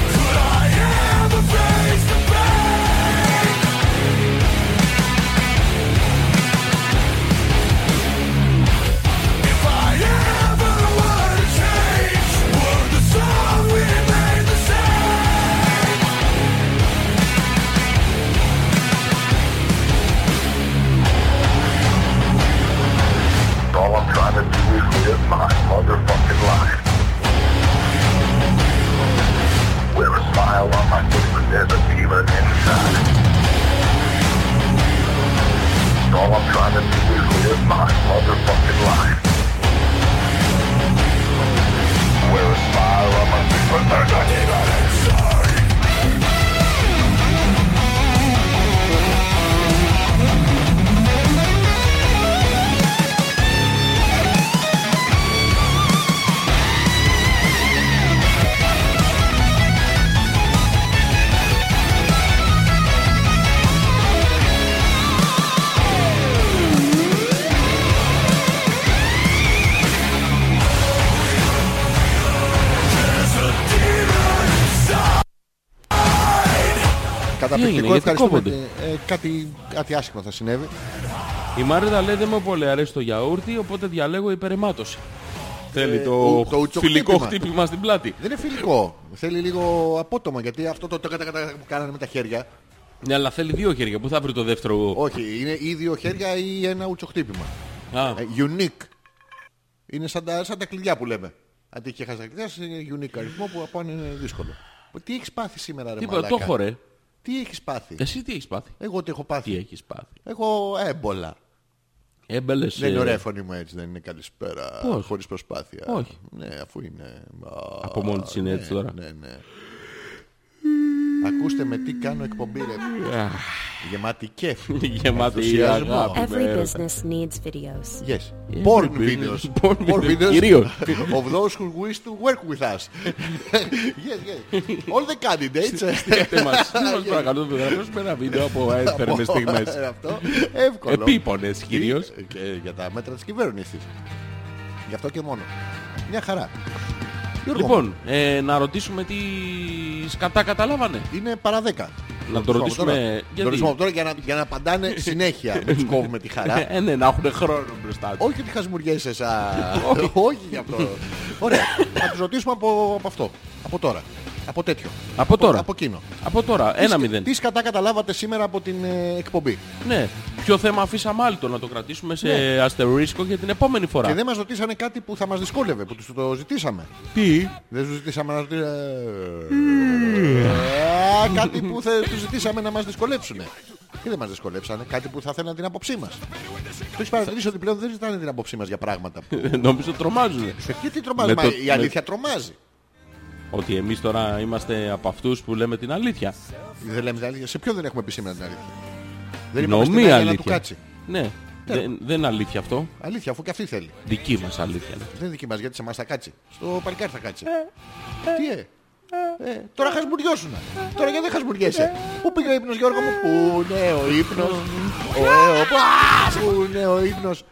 Speaker 9: I
Speaker 4: έγινε,
Speaker 5: Καταπληκτικό,
Speaker 4: γιατί
Speaker 5: ευχαριστούμε.
Speaker 4: κόβονται.
Speaker 5: Ε, κάτι, κάτι άσχημα θα συνέβη.
Speaker 4: Η Μάριδα λέει δεν μου πολύ αρέσει το γιαούρτι, οπότε διαλέγω υπερεμάτωση.
Speaker 5: ο-
Speaker 4: Θέλει Ε, το,
Speaker 5: το ουτσοχτύπημα.
Speaker 4: φιλικό χτύπημα στην πλάτη.
Speaker 5: Δεν είναι φιλικό. Θέλει λίγο απότομα γιατί αυτό το τέκα τέκα τέκα που κάνανε με τα χέρια.
Speaker 4: Ναι, αλλά θέλει δύο χέρια. Πού θα βρει το δεύτερο.
Speaker 5: Όχι, είναι ή δύο χέρια ή ένα ουτσοχτύπημα.
Speaker 4: Α,
Speaker 5: Ε, unique. Είναι σαν τα, σαν τα κλειδιά που λέμε. Αν τύχει και χάσει τα κλειδιά, είναι unique αριθμό που από αν είναι δύσκολο. Τι έχεις πάθει σήμερα, ρε
Speaker 4: τίποτα,
Speaker 5: μαλάκα.
Speaker 4: το έχω ρε.
Speaker 5: Τι έχεις πάθει.
Speaker 4: Εσύ τι έχεις πάθει.
Speaker 5: Εγώ τι έχω
Speaker 4: Τι
Speaker 5: πάθει.
Speaker 4: έχεις πάθει.
Speaker 5: Έχω έμπολα.
Speaker 4: Έμπελες.
Speaker 5: Δεν είναι
Speaker 4: ε,
Speaker 5: ωραία φωνή μου έτσι, δεν είναι καλησπέρα.
Speaker 4: Πώς?
Speaker 5: Χωρίς προσπάθεια.
Speaker 4: Όχι.
Speaker 5: Ναι, αφού είναι. Α,
Speaker 4: Από μόνη της είναι
Speaker 5: ναι,
Speaker 4: έτσι τώρα.
Speaker 5: Ναι, ναι. Ακούστε με τι κάνω εκπομπή ρε. Γεμάτη κέφι.
Speaker 4: Γεμάτη η
Speaker 5: Ενθουσιασμό.
Speaker 4: αγάπη.
Speaker 10: Every
Speaker 4: με έρωτα.
Speaker 10: business needs videos.
Speaker 5: Yes. Porn
Speaker 4: Every
Speaker 5: videos.
Speaker 4: business- porn videos. Κυρίως.
Speaker 5: of those who wish to work with us. yes, yes. All the candidates.
Speaker 4: Στείλτε μας,
Speaker 5: *laughs*
Speaker 4: στείλτε μας παρακαλώ να γράψουμε ένα βίντεο από έσπερμες
Speaker 5: Ε,
Speaker 4: στιγμές.
Speaker 5: Αυτό εύκολο.
Speaker 4: Επίπονες κυρίως.
Speaker 5: Και- Ε, και για τα μέτρα της κυβέρνησης. Γι' αυτό και μόνο. Μια χαρά. Γιώργο μου,
Speaker 4: Λοιπόν, ε, να ρωτήσουμε τι σκατά καταλάβανε.
Speaker 5: είναι παρά 10.
Speaker 4: Να το ρωτήσουμε
Speaker 5: γιατί.
Speaker 4: γιατί.
Speaker 5: Το ρωτήσουμε
Speaker 4: *laughs*
Speaker 5: από τώρα για να, για να απαντάνε συνέχεια. Μην τους κόβουμε τη χαρά.
Speaker 4: Ε, ναι, να έχουν χρόνο μπροστά τους.
Speaker 5: Όχι ότι χασμουριέσαι σαν... *laughs* Όχι γι' αυτό. Ωραία. Θα τους ρωτήσουμε από, από αυτό. Από τώρα. Από τέτοιο.
Speaker 4: Από τώρα.
Speaker 5: Από εκείνο.
Speaker 4: Από τώρα, ένα
Speaker 5: Τι-
Speaker 4: μηδέν.
Speaker 5: Τι σκατά καταλάβατε σήμερα από την ε, εκπομπή.
Speaker 4: Ναι. Ποιο θέμα αφήσαμε άλλο να το κρατήσουμε σε αστερίσκο για την επόμενη
Speaker 5: Ναι. Και
Speaker 4: φορά.
Speaker 5: δεν μας ρωτήσανε κάτι που θα μας δυσκόλευε, που τους το ζητήσαμε.
Speaker 4: Τι.
Speaker 5: Δεν τους ζητήσαμε να ρωτήσουν... Κάτι που θα τους ζητήσαμε να μας δυσκολέψουν. Και δεν μας δυσκολέψανε. Κάτι που θα θέλανε την άποψή μας. Το έχεις παρατηρήσει ότι πλέον δεν ζητάνε την άποψή μας για πράγματα.
Speaker 4: Νομίζω τρομάζουν.
Speaker 5: Γιατί τρομάζει,
Speaker 4: Ε, Με
Speaker 5: μα
Speaker 4: το-
Speaker 5: η αλήθεια τρομάζει.
Speaker 4: Ότι εμείς τώρα είμαστε από αυτούς που λέμε την αλήθεια.
Speaker 5: Δεν λέμε την αλήθεια. Σε ποιον δεν έχουμε πει σήμερα την αλήθεια. Δεν
Speaker 4: Την
Speaker 5: είπαμε στην
Speaker 4: ομή
Speaker 5: Άγια να του
Speaker 4: αλήθεια.
Speaker 5: κάτσει.
Speaker 4: Ναι. Δεν, δεν είναι αλήθεια αυτό.
Speaker 5: Αλήθεια, αφού και αυτή θέλει.
Speaker 4: Δική μας αλήθεια. είναι.
Speaker 5: Δεν είναι δική μας, γιατί σε εμάς θα κάτσει. Στο παλικάρι θα κάτσει. Τι ε. Ε, τώρα χασμουριώσουν. Τώρα γιατί δεν χασμουριέσαι. Πού πήγε ο ύπνος Γιώργο μου. Πού είναι ο ύπνος. Ο, ε, ο, Α, Πού είναι ο ύπνος.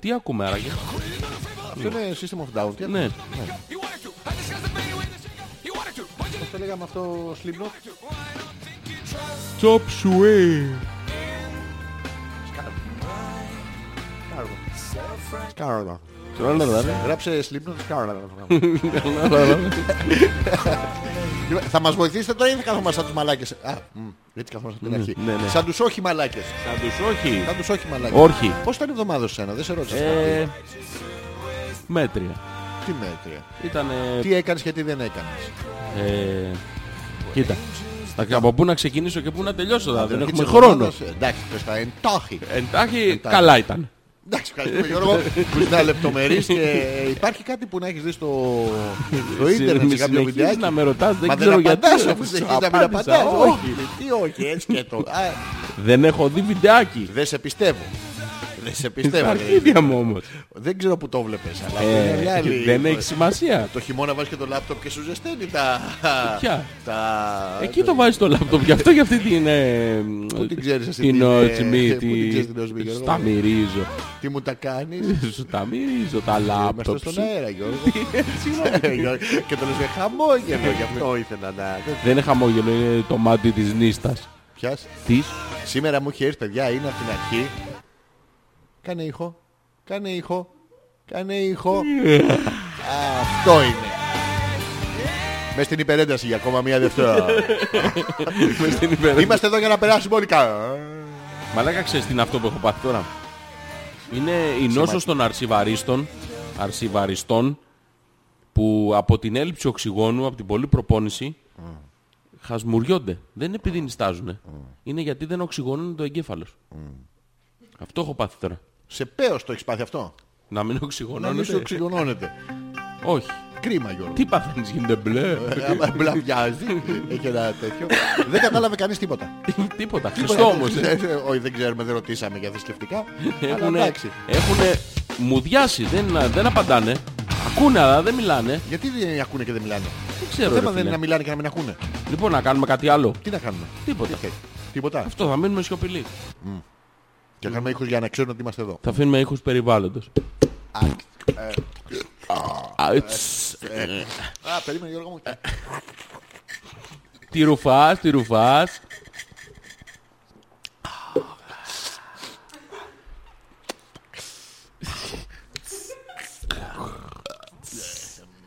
Speaker 4: Τι ακούμε άραγε.
Speaker 5: Αυτό είναι System of Down. Τι
Speaker 4: Ναι.
Speaker 5: άλλο. Αυτό λέγαμε αυτό Slipknot.
Speaker 4: Chop suey.
Speaker 5: Σκάρολα.
Speaker 4: ναι.
Speaker 5: Γράψε Slipknot Σκάρολα. Λοιπόν, Θα μας βοηθήσετε τώρα ή θα καθόμαστε σαν τους μαλάκες. Α, μ, έτσι καθόμαστε από την αρχή.
Speaker 4: ναι, ναι.
Speaker 5: Σαν τους όχι μαλάκες.
Speaker 4: Θα τους όχι.
Speaker 5: Σαν τους όχι μαλάκες.
Speaker 4: Όχι.
Speaker 5: Πώς ήταν η εβδομάδα σου σένα, δεν σε ρώτησα.
Speaker 4: Ε, μέτρια.
Speaker 5: Τι μέτρια.
Speaker 4: Ήταν.
Speaker 5: Τι έκανες και τι δεν έκανες.
Speaker 4: Ε, κοίτα. Θα- Από πού να ξεκινήσω και πού να τελειώσω, δηλαδή. Δεν
Speaker 5: Αρχή
Speaker 4: έχουμε
Speaker 5: της
Speaker 4: χρόνο.
Speaker 5: εβδομάδας, Εντάξει, πες τα εντάχει.
Speaker 4: Εντάχει,
Speaker 5: Εντάχει.
Speaker 4: καλά ήταν.
Speaker 5: Εντάξει, ευχαριστούμε
Speaker 4: Ε,
Speaker 5: Γιώργο που είναι λεπτομερής και ε, υπάρχει κάτι που να έχεις δει στο, στο ίντερνετ σε κάποιο
Speaker 4: Συνεχίζεις
Speaker 5: βιντεάκι.
Speaker 4: να με ρωτάς, δεν
Speaker 5: Μα
Speaker 4: ξέρω
Speaker 5: δεν
Speaker 4: γιατί.
Speaker 5: απαντάς,
Speaker 4: δεν
Speaker 5: αφού
Speaker 4: σου
Speaker 5: συνεχίζεις να μην
Speaker 4: απάντησα,
Speaker 5: απαντάς.
Speaker 4: όχι.
Speaker 5: Όχι, τι όχι, έτσι και το. Α,
Speaker 4: Δεν έχω δει βιντεάκι.
Speaker 5: Δεν σε πιστεύω. Δεν σε
Speaker 4: Στα
Speaker 5: πιστεύω. λέει.
Speaker 4: αρχίδια μου όμως.
Speaker 5: Δεν ξέρω που το βλέπεις, αλλά
Speaker 4: Ε,
Speaker 5: είναι μια άλλη
Speaker 4: Δεν
Speaker 5: υπόθεση.
Speaker 4: έχει σημασία.
Speaker 5: Το χειμώνα βάζεις και το λάπτοπ και σου ζεσταίνει τα...
Speaker 4: Ποια?
Speaker 5: τα...
Speaker 4: Εκεί το βάζεις στο λάπτοπ, γι' αυτό για αυτή την... ε,
Speaker 5: Πού την ξέρεις εσύ
Speaker 4: Την
Speaker 5: την, ε,
Speaker 4: οτσμή,
Speaker 5: πού την ξέρεις την οτσμή, Γιώργο μου?
Speaker 4: Τα μυρίζω.
Speaker 5: Τι μου τα κάνεις.
Speaker 4: Σου τα μυρίζω τα
Speaker 5: Είμαστε
Speaker 4: λάπτοπ.
Speaker 5: στον
Speaker 4: *laughs*
Speaker 5: αέρα Γιώργο. Γιώργο, και το λες με χαμόγελο γι' αυτό ήθελα να...
Speaker 4: Δεν είναι χαμόγελο, είναι το μάτι της νύστας.
Speaker 5: Πιάς.
Speaker 4: Της.
Speaker 5: Σήμερα μου έχει έρθει παιδιά, είναι από την αρχή. Κάνε ήχο. Κάνε ήχο. Κάνε ήχο. Αυτό είναι. Μες στην υπερένταση για ακόμα μία δευτερά.
Speaker 4: *laughs* Μες στην υπεράσπιση.
Speaker 5: Είμαστε εδώ για να περάσουμε όλοι καλά.
Speaker 4: Μαλάκα ξέρεις τι είναι αυτό που έχω πάθει τώρα. Είναι η νόσος των αρσιβαρίστων, αρσιβαριστών που από την έλλειψη οξυγόνου, από την πολλή προπόνηση
Speaker 5: Mm.
Speaker 4: χασμουριώνται. Δεν είναι επειδή νηστάζουν. Είναι γιατί δεν οξυγόνουν το εγκέφαλος.
Speaker 5: Mm.
Speaker 4: Αυτό έχω πάθει τώρα.
Speaker 5: Σε πέος το έχεις πάθει αυτό.
Speaker 4: Να
Speaker 5: Να μην
Speaker 4: μην
Speaker 5: σου
Speaker 4: οξυγονώνεται.
Speaker 5: οξυγονώνεται.
Speaker 4: Όχι.
Speaker 5: Κρίμα Γιώργο.
Speaker 4: Τι παθαίνεις, γίνεται
Speaker 5: *laughs*
Speaker 4: μπλε.
Speaker 5: Άμα Μπλαβιάζει. Έχει ένα τέτοιο. Δεν κατάλαβε κανείς τίποτα.
Speaker 4: Τίποτα. Χριστό όμως. ε.
Speaker 5: Όχι δεν ξέρουμε, δεν ρωτήσαμε για θρησκευτικά. Αλλά
Speaker 4: Έχουνε,
Speaker 5: εντάξει.
Speaker 4: έχουνε μουδιάσει, δεν, δεν απαντάνε. Ακούνε αλλά δεν μιλάνε.
Speaker 5: Γιατί δεν ακούνε και δεν μιλάνε.
Speaker 4: Δεν
Speaker 5: Το
Speaker 4: ξέρω. Ναι, ρε
Speaker 5: θέμα δεν
Speaker 4: φίλε.
Speaker 5: είναι να μιλάνε και να μην ακούνε.
Speaker 4: Λοιπόν, να κάνουμε κάτι άλλο.
Speaker 5: Τι να κάνουμε.
Speaker 4: Τίποτα.
Speaker 5: Τι- Τίποτα.
Speaker 4: Αυτό θα μείνουμε σιωπηλοί.
Speaker 5: Και κάνουμε ήχος για να ξέρουν ότι είμαστε εδώ.
Speaker 4: Θα αφήνουμε ήχους περιβάλλοντος. Α, έτσι.
Speaker 5: Α, περίμενε Γιώργο μου.
Speaker 4: Τη ρουφάς, τη ρουφάς.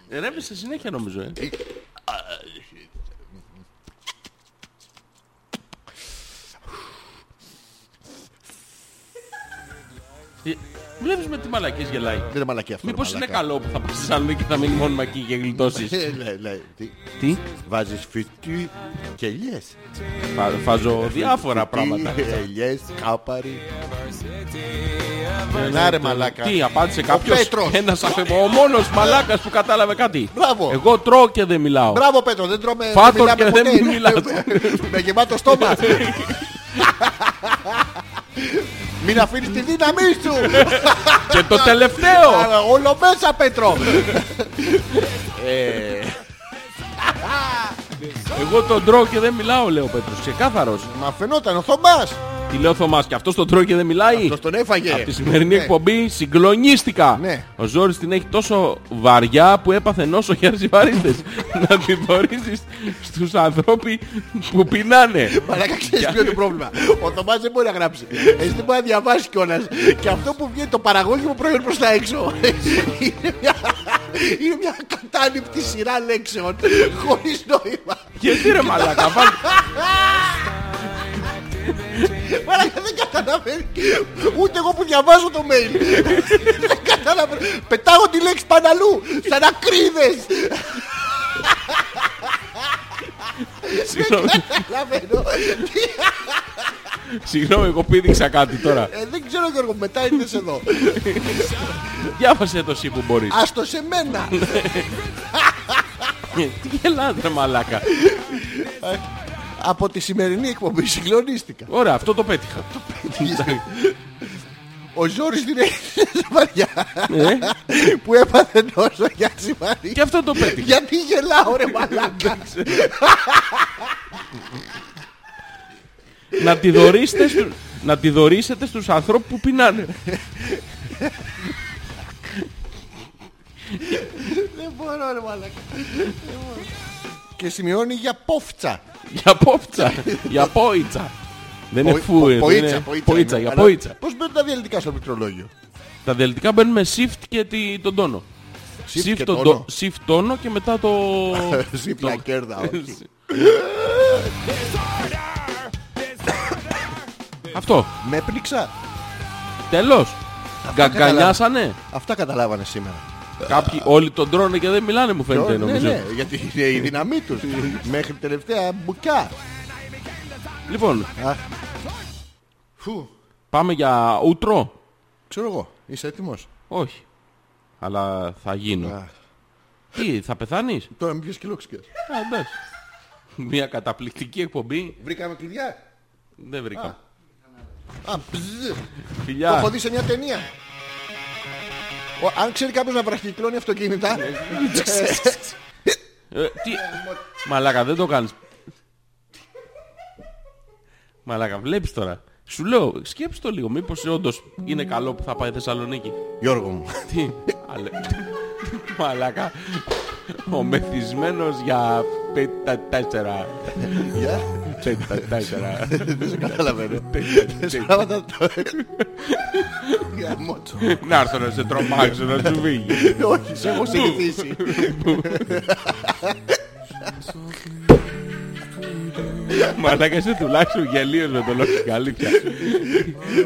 Speaker 4: Ρεύεσαι συνέχεια νομίζω, ε. Ε, Βλέπεις με τι μαλακίες γελάει.
Speaker 5: Δεν είναι μαλακή αυτό. ρε
Speaker 4: Μήπως είναι
Speaker 5: μαλάκα.
Speaker 4: καλό που θα πας στη Θεσσαλονίκη και θα μείνει μόνιμα εκεί και γλιτώσεις.
Speaker 5: Ε, ναι, ναι, τι-
Speaker 4: Τι,
Speaker 5: Βάζεις φυτί και ελιές.
Speaker 4: Φα-
Speaker 5: Ε,
Speaker 4: φάζω διάφορα πράγματα.
Speaker 5: Φυτί, Ελιές, κάπαρι. Να ρε μαλάκα.
Speaker 4: Τι, απάντησε
Speaker 5: Ο
Speaker 4: κάποιος.
Speaker 5: Πέτρος.
Speaker 4: Ένας αφεβο- ο μόνος μαλάκας που κατάλαβε κάτι.
Speaker 5: Μπράβο.
Speaker 4: Εγώ τρώω και δεν μιλάω.
Speaker 5: Μπράβο Πέτρο, δεν τρώμε.
Speaker 4: Φάτος
Speaker 5: δεν μιλάμε
Speaker 4: και δεν
Speaker 5: ποτέ.
Speaker 4: μιλάς.
Speaker 5: *laughs* Με γεμάτο στόμα. *laughs* Μην αφήνεις τη δύναμή σου.
Speaker 4: *laughs* Και το τελευταίο.
Speaker 5: Αλλά Όλο μέσα Πέτρο. Ε,
Speaker 4: Εγώ τον τρώω και δεν μιλάω, λέει ο Πέτρος. Ξεκάθαρος.
Speaker 5: Μα φαινόταν ο Θωμάς.
Speaker 4: Τι λέω Θωμάς και αυτός τον τρώει και δεν μιλάει.
Speaker 5: Αυτός τον έφαγε.
Speaker 4: Ε. Από τη σημερινή
Speaker 5: Ναι.
Speaker 4: εκπομπή συγκλονίστηκα.
Speaker 5: Ναι.
Speaker 4: Ο Ζόρις την έχει τόσο βαριά που έπαθε νόσο
Speaker 5: *laughs*
Speaker 4: για αρσιβαρίστες. Να την φορήσεις στους ανθρώπους που πεινάνε.
Speaker 5: Μαλάκα ξέρεις ποιο είναι το πρόβλημα. Ο Θωμάς δεν μπορεί να γράψει. Εσύ δεν μπορεί να διαβάσεις κιόλας. Και αυτό που βγαίνει το παραγωγικό προϊόν προς τα έξω. Είναι μια, είναι μια κατάληπτη σειρά λέξεων. Χωρίς νόημα.
Speaker 4: Γιατί ρε μαλάκα,
Speaker 5: *laughs*
Speaker 4: βάλ-
Speaker 5: Μαλάκα δεν καταλαβαίνει. Ούτε εγώ που διαβάζω το mail. δεν καταλαβαίνω. Πετάγω τη λέξη πάνω αλλού. Σαν ακρίδες.
Speaker 4: συγγνώμη.
Speaker 5: Καταλαβαίνω.
Speaker 4: Συγγνώμη, εγώ πήδηξα κάτι τώρα.
Speaker 5: Ε, δεν ξέρω Γιώργο, μετά ήρθες εδώ.
Speaker 4: Διάβασε το εσύ που μπορείς.
Speaker 5: Άστο σε μένα.
Speaker 4: Τι *laughs* γελάτε ρε μαλάκα.
Speaker 5: Από τη σημερινή εκπομπή συγκλονίστηκα.
Speaker 4: Ωραία, αυτό το πέτυχα.
Speaker 5: Ο Ζόρις την έχει βαριά. Ε? Που έπαθε νόσο για σημαντική.
Speaker 4: Και αυτό το πέτυχα.
Speaker 5: Γιατί γελάω ρε μαλάκα.
Speaker 4: να, τη δωρήσετε στου- να τη δωρήσετε στους ανθρώπους που πεινάνε.
Speaker 5: Δεν μπορώ ρε μαλάκα. Δεν μπορώ. Και σημειώνει για πόφτσα.
Speaker 4: για πόφτσα, για πόιτσα. Δεν είναι
Speaker 5: Πο-
Speaker 4: Ε, φου,
Speaker 5: πο-
Speaker 4: δεν είναι- Πόιτσα,
Speaker 5: είναι.
Speaker 4: για
Speaker 5: Αλλά
Speaker 4: πόιτσα.
Speaker 5: Πώς μπαίνουν τα διαλυτικά στο μικρολόγιο.
Speaker 4: Τα διαλυτικά μπαίνουν με shift και τη- τον τόνο.
Speaker 5: Shift και
Speaker 4: τον
Speaker 5: τόνο.
Speaker 4: τό- shift τόνο και μετά το...
Speaker 5: *laughs* Ζήπλα κέρδα.
Speaker 4: *laughs*
Speaker 5: όχι.
Speaker 4: Αυτό.
Speaker 5: Με πνίξα.
Speaker 4: Τέλος. Γκαγκανιάσανε.
Speaker 5: Αυτά καταλάβανε σήμερα.
Speaker 4: Κάποιοι όλοι τον τρώνε και δεν μιλάνε μου φαίνεται
Speaker 5: Ναι,
Speaker 4: νομίζω.
Speaker 5: ναι, γιατί είναι η δύναμή τους. Μέχρι τελευταία μπουκιά.
Speaker 4: Λοιπόν,
Speaker 5: Φου,
Speaker 4: πάμε για ούτρο.
Speaker 5: ξέρω εγώ. Είσαι έτοιμος.
Speaker 4: Όχι. Αλλά θα γίνω.
Speaker 5: Α.
Speaker 4: Τι, θα πεθάνεις.
Speaker 5: Τώρα μην πιες κιλόξικες.
Speaker 4: Α, εντάξει. Μια καταπληκτική εκπομπή.
Speaker 5: Βρήκαμε κλειδιά.
Speaker 4: Δεν βρήκα.
Speaker 5: Α, μπζζ. Το έχω
Speaker 4: Φιλιά.
Speaker 5: δει σε μια ταινία. Ο, αν ξέρει κάποιος να βραχυκλώνει αυτοκίνητα.
Speaker 4: Ε, τι... Μαλάκα, δεν το κάνεις. Μαλάκα, βλέπεις τώρα. Σου λέω, σκέψου το λίγο. Μήπως όντως είναι καλό που θα πάει Θεσσαλονίκη.
Speaker 5: *laughs* Γιώργο μου.
Speaker 4: Τι, αλε... Μαλάκα. Ο μεθυσμένος για πέτα τέσσερα.
Speaker 5: Γεια.
Speaker 4: Πέτα τέσσερα.
Speaker 5: Δεν σε *laughs* καταλαβαίνω. Σε πράγματα το... Γαμώ το.
Speaker 4: Να έρθω να σε τρομάξω να σου φύγει.
Speaker 5: Όχι, σε έχω συνηθίσει.
Speaker 4: Μαλάκα είσαι τουλάχιστον γελίος με το λόγο την αλήθεια.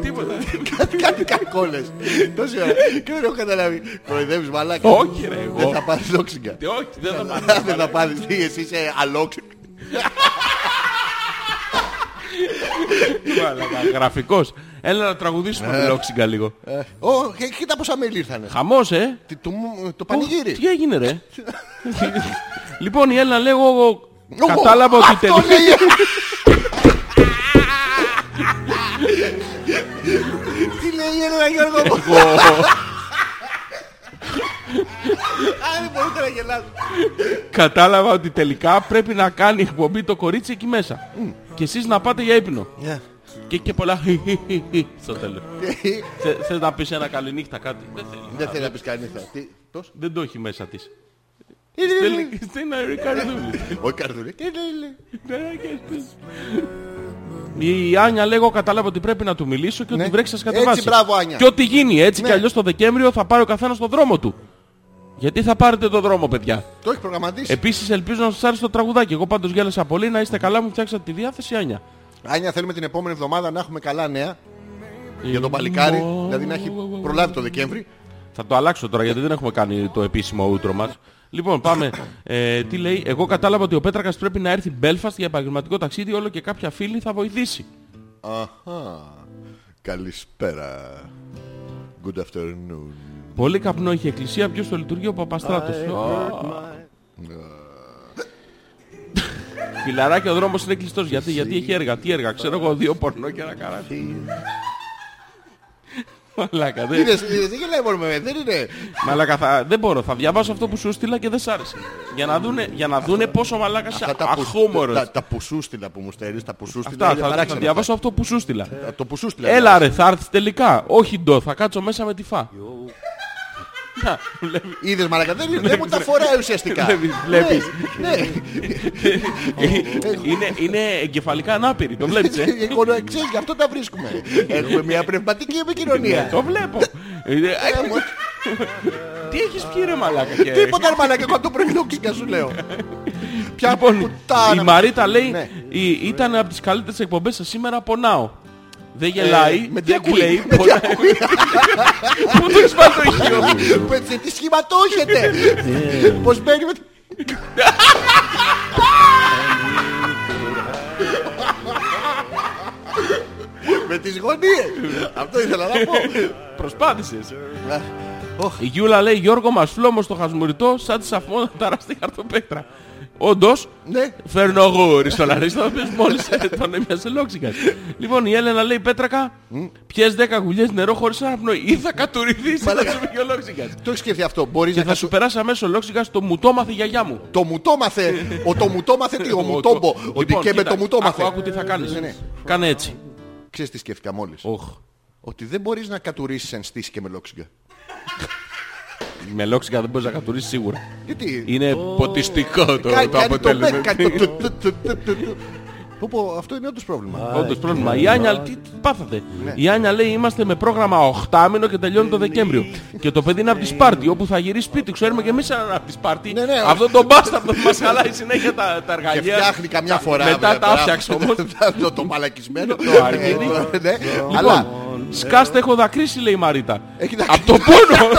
Speaker 4: Τίποτα.
Speaker 5: Κάτι- Κάτι κακόλες. Τόση ώρα. Και δεν έχω καταλάβει. Προεδεύεις μαλάκα.
Speaker 4: Όχι, ρε, εγώ.
Speaker 5: Δεν θα πάρεις λόξιγκα.
Speaker 4: Τι, Όχι, δεν θα μάθω.
Speaker 5: Δεν θα πάρεις. Τι, Εσύ είσαι αλόξιγκα.
Speaker 4: Μαλάκα, Γραφικός. Έλα να τραγουδήσουμε
Speaker 5: Ε.
Speaker 4: το λόξιγκα λίγο.
Speaker 5: Ω, και- κοίτα πόσα μέλη ήρθανε.
Speaker 4: Χαμός, ε.
Speaker 5: Τι- το μου- Το
Speaker 4: Ω,
Speaker 5: πανηγύρι.
Speaker 4: Τι έγινε, ρε. Λοιπόν, η Έλληνα λέγω εγώ
Speaker 5: Ω,
Speaker 4: κατάλαβα ότι
Speaker 5: αυτό
Speaker 4: τελείωσε.
Speaker 5: λέει. Τι λέει η Έλενα Γιώργο μου. Α, δεν μπορούσα να γελάσω.
Speaker 4: Κατάλαβα ότι τελικά πρέπει να κάνει εκπομπή το κορίτσι εκεί μέσα. Και εσείς να πάτε για ύπνο.
Speaker 5: Ναι.
Speaker 4: Και και πολλά *laughs* χι, χι, χι, χι στο τέλος. Θε- Θες να πεις ένα καληνύχτα κάτι. Δεν θέλει.
Speaker 5: Δεν θέλει να πεις κανείς. Τι- Τόσο.
Speaker 4: Δεν το έχει μέσα της. Στέλνει- Στέλνει ένα ρικαρδούλι.
Speaker 5: Όχι καρδούλη.
Speaker 4: Ναι, Η Άνια λέγω κατάλαβα ότι πρέπει να του μιλήσω και ότι
Speaker 5: Ναι.
Speaker 4: βρέξει σας
Speaker 5: Έτσι,
Speaker 4: κατεβάσει.
Speaker 5: μπράβο, Άνια.
Speaker 4: Και ό,τι γίνει έτσι
Speaker 5: Ναι.
Speaker 4: κι αλλιώς το Δεκέμβριο θα πάρει ο καθένας τον δρόμο του. Γιατί θα πάρετε τον δρόμο παιδιά.
Speaker 5: Το έχει προγραμματίσει.
Speaker 4: Επίσης ελπίζω να σας άρεσε το τραγουδάκι. Εγώ πάντως γέλασα πολύ. Να είστε καλά μου φτιάξατε τη διάθεση Άνια.
Speaker 5: Άνια, θέλουμε την επόμενη εβδομάδα να έχουμε καλά νέα. Για
Speaker 4: Ε-
Speaker 5: τον παλικάρι, δηλαδή να έχει προλάβει το Δεκέμβρη.
Speaker 4: Θα το αλλάξω τώρα γιατί δεν έχουμε κάνει το επίσημο ούτρο μας. Λοιπόν, πάμε. Ε, τι λέει, εγώ κατάλαβα ότι ο Πέτρακας πρέπει να έρθει Belfast για επαγγελματικό ταξίδι, όλο και κάποια φίλη θα βοηθήσει.
Speaker 5: Αχα. Καλησπέρα. Good afternoon.
Speaker 4: Πολύ καπνό είχε η εκκλησία, ποιος το λειτουργεί ο Παπαστράτος. Φιλαράκι, ο δρόμος είναι κλειστός. Γιατί, γιατί έχει έργα, τι έργα, ξέρω εγώ, δύο πορνό και ένα καράτη. Μαλάκα, δεν,
Speaker 5: Είδες, είδες, δεν γελάει μόνο με εμένα, δεν είναι.
Speaker 4: μαλάκα θα, δεν μπορώ. Θα διαβάσω αυτό που σου στείλα και δεν σ' άρεσε. Για να δούνε, για να δούνε πόσο μαλάκα είσαι
Speaker 5: Αυτά τα, που-
Speaker 4: αχούμορος.
Speaker 5: τα, τα πουσούστιλα που μου στέλνεις, τα πουσούστιλα.
Speaker 4: Αυτά,
Speaker 5: είναι
Speaker 4: θα, θα
Speaker 5: παράξενα
Speaker 4: διαβάσω
Speaker 5: αυτά. Ε,
Speaker 4: αυτό που σου στείλα.
Speaker 5: Τα- Το πουσούστιλα.
Speaker 4: Έλα ρε, θα έρθεις τελικά. Όχι ντο, θα κάτσω μέσα με τη φα. Να, βλέπει-
Speaker 5: Είδες μαλακά, δεν, είναι- δεν μου τα φοράει ουσιαστικά.
Speaker 4: Βλέπεις, βλέπεις.
Speaker 5: Ναι,
Speaker 4: είναι, είναι εγκεφαλικά ανάπηρη, το βλέπεις
Speaker 5: *laughs*
Speaker 4: ε.
Speaker 5: ναι. Εγώ- Ξέρεις, γι' αυτό τα βρίσκουμε. Έχουμε μια πνευματική επικοινωνία.
Speaker 4: Το βλέπω. Ε,
Speaker 5: Ε,
Speaker 4: α,
Speaker 5: μου-
Speaker 4: Τι έχεις πιει ρε μαλάκα και...
Speaker 5: Τίποτα ρε μαλακά, εγώ το πρωινό ξύκα σου λέω.
Speaker 4: Ε.
Speaker 5: Ποια
Speaker 4: Λοιπόν, η
Speaker 5: πουτάνα.
Speaker 4: Μαρίτα λέει
Speaker 5: Ναι.
Speaker 4: «Η- ήταν από τις καλύτερες εκπομπές σας σήμερα πονάω. Δεν γελάει,
Speaker 5: Ε, με τι
Speaker 4: δεν
Speaker 5: ακούει,
Speaker 4: κλαίει,
Speaker 5: με τι
Speaker 4: πονάει. *laughs* Πού το έχεις βάλει το ηχείο
Speaker 5: Πε- Σε τι σχήμα το έχετε.
Speaker 4: Ε.
Speaker 5: Πώς μπαίνει με... Με τις γωνίες. Αυτό ήθελα να πω.
Speaker 4: Προσπάθησες. Η Γιούλα λέει Γιώργο μας φλόμος στο χασμουριτό σαν τη σαφμό να ταραστεί χαρτοπέτρα. Όντως,
Speaker 5: Ναι.
Speaker 4: φέρνω γούρι στο λαρίστο, ο οποίος μόλις ε, τον έμοιασε λόξικα. Λοιπόν, η Έλενα λέει Πέτρακα, πιες 10 γουλιές νερό χωρίς αναπνοή ή θα κατουρηθείς ή θα
Speaker 5: Μαλάκα.
Speaker 4: σου βγει ο λόξικας.
Speaker 5: Το έχεις σκεφτεί αυτό. Μπορείς
Speaker 4: Και
Speaker 5: να
Speaker 4: θα σου
Speaker 5: Ε, σου...
Speaker 4: περάσει αμέσως ο λόξικας το μου το μάθε η γιαγιά μου. Ε,
Speaker 5: Το μουτό μάθε. Ο το μουτό μάθε τι.
Speaker 4: *laughs*
Speaker 5: Ο μουτόμπο. Ο
Speaker 4: Λοιπόν,
Speaker 5: και με
Speaker 4: κοίτα,
Speaker 5: το μουτό μάθε.
Speaker 4: Άκου, άκου τι θα κάνεις.
Speaker 5: Ναι, ναι.
Speaker 4: Κάνε έτσι.
Speaker 5: Ξέρεις τι σκέφτηκα μόλις.
Speaker 4: Οχ.
Speaker 5: Ότι δεν μπορείς να κατουρίσεις εν στήση και με λόξιγκα.
Speaker 4: Με λόξικα δεν μπορείς να κατουρίσεις σίγουρα.
Speaker 5: Γιατί.
Speaker 4: Είναι ποτιστικό το,
Speaker 5: Κάνει-
Speaker 4: το
Speaker 5: κάνει
Speaker 4: αποτέλεσμα.
Speaker 5: μπέκ, κάνει το του- του- του- του- του- του. Πω, πω, Αυτό είναι όντως πρόβλημα. Ε,
Speaker 4: Όντως πρόβλημα. Η Άνια, τι τι πάθατε.
Speaker 5: Ναι.
Speaker 4: Η Άνια λέει είμαστε με πρόγραμμα 8 μήνο και τελειώνει το Δεκέμβριο. Και το παιδί είναι από τη Σπάρτη, όπου θα γυρίσει σπίτι. Ξέρουμε και εμείς αν από τη Σπάρτη.
Speaker 5: Ναι, ναι.
Speaker 4: Αυτό το μπάσταρτο που μας χαλάει συνέχεια τα, τα
Speaker 5: Και
Speaker 4: εργαλεία.
Speaker 5: φτιάχνει καμιά φορά.
Speaker 4: Μετά
Speaker 5: βέβαια,
Speaker 4: τα
Speaker 5: τώρα.
Speaker 4: άφτιαξε όμως.
Speaker 5: *laughs* Το- Το μαλακισμένο.
Speaker 4: *laughs* Το αργύρι.
Speaker 5: Ε, ναι.
Speaker 4: Αλλά
Speaker 5: Αλλά
Speaker 4: Λοιπόν,
Speaker 5: Ε.
Speaker 4: σκάστε έχω δακρύσει λέει η Μαρίτα.
Speaker 5: Έχει δακρύσει.
Speaker 4: Από το πόνο.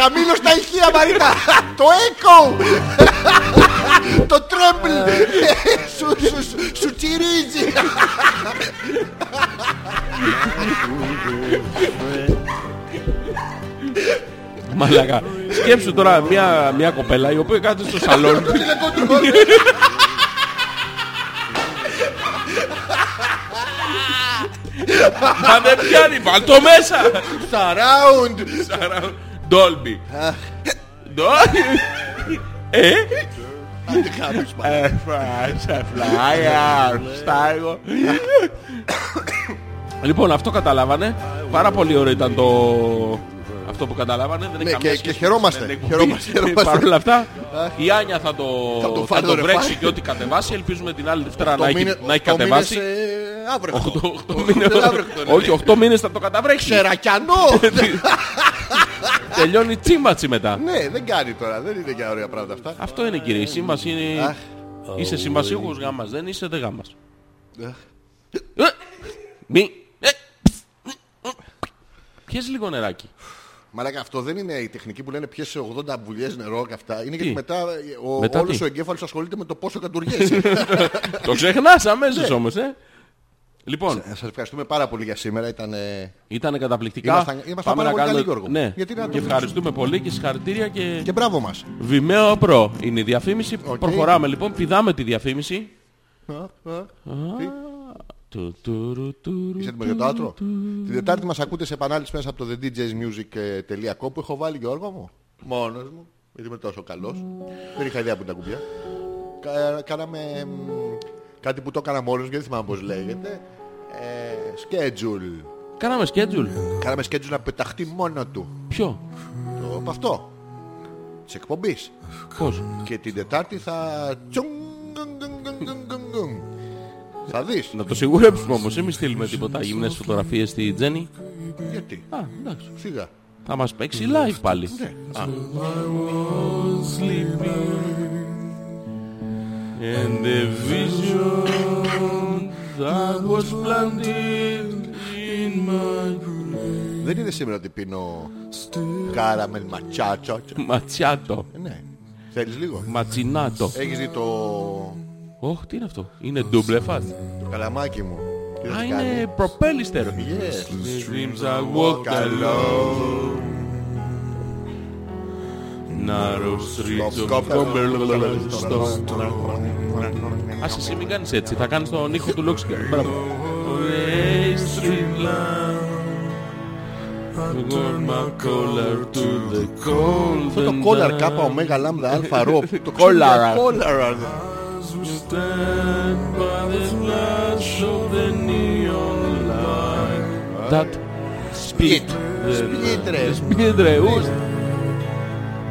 Speaker 5: χαμήλω τα ηχεία Μαρίτα. Το echo. Το tremble. Σου- σου- σου- Σου τσιρίζει.
Speaker 4: Μαλάκα. Σκέψου τώρα μια, μια κοπέλα η οποία κάθεται στο
Speaker 5: *laughs*
Speaker 4: σαλόνι
Speaker 5: Το τηλεκό του χώρου.
Speaker 4: Μα δεν πιάνει, βάλ το μέσα!
Speaker 5: Surround.
Speaker 4: Ντόλμπι. Ντόλμπι. Ε,
Speaker 5: Άντε χάμεις, μάνα.
Speaker 4: ε, φράσα, φλάια, στάγω. Λοιπόν, αυτό καταλάβανε. Πάρα πολύ ωραίο ήταν το... Αυτό που καταλάβανε. Δεν
Speaker 5: Ναι,
Speaker 4: έχει καμία
Speaker 5: και-
Speaker 4: σχέση
Speaker 5: και χαιρόμαστε.
Speaker 4: με την εκπομπή.
Speaker 5: Χαιρόμαστε, χαιρόμαστε.
Speaker 4: *laughs* Παρ' όλα αυτά, η Άνια θα το,
Speaker 5: Θα το
Speaker 4: θα
Speaker 5: φάει το
Speaker 4: το βρέξει
Speaker 5: ρεφάρι.
Speaker 4: και ό,τι κατεβάσει. Ελπίζουμε την άλλη Δευτέρα
Speaker 5: Το
Speaker 4: να έχει-
Speaker 5: μήνε-
Speaker 4: να έχει
Speaker 5: το μήνες,
Speaker 4: κατεβάσει. *laughs*
Speaker 5: ε, Αύριο.
Speaker 4: Οκτώ- οκτώ
Speaker 5: Το-
Speaker 4: μήνες.
Speaker 5: δεν αύριο το είναι.
Speaker 4: Όχι, 8 μήνες θα το καταβρέξει.
Speaker 5: Ξερακιανό.
Speaker 4: Τελειώνει τσίμπατσι μετά.
Speaker 5: Ναι, δεν κάνει τώρα. Δεν είναι για ωραία πράγματα αυτά.
Speaker 4: Αυτό είναι κύριε. Η σύμβαση είναι.
Speaker 5: Αχ.
Speaker 4: Είσαι συμβασίουχο γάμας, δεν είσαι δε γάμα. Μη. ε, Πιες λίγο νεράκι.
Speaker 5: Μαλάκα, αυτό δεν είναι η τεχνική που λένε πιες 80 βουλιές νερό και αυτά. Είναι γιατί
Speaker 4: Τι?
Speaker 5: μετά ε, ο,
Speaker 4: Μετά
Speaker 5: όλος
Speaker 4: τι?
Speaker 5: ο εγκέφαλος ασχολείται με το πόσο
Speaker 4: *laughs*
Speaker 5: κατουργές. Ε, *laughs*
Speaker 4: Το ξεχνάς
Speaker 5: Ναι.
Speaker 4: αμέσω όμως, ε. Λοιπόν,
Speaker 5: Σας ευχαριστούμε πάρα πολύ για σήμερα. Ήταν ε,
Speaker 4: ήταν καταπληκτικά.
Speaker 5: Ήμασταν- ήμασταν
Speaker 4: Πάμε
Speaker 5: πάρα
Speaker 4: να
Speaker 5: πολύ
Speaker 4: κάνουμε-
Speaker 5: καλοί, Γιώργο.
Speaker 4: Ναι.
Speaker 5: Γιατί να το
Speaker 4: Και ευχαριστούμε πολύ και συγχαρητήρια και.
Speaker 5: και μπράβο μας.
Speaker 4: Vimeo Pro είναι η διαφήμιση.
Speaker 5: Οκ.
Speaker 4: Προχωράμε λοιπόν, πηδάμε τη διαφήμιση.
Speaker 5: Α, α.
Speaker 4: Του, τουρου, τουρου,
Speaker 5: Είσαι έτοιμο για το άτρο. Την Δετάρτη μας ακούτε σε επανάληψη μέσα από το thedjsmusic.com που έχω βάλει Γιώργο μου. Μόνος μου. Γιατί είμαι τόσο καλός. Δεν είχα ιδέα που είναι τα κουμπιά. Κα- Κάναμε μ, κάτι που το έκανα μόνος μου και δεν θυμάμαι πώς λέγεται. Ε, schedule.
Speaker 4: Κάναμε schedule.
Speaker 5: Κάναμε schedule να πεταχτεί μόνο του.
Speaker 4: Ποιο.
Speaker 5: Το- Από αυτό. της εκπομπής.
Speaker 4: Πώς.
Speaker 5: Και την Τετάρτη θα... τσουγγ, γκγκ, γκγκ, γκγκ, γκγκ. Θα δεις.
Speaker 4: Να το σιγουρέψουμε όμως, μην στείλουμε τίποτα γυμνές φωτογραφίες στη Τζέννη.
Speaker 5: Γιατί.
Speaker 4: Α, εντάξει.
Speaker 5: Σιγά.
Speaker 4: Θα μας παίξει live πάλι.
Speaker 5: Ναι. Α,
Speaker 4: And the vision that was planted in my
Speaker 5: Δεν είναι σήμερα ότι πίνω κάραμελ ματσάτσο.
Speaker 4: Ματσιάτο.
Speaker 5: Ναι. Θέλεις λίγο.
Speaker 4: Ματσινάτο.
Speaker 5: Έχεις δει το,
Speaker 4: Όχ, τι είναι αυτό. Είναι double fast.
Speaker 5: το καλαμάκι μου. Τι
Speaker 4: Α,
Speaker 5: θα κάνει.
Speaker 4: είναι προπέλιστερο.
Speaker 5: Yes.
Speaker 4: The dreams I walk alone. Narrow streets of Cumberland. Ας εσύ μην κάνεις έτσι, θα κάνεις τον ήχο του Λόξικα. Μπράβο. Hey, street lamp. Got my collar to the cold
Speaker 5: Αυτό το
Speaker 4: and
Speaker 5: κόλαρ
Speaker 4: dark.
Speaker 5: κάπα ομέγα λάμδα αλφα
Speaker 4: *laughs*
Speaker 5: ρο. Το
Speaker 4: Κόλαρα. Ε,
Speaker 5: Κόλαρα.
Speaker 4: Stand by the flash of the neon light. That speed.
Speaker 5: Split, ρε.
Speaker 4: Speed, ρε, ους.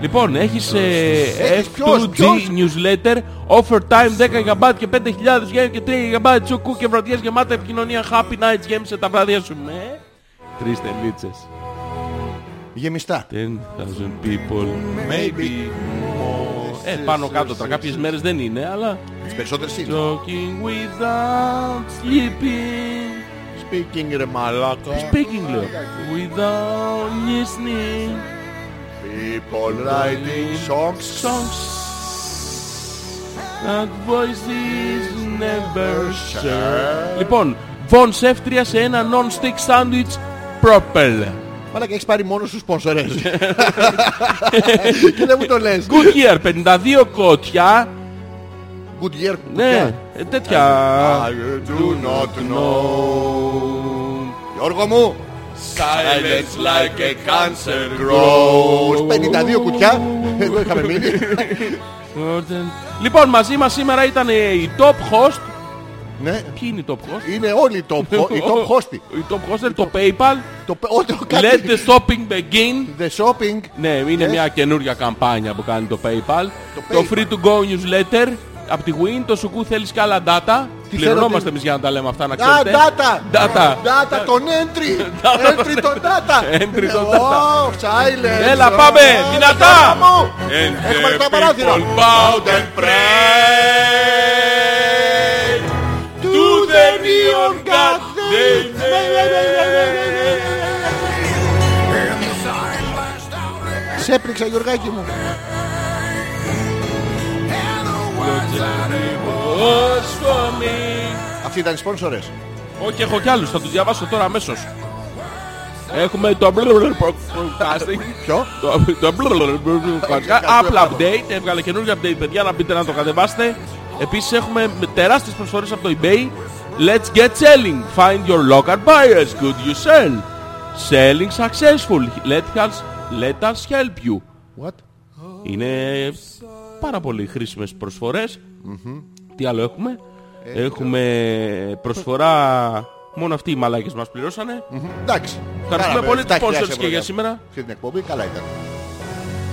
Speaker 4: Λοιπόν, έχεις ε,
Speaker 5: Έχεις ποιος,
Speaker 4: F2G
Speaker 5: ποιος?
Speaker 4: newsletter, offer time 10 GB και 5.000 γέμια και 3 GB τσουκού και βραδιές γεμάτα επικοινωνία. Happy nights γέμισε τα βράδια σου με τρεις τελίτσες.
Speaker 5: Γεμιστά.
Speaker 4: 10.000 people, maybe. Ε, πάνω κάτω τώρα. Κάποιες μέρες δεν είναι, αλλά...
Speaker 5: Τις περισσότερες είναι.
Speaker 4: Talking without sleeping.
Speaker 5: Speaking ρε μαλάκα.
Speaker 4: Speaking, λέω. Without listening.
Speaker 5: People writing songs.
Speaker 4: That voices never share. Λοιπόν, Von Σεύτρια σε ένα non-stick sandwich propel.
Speaker 5: Μαλάκα έχεις πάρει μόνος σου σπονσορές.
Speaker 4: *laughs*
Speaker 5: Και δεν μου το λες.
Speaker 4: Good year, 52 κότια.
Speaker 5: Good year.
Speaker 4: Ναι, ε, τέτοια.
Speaker 5: I do not know. Γιώργο μου.
Speaker 4: Silence like a cancer
Speaker 5: Gross. 52 κουτιά. Εδώ είχαμε μείνει.
Speaker 4: Λοιπόν, μαζί μας σήμερα ήταν ε, η top host.
Speaker 5: Ναι.
Speaker 4: Ποιοι είναι οι top host?
Speaker 5: Είναι όλοι οι top, ho- οι top hosti.
Speaker 4: Η top hoster, το PayPal.
Speaker 5: Το, πε- ό,τι ο κάτι-
Speaker 4: Let the shopping begin.
Speaker 5: The shopping.
Speaker 4: Ναι, είναι
Speaker 5: Yes.
Speaker 4: μια καινούργια καμπάνια που κάνει το PayPal. Το,
Speaker 5: Ε? PayPal.
Speaker 4: free to go newsletter από τη Win. Το σουκού θέλεις και άλλα data.
Speaker 5: Τι θέλω, τι-
Speaker 4: Πληρωνόμαστε εμείς για να τα λέμε αυτά, να
Speaker 5: Α,
Speaker 4: ξέρετε.
Speaker 5: data.
Speaker 4: Data.
Speaker 5: Data, τον entry. Entry τον data.
Speaker 4: Entry τον
Speaker 5: data. silence.
Speaker 4: Έλα, πάμε,
Speaker 5: Ω,
Speaker 4: δυνατά.
Speaker 5: Γιώργο μου. Έχουμε και το παράθυρο.
Speaker 4: bowed and prayed to the neon god they
Speaker 5: Ναι,
Speaker 4: made.
Speaker 5: Σε έπληξα, Γιωργάκη μου. ναι.
Speaker 4: Was for me.
Speaker 5: Αυτοί ήταν οι σπόνσορες.
Speaker 4: Όχι, έχω κι άλλους, θα τους διαβάσω τώρα αμέσως. Έχουμε το broadcasting.
Speaker 5: Ποιο?
Speaker 4: Το- το- Apple Update έβγαλε καινούργιο update, παιδιά. Να μπείτε να το κατεβάσετε. Επίσης έχουμε με τεράστιες προσφορές από το eBay. Let's get selling. Find your local buyers. Could you sell? Selling successful. Let us, let us help you.
Speaker 5: What?
Speaker 4: Είναι πάρα πολύ χρήσιμες προσφορές. Τι άλλο έχουμε. Ε, Έχουμε προσφορά... Μόνο αυτοί οι μαλάκες μας πληρώσανε.
Speaker 5: Εντάξει.
Speaker 4: Ευχαριστούμε πολύ τους sponsors και για σήμερα.
Speaker 5: Αυτή την εκπομπή καλά ήταν.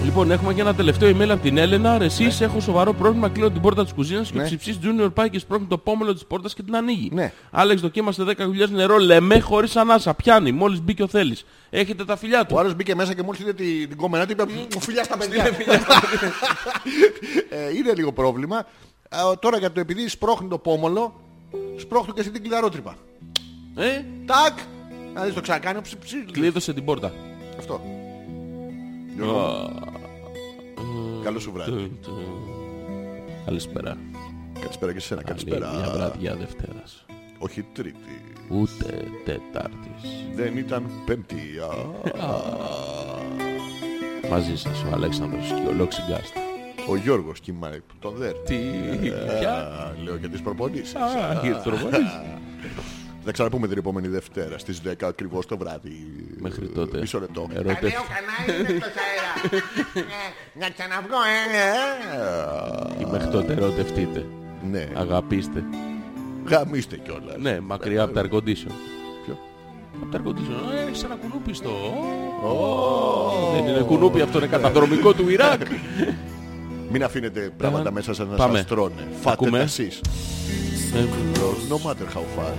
Speaker 4: Λοιπόν, έχουμε και ένα τελευταίο email από την Έλενα. Ρε, εσείς έχω σοβαρό πρόβλημα. Κλείνω την πόρτα της κουζίνας και ο
Speaker 5: Ναι.
Speaker 4: ψυψής Junior πάει και σπρώχνει το πόμολο της πόρτας και την ανοίγει.
Speaker 5: Ναι.
Speaker 4: Άλεξ, δοκίμαστε 10 γουλιάς νερό, λέμε, χωρίς ανάσα. Πιάνει, μόλις μπήκε ο Θέλης. Έχετε τα φιλιά του.
Speaker 5: Ο άλλος μπήκε μέσα και μόλις είδε την, την κομμενά του είπε «Μου Ναι, φιλιά στα παιδιά». Ε, είναι λίγο πρόβλημα. Α, τώρα για το επειδή σπρώχνει το πόμολο, σπρώχνει και εσύ την κλειδαρότρυπα.
Speaker 4: Ε,
Speaker 5: Τάκ! Να δεις το ξανακάνει. ψι, ψι,
Speaker 4: κλείδωσε την πόρτα.
Speaker 5: Αυτό. Γιώργο μου. Καλό σου
Speaker 4: Ε.
Speaker 5: βράδυ.
Speaker 4: Καλησπέρα.
Speaker 5: Καλησπέρα και σε σένα.
Speaker 4: Καλησπέρα. ναι, Μια
Speaker 5: Καλησπέρα.
Speaker 4: βραδιά Δευτέρας.
Speaker 5: Όχι τρίτη.
Speaker 4: Ούτε Τετάρτης.
Speaker 5: Δεν ήταν πέμπτη. Α,
Speaker 4: Μαζί σας ο Αλέξανδρος και ο Λόξιγκάστα.
Speaker 5: Ο Γιώργος κοιμάει. Τον δέρ.
Speaker 4: Τι, Ε, πια.
Speaker 5: Α, Λέω και τις προπονήσεις.
Speaker 4: Α, γυρτροβολής.
Speaker 5: Θα ξαναπούμε την επόμενη Δευτέρα στις 10 ακριβώς το βράδυ.
Speaker 4: Μέχρι τότε.
Speaker 5: Μισό λεπτό.
Speaker 4: Ερώτε.
Speaker 5: Να ξαναβγώ, ε. ε.
Speaker 4: Ή μέχρι τότε ερωτευτείτε.
Speaker 5: Ναι,
Speaker 4: Αγαπήστε.
Speaker 5: γαμίστε Ε, κιόλας.
Speaker 4: Ναι, μακριά από τα air condition.
Speaker 5: Ποιο?
Speaker 4: Από το air conditioner. Έχεις ένα κουνούπι στο. Δεν είναι κουνούπι, αυτό είναι καταδρομικό του Ιράκ.
Speaker 5: Μην αφήνετε πράγματα μέσα σας να
Speaker 4: Πάμε.
Speaker 5: σας τρώνε. Φάτε
Speaker 4: Ακούμε.
Speaker 5: τα εσείς.
Speaker 4: Ε,
Speaker 5: No matter how
Speaker 4: *laughs*
Speaker 5: far.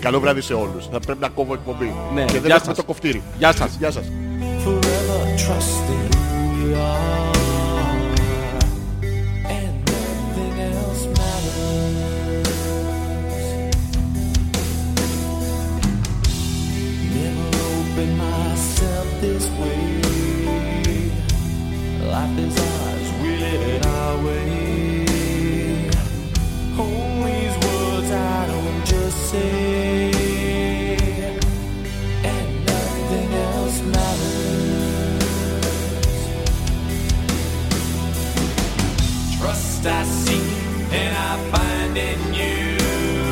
Speaker 5: Καλό βράδυ σε όλους. Θα πρέπει να κόβω εκπομπή.
Speaker 4: Ναι,
Speaker 5: Και δεν
Speaker 4: γεια
Speaker 5: έχουμε
Speaker 4: σας.
Speaker 5: το κοφτήρι.
Speaker 4: Γεια σας.
Speaker 5: Γεια σας.
Speaker 6: forever trusting we are, and nothing else matters. Never opened myself this way. Life is ours, we live it our way. All these words I don't just say and nothing else matters. Trust I seek and I find in you.